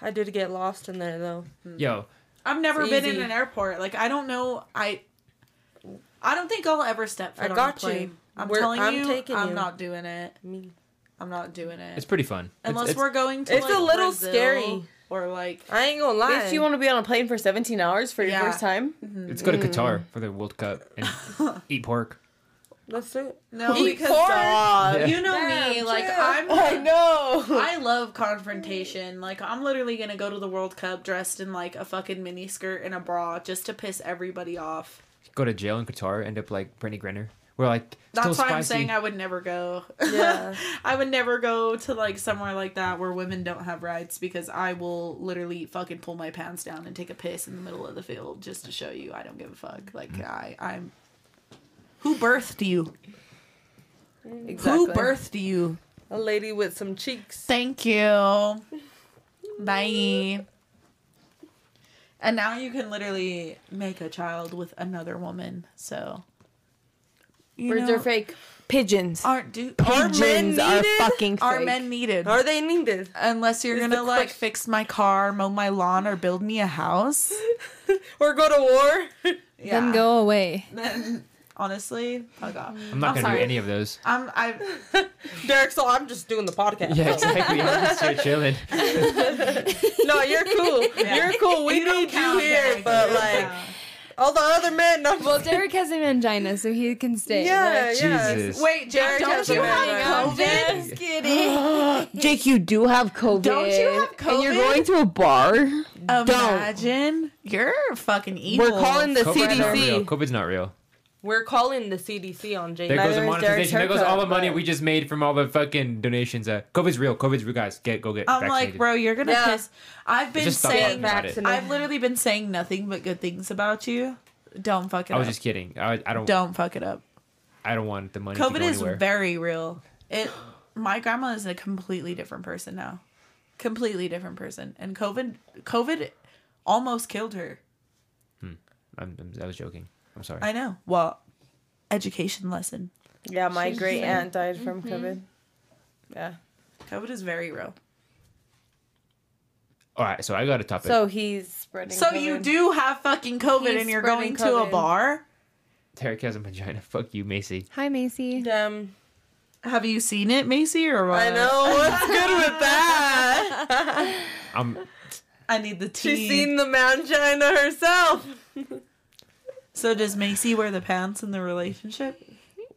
Speaker 7: I did get lost in there though.
Speaker 2: Mm-hmm.
Speaker 3: Yo,
Speaker 2: I've never
Speaker 7: It's
Speaker 2: been in
Speaker 7: easy.
Speaker 2: an airport. Like I don't know. I I don't think I'll ever step foot
Speaker 7: I got
Speaker 2: on a plane.
Speaker 7: you.
Speaker 2: I'm
Speaker 7: We're-
Speaker 2: telling
Speaker 7: I'm
Speaker 2: you,
Speaker 7: taking
Speaker 2: I'm
Speaker 7: you.
Speaker 2: not doing it.
Speaker 7: Me,
Speaker 2: I'm not doing it.
Speaker 3: It's pretty fun.
Speaker 2: Unless
Speaker 3: it's, it's,
Speaker 2: we're going to.
Speaker 7: It's
Speaker 2: like,
Speaker 7: a little
Speaker 2: Brazil
Speaker 7: scary.
Speaker 2: Or like
Speaker 7: I ain't gonna
Speaker 10: At
Speaker 7: lie.
Speaker 10: least you want to be on a plane for 17 hours for your
Speaker 2: Yeah.
Speaker 10: first time?
Speaker 3: Let's go to Qatar for the World Cup and eat pork.
Speaker 7: Let's do it.
Speaker 2: No,
Speaker 10: Eat
Speaker 2: because
Speaker 10: pork.
Speaker 3: Yeah.
Speaker 2: Uh, you know
Speaker 7: Damn,
Speaker 2: me. Like
Speaker 7: chill.
Speaker 2: I'm.
Speaker 10: I know.
Speaker 2: I love confrontation. Like I'm literally gonna go to the World Cup dressed in like a fucking mini skirt and a bra just to piss everybody off.
Speaker 3: Go to jail in Qatar, end up like Brittany Grenner. We're like,
Speaker 2: That's
Speaker 3: still
Speaker 2: why
Speaker 3: spicy.
Speaker 2: I'm saying I would never go.
Speaker 7: Yeah.
Speaker 2: I would never go to like somewhere like that where women don't have rights because I will literally fucking pull my pants down and take a piss in the middle of the field just to show you I don't give a fuck. Like I I'm Who birthed you?
Speaker 7: Exactly.
Speaker 2: Who birthed you?
Speaker 7: a lady with some cheeks.
Speaker 2: Thank you. Bye. And now you can literally make a child with another woman. So you
Speaker 10: Birds
Speaker 2: know,
Speaker 10: are fake. Pigeons.
Speaker 2: Aren't do
Speaker 10: Pigeons are fucking fake.
Speaker 2: Are men needed?
Speaker 7: Are they needed?
Speaker 2: Unless you're
Speaker 7: Is
Speaker 2: gonna
Speaker 7: the
Speaker 2: like
Speaker 7: question.
Speaker 2: fix my car, mow my lawn, or build me a house,
Speaker 7: or go to war?
Speaker 4: Then go away.
Speaker 2: Then honestly, fuck off.
Speaker 3: I'm not gonna do any of those.
Speaker 2: I'm I.
Speaker 7: Derek, so I'm just doing the podcast.
Speaker 3: Yeah, exactly. I'm just here chilling.
Speaker 7: no, you're cool.
Speaker 2: Yeah.
Speaker 7: You're cool. We
Speaker 2: You don't
Speaker 7: need you
Speaker 2: count,
Speaker 7: here,
Speaker 2: Derek.
Speaker 7: but
Speaker 2: You don't
Speaker 7: like
Speaker 2: count.
Speaker 7: all the other men. No,
Speaker 4: Well, Derek has a angina, so he can stay.
Speaker 7: yeah,
Speaker 4: like-
Speaker 7: yeah.
Speaker 3: Jesus.
Speaker 2: Wait, Jack,
Speaker 7: Derek
Speaker 2: don't
Speaker 7: has a
Speaker 2: you
Speaker 7: man
Speaker 2: have
Speaker 7: around.
Speaker 2: COVID? kidding.
Speaker 10: Jake, you do have COVID.
Speaker 2: Don't you have
Speaker 10: And you're
Speaker 2: COVID?
Speaker 10: going to a bar?
Speaker 2: Imagine you're fucking evil.
Speaker 7: We're calling the
Speaker 3: COVID's not
Speaker 7: CDC.
Speaker 3: real. COVID's not real.
Speaker 7: We're calling the CDC on Jake.
Speaker 3: There
Speaker 10: Neither
Speaker 3: goes the
Speaker 10: is Derek's
Speaker 3: monetization. There goes all the
Speaker 10: haircut,
Speaker 3: money
Speaker 10: but-
Speaker 3: we just made from all the fucking donations. Uh, COVID's real. COVID's real, guys. Get go get
Speaker 2: I'm
Speaker 3: vaccinated.
Speaker 2: like, bro, you're gonna
Speaker 7: Yeah.
Speaker 2: piss. I've been
Speaker 3: just stop
Speaker 2: saying,
Speaker 3: talking about it.
Speaker 2: I've literally been saying nothing but good things about you. Don't fuck it
Speaker 3: I was
Speaker 2: up.
Speaker 3: just kidding. I, I don't.
Speaker 2: Don't fuck it up.
Speaker 3: I don't want the money. to
Speaker 2: COVID
Speaker 3: go
Speaker 2: is
Speaker 3: anywhere.
Speaker 2: very real. It. My grandma is a completely different person now, completely different person, and COVID, COVID, almost killed her.
Speaker 3: I'm, I'm, I was joking. I'm sorry.
Speaker 2: I know. Well, education lesson.
Speaker 10: Yeah, my
Speaker 4: She's
Speaker 10: great
Speaker 4: sick.
Speaker 10: aunt died from COVID. Yeah.
Speaker 2: COVID is very real.
Speaker 3: All right, so I got a topic.
Speaker 10: So he's spreading.
Speaker 2: So you
Speaker 10: COVID.
Speaker 2: do have fucking COVID,
Speaker 10: He's
Speaker 2: and you're
Speaker 10: spreading
Speaker 2: going to a
Speaker 10: COVID.
Speaker 2: bar.
Speaker 3: Tarek has a vagina. Fuck you, Macy.
Speaker 4: Hi, Macy.
Speaker 7: Damn.
Speaker 2: Have you seen it, Macy, or what?
Speaker 7: I know. What's good with that?
Speaker 3: I'm.
Speaker 2: I need the tea.
Speaker 7: She's seen the mangina herself.
Speaker 2: So does Macy wear the pants in the relationship?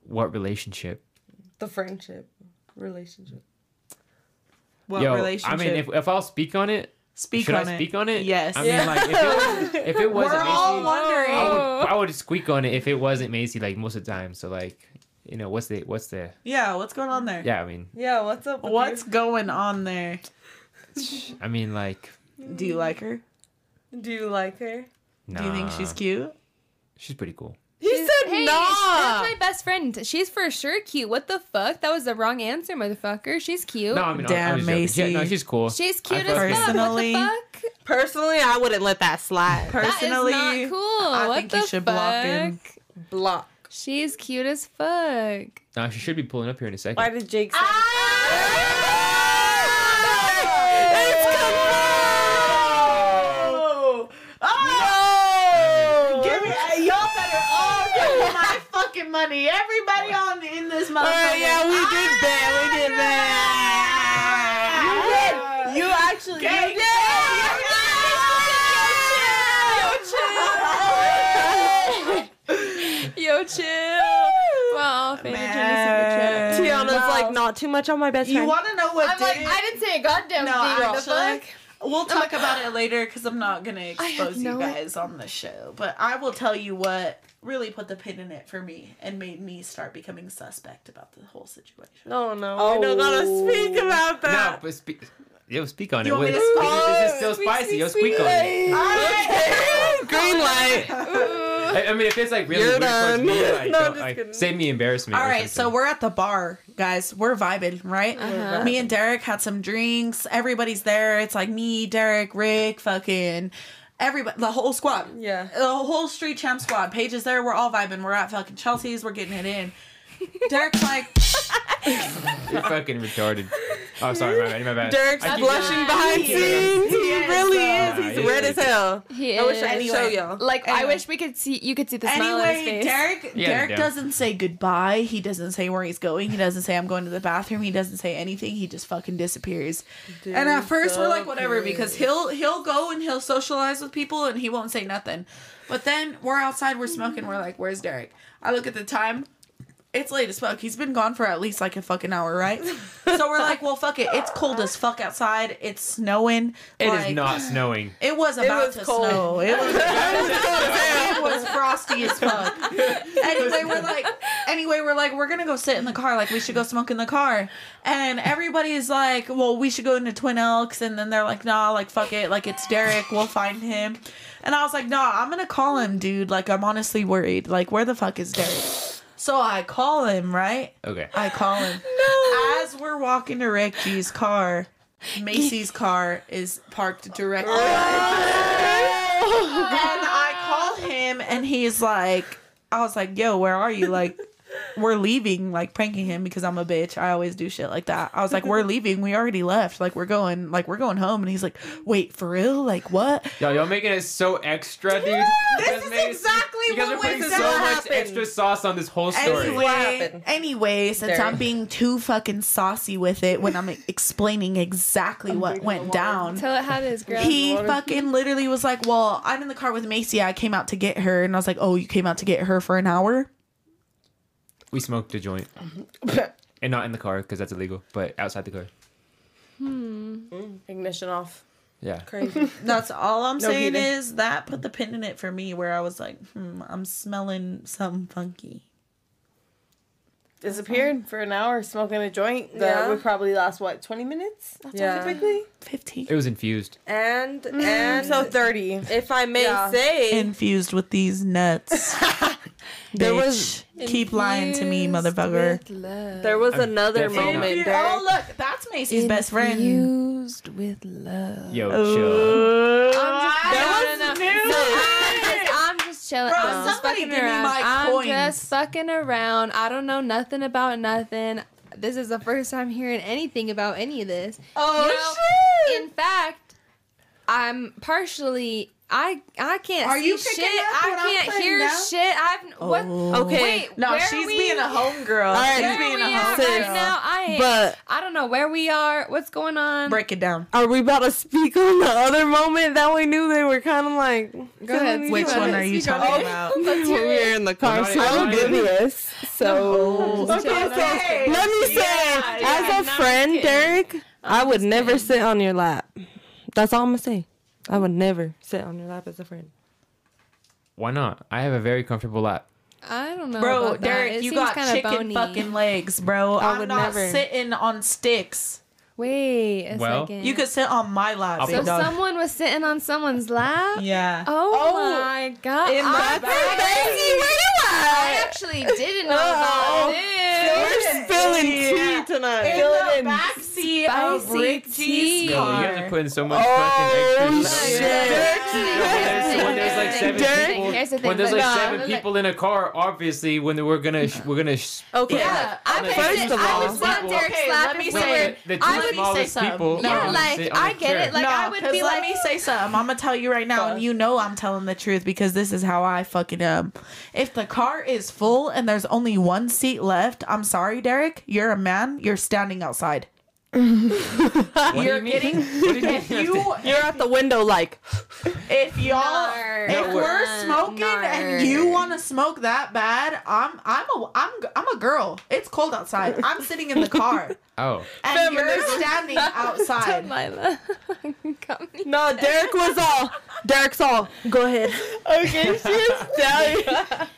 Speaker 3: What relationship?
Speaker 7: The friendship relationship.
Speaker 2: What
Speaker 3: Yo,
Speaker 2: relationship?
Speaker 3: I mean, if, if I'll speak on it,
Speaker 2: speak
Speaker 3: should
Speaker 2: on
Speaker 3: I
Speaker 2: it.
Speaker 3: speak on it?
Speaker 2: Yes.
Speaker 3: I mean, like if it, if it
Speaker 2: We're
Speaker 3: wasn't Macy,
Speaker 2: all
Speaker 3: I
Speaker 7: Oh.
Speaker 2: wondering.
Speaker 4: Oh.
Speaker 3: would, I would squeak on it if it wasn't Macy. Like most of the time. So like, you know, what's the what's the?
Speaker 2: Yeah, what's going on there?
Speaker 3: Yeah, I mean,
Speaker 7: Yeah, what's up? With
Speaker 2: What's going on there?
Speaker 3: I mean, like,
Speaker 2: Do you like her?
Speaker 7: you? Do you like her?
Speaker 3: nah.
Speaker 2: Do you think
Speaker 3: Uh,
Speaker 2: she's cute?
Speaker 3: She's pretty cool.
Speaker 7: He said
Speaker 4: Hey,
Speaker 7: nah.
Speaker 4: that's my best friend. She's for sure cute. What the fuck? That was the wrong answer, motherfucker. She's cute.
Speaker 3: No, I mean,
Speaker 2: Damn,
Speaker 3: I, I was joking. Yeah, no,
Speaker 2: Macy.
Speaker 3: she's cool.
Speaker 4: She's cute
Speaker 3: I
Speaker 4: as fuck.
Speaker 2: Personally-
Speaker 3: fucking-
Speaker 4: what the fuck?
Speaker 7: Personally, I wouldn't let that slide.
Speaker 2: Personally,
Speaker 4: that is not cool.
Speaker 2: I
Speaker 4: what
Speaker 2: think
Speaker 4: the
Speaker 2: you should
Speaker 4: fuck?
Speaker 2: block him.
Speaker 7: Block.
Speaker 4: She's cute as fuck.
Speaker 3: Nah, she should be pulling up here in a second.
Speaker 10: Why did Jake say?
Speaker 7: Ah!
Speaker 2: Oh! Oh! Give me y'all better all give me my fucking money. Everybody on in this motherfucker. Ah!
Speaker 7: yeah, we did that. We did that.
Speaker 10: You actually.
Speaker 2: Okay.
Speaker 10: you did.
Speaker 4: Yo, chill. Well, favorite Jenny
Speaker 2: Man.
Speaker 4: Super
Speaker 7: Tiana's
Speaker 10: Wow.
Speaker 7: like not too much on my best
Speaker 2: You
Speaker 7: friend.
Speaker 2: want to know what
Speaker 4: I'm
Speaker 2: did
Speaker 4: like,
Speaker 2: it?
Speaker 4: I didn't say a goddamn
Speaker 2: No,
Speaker 4: thing. what the
Speaker 2: actually,
Speaker 4: fuck?
Speaker 2: We'll talk about it later because I'm not gonna
Speaker 4: have
Speaker 2: expose you
Speaker 4: no i-
Speaker 2: guys on the show. But I will tell you what really put the pin in it for me and made me start becoming
Speaker 7: Oh,
Speaker 2: suspect about the whole situation.
Speaker 7: No, no, we don't gotta
Speaker 10: Oh.
Speaker 7: speak about
Speaker 3: no,
Speaker 7: that.
Speaker 3: but spe- Yo, speak on
Speaker 2: Ah. You
Speaker 3: it.
Speaker 2: want me
Speaker 3: Wait,
Speaker 2: to squeak?
Speaker 3: this is still
Speaker 2: Squeak,
Speaker 3: spicy. Yo,
Speaker 2: squeak,
Speaker 3: squeak on it.
Speaker 2: Green light.
Speaker 3: I, I mean, if it's like really
Speaker 2: You're
Speaker 3: weird towards
Speaker 2: done.
Speaker 3: me, like,
Speaker 2: No, I'm
Speaker 3: don't,
Speaker 2: just
Speaker 3: like,
Speaker 2: kidding.
Speaker 3: save me embarrassment.
Speaker 2: All
Speaker 3: or
Speaker 2: right, so we're at the bar, guys. We're vibing, right?
Speaker 3: Uh-huh.
Speaker 2: Me and Derek had some drinks. Everybody's there. It's like me, Derek, Rick, fucking everybody, the whole squad. Yeah. The whole street champ squad. Paige is there. We're all vibing. We're at fucking Chelsea's. We're getting it in. Derek's like,
Speaker 3: something. You're fucking retarded. Oh, sorry, my bad. My bad.
Speaker 7: Derek's
Speaker 3: I keep-
Speaker 7: blushing behind
Speaker 3: He
Speaker 7: scenes.
Speaker 3: is.
Speaker 7: He,
Speaker 3: He is,
Speaker 7: really
Speaker 3: uh,
Speaker 7: is. He's
Speaker 3: he
Speaker 7: red
Speaker 3: is.
Speaker 7: as hell.
Speaker 1: He
Speaker 7: I wish I could
Speaker 1: is.
Speaker 7: show y'all.
Speaker 1: Like I
Speaker 2: Anyway.
Speaker 1: wish we could see you could see the smile on his
Speaker 2: anyway,
Speaker 1: face.
Speaker 2: Derek,
Speaker 1: Yeah,
Speaker 2: Derek
Speaker 1: yeah.
Speaker 2: doesn't say goodbye. He doesn't say where he's going. He doesn't say I'm going to the bathroom. He doesn't say anything. He just fucking disappears. and at first we're like whatever because he'll he'll go and he'll socialize with people and he won't say nothing. But then we're outside, we're smoking, we're like, where's Derek? I look at the time. It's late as fuck. He's been gone for at least like a fucking hour, right? so we're like, well, fuck it. It's cold as fuck outside. It's snowing.
Speaker 3: It is
Speaker 2: Like,
Speaker 3: not snowing.
Speaker 2: It was
Speaker 7: It
Speaker 2: about
Speaker 7: was
Speaker 2: to
Speaker 7: cold.
Speaker 2: snow. It was, it was frosty as fuck. Anyway, we're like, anyway, we're like, we're gonna go sit in the car. Like, we should go smoke in the car. And everybody's like, well, we should go into Twin Elks. And then they're like, nah, like fuck it, like it's Derek. We'll find him. And I was like, nah, I'm gonna call him, dude. Like, I'm honestly worried. Like, where the fuck is Derek? So I call him, right?
Speaker 3: Okay.
Speaker 2: I call him. No. As we're walking to Rick G's car, Macy's car is parked directly. and I call him, and he's like, I was like, yo, where are you? Like, we're leaving, like pranking him because I'm a bitch. I always do shit like that. I was like, we're leaving. We already left. Like, we're going, like, we're going home. And he's like, wait, for real? Like, what?
Speaker 3: Yo, y'all making it so extra, dude. You guys
Speaker 2: This is
Speaker 3: made it-
Speaker 2: exactly
Speaker 3: You guys are
Speaker 2: what
Speaker 3: putting
Speaker 2: was
Speaker 3: so
Speaker 2: gonna
Speaker 3: much
Speaker 2: happen.
Speaker 3: extra sauce on this whole story.
Speaker 2: Anyway, anyway, since
Speaker 3: There.
Speaker 2: I'm being too fucking saucy with it when I'm explaining exactly what went down,
Speaker 4: Tell it how it is, girl.
Speaker 2: he fucking literally was like, "Well, I'm in the car with Macy. I came out to get her," and I was like, "Oh, you came out to get her for an hour?"
Speaker 3: We smoked a joint, and not in the car because that's illegal, but outside the car.
Speaker 5: Hmm. Ignition off.
Speaker 3: Yeah.
Speaker 5: Crazy.
Speaker 2: That's all I'm
Speaker 5: No
Speaker 2: saying
Speaker 5: heating.
Speaker 2: is that put the pin in it for me, where I was like, "Hmm, I'm smelling something funky."
Speaker 5: Disappeared for an hour smoking a joint that
Speaker 7: Yeah.
Speaker 5: would probably last what twenty minutes?
Speaker 7: Yeah.
Speaker 5: typically.
Speaker 2: Fifteen.
Speaker 3: It was infused.
Speaker 7: And and
Speaker 5: So thirty.
Speaker 7: if I may
Speaker 5: Yeah.
Speaker 7: say,
Speaker 2: Infused with these nuts. there was keep lying to me, motherfucker.
Speaker 7: there was
Speaker 2: I'm
Speaker 7: another
Speaker 2: definitely
Speaker 7: moment.
Speaker 2: not.
Speaker 7: Derek.
Speaker 2: Oh, look, that's Macy's best friend.
Speaker 1: Infused with love.
Speaker 3: Yo,
Speaker 2: chill.
Speaker 4: I'm just, no, no, no.
Speaker 2: new.
Speaker 4: No, I'm just, I'm just chilling.
Speaker 2: Bro,
Speaker 4: I'm just
Speaker 2: somebody
Speaker 4: fucking
Speaker 2: give me
Speaker 4: around.
Speaker 2: my
Speaker 4: I'm
Speaker 2: coins.
Speaker 4: just fucking around. I don't know nothing about nothing. This is the first time hearing anything about any of this.
Speaker 7: Oh,
Speaker 4: shit! In fact, I'm partially. I I can't
Speaker 2: Are
Speaker 4: see
Speaker 2: you
Speaker 4: shit.
Speaker 2: picking up what I'm
Speaker 4: I can't
Speaker 2: putting
Speaker 4: hear
Speaker 2: down?
Speaker 4: shit. I've what?
Speaker 7: Okay.
Speaker 4: Wait,
Speaker 2: No,
Speaker 4: where
Speaker 2: she's
Speaker 4: are we?
Speaker 2: being a homegirl.
Speaker 7: All right.
Speaker 2: she's
Speaker 7: Where
Speaker 2: being
Speaker 4: Where
Speaker 2: a
Speaker 4: we at
Speaker 2: homegirl.
Speaker 4: right now. I ain't-
Speaker 7: But-
Speaker 4: I don't know where we are. What's going on?
Speaker 2: Break it down.
Speaker 7: Are we about to speak on the other moment that we knew they were kind of like?
Speaker 4: Go ahead,
Speaker 7: kinda
Speaker 4: which
Speaker 7: like-
Speaker 4: one are you
Speaker 7: Speak on
Speaker 4: talking
Speaker 7: it.
Speaker 4: about?
Speaker 7: When we were in the car,
Speaker 4: We're
Speaker 7: so
Speaker 4: not
Speaker 7: I'm
Speaker 4: even-
Speaker 7: oblivious. So
Speaker 4: No. Okay,
Speaker 7: let me say,
Speaker 4: Yeah,
Speaker 7: as
Speaker 4: yeah,
Speaker 7: a
Speaker 4: I'm not
Speaker 7: friend,
Speaker 4: kidding.
Speaker 7: Derek, i would never sit on your lap. That's all I'm gonna say. I would never sit on your lap as a friend.
Speaker 3: Why not? I have a very comfortable lap.
Speaker 4: I don't know.
Speaker 2: Bro,
Speaker 4: about that.
Speaker 2: Derek,
Speaker 4: It
Speaker 2: you
Speaker 4: seems
Speaker 2: got
Speaker 4: kinda
Speaker 2: chicken
Speaker 4: bony.
Speaker 2: fucking legs, bro.
Speaker 4: I
Speaker 2: I am
Speaker 4: would
Speaker 2: not
Speaker 4: never.
Speaker 2: sitting on sticks.
Speaker 4: Wait a
Speaker 3: Well-
Speaker 4: second.
Speaker 2: You could sit on my lap,
Speaker 4: so
Speaker 2: big dog.
Speaker 4: someone was sitting on someone's lap.
Speaker 2: Yeah.
Speaker 4: Oh,
Speaker 2: Oh,
Speaker 4: my god.
Speaker 2: in my
Speaker 4: I-
Speaker 2: bag. Crazy, where you
Speaker 4: I
Speaker 2: at?
Speaker 4: actually didn't know
Speaker 2: Uh-oh.
Speaker 4: about this.
Speaker 7: We're spilling tea tonight.
Speaker 2: In
Speaker 7: Fill
Speaker 2: the
Speaker 7: it in.
Speaker 2: backseat of
Speaker 4: Spicy
Speaker 2: Rick G's
Speaker 3: Yo, you guys are
Speaker 2: car.
Speaker 3: putting so much
Speaker 4: Oh,
Speaker 3: fucking extra
Speaker 7: shit.
Speaker 3: There's- when there's like seven
Speaker 7: Derek-
Speaker 3: people,
Speaker 4: Here's the thing,
Speaker 3: when there's
Speaker 4: but
Speaker 3: like
Speaker 4: no,
Speaker 3: seven
Speaker 4: but like-
Speaker 3: people in a car, obviously when we're gonna sh- we're gonna sh-
Speaker 7: Okay.
Speaker 4: Yeah, I
Speaker 3: Like,
Speaker 4: first
Speaker 3: first
Speaker 4: of
Speaker 3: of
Speaker 4: I
Speaker 3: all,
Speaker 4: was not Derek's
Speaker 2: okay,
Speaker 4: lap
Speaker 2: let me
Speaker 4: if we
Speaker 2: say
Speaker 4: were-
Speaker 2: it.
Speaker 3: the two
Speaker 4: I would
Speaker 3: smallest
Speaker 2: say something.
Speaker 3: people.
Speaker 2: Yeah,
Speaker 3: are gonna
Speaker 4: like,
Speaker 3: sit on
Speaker 4: I
Speaker 3: the
Speaker 4: get it,
Speaker 3: chair.
Speaker 4: like,
Speaker 2: no,
Speaker 4: I would
Speaker 2: 'cause
Speaker 4: be
Speaker 2: let
Speaker 4: like-
Speaker 2: me say something. I'm gonna tell you right now, and you know I'm telling the truth because this is how I fucking am. If the car is full and there's only one seat left, I'm sorry, Derek. You're a man. You're standing outside.
Speaker 3: What do
Speaker 2: you're
Speaker 3: you mean?
Speaker 2: getting
Speaker 3: What do you
Speaker 2: if
Speaker 3: mean?
Speaker 2: you
Speaker 7: You're at the window, like
Speaker 2: if y'all
Speaker 4: Nar.
Speaker 2: if
Speaker 4: Nar.
Speaker 2: we're smoking and you want to smoke that bad, I'm I'm a I'm I'm a girl. It's cold outside. I'm sitting in the car
Speaker 3: Oh,
Speaker 2: and you're standing outside.
Speaker 4: Delilah. Come here.
Speaker 7: no. Derek was all. Derek's all. Go ahead.
Speaker 5: Okay, she is dying.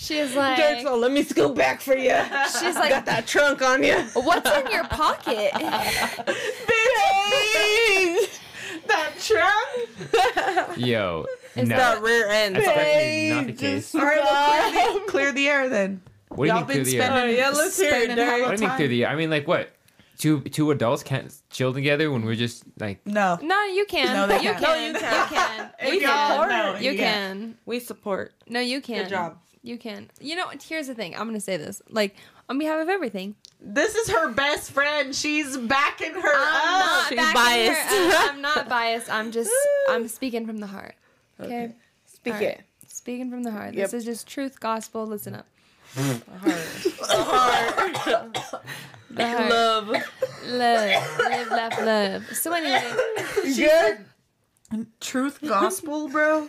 Speaker 4: She's like,
Speaker 7: Derek's all. Let me scoot back for you.
Speaker 4: she's like,
Speaker 7: That trunk on you.
Speaker 4: what's in your pocket?
Speaker 7: Bitch.
Speaker 3: Yo,
Speaker 7: It's
Speaker 3: no.
Speaker 7: that rear end.
Speaker 3: That's definitely not the case.
Speaker 2: All right, well, clear, the, clear the air then.
Speaker 3: What do you
Speaker 2: Y'all
Speaker 3: mean
Speaker 2: been
Speaker 3: clear the air?
Speaker 2: spending,
Speaker 7: Alright, yeah, let's hear it,
Speaker 2: spending
Speaker 7: Derek.
Speaker 2: hella
Speaker 3: What do you mean
Speaker 2: time-
Speaker 3: through the? I mean, like what? Two two adults can't chill together when we're just like.
Speaker 2: No.
Speaker 4: No, you can.
Speaker 2: No, they
Speaker 4: you
Speaker 2: can't.
Speaker 4: can. you
Speaker 2: No, you
Speaker 4: can.
Speaker 2: If
Speaker 4: You
Speaker 2: y'all-
Speaker 4: can.
Speaker 2: no,
Speaker 4: you
Speaker 2: you
Speaker 4: can.
Speaker 2: can't.
Speaker 7: We support.
Speaker 4: No, you can.
Speaker 7: Good job.
Speaker 4: You can. You know, here's the thing. I'm gonna say this, like on behalf of everything.
Speaker 2: This is her best friend. She's backing her
Speaker 4: I'm
Speaker 2: up.
Speaker 4: not backing her up. I'm not biased. I'm just. I'm speaking from the heart. Okay.
Speaker 5: Okay. Speak
Speaker 4: All
Speaker 5: it.
Speaker 4: Speaking from the heart.
Speaker 5: Yep.
Speaker 4: This is just truth, gospel. Listen up. The heart.
Speaker 7: Love.
Speaker 4: Love. Live, laugh, love. So anyway,
Speaker 2: Good. Truth gospel, bro.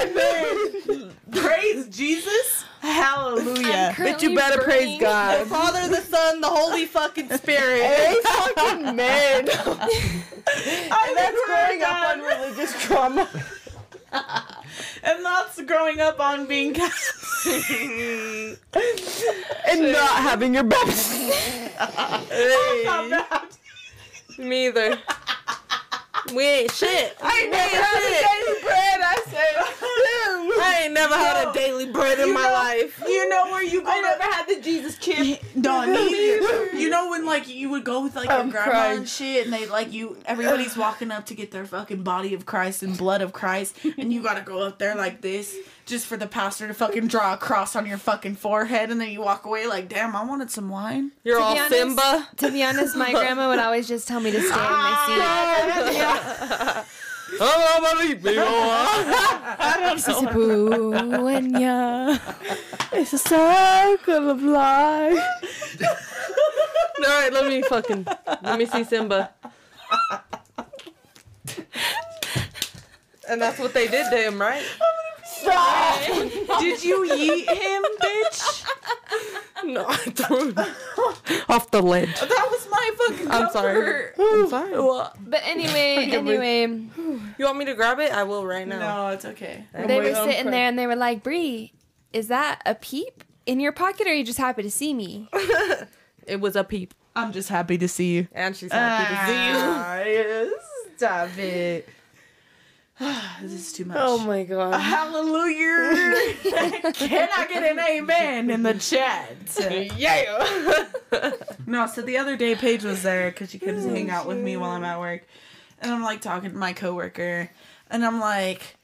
Speaker 5: Amen.
Speaker 2: Praise Jesus. Hallelujah.
Speaker 5: But you better praise God.
Speaker 7: Father, the Son, the Holy fucking Spirit.
Speaker 5: Hey, fucking man.
Speaker 2: And
Speaker 5: That's growing up on religious trauma.
Speaker 2: And that's growing up on being
Speaker 5: and not having your baptism.
Speaker 7: Me either. We ain't shit.
Speaker 5: I ain't never had a daily bread. I said, dude.
Speaker 7: I ain't never had a daily bread in
Speaker 2: You
Speaker 7: my
Speaker 2: know-
Speaker 7: life.
Speaker 2: You know where you go.
Speaker 10: I never had the Jesus chip.
Speaker 2: No, neither. You know when like you would go with like
Speaker 5: I'm
Speaker 2: your grandma
Speaker 5: crying.
Speaker 2: and shit, and they like you. Everybody's walking up to get their fucking body of Christ and blood of Christ, and you gotta go up there like this just for the pastor to fucking draw a cross on your fucking forehead, and then you walk away like, damn, I wanted some wine.
Speaker 7: You're
Speaker 4: To
Speaker 7: all
Speaker 4: be honest-
Speaker 7: Simba.
Speaker 4: to be honest, my grandma would always just tell me to stay in my Oh, seat. She's a boo and ya.
Speaker 5: It's a circle of life.
Speaker 7: All right, let me fucking let me see Simba. And that's what they did to him, right?
Speaker 2: Did you eat him, bitch?
Speaker 7: No, I threw him off the ledge.
Speaker 2: That was my fucking.
Speaker 7: I'm sorry. I'm sorry.
Speaker 4: But anyway, anyway,
Speaker 7: You want me to grab it? I will right now.
Speaker 2: No, it's okay.
Speaker 4: they were sitting there and they were like, "Bree, is that a peep in your pocket, or are you just happy to see me?"
Speaker 7: It was a peep,
Speaker 2: I'm just happy to see you.
Speaker 7: and she's happy to see you.
Speaker 2: Stop it. this is too much.
Speaker 5: Oh my god.
Speaker 2: Hallelujah! Can I get an amen in the chat?
Speaker 7: Yeah.
Speaker 2: No, so the other day Paige was there because she
Speaker 7: Oh,
Speaker 2: comes hang out with me while I'm at work, and I'm like talking to my coworker, and I'm like,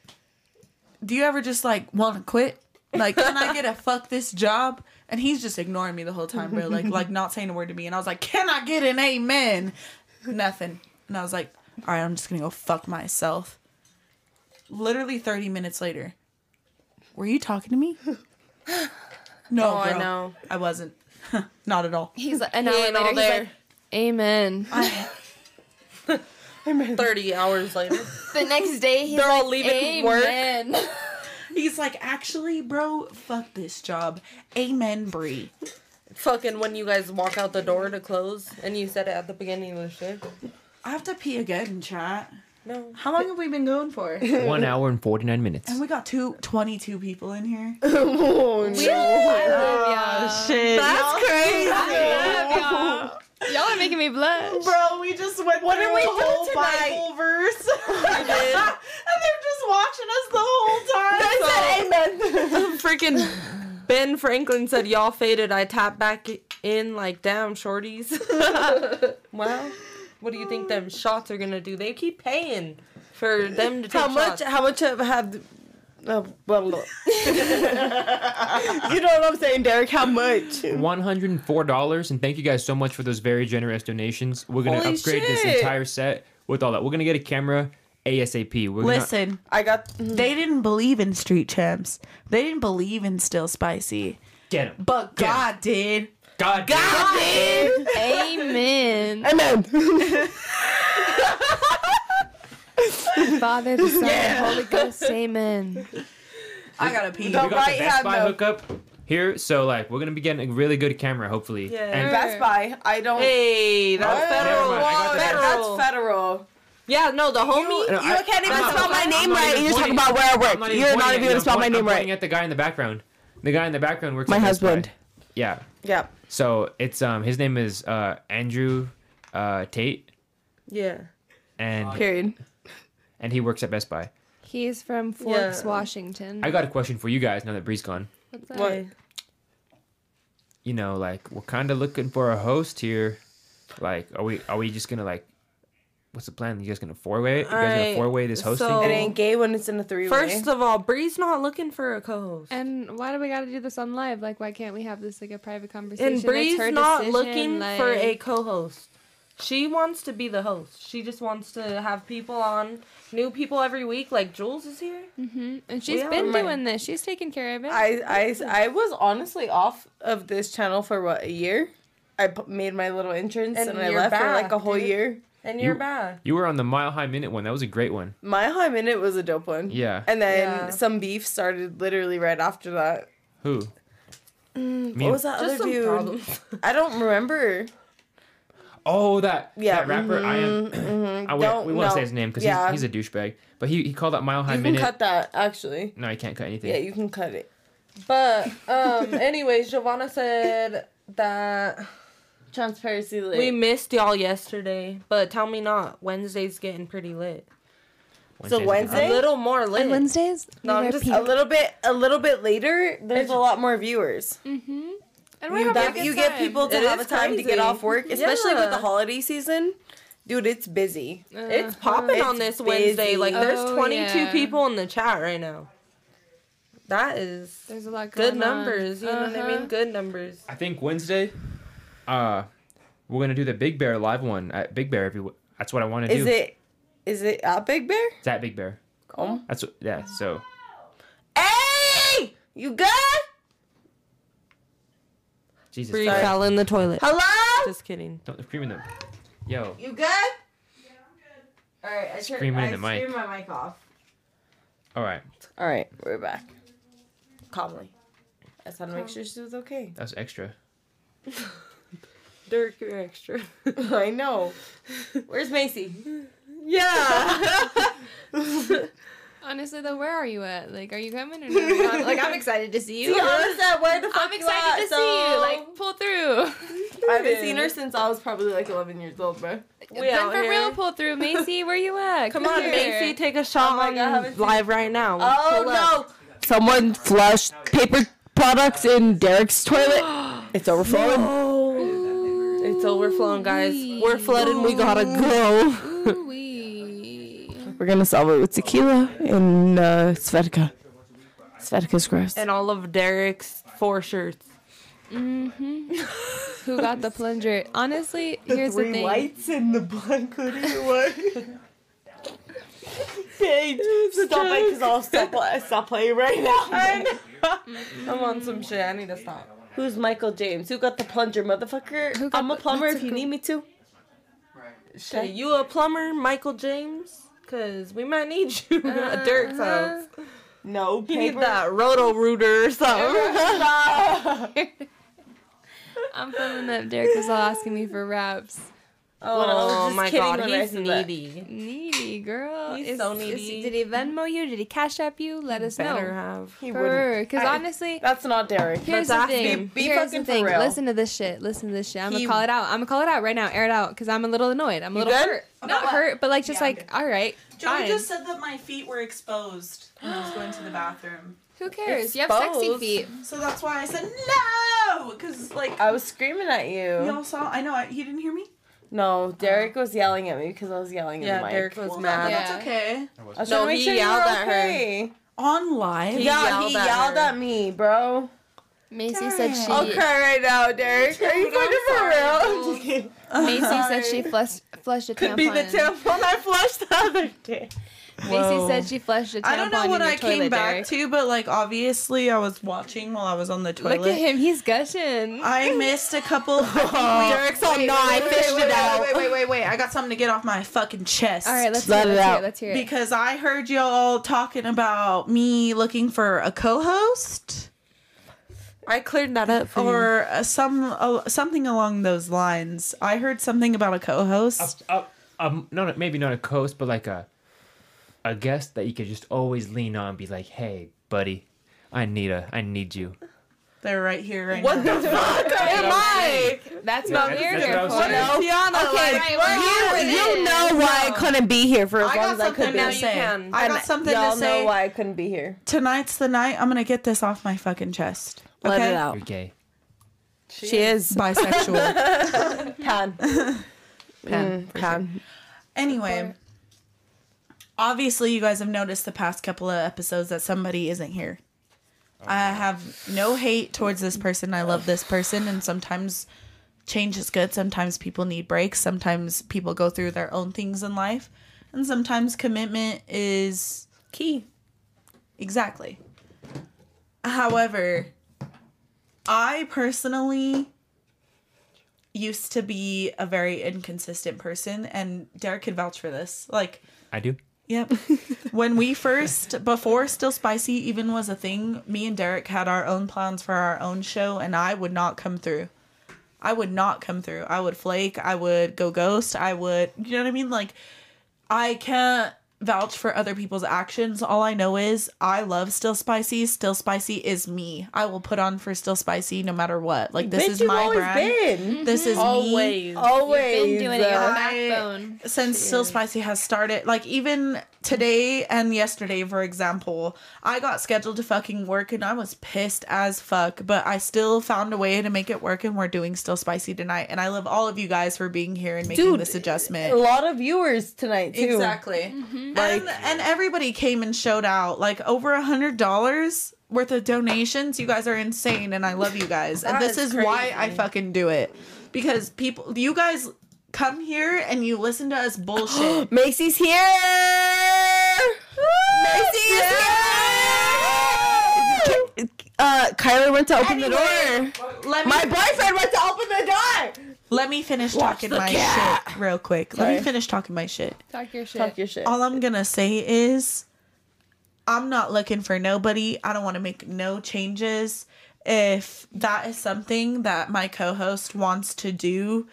Speaker 2: "Do you ever just like want to quit? Like, can I get a fuck this job?" And he's just ignoring me the whole time, bro. Like, like not saying a word to me. And I was like, "Can I get an amen?" Nothing. And I was like, "All right, I'm just gonna go fuck myself." Literally 30 minutes later, were you talking to me? No,
Speaker 7: Oh, I
Speaker 2: Ah, bro.
Speaker 7: know.
Speaker 2: I wasn't. Not at all.
Speaker 4: He's like, an
Speaker 7: He
Speaker 4: hour
Speaker 7: ain't
Speaker 4: later,
Speaker 7: all
Speaker 4: he's
Speaker 7: there.
Speaker 4: like, "Amen."
Speaker 7: Thirty hours later.
Speaker 4: the next day, he's
Speaker 7: They're all
Speaker 4: like,
Speaker 7: leaving work.
Speaker 4: "Amen."
Speaker 2: He's like, actually, bro, fuck this job. Amen, Brie.
Speaker 7: Fucking when you guys walk out the door to close, and you said it at the beginning of the shift.
Speaker 2: I have to pee again, chat.
Speaker 7: No.
Speaker 2: How long have we been going for? and
Speaker 3: One hour and forty nine minutes.
Speaker 2: we got two, 22 people in here.
Speaker 5: Oh,
Speaker 4: We I
Speaker 7: Oh,
Speaker 4: love y'all.
Speaker 2: Shit.
Speaker 5: That's crazy.
Speaker 4: I love y'all. Y'all are making me blush.
Speaker 2: Bro, we just went what through
Speaker 7: we
Speaker 2: a
Speaker 7: do
Speaker 2: whole
Speaker 7: tonight?
Speaker 2: Bible verse. and they're just watching us the whole time.
Speaker 7: Freaking Ben Franklin said, "Y'all faded." I tap back in like damn shorties. well, what do you think them shots are gonna do? They keep paying for them to take
Speaker 5: How much?
Speaker 7: shots.
Speaker 5: How much have have? Uh, blah, blah, blah. you know what I'm saying, Derek? How much?
Speaker 3: One hundred and four dollars, and thank you guys so much for those very generous donations. We're gonna
Speaker 7: Holy
Speaker 3: upgrade
Speaker 7: shit.
Speaker 3: this entire set with all that. We're gonna get a camera ASAP. We're
Speaker 2: Listen,
Speaker 5: I got.
Speaker 2: they didn't believe in street champs. They didn't believe in still spicy.
Speaker 3: gonna get him.
Speaker 2: But
Speaker 3: Yeah.
Speaker 2: God did.
Speaker 3: God, God.
Speaker 4: Amen.
Speaker 5: Amen.
Speaker 4: Father, the Son, and the Holy Ghost. Amen.
Speaker 2: I gotta pee.
Speaker 3: We got the Best Buy hookup here, so like we're gonna be getting a really good camera, hopefully.
Speaker 5: Yeah.
Speaker 3: And
Speaker 5: Best Buy. I don't.
Speaker 7: Hey, that's
Speaker 5: What?
Speaker 7: federal.
Speaker 5: Whoa, that-
Speaker 7: federal.
Speaker 5: That's federal.
Speaker 7: Yeah, no, the homie.
Speaker 5: No, I- I'm not- I'm not even pointing- I'm not even pointing at you. I'm point- I'm
Speaker 3: Pointing at the guy in the background. The guy in the background works.
Speaker 5: My
Speaker 3: at Best Buy.
Speaker 5: husband.
Speaker 3: Yeah.
Speaker 5: Yeah.
Speaker 3: So it's um his name is uh Andrew uh Tate
Speaker 7: Yeah.
Speaker 3: and
Speaker 5: Period.
Speaker 3: and he works at Best Buy.
Speaker 4: He's from Forks,
Speaker 7: Yeah.
Speaker 4: Washington.
Speaker 3: I got a question for you guys now that Bree's gone.
Speaker 4: What's that?
Speaker 3: You know, like we're kind of looking for a host here. Like, are we are we just gonna like, what's the plan? You guys gonna four way? You guys gonna
Speaker 7: Alright,
Speaker 3: four way this hosting?
Speaker 7: so-
Speaker 3: thing?
Speaker 7: It ain't
Speaker 5: gay when it's in a three
Speaker 7: First of all, Bree's not looking for a co-host.
Speaker 4: And why do we got to do this on live? Like, why can't we have this like a private conversation?
Speaker 7: And
Speaker 4: It's
Speaker 7: Bree's
Speaker 4: her
Speaker 7: not
Speaker 4: decision,
Speaker 7: looking for a
Speaker 4: like-
Speaker 7: co-host. She wants to be the host. She just wants to have people on, new people every week. Like Jules is here.
Speaker 4: Mm-hmm. And
Speaker 7: she's
Speaker 4: she's
Speaker 7: been
Speaker 4: been
Speaker 7: Right.
Speaker 4: doing this. She's taking care of it.
Speaker 5: I, I, I was honestly off of this channel for what a year. I p- made my little entrance
Speaker 7: And
Speaker 5: and, I
Speaker 7: you're
Speaker 5: left for
Speaker 7: back,
Speaker 5: like a whole
Speaker 7: dude.
Speaker 5: year.
Speaker 7: And
Speaker 3: you're You-
Speaker 7: back.
Speaker 3: You were on the Mile High Minute one. That was a great one.
Speaker 5: My high minute was a dope one.
Speaker 3: Yeah.
Speaker 5: Mm-hmm. And then
Speaker 7: Yeah.
Speaker 5: some beef started literally right after that.
Speaker 3: Who?
Speaker 5: Mm,
Speaker 3: Me
Speaker 5: what
Speaker 3: and-
Speaker 5: was that
Speaker 7: Just
Speaker 5: other
Speaker 7: some
Speaker 5: dude?
Speaker 7: problems.
Speaker 5: I don't remember.
Speaker 3: Oh, that
Speaker 5: Yeah,
Speaker 3: that rapper. I am.
Speaker 5: mhm,
Speaker 3: I won't-
Speaker 5: don't-
Speaker 3: we won't
Speaker 5: no,
Speaker 3: say his name because
Speaker 5: yeah.
Speaker 3: he's, he's a douchebag. But he, he called out Mile High
Speaker 5: you
Speaker 3: Minute.
Speaker 5: can cut that actually.
Speaker 3: No, he can't cut anything.
Speaker 5: Yeah, you can cut it.
Speaker 7: But um, anyways, Giovanna said that
Speaker 5: Transparency lit.
Speaker 7: we missed y'all yesterday. But tell me not, Wednesday's getting pretty lit.
Speaker 5: so Wednesday,
Speaker 7: A little more lit.
Speaker 4: Wednesdays,
Speaker 7: No, I'm just
Speaker 5: a little bit, a little bit later. There's a lot more viewers.
Speaker 4: Mm-hmm. And
Speaker 5: You, give- you get people to
Speaker 7: It
Speaker 5: have a
Speaker 7: is
Speaker 5: time to get
Speaker 7: crazy.
Speaker 5: off work, especially
Speaker 7: Yeah.
Speaker 5: with the holiday season. Dude, it's busy.
Speaker 7: It's popping on this
Speaker 5: It's
Speaker 7: Wednesday.
Speaker 5: busy.
Speaker 7: Like there's
Speaker 4: Oh,
Speaker 7: 22
Speaker 4: yeah.
Speaker 7: people in the chat right now. That is
Speaker 4: There's a lot
Speaker 7: good
Speaker 4: going on.
Speaker 7: numbers. You know what I
Speaker 4: Uh-huh.
Speaker 7: mean? Good numbers.
Speaker 3: I think Wednesday, uh, we're gonna do the Big Bear live one at Big Bear. Every that's what I want to do.
Speaker 5: Is it? Is it at Big Bear?
Speaker 3: It's at Big Bear.
Speaker 5: Oh.
Speaker 3: That's what, yeah. So
Speaker 5: Hey, you good?
Speaker 3: Jesus.
Speaker 7: Bree
Speaker 3: Christ.
Speaker 7: fell in the toilet.
Speaker 5: Hello?
Speaker 7: Just kidding.
Speaker 3: Don't scream in the. Yo.
Speaker 5: You good?
Speaker 11: All right, I turned
Speaker 3: Screaming
Speaker 11: I
Speaker 3: in the mic.
Speaker 11: screwed my mic off.
Speaker 3: All right.
Speaker 5: All right, we're back. Calmly. I just want to make sure she was okay.
Speaker 3: That was extra.
Speaker 7: Dirk, you're extra.
Speaker 5: I know. Where's Macy?
Speaker 7: yeah.
Speaker 4: Honestly, though, where are you at? Like, are you coming or not? like, I'm excited to see you.
Speaker 5: where the fuck
Speaker 4: I'm
Speaker 5: you
Speaker 4: excited
Speaker 5: at,
Speaker 4: to see you.
Speaker 5: so-
Speaker 4: Like, pull through.
Speaker 5: I haven't seen her since I was probably like 11 years old, bro.
Speaker 7: We
Speaker 4: then
Speaker 7: out
Speaker 4: for
Speaker 7: here.
Speaker 4: real, pull through, Macy. Where you at?
Speaker 7: Come on,
Speaker 4: here.
Speaker 7: Macy, take a shot
Speaker 5: Oh my
Speaker 7: on
Speaker 5: God, I haven't seen-
Speaker 7: live right now.
Speaker 5: Oh
Speaker 7: Pull up.
Speaker 5: no! Someone flushed paper products in Derek's toilet. It's overflowing.
Speaker 7: It's overflowing, guys. We're flooded. We gotta go.
Speaker 4: Ooh-wee.
Speaker 5: We're gonna solve it with tequila and uh, Svedka. Svedka's gross.
Speaker 7: And all of Derek's four shirts.
Speaker 4: Mm-hmm. Who got the plunger? Honestly, here's the thing.
Speaker 5: in the black hoodie. What? Paige, stop it, because I'll stop, stop playing right now.
Speaker 7: I'm on some shit. I need to stop.
Speaker 5: Who's Michael James? Who got the plunger, motherfucker?
Speaker 4: got
Speaker 5: I'm a
Speaker 4: the-
Speaker 5: plumber
Speaker 4: that's
Speaker 5: if
Speaker 4: a
Speaker 5: you
Speaker 4: good-
Speaker 5: need me to.
Speaker 7: Shit, you a plumber, Michael James? Cause we might need you at Derek's house.
Speaker 5: No
Speaker 7: You need
Speaker 5: paper.
Speaker 7: that roto rooter or something.
Speaker 4: I'm filling up. Derek was all asking me for raps.
Speaker 5: Well, I was
Speaker 7: Oh
Speaker 5: just
Speaker 7: my
Speaker 5: kidding
Speaker 7: god,
Speaker 5: when I
Speaker 7: he's
Speaker 5: said that.
Speaker 7: needy.
Speaker 4: Needy girl.
Speaker 7: He's so needy.
Speaker 4: did he Venmo you? Did he Cash App you? Let us
Speaker 7: Better
Speaker 4: know.
Speaker 7: have.
Speaker 5: He wouldn't.
Speaker 4: Because
Speaker 5: I-
Speaker 4: honestly,
Speaker 5: That's not Derek.
Speaker 4: here's the
Speaker 7: ask
Speaker 4: thing.
Speaker 7: him.
Speaker 5: Be
Speaker 4: here's
Speaker 5: fucking
Speaker 4: the
Speaker 5: for
Speaker 4: thing.
Speaker 5: real.
Speaker 4: Listen to this shit. Listen to this shit. I'm
Speaker 5: He-
Speaker 4: gonna call it out. I'm gonna call it out right now. Air it out. Because I'm a little annoyed. I'm a
Speaker 5: You
Speaker 4: little
Speaker 5: good?
Speaker 4: hurt. Not hurt, but like just
Speaker 11: Yeah, I'm
Speaker 4: like all right.
Speaker 2: Joey
Speaker 4: fine.
Speaker 2: just said that my feet were exposed when I was going to the bathroom.
Speaker 4: Who cares? You have sexy
Speaker 5: Exposed.
Speaker 4: feet.
Speaker 2: So that's why I said no! Because, like,
Speaker 5: I was screaming at you.
Speaker 2: y'all saw, I know, I, he didn't hear me.
Speaker 5: No, Derek was yelling at me because I was yelling at
Speaker 7: Yeah,
Speaker 5: the mic.
Speaker 7: Derek was
Speaker 2: Well,
Speaker 7: mad.
Speaker 2: that- That's
Speaker 4: Yeah.
Speaker 2: okay.
Speaker 5: I was
Speaker 7: No,
Speaker 5: trying to make
Speaker 7: he
Speaker 5: sure you were
Speaker 7: yelled at her.
Speaker 5: okay.
Speaker 2: On live?
Speaker 7: He
Speaker 5: yeah,
Speaker 7: yelled
Speaker 5: he
Speaker 7: at
Speaker 5: yelled
Speaker 7: her.
Speaker 5: at me, bro.
Speaker 4: Macy said she.
Speaker 5: I'll cry right now, Derek. Are you
Speaker 4: Dude,
Speaker 5: fucking
Speaker 4: I'm
Speaker 5: for
Speaker 4: sorry,
Speaker 5: real? I'm
Speaker 4: dude.
Speaker 5: just kidding.
Speaker 4: Macy said she flushed flushed a tampon.
Speaker 5: Could be the tampon I flushed the other day.
Speaker 4: Macy said she flushed a tampon
Speaker 2: I don't know what
Speaker 4: in your
Speaker 2: I came
Speaker 4: toilet,
Speaker 2: back
Speaker 4: Derek.
Speaker 2: to, but like obviously I was watching while I was on the toilet.
Speaker 4: Look at him, he's gushing.
Speaker 2: I missed a couple.
Speaker 7: Oh,
Speaker 4: Derek's all, "Nah, I fished
Speaker 2: wait,
Speaker 4: it
Speaker 2: wait,
Speaker 4: out."
Speaker 2: Wait, wait, wait, wait! I got something to get off my fucking chest.
Speaker 4: All right, let's Let hear it, it let's hear it, out. let's hear it.
Speaker 2: Because I heard y'all talking about me looking for a co-host.
Speaker 7: I cleared that up for
Speaker 2: or uh, some uh, something along those lines. I heard something about a co-host.
Speaker 3: Up, um, not a, maybe not a coast, but like a a guest that you could just always lean on. and Be like, hey, buddy, I need a, I need you.
Speaker 2: They're right here, right
Speaker 7: What
Speaker 2: now.
Speaker 7: the fuck am I?
Speaker 4: That's
Speaker 3: Yeah,
Speaker 4: what
Speaker 3: that's-
Speaker 4: we're
Speaker 3: that's
Speaker 4: here
Speaker 3: what I was
Speaker 4: for.
Speaker 3: saying. What is
Speaker 7: Tiana
Speaker 10: Okay,
Speaker 7: like?
Speaker 10: you, you know why I couldn't be here for as long
Speaker 2: I got
Speaker 10: as I could
Speaker 2: something
Speaker 10: be.
Speaker 2: to say.
Speaker 10: And
Speaker 2: I got something
Speaker 10: y'all
Speaker 2: to say.
Speaker 10: know why I couldn't be here.
Speaker 2: Tonight's the night I'm gonna get this off my fucking chest. Okay?
Speaker 10: Let it out. You're
Speaker 3: gay.
Speaker 10: She, is.
Speaker 2: bisexual.
Speaker 10: Pan.
Speaker 2: Pan,
Speaker 10: Mm, pan.
Speaker 2: Anyway, obviously, you guys have noticed the past couple of episodes that somebody isn't here. I have no hate towards this person. I love this person, and sometimes change is good. Sometimes people need breaks. Sometimes people go through their own things in life, and sometimes commitment is key. Exactly. However, I personally used to be a very inconsistent person, and Derek could vouch for this. Like,
Speaker 3: I do.
Speaker 2: Yep. when we first, before Still Spicy even was a thing, me and Derek had our own plans for our own show, and I would not come through. I would not come through. I would flake. I would go ghost. I would, you know what I mean? Like, I can't vouch for other people's actions. All I know is I love Still Spicy. Still Spicy is me. I will put on for Still Spicy no matter what. Like, this
Speaker 10: Bitch,
Speaker 2: is
Speaker 10: you've
Speaker 2: my
Speaker 10: always
Speaker 2: brand.
Speaker 10: been. Mm-hmm.
Speaker 2: This is me.
Speaker 10: Always. Always. You've been doing it, you're the
Speaker 2: I-
Speaker 10: backbone.
Speaker 2: Since Still Spicy has started, like even today and yesterday, for example, I got scheduled to fucking work and I was pissed as fuck, but I still found a way to make it work and we're doing Still Spicy tonight. And I love all of you guys for being here and making
Speaker 10: Dude, uh,
Speaker 2: this adjustment.
Speaker 10: A lot of viewers tonight too.
Speaker 2: Exactly.
Speaker 10: Mm-hmm.
Speaker 2: and, and everybody came and showed out like over a hundred dollars worth of donations. You guys are insane, and I love you guys. and
Speaker 10: That
Speaker 2: this
Speaker 10: is
Speaker 2: is why I
Speaker 10: crazy.
Speaker 2: fucking do it because people, you guys come here and you listen to us bullshit.
Speaker 10: Macy's here. Macy is here. Uh, Kyler went to open the door.
Speaker 2: Let
Speaker 10: My boyfriend went to open the door.
Speaker 2: Let me finish
Speaker 10: Watch
Speaker 2: talking
Speaker 10: the
Speaker 2: my
Speaker 10: cat.
Speaker 2: shit real quick. Let
Speaker 10: Sorry.
Speaker 2: me finish talking my shit.
Speaker 4: Talk your shit.
Speaker 2: All I'm gonna say is, I'm not looking for nobody. I don't want to make no changes. If that is something that my co-host wants to do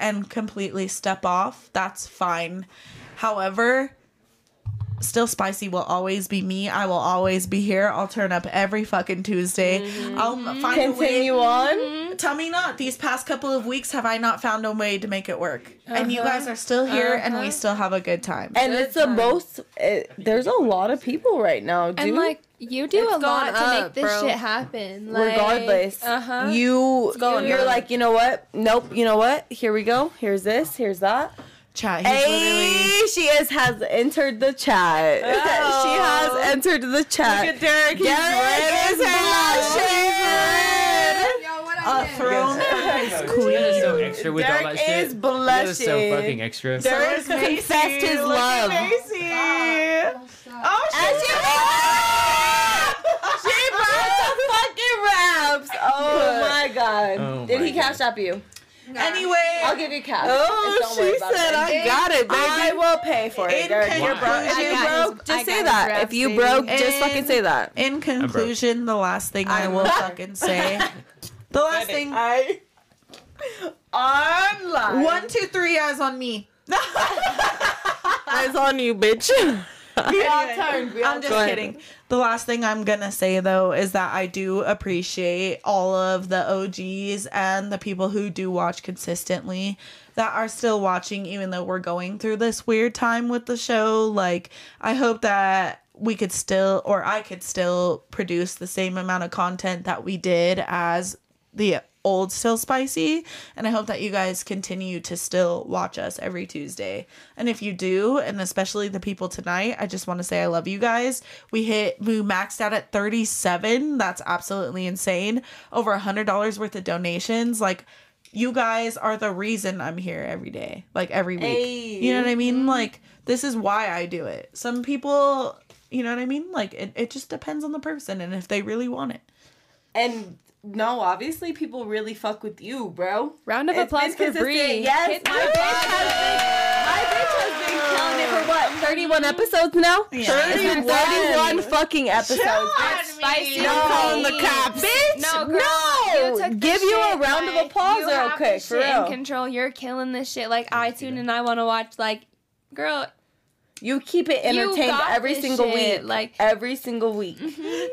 Speaker 2: and completely step off, that's fine. However, still spicy will always be me. I will always be here. I'll turn up every fucking Tuesday.
Speaker 10: Mm-hmm.
Speaker 2: I'll find
Speaker 10: Continue
Speaker 2: a way.
Speaker 10: on?
Speaker 2: Tell me not. These past couple of weeks, have I not found a way to make it work? And you
Speaker 10: Uh-huh.
Speaker 2: guys are still here, and we
Speaker 10: Uh-huh.
Speaker 2: still have a good time.
Speaker 10: And it's the most. It, there's a lot of people right now, dude.
Speaker 4: And like you do a
Speaker 10: gone
Speaker 4: lot to
Speaker 10: up,
Speaker 4: make this
Speaker 10: bro.
Speaker 4: shit happen. Like,
Speaker 10: regardless
Speaker 4: uh-huh.
Speaker 10: you
Speaker 4: It's going
Speaker 10: you're
Speaker 4: down.
Speaker 10: like you know what nope you know what here we go here's this here's that
Speaker 2: chat
Speaker 10: hey she is has entered the chat she has entered the chat
Speaker 2: Oh. Look at Derek, he's red
Speaker 10: Derek is her
Speaker 2: as A throne is queen.
Speaker 3: So extra with all that
Speaker 10: Derek
Speaker 3: shit.
Speaker 10: is
Speaker 3: You guys are so
Speaker 10: blushing.
Speaker 3: fucking extra.
Speaker 10: Derek confessed his
Speaker 2: Look at
Speaker 10: love
Speaker 2: Macy. Oh,
Speaker 10: she brought the fucking wraps oh my god
Speaker 3: Oh
Speaker 10: did
Speaker 3: my
Speaker 10: he cash up you
Speaker 2: Anyway,
Speaker 10: I'll give you cash.
Speaker 7: Oh,
Speaker 10: Don't worry
Speaker 7: she
Speaker 10: about
Speaker 7: said, "I got it, baby."
Speaker 10: I will pay for it.
Speaker 2: In
Speaker 10: Derek. You're broke.
Speaker 2: conclusion-
Speaker 10: If
Speaker 2: I
Speaker 10: you
Speaker 2: got
Speaker 10: broke,
Speaker 2: his-
Speaker 10: just
Speaker 2: I
Speaker 10: say
Speaker 2: got
Speaker 10: that.
Speaker 2: his
Speaker 10: if
Speaker 2: raps,
Speaker 10: you
Speaker 2: baby.
Speaker 10: broke, just fucking
Speaker 2: In-
Speaker 10: say that.
Speaker 2: In conclusion, the last thing I will fucking say. The last thing.
Speaker 10: I. Online.
Speaker 2: One, two, three eyes on me.
Speaker 7: Eyes on you, bitch.
Speaker 2: Anyway, I'm just kidding. The last thing I'm gonna say though is that I do appreciate all of the OGs and the people who do watch consistently that are still watching even though we're going through this weird time with the show. Like I hope that we could still or I could still produce the same amount of content that we did as the old still spicy and i hope that you guys continue to still watch us every tuesday and if you do and especially the people tonight i just want to say i love you guys we hit we maxed out at 37 that's absolutely insane over a hundred dollars worth of donations like you guys are the reason I'm here every day, like every week. You know what I mean? Like this is why I do it. Some people, you know what I mean? Like it, it just depends on the person and if they really want it.
Speaker 13: And no, obviously people really fuck with you, bro.
Speaker 4: Round of
Speaker 13: It's
Speaker 4: applause
Speaker 13: been
Speaker 4: for Bree.
Speaker 13: consistent. Yes,
Speaker 4: Hit
Speaker 13: my
Speaker 4: my
Speaker 13: bitch has been, my bitch has been killing it for what?
Speaker 5: 31 episodes now? It's been 31 fucking episodes.
Speaker 4: That's spicy.
Speaker 5: No. calling the cops. Bitch,
Speaker 4: No, girl,
Speaker 5: no.
Speaker 4: You took the
Speaker 5: Give you a
Speaker 4: shit,
Speaker 5: round of
Speaker 4: like,
Speaker 5: applause
Speaker 4: you
Speaker 5: real
Speaker 4: have
Speaker 5: quick,
Speaker 4: the
Speaker 5: for
Speaker 4: shit in
Speaker 5: real.
Speaker 4: control. You're killing this shit. Like I tune and I want to watch. Like, girl,
Speaker 5: You keep it
Speaker 4: You
Speaker 5: entertained
Speaker 4: got
Speaker 5: every
Speaker 4: this
Speaker 5: single
Speaker 4: shit,
Speaker 5: week.
Speaker 4: Like
Speaker 5: every single week.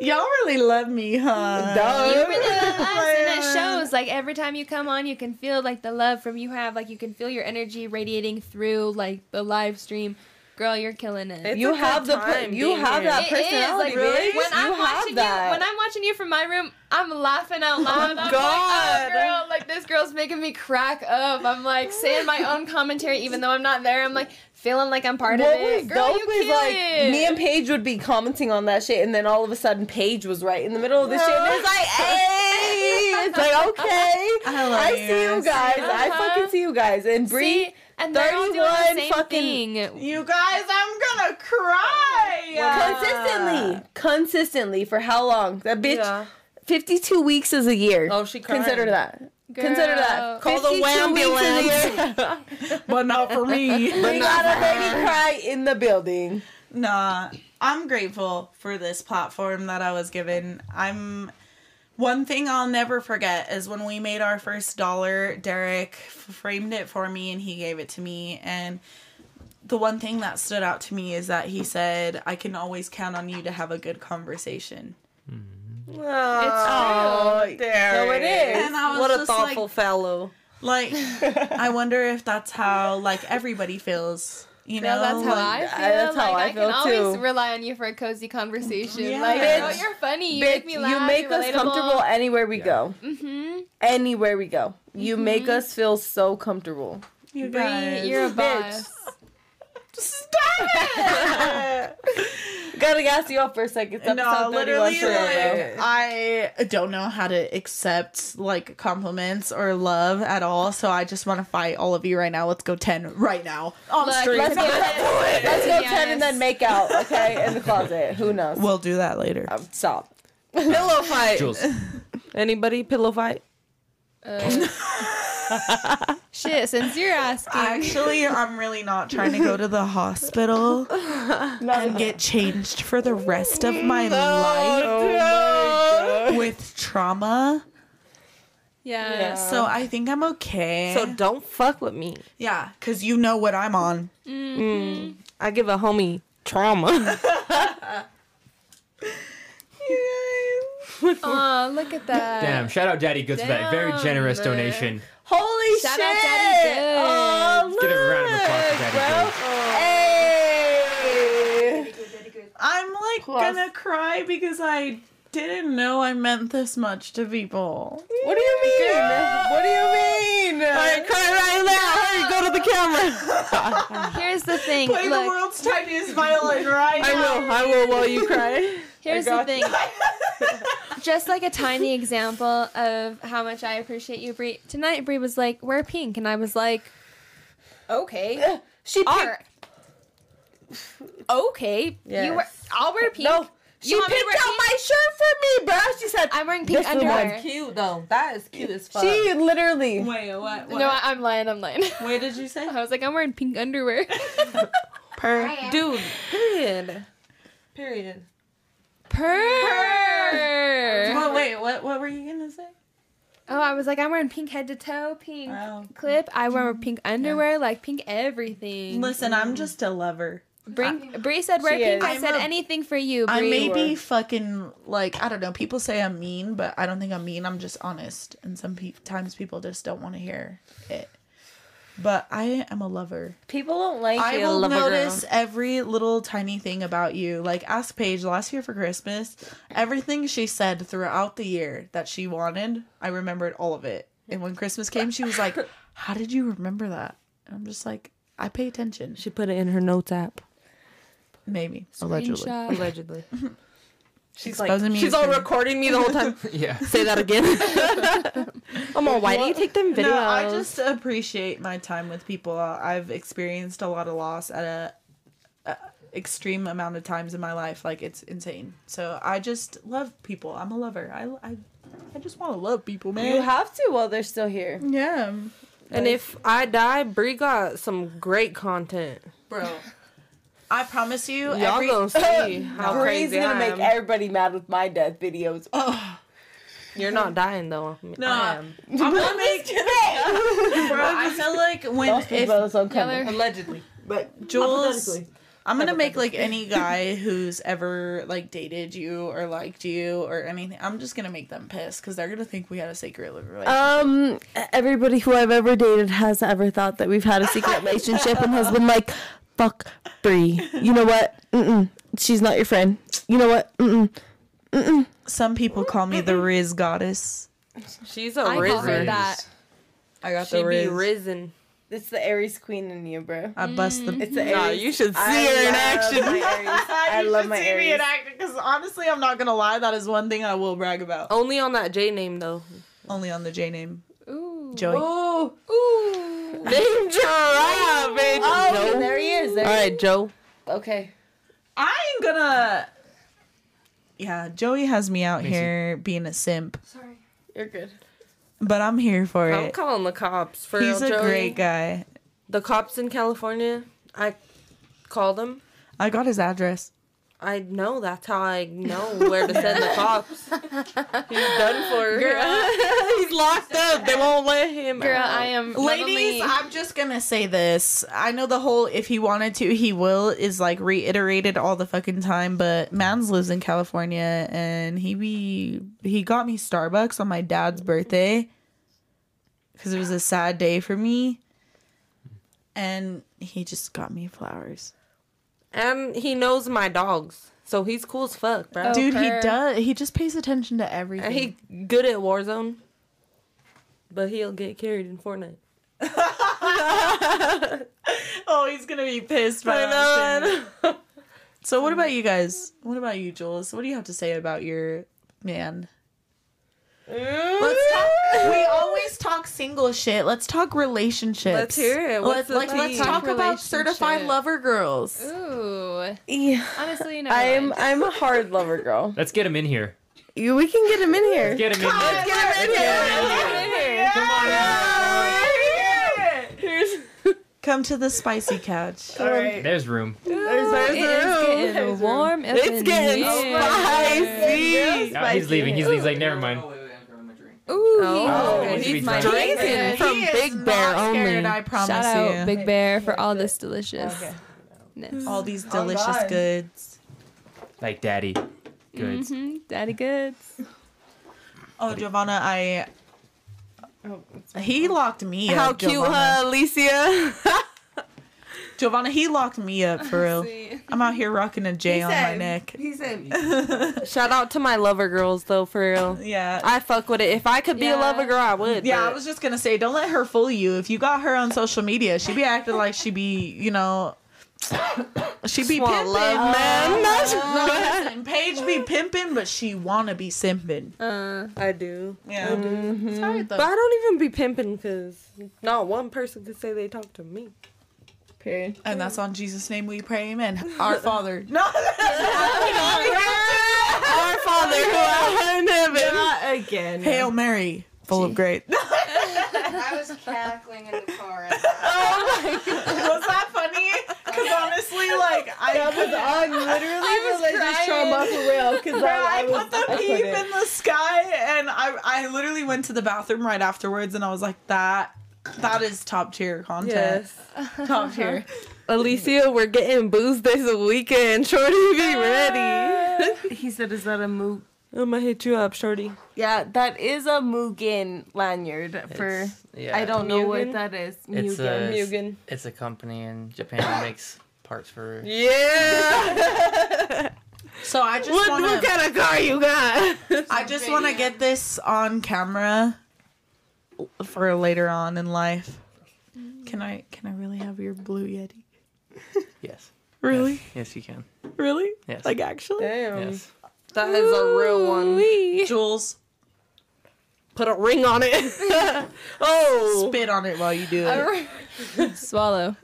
Speaker 2: Y'all really love me, huh?
Speaker 5: Duh.
Speaker 4: you really love us, and it
Speaker 2: Man.
Speaker 4: shows. Like every time you come on, you can feel like the love from you have. Like you can feel your energy radiating through like the live stream. Girl, you're killing it.
Speaker 5: You have the per- you have that
Speaker 4: It is,
Speaker 5: personality,
Speaker 4: like,
Speaker 5: bitch.
Speaker 4: When I'm
Speaker 5: You have
Speaker 4: watching
Speaker 5: that.
Speaker 4: you, when I'm watching you from my room, I'm laughing out loud. I'm
Speaker 5: God.
Speaker 4: like, oh, girl, like this girl's making me crack up. I'm like saying my own commentary, even though I'm not there. I'm like feeling like I'm part
Speaker 5: what
Speaker 4: of it.
Speaker 5: was
Speaker 4: Girl,
Speaker 5: dope
Speaker 4: you
Speaker 5: is
Speaker 4: kill
Speaker 5: like
Speaker 4: it.
Speaker 5: me and Paige would be commenting on that shit, and then all of a sudden Paige was right in the middle of the shit. And it's like, hey, it's like okay,
Speaker 4: I
Speaker 5: I,
Speaker 4: love
Speaker 5: see you
Speaker 4: you.
Speaker 5: guys, I
Speaker 4: Uh-huh.
Speaker 5: fucking see you guys, and Bree.
Speaker 4: See? and they're all doing the
Speaker 5: 31
Speaker 4: same
Speaker 5: fucking
Speaker 4: thing.
Speaker 2: You guys, I'm gonna cry.
Speaker 5: consistently consistently for how long that bitch 52 weeks is a year oh she
Speaker 7: crying.
Speaker 5: consider that consider that
Speaker 7: Call the
Speaker 5: 52 weeks is a year.
Speaker 2: but not for me.
Speaker 5: we got a baby cry in the building
Speaker 2: Nah, I'm grateful for this platform that I was given. I'm one thing I'll never forget is when we made our first dollar, Derek framed it for me and he gave it to me. And the one thing that stood out to me is that he said, I can always count on you to have a good conversation.
Speaker 7: Oh,
Speaker 5: true.
Speaker 7: there
Speaker 2: So it is. And I was
Speaker 7: What a
Speaker 2: just
Speaker 7: thoughtful
Speaker 2: like-
Speaker 7: fellow.
Speaker 2: Like, I wonder if that's how, like, everybody feels. You know,
Speaker 4: Girl, that's how I
Speaker 2: Like,
Speaker 4: feel. like, I, can always rely on you for a cozy conversation.
Speaker 2: Yeah.
Speaker 4: Like,
Speaker 2: Bitch,
Speaker 4: oh, you're funny. You
Speaker 5: Bitch,
Speaker 4: make me laugh.
Speaker 5: you make
Speaker 4: you're
Speaker 5: us
Speaker 4: relatable.
Speaker 5: comfortable anywhere we go
Speaker 4: Mm-hmm.
Speaker 5: anywhere we go you make us feel so comfortable
Speaker 2: You
Speaker 4: Bree,
Speaker 2: guys.
Speaker 4: you're a boss.
Speaker 5: gotta gas you up for a second it's
Speaker 2: no,
Speaker 5: episode 31
Speaker 2: literally,
Speaker 5: for real, bro.
Speaker 2: like, I don't know how to accept like compliments or love at all. So I just want to fight all of you right now. Let's go ten right now on
Speaker 4: Look,
Speaker 2: street.
Speaker 4: let's go
Speaker 5: Let's go
Speaker 4: Yes.
Speaker 5: ten and then make out, okay? In the closet. Who knows?
Speaker 2: We'll do that later.
Speaker 5: stop.
Speaker 7: Pillow fight.
Speaker 5: Jules.
Speaker 7: Anybody pillow fight?
Speaker 4: Uh, shit, since you're asking.
Speaker 2: Actually, I'm really not trying to go to the hospital and get changed for the rest of my life
Speaker 7: Oh
Speaker 2: with trauma.
Speaker 4: Yeah.
Speaker 2: So I think I'm okay.
Speaker 7: So don't fuck with me.
Speaker 2: yeah, because you know what I'm on.
Speaker 4: Mm-hmm.
Speaker 7: Mm. I give a homie trauma.
Speaker 4: Aw, look at that.
Speaker 3: Damn! Shout out Daddy Goods for that very generous
Speaker 4: Damn.
Speaker 3: donation.
Speaker 5: Holy
Speaker 4: Shout
Speaker 5: shit!
Speaker 4: out Daddy Good.
Speaker 5: Oh, look,
Speaker 3: Give a round of applause for Daddy
Speaker 5: bro.
Speaker 3: Goods.
Speaker 5: Hey.
Speaker 2: I'm like gonna cry because I didn't know I meant this much to people.
Speaker 5: What do you mean? What do you mean?
Speaker 7: All right, cry right now. Hurry, go to the camera.
Speaker 4: Here's the thing.
Speaker 2: Play the
Speaker 4: look,
Speaker 2: world's tiniest violin right
Speaker 7: I
Speaker 2: now.
Speaker 7: will. I will while you cry.
Speaker 4: Here's
Speaker 7: I
Speaker 4: the
Speaker 7: got
Speaker 4: thing. Just like a tiny example of how much I appreciate you, Brie. Tonight, Brie was like, "Wear pink," and I was like, "Okay."
Speaker 5: She picked-
Speaker 4: Are- okay. You
Speaker 5: Yes.
Speaker 4: wear, I'll wear pink.
Speaker 5: No, she
Speaker 4: want me to
Speaker 5: picked
Speaker 4: wear
Speaker 5: out
Speaker 4: pink?
Speaker 5: my shirt for me, bro. She said,
Speaker 4: I'm wearing pink
Speaker 5: This is
Speaker 4: underwear.
Speaker 5: one.
Speaker 13: Cute though. That is cute as fuck.
Speaker 5: She literally.
Speaker 2: Wait, what?
Speaker 4: No, I, I'm lying. I'm lying.
Speaker 2: What did you say?
Speaker 4: I was like, I'm wearing pink underwear.
Speaker 2: Per.
Speaker 7: Dude, period.
Speaker 13: Period.
Speaker 4: Purr.
Speaker 2: Well, wait, what? What were you gonna say?
Speaker 4: Oh, I was like, I'm wearing pink head to toe, pink
Speaker 2: Oh.
Speaker 4: clip. I wear pink underwear, like pink everything.
Speaker 2: Listen, I'm just a lover.
Speaker 4: Bring, Bree said wear
Speaker 5: She
Speaker 4: pink.
Speaker 5: is.
Speaker 4: I
Speaker 2: I'm
Speaker 4: said
Speaker 2: a-
Speaker 4: anything for you, Bree.
Speaker 2: I may be fucking like I don't know. People say I'm mean, but I don't think I'm mean. I'm just honest, and some pe- times people just don't want to hear it. But I am a lover.
Speaker 5: People don't like
Speaker 2: I
Speaker 5: you.
Speaker 2: will
Speaker 5: love a girl.
Speaker 2: notice every little tiny thing about you. Like ask Paige last year for Christmas, everything she said throughout the year that she wanted, I remembered all of it. And when Christmas came, she was like, "How did you remember that?" And I'm just like, "I pay attention."
Speaker 7: She put it in her notes app.
Speaker 2: Maybe allegedly.
Speaker 4: Screenshot.
Speaker 7: Allegedly.
Speaker 2: She's
Speaker 7: like,
Speaker 2: exposing me.
Speaker 7: she's
Speaker 2: to-
Speaker 7: all recording me the whole time.
Speaker 3: yeah.
Speaker 7: Say that again.
Speaker 10: I'm all, why do you take them videos?
Speaker 2: No, I just appreciate my time with people. I've experienced a lot of loss at a, a extreme amount of times in my life. Like it's insane. So I just love people. I'm a lover. I I, I just want to love people, man.
Speaker 10: You have to while they're still here.
Speaker 2: Yeah.
Speaker 7: And if I die, Brie got some great content.
Speaker 2: bro. I promise you,
Speaker 7: Y'all
Speaker 2: every-
Speaker 7: gonna see how
Speaker 10: Bree's
Speaker 7: crazy
Speaker 10: gonna
Speaker 7: I
Speaker 10: make
Speaker 7: am.
Speaker 10: everybody mad with my death videos.
Speaker 7: You're not dying though.
Speaker 2: No,
Speaker 7: I
Speaker 2: I'm
Speaker 7: am.
Speaker 2: gonna make bro. I feel like when
Speaker 10: Those people
Speaker 2: if
Speaker 10: is uncoming.
Speaker 7: allegedly,
Speaker 2: but Jules,
Speaker 10: Hypothetically.
Speaker 2: I'm gonna make like any guy who's ever like dated you or liked you or anything. I'm just gonna make them pissed because they're gonna think we had a secret relationship.
Speaker 5: Um, everybody who I've ever dated has ever thought that we've had a secret relationship and has been like, "Fuck, Bree. You know what? Mm-mm. She's not your friend. You know what? Mm-mm. Mm-mm.
Speaker 2: Some people call me the Riz goddess.
Speaker 7: She's a
Speaker 10: I
Speaker 7: rizzer.
Speaker 10: call her that.
Speaker 2: I got
Speaker 7: she
Speaker 2: the Riz.
Speaker 7: be risen.
Speaker 10: It's the Aries queen in you, bro.
Speaker 2: I bust the.
Speaker 10: It's the
Speaker 7: Nah,
Speaker 10: Aries.
Speaker 7: you should see
Speaker 10: I
Speaker 7: her in
Speaker 10: love
Speaker 7: action.
Speaker 10: my Aries. I
Speaker 2: mm. you
Speaker 10: love
Speaker 2: should
Speaker 10: my
Speaker 2: see me
Speaker 10: Aries.
Speaker 2: in action because honestly, I'm not gonna lie. That is one thing I will brag about.
Speaker 7: Only on that J name though.
Speaker 2: Only on the J name.
Speaker 4: Ooh.
Speaker 2: Joey.
Speaker 7: Ooh. Ooh. Name drop, bitch.
Speaker 10: Oh,
Speaker 7: Joe.
Speaker 10: there he is. There
Speaker 7: All right, Joe.
Speaker 10: Okay.
Speaker 2: I ain't gonna. Yeah, Joey has me out here being a simp,
Speaker 10: Sorry. You're good.
Speaker 2: but I'm here for
Speaker 7: I'm
Speaker 2: it.
Speaker 7: calling the cops Oh, for
Speaker 2: He's
Speaker 7: real,
Speaker 2: a
Speaker 7: Joey.
Speaker 2: great guy.
Speaker 7: The cops in California, I called them.
Speaker 2: I got his address.
Speaker 7: I know that's how I know where to send the cops. He's done for. He's locked up. They won't let him.
Speaker 4: Girl,
Speaker 7: out.
Speaker 4: I am.
Speaker 2: Ladies, I'm just gonna say this. I know the whole if he wanted to, he will is like reiterated all the fucking time, but Mans lives in California and he be he got me Starbucks on my dad's birthday because it was a sad day for me. And he just got me flowers.
Speaker 7: And Um, he knows my dogs, so he's cool as fuck, bro.
Speaker 2: Dude, he
Speaker 4: her.
Speaker 2: does he just pays attention to everything.
Speaker 7: and he good at Warzone, but he'll get carried in Fortnite.
Speaker 2: oh, he's gonna be pissed by
Speaker 7: I
Speaker 2: that. shit. So what about you guys? What about you, Jules? What do you have to say about your man? Let's talk. We always talk single shit. Let's talk relationships.
Speaker 7: Let's hear it.
Speaker 2: Let's,
Speaker 7: What's the
Speaker 2: like, let's
Speaker 7: tea?
Speaker 2: talk about certified
Speaker 4: Relationship.
Speaker 2: lover girls.
Speaker 4: Ooh.
Speaker 5: Yeah.
Speaker 4: Honestly, you know.
Speaker 5: I'm I'm a hard lover girl.
Speaker 3: Let's get him in here.
Speaker 5: You, we can get him in here.
Speaker 3: Let's get him in here. Come on.
Speaker 2: Come to the spicy couch.
Speaker 5: All right.
Speaker 3: There's room.
Speaker 4: It is getting warm. Oh up
Speaker 7: It's
Speaker 4: in
Speaker 7: getting
Speaker 4: here.
Speaker 7: spicy.
Speaker 3: Oh, he's leaving. He's, he's like, never mind.
Speaker 4: Ooh.
Speaker 7: Oh,
Speaker 4: he's-
Speaker 3: he's
Speaker 7: he's my
Speaker 3: drinking
Speaker 7: favorite. from
Speaker 2: He is
Speaker 7: Big
Speaker 2: not
Speaker 7: Bear
Speaker 2: scared,
Speaker 7: only.
Speaker 2: I promise
Speaker 4: Shout out
Speaker 2: you.
Speaker 4: Big Bear for all this delicious.
Speaker 2: All these delicious
Speaker 10: God.
Speaker 2: goods.
Speaker 3: Like daddy. Goods.
Speaker 4: hmm Daddy goods.
Speaker 2: Oh, Giovanna, I. He locked me
Speaker 7: How
Speaker 2: up.
Speaker 7: cute,
Speaker 2: Giovanna.
Speaker 7: huh, Alicia?
Speaker 2: Giovanna, he locked me up for real.
Speaker 4: See.
Speaker 2: I'm out here rocking a J on my neck.
Speaker 14: He said,
Speaker 7: Shout out to my lover girls though, for real.
Speaker 2: Yeah.
Speaker 7: I fuck with it. If I could be
Speaker 4: Yeah.
Speaker 7: a lover girl, I would.
Speaker 2: Yeah,
Speaker 7: but
Speaker 2: I was just gonna say, don't let her fool you. If you got her on social media, she be acting like she be, you know, she be
Speaker 7: Wanna
Speaker 2: pimping.
Speaker 7: love Oh. man.
Speaker 2: No, listen, Paige be pimping, but she wanna be simping.
Speaker 4: Uh,
Speaker 7: I do.
Speaker 2: Yeah, it's alright though.
Speaker 7: But I don't even be pimping because not one person could say they talk to me.
Speaker 10: Period.
Speaker 2: and that's on Jesus' name we pray, Amen. Our Father. No,
Speaker 7: Our Father who art in heaven.
Speaker 10: Not again.
Speaker 2: Hail Mary, full of grace.
Speaker 11: I was cackling in the car.
Speaker 2: Oh Was that funny? Because honestly, like I
Speaker 10: That was on literally religious trauma for real. Cause
Speaker 2: Bro,
Speaker 10: I,
Speaker 2: I,
Speaker 10: I was
Speaker 2: put the
Speaker 10: I
Speaker 2: peep
Speaker 10: couldn't.
Speaker 2: in the sky, and I I literally went to the bathroom right afterwards, and I was like, that that is top tier content.
Speaker 7: Yes.
Speaker 2: Top tier.
Speaker 7: Alicia, we're getting booze this weekend. Shorty, be ready.
Speaker 10: He said, "Is that a moog?
Speaker 7: I'm gonna hit you up, Shorty.
Speaker 10: Yeah, that is a Mugen lanyard for.
Speaker 12: Yeah.
Speaker 10: I don't know
Speaker 7: Mugen?
Speaker 10: what that is.
Speaker 12: It's
Speaker 10: Mugen.
Speaker 12: a
Speaker 7: Mugen.
Speaker 12: it's a company in Japan that makes parts for.
Speaker 7: Yeah.
Speaker 2: So I just
Speaker 7: what,
Speaker 2: want
Speaker 7: what
Speaker 2: to
Speaker 7: kind of car you got?
Speaker 2: I just want to get this on camera for later on in life. Can I can I really have your blue yeti?
Speaker 12: Yes.
Speaker 2: Really?
Speaker 12: Yes, you can.
Speaker 2: Really?
Speaker 12: Yes.
Speaker 2: Like actually?
Speaker 7: Damn.
Speaker 12: Yes.
Speaker 7: That is a real one.
Speaker 2: Jules.
Speaker 7: Put a ring on it. oh.
Speaker 2: Spit on it while you do it.
Speaker 4: Swallow.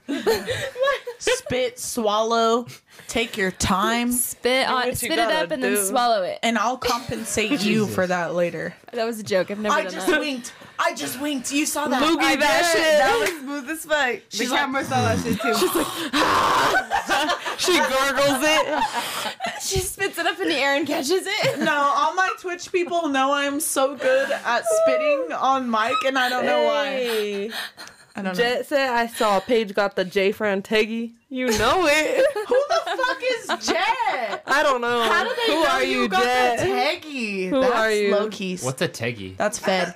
Speaker 2: Spit, swallow, take your time.
Speaker 4: Spit on- what you spit it gotta up and then do. swallow it.
Speaker 2: And I'll compensate you for that later.
Speaker 4: That was a joke. I've never
Speaker 2: I
Speaker 4: done
Speaker 2: just
Speaker 4: that.
Speaker 2: winked. I just winked. You saw that.
Speaker 4: Loogie
Speaker 2: I
Speaker 4: that
Speaker 2: did.
Speaker 4: shit.
Speaker 2: That was-
Speaker 5: smooth as fuck.
Speaker 2: She's
Speaker 5: the
Speaker 2: like-
Speaker 5: camera saw that shit too. She's
Speaker 7: like, she gargles it.
Speaker 4: she spits it up in the air and catches it.
Speaker 2: No, all my Twitch people know I'm so good at spitting on mic, and I don't know why. I don't know.
Speaker 7: Jet said I saw Paige got the J Frantegi. You know it.
Speaker 2: Who the fuck is Jet?
Speaker 7: I don't know.
Speaker 2: How do they
Speaker 7: Who
Speaker 2: know
Speaker 7: are
Speaker 2: you
Speaker 7: you,
Speaker 2: got
Speaker 7: Jet?
Speaker 2: the Teggy?
Speaker 7: Who
Speaker 2: That's
Speaker 7: are you?
Speaker 2: low key.
Speaker 12: What's a teggy?
Speaker 3: Oh.
Speaker 2: That's fed.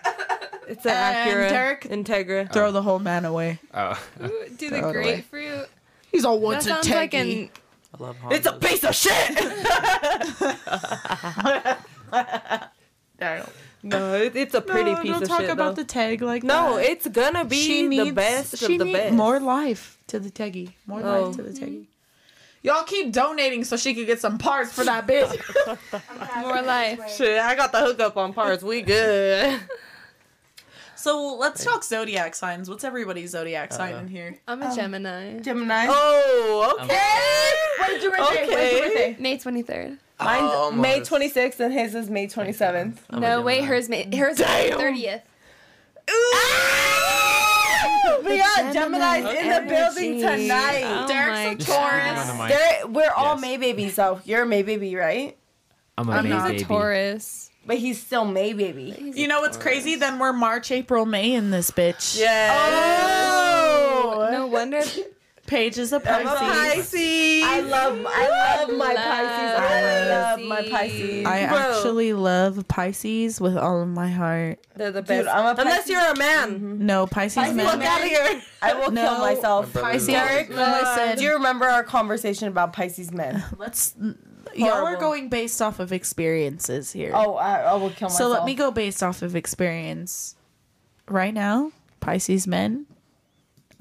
Speaker 7: It's an
Speaker 2: And
Speaker 7: Acura.
Speaker 2: Derek-
Speaker 7: Integra.
Speaker 2: Throw the whole man away.
Speaker 12: Oh.
Speaker 4: Do
Speaker 2: Throw
Speaker 4: the
Speaker 2: it away.
Speaker 4: grapefruit.
Speaker 2: He's all what's
Speaker 4: that
Speaker 2: a
Speaker 4: sounds like
Speaker 2: Teggy?
Speaker 4: an
Speaker 12: I love
Speaker 2: It's a piece of shit.
Speaker 7: No, it, it's a pretty
Speaker 2: No,
Speaker 7: piece
Speaker 2: don't
Speaker 7: of
Speaker 2: talk
Speaker 7: shit.
Speaker 2: about
Speaker 7: though.
Speaker 2: the tag like
Speaker 7: No,
Speaker 2: that.
Speaker 7: it's gonna be
Speaker 2: She
Speaker 7: the
Speaker 2: needs-
Speaker 7: best
Speaker 2: she
Speaker 7: of the
Speaker 2: need
Speaker 7: best.
Speaker 2: More life to the Teggy. More
Speaker 7: Oh.
Speaker 2: life to the Teggy. Y'all keep donating so she could get some parts for that bitch.
Speaker 4: More life.
Speaker 7: Shit, I got the hookup on parts. We good.
Speaker 2: So let's talk zodiac signs. What's everybody's zodiac sign
Speaker 7: Uh,
Speaker 2: in here?
Speaker 4: I'm a Gemini.
Speaker 5: Gemini.
Speaker 7: Oh,
Speaker 5: What did your birthday? What did your birthday?
Speaker 4: May 23rd.
Speaker 15: Oh,
Speaker 5: Mine's
Speaker 12: Almost.
Speaker 5: May 26th and his is May 27th.
Speaker 4: no, wait, hers May hers is May 30th.
Speaker 5: We got Gemini's in the building
Speaker 4: energy.
Speaker 5: tonight.
Speaker 4: Oh
Speaker 5: Derek's a
Speaker 12: my God.
Speaker 5: Taurus. Derek, we're all May babies though. You're a May baby, right?
Speaker 12: I'm a
Speaker 5: I'm
Speaker 12: May
Speaker 5: not a
Speaker 12: baby.
Speaker 4: Taurus.
Speaker 5: But he's still May baby.
Speaker 2: You know what's crazy? Then we're March, April, May in this bitch.
Speaker 5: Oh,
Speaker 4: No wonder.
Speaker 2: Paige is a
Speaker 5: I'm a
Speaker 2: Pisces.
Speaker 5: Pisces. I love, I love my Pisces. I love my Pisces.
Speaker 2: I
Speaker 7: Bro.
Speaker 2: actually love Pisces with all of my heart.
Speaker 7: They're the best.
Speaker 5: Dude, I'm a
Speaker 7: Unless
Speaker 5: Pisces.
Speaker 7: you're a man.
Speaker 2: No, Pisces,
Speaker 5: Mm-hmm. Pisces
Speaker 2: man.
Speaker 5: man.
Speaker 7: here.
Speaker 5: I will
Speaker 2: No.
Speaker 5: kill myself.
Speaker 12: My brother's
Speaker 2: Pisces,
Speaker 5: Derek,
Speaker 2: listen. Uh-huh.
Speaker 5: do you remember our conversation about Pisces men?
Speaker 2: Let's. Y'all are
Speaker 5: Horrible.
Speaker 2: going based off of experiences here.
Speaker 5: Oh, I, I will kill myself.
Speaker 2: so let me go based off of experience. Right now, Pisces men.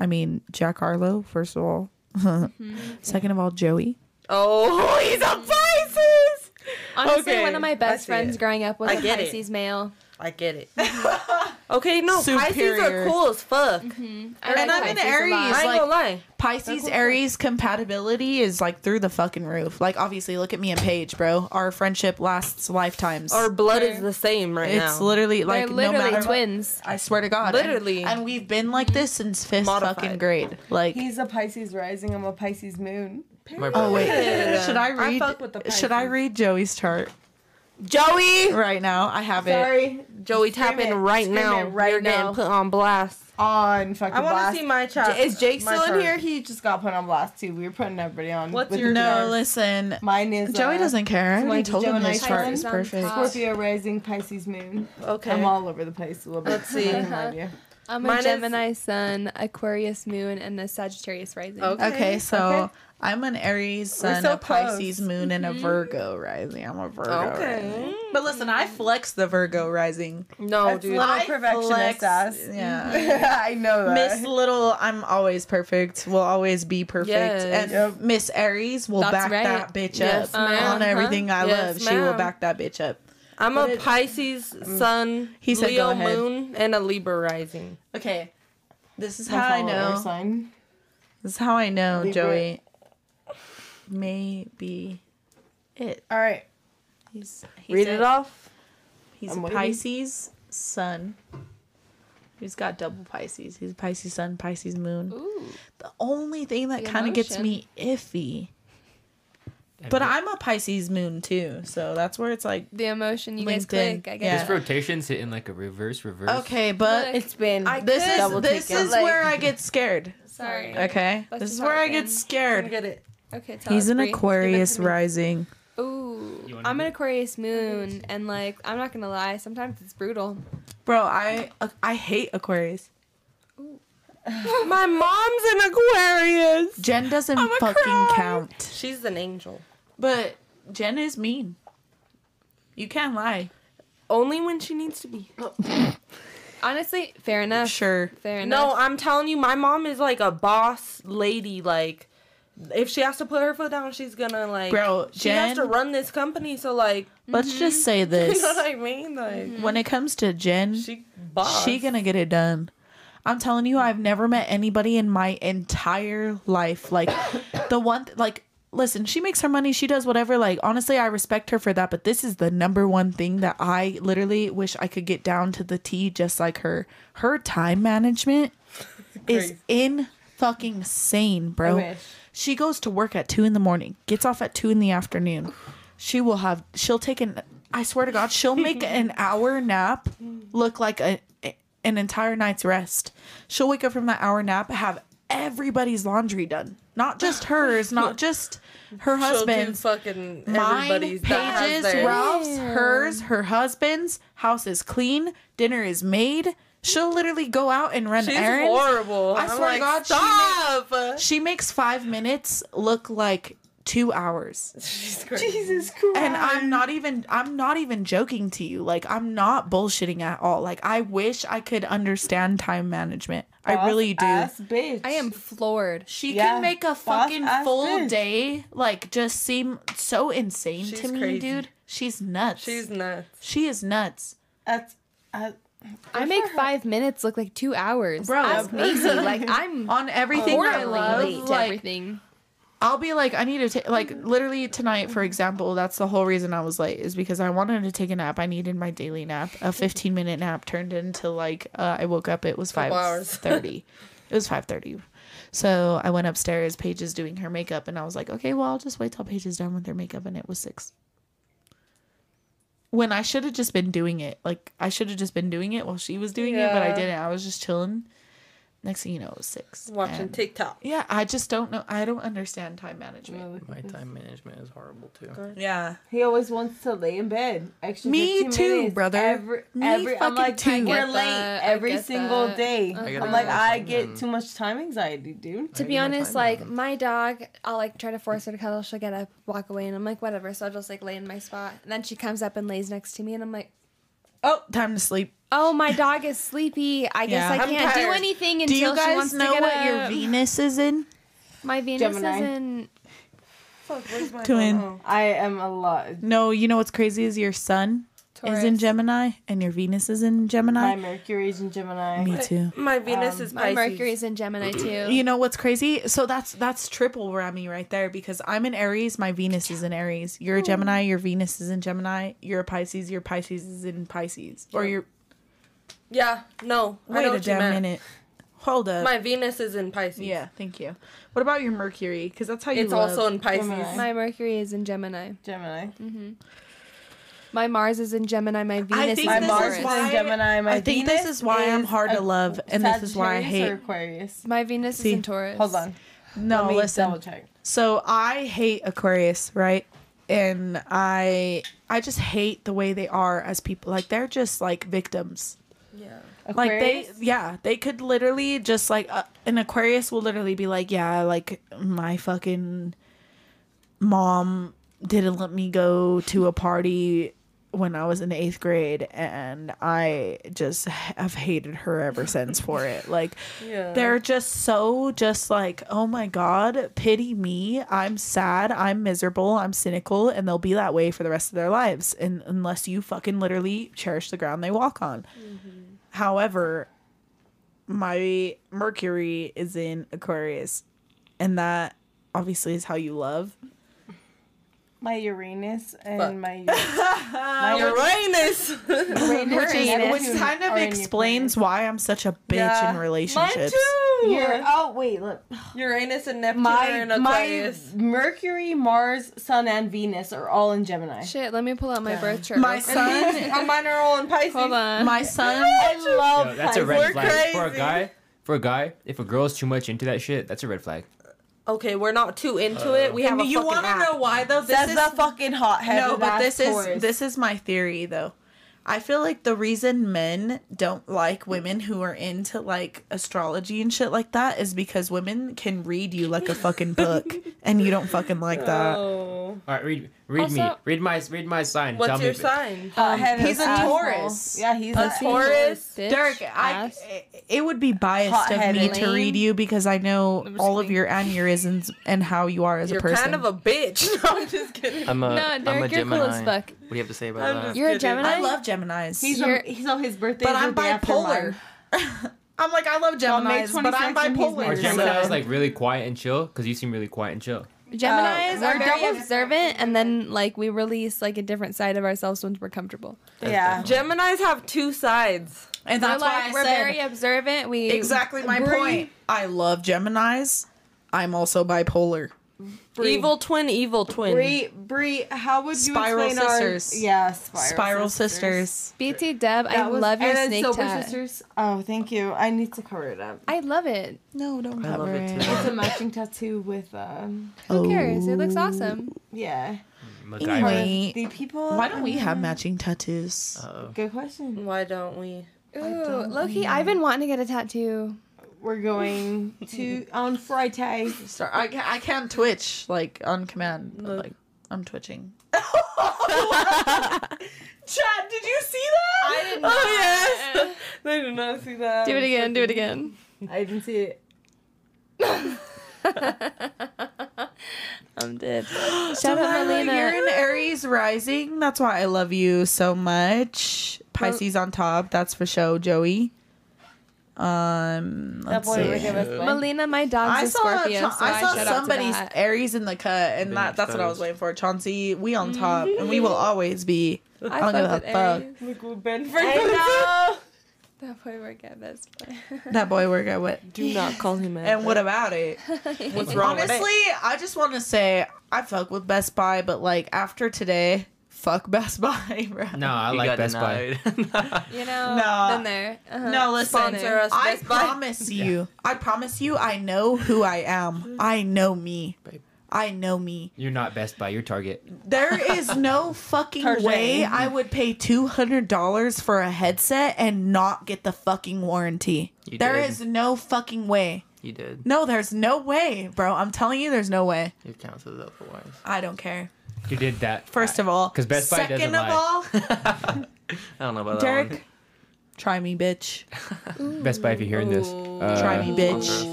Speaker 2: I mean, Jack Harlow, first of all.
Speaker 5: Mm-hmm.
Speaker 2: Second of all, Joey.
Speaker 7: Oh, he's a Pisces.
Speaker 4: Honestly,
Speaker 7: Okay,
Speaker 4: one of my
Speaker 7: I
Speaker 4: best
Speaker 7: see
Speaker 4: friends
Speaker 7: it.
Speaker 4: growing up was
Speaker 7: I
Speaker 4: a
Speaker 7: get it.
Speaker 4: Pisces male.
Speaker 7: I get it. okay, no, Pisces
Speaker 2: Superior.
Speaker 7: are cool as fuck.
Speaker 4: I
Speaker 2: And
Speaker 4: like
Speaker 2: I'm an
Speaker 4: Pisces a lot.
Speaker 2: Aries.
Speaker 7: I ain't
Speaker 2: like-
Speaker 7: gonna lie.
Speaker 2: Pisces Aries compatibility is like through the fucking roof. Like obviously, look at me and Paige, bro. Our friendship lasts lifetimes.
Speaker 7: Our blood is the same right now.
Speaker 2: it's literally
Speaker 4: They're
Speaker 2: like no
Speaker 4: literally
Speaker 2: matter what-
Speaker 4: twins.
Speaker 2: I swear to God,
Speaker 7: Literally.
Speaker 2: And, and we've been like this since fifth
Speaker 7: Modified.
Speaker 2: fucking grade. Like,
Speaker 5: He's a Pisces rising. I'm a Pisces moon.
Speaker 12: My brother.
Speaker 2: oh wait,
Speaker 7: Yeah.
Speaker 2: should I
Speaker 7: I
Speaker 2: read?
Speaker 7: fuck with the
Speaker 2: should I
Speaker 7: Pisces.
Speaker 2: read Joey's chart
Speaker 5: Joey.
Speaker 2: right now? I have it.
Speaker 5: Sorry.
Speaker 7: Joey, tap
Speaker 5: Scream
Speaker 7: in
Speaker 5: it.
Speaker 7: right
Speaker 5: Scream
Speaker 7: now.
Speaker 5: it right
Speaker 7: You're
Speaker 5: now.
Speaker 7: getting put on blast.
Speaker 5: On fucking
Speaker 7: I want
Speaker 5: blast.
Speaker 7: to see my child.
Speaker 5: Is Jake still in here? He just got put on blast too. We were putting everybody on.
Speaker 7: What's
Speaker 5: with
Speaker 7: your
Speaker 5: the
Speaker 2: No,
Speaker 5: jars.
Speaker 2: listen.
Speaker 5: Mine is
Speaker 2: Joey
Speaker 5: uh,
Speaker 2: doesn't care. I
Speaker 5: so
Speaker 2: already
Speaker 5: like
Speaker 2: told him
Speaker 5: Gemini
Speaker 2: his chart
Speaker 5: sign?
Speaker 2: is
Speaker 4: On
Speaker 2: perfect.
Speaker 4: top.
Speaker 5: Scorpio rising, Pisces moon.
Speaker 7: Okay.
Speaker 5: I'm all over the place a little bit.
Speaker 7: Let's see.
Speaker 5: I have no idea.
Speaker 4: I'm
Speaker 7: Mine
Speaker 4: a
Speaker 7: is-
Speaker 4: Gemini sun, Aquarius moon, and a Sagittarius rising.
Speaker 7: Okay.
Speaker 2: Okay, so
Speaker 5: Okay.
Speaker 2: I'm an Aries
Speaker 5: We're
Speaker 2: sun,
Speaker 5: so
Speaker 2: a Pisces
Speaker 5: close.
Speaker 2: moon, and a Virgo rising. I'm a Virgo.
Speaker 7: Okay.
Speaker 2: rising. But listen, I flex the Virgo rising.
Speaker 7: No,
Speaker 5: That's
Speaker 7: dude.
Speaker 5: little
Speaker 2: I
Speaker 5: perfectionist
Speaker 2: flex-
Speaker 5: ass. Mm-hmm.
Speaker 2: yeah.
Speaker 5: I know that.
Speaker 2: Miss Little, I'm always perfect. Will always be perfect.
Speaker 7: Yes.
Speaker 2: And
Speaker 5: Yep.
Speaker 2: Miss Aries will
Speaker 4: That's
Speaker 2: back
Speaker 4: right.
Speaker 2: that bitch
Speaker 7: Yes,
Speaker 2: up
Speaker 7: ma'am.
Speaker 2: on everything I
Speaker 7: Yes,
Speaker 2: love. She will
Speaker 7: ma'am.
Speaker 2: back that bitch up.
Speaker 7: I'm a Pisces sun,
Speaker 2: He said go
Speaker 7: Leo
Speaker 2: ahead.
Speaker 7: moon, and a Libra rising.
Speaker 2: Okay, this is
Speaker 5: My
Speaker 2: how I
Speaker 5: follower
Speaker 2: know.
Speaker 5: sign.
Speaker 2: This is how I know,
Speaker 5: Libra.
Speaker 2: Joey. Maybe it.
Speaker 5: All right.
Speaker 2: He's, he's
Speaker 7: Read it off.
Speaker 2: He's
Speaker 5: I'm
Speaker 2: a
Speaker 5: waiting.
Speaker 2: Pisces sun. He's got double Pisces. He's a Pisces sun, Pisces moon.
Speaker 4: Ooh.
Speaker 2: The only thing that
Speaker 4: The
Speaker 2: kind of gets
Speaker 4: emotion.
Speaker 2: me iffy. But I'm a Pisces moon too, so that's where it's like
Speaker 4: The emotion you guys
Speaker 2: LinkedIn.
Speaker 4: click, I
Speaker 2: Yeah.
Speaker 4: guess.
Speaker 12: This rotation's hitting like a reverse, reverse.
Speaker 2: okay, but
Speaker 4: Look,
Speaker 5: It's been.
Speaker 2: I, this is
Speaker 5: double
Speaker 2: this
Speaker 5: take out.
Speaker 2: is where I get scared.
Speaker 4: Sorry.
Speaker 2: Okay,
Speaker 4: Let's
Speaker 2: this
Speaker 4: just
Speaker 2: is where
Speaker 4: dive
Speaker 2: I get
Speaker 4: in.
Speaker 2: scared.
Speaker 7: it.
Speaker 4: Okay, tell
Speaker 2: He's
Speaker 4: us,
Speaker 2: an
Speaker 4: Bree.
Speaker 2: Aquarius
Speaker 4: Give it to me.
Speaker 2: rising.
Speaker 4: Ooh,
Speaker 12: wanna
Speaker 4: I'm
Speaker 12: do
Speaker 4: an
Speaker 12: it?
Speaker 4: Aquarius moon, and like, I'm not gonna lie, sometimes it's brutal.
Speaker 2: Bro, I I hate Aquarius.
Speaker 7: My mom's an Aquarius.
Speaker 2: Jen doesn't
Speaker 7: I'ma
Speaker 2: fucking
Speaker 7: cry.
Speaker 2: count.
Speaker 7: She's an angel.
Speaker 2: But Jen is mean. You can't lie.
Speaker 7: Only when she needs to be.
Speaker 4: Honestly, fair enough.
Speaker 2: Sure.
Speaker 4: Fair enough.
Speaker 7: No, I'm telling you, my mom is like a boss lady. Like, if she has to put her foot down, she's gonna like.
Speaker 2: Bro,
Speaker 7: she has to
Speaker 2: Jen-
Speaker 7: run this company, so like.
Speaker 2: Let's just say this.
Speaker 7: Mm-hmm. you know what I mean? Like
Speaker 2: When it comes to Jen, she,
Speaker 7: boss.
Speaker 2: gonna get it done. I'm telling you, I've never met anybody in my entire life like the one th- like listen, she makes her money, she does whatever. Like honestly, I respect her for that, but this is the number one thing that I literally wish I could get down to the T just like her. Her time management is in fucking sane, bro.
Speaker 1: wish.
Speaker 2: She goes to work at two in the morning, gets off at two in the afternoon. She will have. She'll take an. I swear to God, she'll make an hour nap look like a an entire night's rest. She'll wake up from that hour nap, have everybody's laundry done, not just hers, not just her husband's.
Speaker 7: She'll do fucking
Speaker 2: Mine,
Speaker 7: everybody's that has
Speaker 2: Paige's,
Speaker 7: theirs.
Speaker 2: Ralph's, hers, her husband's house is clean, dinner is made. She'll literally go out and run
Speaker 7: She's
Speaker 2: errands.
Speaker 7: horrible.
Speaker 2: I
Speaker 7: I'm
Speaker 2: swear
Speaker 7: like,
Speaker 2: to God, she
Speaker 7: stop.
Speaker 2: she makes five minutes look like two hours.
Speaker 7: Jesus
Speaker 2: Christ. And I'm not even I'm not even joking to you. Like I'm not bullshitting at all. Like I wish I could understand time management. I
Speaker 10: Boss
Speaker 2: really do.
Speaker 10: ass
Speaker 4: I am floored.
Speaker 2: She
Speaker 4: Yeah,
Speaker 2: can make a
Speaker 4: boss
Speaker 2: fucking
Speaker 4: ass
Speaker 2: full
Speaker 4: bitch.
Speaker 2: day like just seem so insane
Speaker 7: She's
Speaker 2: to me,
Speaker 7: crazy.
Speaker 2: dude. She's nuts.
Speaker 7: She's nuts.
Speaker 2: She is nuts.
Speaker 5: That's uh,
Speaker 4: I make five minutes look like two hours.
Speaker 2: Bro,
Speaker 4: Ask Maisie. Like I'm
Speaker 2: on everything I
Speaker 4: horribly
Speaker 2: love.
Speaker 4: late to
Speaker 2: like,
Speaker 4: everything.
Speaker 2: I'll be like, I need to take like
Speaker 7: Mm-hmm.
Speaker 2: literally tonight, for example. That's the whole reason I was late is because I wanted to take a nap. I needed my daily nap.
Speaker 7: Mm-hmm.
Speaker 2: A fifteen minute nap turned into like uh, I woke up. It was
Speaker 7: Couple
Speaker 2: five
Speaker 7: hours.
Speaker 2: thirty. it was five thirty. So I went upstairs. Paige is doing her makeup, and I was like, okay, well, I'll just wait till Paige is done with her makeup, and it was six. When I should have just been doing it, like I should have just been doing it while she was doing it, but I
Speaker 7: Yeah.
Speaker 2: didn't. I was just chilling. Next thing you know, it was six.
Speaker 7: Watching
Speaker 2: and-
Speaker 7: TikTok.
Speaker 2: Yeah, I just don't know. I don't understand time management.
Speaker 12: My time management is horrible too.
Speaker 2: Yeah.
Speaker 14: He always wants to lay in bed. Extra
Speaker 2: Me
Speaker 14: 15
Speaker 2: too,
Speaker 14: minutes
Speaker 2: brother.
Speaker 14: Every,
Speaker 2: Me
Speaker 14: every, I'm
Speaker 2: fucking
Speaker 14: like,
Speaker 2: too. I get
Speaker 14: we're late
Speaker 2: that, I
Speaker 14: every
Speaker 4: get
Speaker 14: single
Speaker 4: that.
Speaker 14: day.
Speaker 4: I
Speaker 12: gotta
Speaker 14: I'm
Speaker 12: go
Speaker 14: like,
Speaker 12: to
Speaker 14: I
Speaker 12: sleep
Speaker 14: get
Speaker 12: then.
Speaker 14: too much time anxiety, dude.
Speaker 4: To be honest, like my dog, I'll like try to force her to cuddle. She'll get up, walk away, and I'm like, whatever. So I'll just like lay in my spot. And then she comes up and lays next to me, and I'm like,
Speaker 2: Oh, time to sleep.
Speaker 4: oh, my dog is sleepy. I guess I can't do anything until
Speaker 2: Do you guys
Speaker 4: she wants
Speaker 2: know
Speaker 4: to get
Speaker 2: what
Speaker 4: up.
Speaker 2: your Venus is in?
Speaker 4: My Venus
Speaker 14: Gemini.
Speaker 4: is in.
Speaker 14: Fuck, where's my
Speaker 2: Twin.
Speaker 14: phone? I am a lot.
Speaker 2: No, you know what's crazy is your sun is in
Speaker 14: Taurus.
Speaker 2: Gemini and your Venus is in
Speaker 14: My
Speaker 2: Gemini.
Speaker 14: Mercury's in Gemini.
Speaker 2: Me too.
Speaker 7: My
Speaker 2: Um,
Speaker 7: Venus is
Speaker 4: My
Speaker 7: Pisces.
Speaker 4: Mercury's in Gemini too.
Speaker 2: You know what's crazy? So that's that's triple whammy right there because I'm in Aries, my Venus is in Aries. You're a Gemini, your Venus is in Gemini. You're a Pisces, your Pisces is in Pisces. Or your
Speaker 7: Yeah, no. I
Speaker 2: wait
Speaker 7: know
Speaker 2: a
Speaker 7: what you
Speaker 2: damn
Speaker 7: meant.
Speaker 2: minute. Hold up.
Speaker 7: My Venus is in Pisces.
Speaker 2: yeah, thank you. What about your Mercury? Because that's how you.
Speaker 7: It's also in Pisces.
Speaker 2: Eh?
Speaker 4: My Mercury is in Gemini.
Speaker 14: Gemini.
Speaker 4: hmm My Mars is in Gemini. My Venus is
Speaker 2: think
Speaker 4: in
Speaker 2: this
Speaker 4: Taurus.
Speaker 2: is why- Gemini, my I think this Venus is why I'm is hard to a- love, and this is why I Sagittarius or hate-
Speaker 14: Aquarius.
Speaker 4: My Venus
Speaker 2: See,
Speaker 4: is in Taurus.
Speaker 14: Hold on.
Speaker 2: No,
Speaker 14: Let me
Speaker 2: listen.
Speaker 14: double check.
Speaker 2: So I hate Aquarius, right? And I I just hate the way they are as people. Like they're just like victims.
Speaker 7: Yeah.
Speaker 2: Like they yeah, they could literally just like uh, an Aquarius will literally be like, yeah, like my fucking mom didn't let me go to a party when I was in eighth grade, and I just have hated her ever since for it. Like,
Speaker 7: Yeah.
Speaker 2: they're just so just like, oh my god, pity me. I'm sad. I'm miserable. I'm cynical, and they'll be that way for the rest of their lives, and unless you fucking literally cherish the ground they walk on. However, my Mercury is in Aquarius, and that obviously is how you love.
Speaker 14: My Uranus and
Speaker 2: Fuck.
Speaker 14: my my
Speaker 7: Uranus.
Speaker 14: Uranus.
Speaker 2: Which, is- which kind of
Speaker 14: Are in
Speaker 2: explains why I'm such a bitch
Speaker 7: Yeah.
Speaker 2: in
Speaker 7: Mine
Speaker 2: relationships.
Speaker 7: too.
Speaker 14: Your- oh wait, look.
Speaker 7: Uranus and Neptune are
Speaker 14: My
Speaker 7: in
Speaker 14: my
Speaker 7: Aquarius.
Speaker 14: Mercury, Mars, Sun, and Venus are all in Gemini.
Speaker 4: Shit, let me pull out my birth chart.
Speaker 2: My
Speaker 4: real quick.
Speaker 2: son-
Speaker 7: And mine are all in Pisces.
Speaker 4: Hold on.
Speaker 2: My son,
Speaker 14: I love
Speaker 5: Oh,
Speaker 12: Yo, that's a
Speaker 14: Pisces.
Speaker 12: red flag for a guy. For a guy, if a girl's too much into that shit, that's a red flag.
Speaker 7: Okay, we're not too into it. We have a
Speaker 2: you
Speaker 7: fucking
Speaker 2: want to
Speaker 7: app.
Speaker 2: know why though? This
Speaker 14: That's
Speaker 2: is
Speaker 14: the fucking hothead.
Speaker 2: no, but
Speaker 14: ass
Speaker 2: this is
Speaker 14: Taurus.
Speaker 2: this is my theory though. I feel like the reason men don't like women who are into like astrology and shit like that is because women can read you like a fucking book, and you don't fucking like that.
Speaker 7: Oh.
Speaker 12: All right, read
Speaker 3: Read me.
Speaker 7: Also-
Speaker 3: Read my read my sign.
Speaker 7: What's
Speaker 3: Tell me
Speaker 7: your
Speaker 3: if it-
Speaker 7: sign? Uh,
Speaker 14: Um, he's a Taurus. Yeah, he's
Speaker 2: Uh,
Speaker 14: a Taurus.
Speaker 2: Dirk, I, eh, it would be biased
Speaker 14: Hot-headed.
Speaker 2: of me to read you because I know all of your aneurysms and how you are as
Speaker 7: You're
Speaker 2: a person.
Speaker 7: kind of a bitch. No, I'm just kidding.
Speaker 15: I'm a,
Speaker 2: No,
Speaker 15: am
Speaker 2: Derek,
Speaker 15: a
Speaker 2: you're
Speaker 15: Gemini.
Speaker 2: cool as fuck.
Speaker 15: What do you have to say about
Speaker 2: I'm
Speaker 15: that?
Speaker 2: just kidding. I love Gemini's.
Speaker 14: He's a, he's on his birthday.
Speaker 2: but
Speaker 14: is
Speaker 2: I'm
Speaker 14: the day after
Speaker 2: bipolar. I'm like I love
Speaker 14: On May
Speaker 2: Gemini's, but I'm
Speaker 14: 22nd, he's
Speaker 2: bipolar.
Speaker 3: Are
Speaker 14: so-
Speaker 3: Gemini's like really quiet and chill? Because you seem really quiet and chill.
Speaker 4: Gemini's
Speaker 14: Uh,
Speaker 4: are
Speaker 14: we're
Speaker 4: double
Speaker 14: very-
Speaker 4: observant, and then like we release like a different side of ourselves once we're comfortable.
Speaker 7: Yeah. Gemini's have two sides.
Speaker 2: And
Speaker 4: We're
Speaker 2: that's why
Speaker 4: like,
Speaker 2: I
Speaker 4: we're
Speaker 2: said-
Speaker 4: very observant. We
Speaker 2: exactly my
Speaker 4: agree.
Speaker 2: point. I love Gemini's. I'm also bipolar.
Speaker 7: Evil twin, evil twin.
Speaker 14: Bree, Bree, how would you
Speaker 2: Spiral
Speaker 14: explain
Speaker 2: sisters.
Speaker 14: Our, yeah, spiral,
Speaker 2: Spiral sisters.
Speaker 4: BT Deb, I
Speaker 14: That was-
Speaker 4: love your
Speaker 14: and then
Speaker 4: snake
Speaker 14: Sober
Speaker 4: tat.
Speaker 14: sisters. Oh, thank you. I need to cover it up.
Speaker 4: I love it.
Speaker 2: No, don't
Speaker 14: I
Speaker 4: cover it. Oh,
Speaker 14: It's a matching tattoo with um.
Speaker 4: Who cares? It looks awesome.
Speaker 14: Yeah.
Speaker 2: Anyway,
Speaker 14: The people.
Speaker 2: Why don't we have matching
Speaker 15: Oh.
Speaker 2: tattoos?
Speaker 14: Good question.
Speaker 7: Why don't we?
Speaker 4: Ooh, Loki, I've been wanting to get a tattoo.
Speaker 14: We're going to on Friday.
Speaker 2: Sorry, I, ca- I can't twitch like on command. but, like I'm twitching.
Speaker 14: Chad, did you see that? I did
Speaker 7: not.
Speaker 14: Oh yes. I did not see that.
Speaker 4: Do it again, do it again.
Speaker 14: I didn't see it.
Speaker 4: I'm dead.
Speaker 2: So
Speaker 4: Shout out
Speaker 2: Lila,
Speaker 4: Melina.
Speaker 2: You're an Aries rising. That's why I love you so much. Pisces on top. That's for show, Joey. Um, let's
Speaker 4: boy
Speaker 2: see.
Speaker 4: would give us one. Melina, my dog's
Speaker 2: I
Speaker 4: a
Speaker 2: saw,
Speaker 4: Scorpio,
Speaker 2: Cha-
Speaker 4: so
Speaker 2: I
Speaker 4: I
Speaker 2: saw
Speaker 4: shout out to
Speaker 2: somebody's
Speaker 4: that.
Speaker 2: Aries in the cut, and that, that's what I was waiting for. Chauncey, we on top, and we will always be. I don't give a fuck.
Speaker 14: Look what Ben
Speaker 4: I know. That boy work at Best Buy.
Speaker 2: That boy work at what?
Speaker 7: Do not call him out.
Speaker 2: And what about it?
Speaker 7: What's wrong with
Speaker 2: Honestly,
Speaker 7: it?
Speaker 2: I just want to say I fuck with Best Buy, but like after today, fuck Best Buy, bro.
Speaker 3: No, I
Speaker 15: You
Speaker 3: like Best
Speaker 15: got
Speaker 3: Buy.
Speaker 4: You know,
Speaker 2: No.
Speaker 4: been there. Uh-huh.
Speaker 2: No, listen.
Speaker 4: Sponsor us,
Speaker 2: I
Speaker 4: Best Buy.
Speaker 2: promise you. I promise you. I know who I am. I know me. I know me.
Speaker 3: You're not Best Buy. You're Target.
Speaker 2: There is no fucking
Speaker 3: Tarjay.
Speaker 2: way I would pay two hundred dollars for a headset and not get the fucking warranty.
Speaker 15: You
Speaker 2: There
Speaker 15: did.
Speaker 2: is no fucking way.
Speaker 15: You did.
Speaker 2: No, there's no way, bro. I'm telling you, there's no way.
Speaker 15: It counts as otherwise.
Speaker 2: I don't care.
Speaker 3: You did that.
Speaker 2: First of all,
Speaker 3: 'Cause Best Buy doesn't
Speaker 2: second of
Speaker 3: lie.
Speaker 2: all,
Speaker 15: I don't know about
Speaker 2: Derek,
Speaker 15: that
Speaker 2: try me, bitch.
Speaker 3: Best Buy, if you're hearing this. uh,
Speaker 2: Try me, bitch.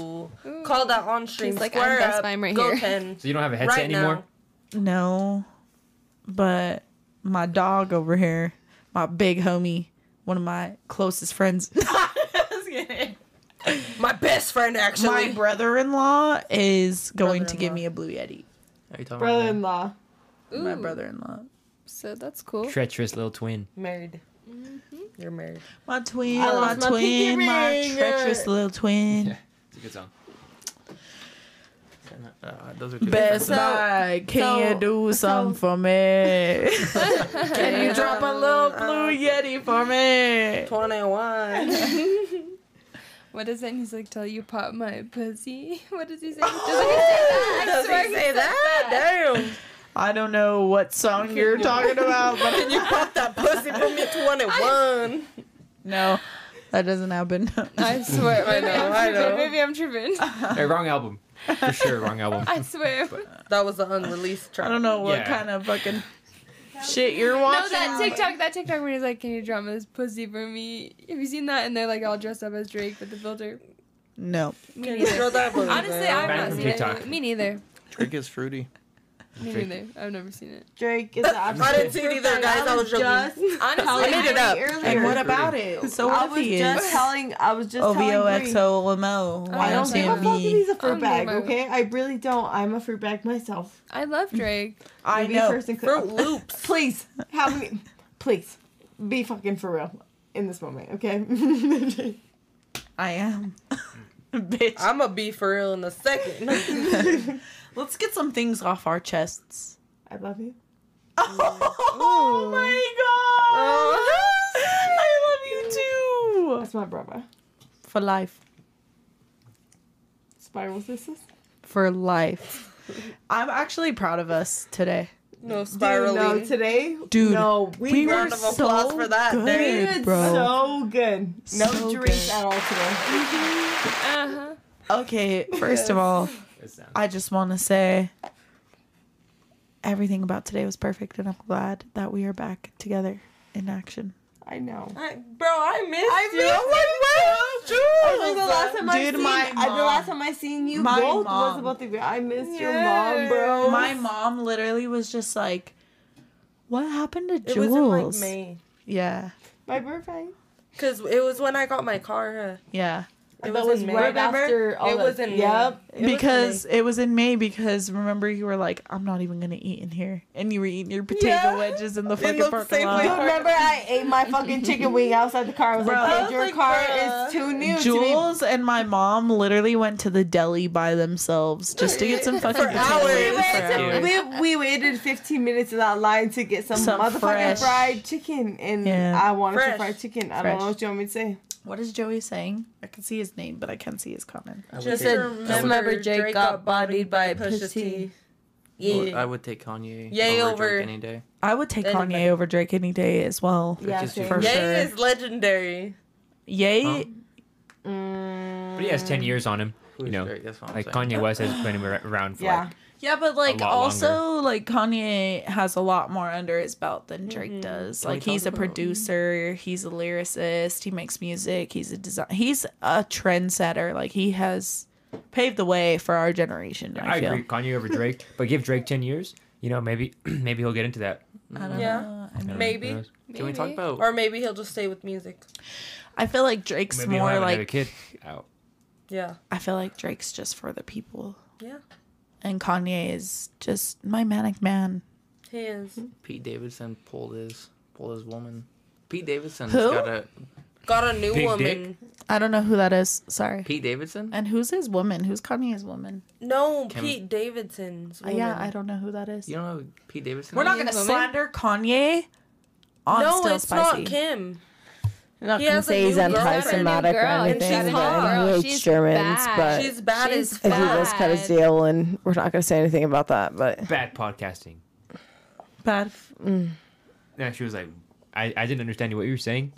Speaker 7: Call that on stream.
Speaker 4: He's like,
Speaker 7: Square
Speaker 4: I'm Best
Speaker 7: up.
Speaker 4: Buy, I'm right
Speaker 7: Go
Speaker 4: here.
Speaker 7: ten.
Speaker 3: So you don't have a headset
Speaker 7: Right now.
Speaker 3: anymore?
Speaker 2: No, but my dog over here, my big homie, one of my closest friends,
Speaker 7: My best friend actually.
Speaker 2: my brother-in-law is going to give me a blue yeti.
Speaker 15: Are you talking
Speaker 14: Brother-in-law.
Speaker 2: My
Speaker 4: Ooh.
Speaker 2: brother-in-law,
Speaker 4: So that's cool.
Speaker 3: Treacherous little twin.
Speaker 7: Married.
Speaker 14: Mm-hmm.
Speaker 7: You're married.
Speaker 2: my twin,
Speaker 7: I
Speaker 2: my
Speaker 7: lost my pinky
Speaker 2: twin, my
Speaker 7: ring.
Speaker 2: treacherous little twin.
Speaker 3: It's a good song.
Speaker 15: about that? Uh, those are two
Speaker 2: Best
Speaker 15: different-
Speaker 2: Buy, can you do something for me? can you drop a little blue yeti for me?
Speaker 7: Twenty-one.
Speaker 4: What is it? He's like, tell you pop my pussy. What does he say? Doesn't he say that? I
Speaker 7: Does
Speaker 4: swear
Speaker 7: he say
Speaker 4: says
Speaker 7: that? Damn.
Speaker 2: I don't know what song you're talking about, but
Speaker 7: Can you pop that pussy for me? Twenty-one.
Speaker 2: no, that doesn't happen.
Speaker 4: I swear.
Speaker 7: I
Speaker 4: maybe
Speaker 7: know,
Speaker 4: I'm
Speaker 7: I
Speaker 4: tripping,
Speaker 7: know.
Speaker 4: Maybe I'm tripping.
Speaker 3: Hey, wrong album. For sure, wrong album.
Speaker 4: I swear.
Speaker 7: That was an unreleased track.
Speaker 2: I don't know what
Speaker 3: Yeah.
Speaker 2: kind of fucking shit you're watching.
Speaker 4: No, that TikTok, that TikTok where he's like, "Can you drop this pussy for me?" Have you seen that? And they're like all dressed up as Drake with the filter.
Speaker 2: No.
Speaker 4: Me
Speaker 7: Can you
Speaker 4: neither.
Speaker 7: throw that booty
Speaker 4: Honestly,
Speaker 7: down?
Speaker 4: I've
Speaker 7: Back
Speaker 4: not
Speaker 7: from
Speaker 4: seen
Speaker 3: TikTok.
Speaker 4: it. Me neither.
Speaker 15: Drake is fruity.
Speaker 4: Me
Speaker 15: Drake.
Speaker 4: neither. I've never seen it.
Speaker 14: Drake is.
Speaker 7: I didn't see it either, guys. I was joking.
Speaker 4: Honestly,
Speaker 7: I made it up.
Speaker 2: And what about it? So
Speaker 14: I
Speaker 2: what if
Speaker 14: was
Speaker 2: he
Speaker 14: just
Speaker 2: is? Oh,
Speaker 14: telling. I was just telling Bree.
Speaker 2: OVOXOMO.
Speaker 14: E. I
Speaker 2: Why
Speaker 14: don't
Speaker 2: don't
Speaker 14: give a
Speaker 2: you
Speaker 14: fuck if
Speaker 2: me?
Speaker 14: he's a
Speaker 4: I'm
Speaker 14: fruit bag,
Speaker 4: gonna-
Speaker 14: okay? I really don't. I'm a fruit bag myself.
Speaker 4: I love Drake.
Speaker 2: I
Speaker 14: Be
Speaker 2: know.
Speaker 14: First and
Speaker 7: Fruit Loops.
Speaker 14: Please, have me. Please, be fucking for real in this moment, okay?
Speaker 2: I am. Bitch.
Speaker 7: I'm gonna be for real in a second.
Speaker 2: Let's get some things off our chests.
Speaker 14: I love you.
Speaker 2: Oh my god! I love you too!
Speaker 14: That's my brother.
Speaker 2: For life.
Speaker 14: Spiral sisters.
Speaker 2: For life. I'm actually proud of us today.
Speaker 7: no
Speaker 14: Dude, no,
Speaker 7: spiraling.
Speaker 14: today,
Speaker 2: Dude,
Speaker 14: no, we,
Speaker 2: we
Speaker 14: were
Speaker 7: Round of applause for that.
Speaker 2: good,
Speaker 7: There.
Speaker 14: did
Speaker 2: bro.
Speaker 14: so good. No
Speaker 2: So
Speaker 14: drinks
Speaker 2: good.
Speaker 14: at all today.
Speaker 4: Uh-huh.
Speaker 2: Okay, first of all, I just want to say everything about today was perfect, and I'm glad that we are back together in action.
Speaker 5: I know.
Speaker 7: I, bro, I missed
Speaker 5: I
Speaker 7: you.
Speaker 5: missed
Speaker 7: I'm like,
Speaker 5: you.
Speaker 7: where?
Speaker 5: I think the last time I
Speaker 7: Dude,
Speaker 5: seen,
Speaker 7: my
Speaker 5: I, the
Speaker 7: mom.
Speaker 5: last time I seen you
Speaker 16: My
Speaker 5: both was
Speaker 16: mom.
Speaker 5: about the I missed your mom, bro.
Speaker 16: My mom literally was just like, "What happened to
Speaker 7: It was in like
Speaker 16: Jules?"
Speaker 7: May.
Speaker 2: Yeah,
Speaker 5: My birthday.
Speaker 7: Cause it was when I got my car.
Speaker 2: yeah.
Speaker 7: Huh? It
Speaker 5: That was
Speaker 7: was, in May.
Speaker 5: right
Speaker 7: Remember?
Speaker 5: after all
Speaker 7: it
Speaker 5: that-
Speaker 7: was in May.
Speaker 5: Yep.
Speaker 7: It was in
Speaker 2: because it was in May. Because remember, you were like, "I'm not even gonna eat in here," and you were eating your potato
Speaker 5: Yeah.
Speaker 2: wedges in the
Speaker 5: In
Speaker 2: fucking
Speaker 5: the
Speaker 2: parking
Speaker 5: Safeway
Speaker 2: lot.
Speaker 5: park- Remember, I ate my fucking chicken wing outside the car. I was
Speaker 2: Bro. I
Speaker 5: like,
Speaker 2: was
Speaker 5: "Dude, your
Speaker 2: like,
Speaker 5: car
Speaker 2: bruh.
Speaker 5: is too new to
Speaker 2: Jules and my mom literally went to the deli by themselves just to get some fucking
Speaker 5: For
Speaker 2: potato
Speaker 5: hours.
Speaker 2: wedges for
Speaker 5: be."
Speaker 2: hours.
Speaker 5: We, we waited 15 minutes in that line to get some,
Speaker 2: Some
Speaker 5: motherfucking
Speaker 2: fresh-
Speaker 5: fried chicken, and
Speaker 2: Yeah.
Speaker 5: I wanted some
Speaker 2: Fresh.
Speaker 5: fried chicken. I
Speaker 2: Fresh.
Speaker 5: don't know what you want me to say.
Speaker 2: What is Joey saying? I can see his name, but I can't see his comment.
Speaker 7: would Just say- said, I would- "Just remember Jake Drake got got bodied by by Pusha Pusha T." T.
Speaker 15: I would-
Speaker 7: Yeah.
Speaker 15: I would take Kanye
Speaker 7: Yay
Speaker 15: over,
Speaker 7: over-
Speaker 15: Drake any day.
Speaker 2: I would take Kanye over Drake any day as well.
Speaker 15: Yeah, Just same.
Speaker 2: for
Speaker 7: Yay
Speaker 2: sure.
Speaker 7: is legendary.
Speaker 2: Yay.
Speaker 3: But he has ten years on him. You know, like Kanye West has been ar- around for like
Speaker 2: yeah, but like
Speaker 3: lot
Speaker 2: also like Kanye has a lot more under his belt than Drake does.
Speaker 3: Can we
Speaker 2: Like he's a
Speaker 3: talk about-
Speaker 2: producer, he's a lyricist, he makes music, he's a design, he's a trendsetter. Like he has paved the way for our generation. I,
Speaker 3: I
Speaker 2: feel.
Speaker 3: agree, Kanye over Drake, but give Drake ten years. You know, maybe maybe he'll get into that.
Speaker 2: I don't
Speaker 7: Yeah.
Speaker 2: know.
Speaker 3: I mean-
Speaker 7: maybe.
Speaker 3: Can we talk
Speaker 7: Maybe.
Speaker 3: about-
Speaker 7: Or maybe he'll just stay with music.
Speaker 2: I feel like Drake's
Speaker 3: Maybe he'll
Speaker 2: more
Speaker 3: have another
Speaker 2: like
Speaker 3: kid out.
Speaker 7: Yeah.
Speaker 2: I feel like Drake's just for the people,
Speaker 7: Yeah.
Speaker 2: and Kanye is just my manic man.
Speaker 7: He is.
Speaker 15: Pete Davidson pulled his pulled his woman. Pete Davidson
Speaker 2: Who?
Speaker 15: got a
Speaker 7: Got a new
Speaker 15: Big
Speaker 7: woman.
Speaker 2: I don't know who that is. Sorry.
Speaker 15: Pete Davidson.
Speaker 2: And who's his woman? Who's Kanye's woman?
Speaker 7: No,
Speaker 15: Kim-
Speaker 7: Pete Davidson's.
Speaker 2: Uh, Yeah,
Speaker 7: woman.
Speaker 2: I don't know who that is.
Speaker 15: You don't know who Pete Davidson.
Speaker 2: We're
Speaker 15: is?
Speaker 2: not gonna slander Kanye on
Speaker 7: no,
Speaker 2: Still
Speaker 7: it's
Speaker 2: Spicy.
Speaker 7: not Kim.
Speaker 4: I'm not
Speaker 7: He
Speaker 4: gonna
Speaker 7: has a
Speaker 4: say he's
Speaker 7: new girl.
Speaker 4: anti-Semitic or
Speaker 7: Girl, and
Speaker 4: anything. but
Speaker 7: she's hot.
Speaker 4: I
Speaker 7: Girl,
Speaker 4: hate
Speaker 7: she's
Speaker 4: Germans,
Speaker 7: bad.
Speaker 5: Uh,
Speaker 4: but
Speaker 7: She's bad She's as
Speaker 4: and he just cut his deal, and we're not gonna say anything about that. But
Speaker 3: bad podcasting.
Speaker 2: Bad.
Speaker 3: Yeah, she was like, I, I didn't understand what you were saying.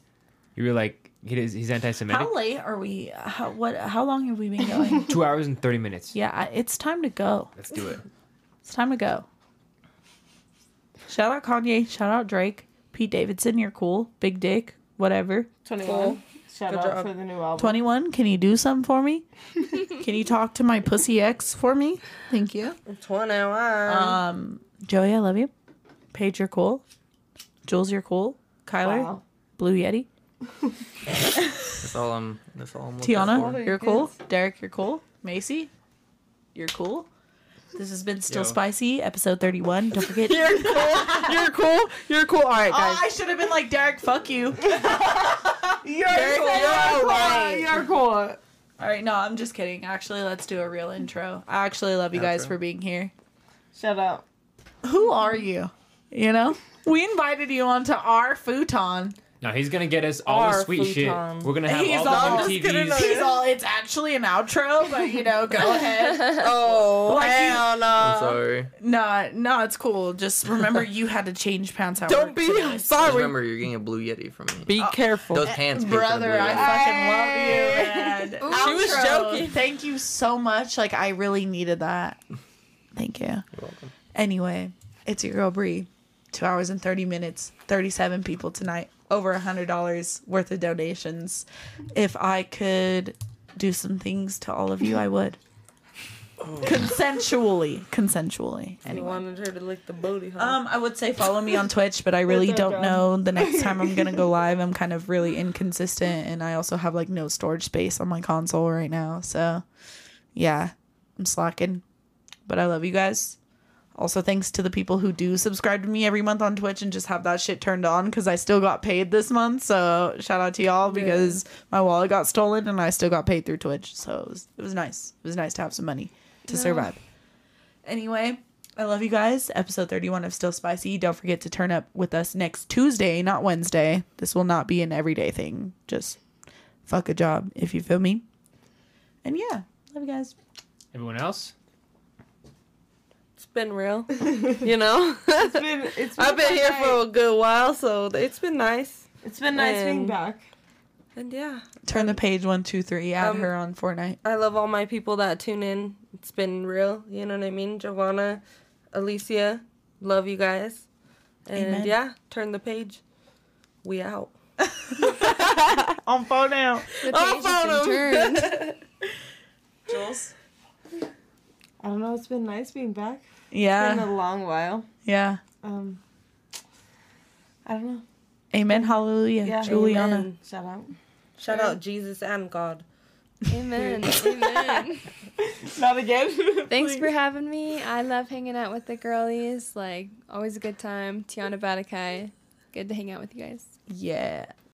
Speaker 3: You were like, he is, he's anti-Semitic.
Speaker 2: How late are we? How what? How long have we been going?
Speaker 3: Two hours and thirty minutes.
Speaker 2: yeah, I, it's time to go.
Speaker 3: Let's do it.
Speaker 2: It's time to go. Shout out Kanye. Shout out Drake. Pete Davidson, you're cool. Big dick. Whatever.
Speaker 5: 21. Shout
Speaker 2: Good
Speaker 5: out
Speaker 2: job.
Speaker 5: for the new album.
Speaker 2: 21, can you do something for me? can you talk to my pussy ex for me? Thank you.
Speaker 7: 21.
Speaker 2: Um, Joey, I love you. Paige, you're cool. Jules, you're cool. Kyler,
Speaker 7: Wow.
Speaker 2: Blue Yeti.
Speaker 15: That's all I'm. That's all I'm. looking for.
Speaker 2: Tiana, you're cool. Derek, you're cool. Macy, you're cool. This has been Still
Speaker 15: Yo.
Speaker 2: Spicy, episode 31. Don't forget.
Speaker 15: You're
Speaker 2: cool. You're cool. You're cool. All right,
Speaker 17: guys.
Speaker 2: I should have been like, Derek, fuck you. you're
Speaker 17: cool. right.
Speaker 2: You're cool. All right, no, I'm just kidding. Actually, let's do a real intro. I actually love you guys
Speaker 5: Outro.
Speaker 2: for being here.
Speaker 5: Shut up.
Speaker 2: Who are you? You know? We invited you onto our futon.
Speaker 3: No, he's gonna get us all the
Speaker 2: Our
Speaker 3: sweet
Speaker 2: futon.
Speaker 3: shit. We're gonna have
Speaker 2: He's
Speaker 3: all,
Speaker 2: all-
Speaker 3: the
Speaker 2: I'm
Speaker 3: new
Speaker 2: just gonna
Speaker 3: TVs.
Speaker 2: He's all, it's actually an outro, but you know, go ahead.
Speaker 7: Oh,
Speaker 2: Like you-
Speaker 7: hell no.
Speaker 2: Uh,
Speaker 15: I'm sorry.
Speaker 2: Nah, nah, it's cool. Just remember you had to change pants out.
Speaker 7: Don't
Speaker 2: be
Speaker 15: Just remember, you're getting a blue yeti from me.
Speaker 4: Uh,
Speaker 2: Be
Speaker 15: careful. Those pants, picked up a
Speaker 2: brother.
Speaker 15: Blue
Speaker 2: I
Speaker 15: Yeti.
Speaker 2: fucking love you, man.
Speaker 7: She was
Speaker 2: Outro.
Speaker 7: joking.
Speaker 2: Thank you so much. Like I really needed that. Thank you. You're
Speaker 15: welcome.
Speaker 2: Anyway, it's your girl Bree. Two hours and thirty minutes. Thirty-seven people tonight. Over a hundred dollars worth of donations. If I could do some things to all of you, I would. Consensually, consensually.
Speaker 7: You wanted her to lick the booty, huh?
Speaker 2: Um, I would say follow me on Twitch, but I really
Speaker 7: With
Speaker 2: don't
Speaker 7: our
Speaker 2: know
Speaker 7: drum.
Speaker 2: the next time I'm gonna go live. I'm kind of really inconsistent, and I also have like no storage space on my console right now. So, yeah, I'm slacking, but I love you guys. Also, thanks to the people who do subscribe to me every month on Twitch and just have that shit turned on because I still got paid this month. So, shout out to y'all because my wallet got stolen and I still got paid through Twitch. So, it was, it was nice. It was nice to have some money to
Speaker 7: No.
Speaker 2: survive. Anyway, I love you guys. Episode 31 of Still Spicy. Don't forget to turn up with us next Tuesday, not Wednesday. This will not be an everyday thing. Just fuck a job, if you feel me. And yeah, love you guys.
Speaker 3: Everyone else?
Speaker 7: It's been real. You know?
Speaker 5: It's been, it's been
Speaker 7: I've been
Speaker 5: fun
Speaker 7: here
Speaker 5: night.
Speaker 7: for a good while, so it's been nice.
Speaker 5: It's been nice being
Speaker 4: um,
Speaker 7: And-
Speaker 5: back.
Speaker 7: And yeah.
Speaker 2: Turn the page one, two, three. Add
Speaker 7: Um,
Speaker 2: her on Fortnite.
Speaker 7: I love all my people that tune in. It's been real. You know what I mean? Giovanna, Alicia, Love you guys. And
Speaker 18: Amen.
Speaker 7: yeah, turn the page. We out.
Speaker 18: On phone now.
Speaker 7: On phone.
Speaker 18: Jules.
Speaker 5: I don't know. It's been nice being back. It's been
Speaker 2: Yeah.
Speaker 5: a long while.
Speaker 2: Yeah.
Speaker 5: Um, I don't know.
Speaker 2: Amen. Hallelujah.
Speaker 5: Yeah.
Speaker 2: Juliana.
Speaker 7: Amen.
Speaker 5: Shout out.
Speaker 7: Shout out Jesus and God.
Speaker 4: Amen. Amen.
Speaker 5: Not again.
Speaker 4: Thanks for having me. I love hanging out with the girlies. Like, always a good time. Tiana Batakai. Good to hang out with you guys.
Speaker 2: Yeah.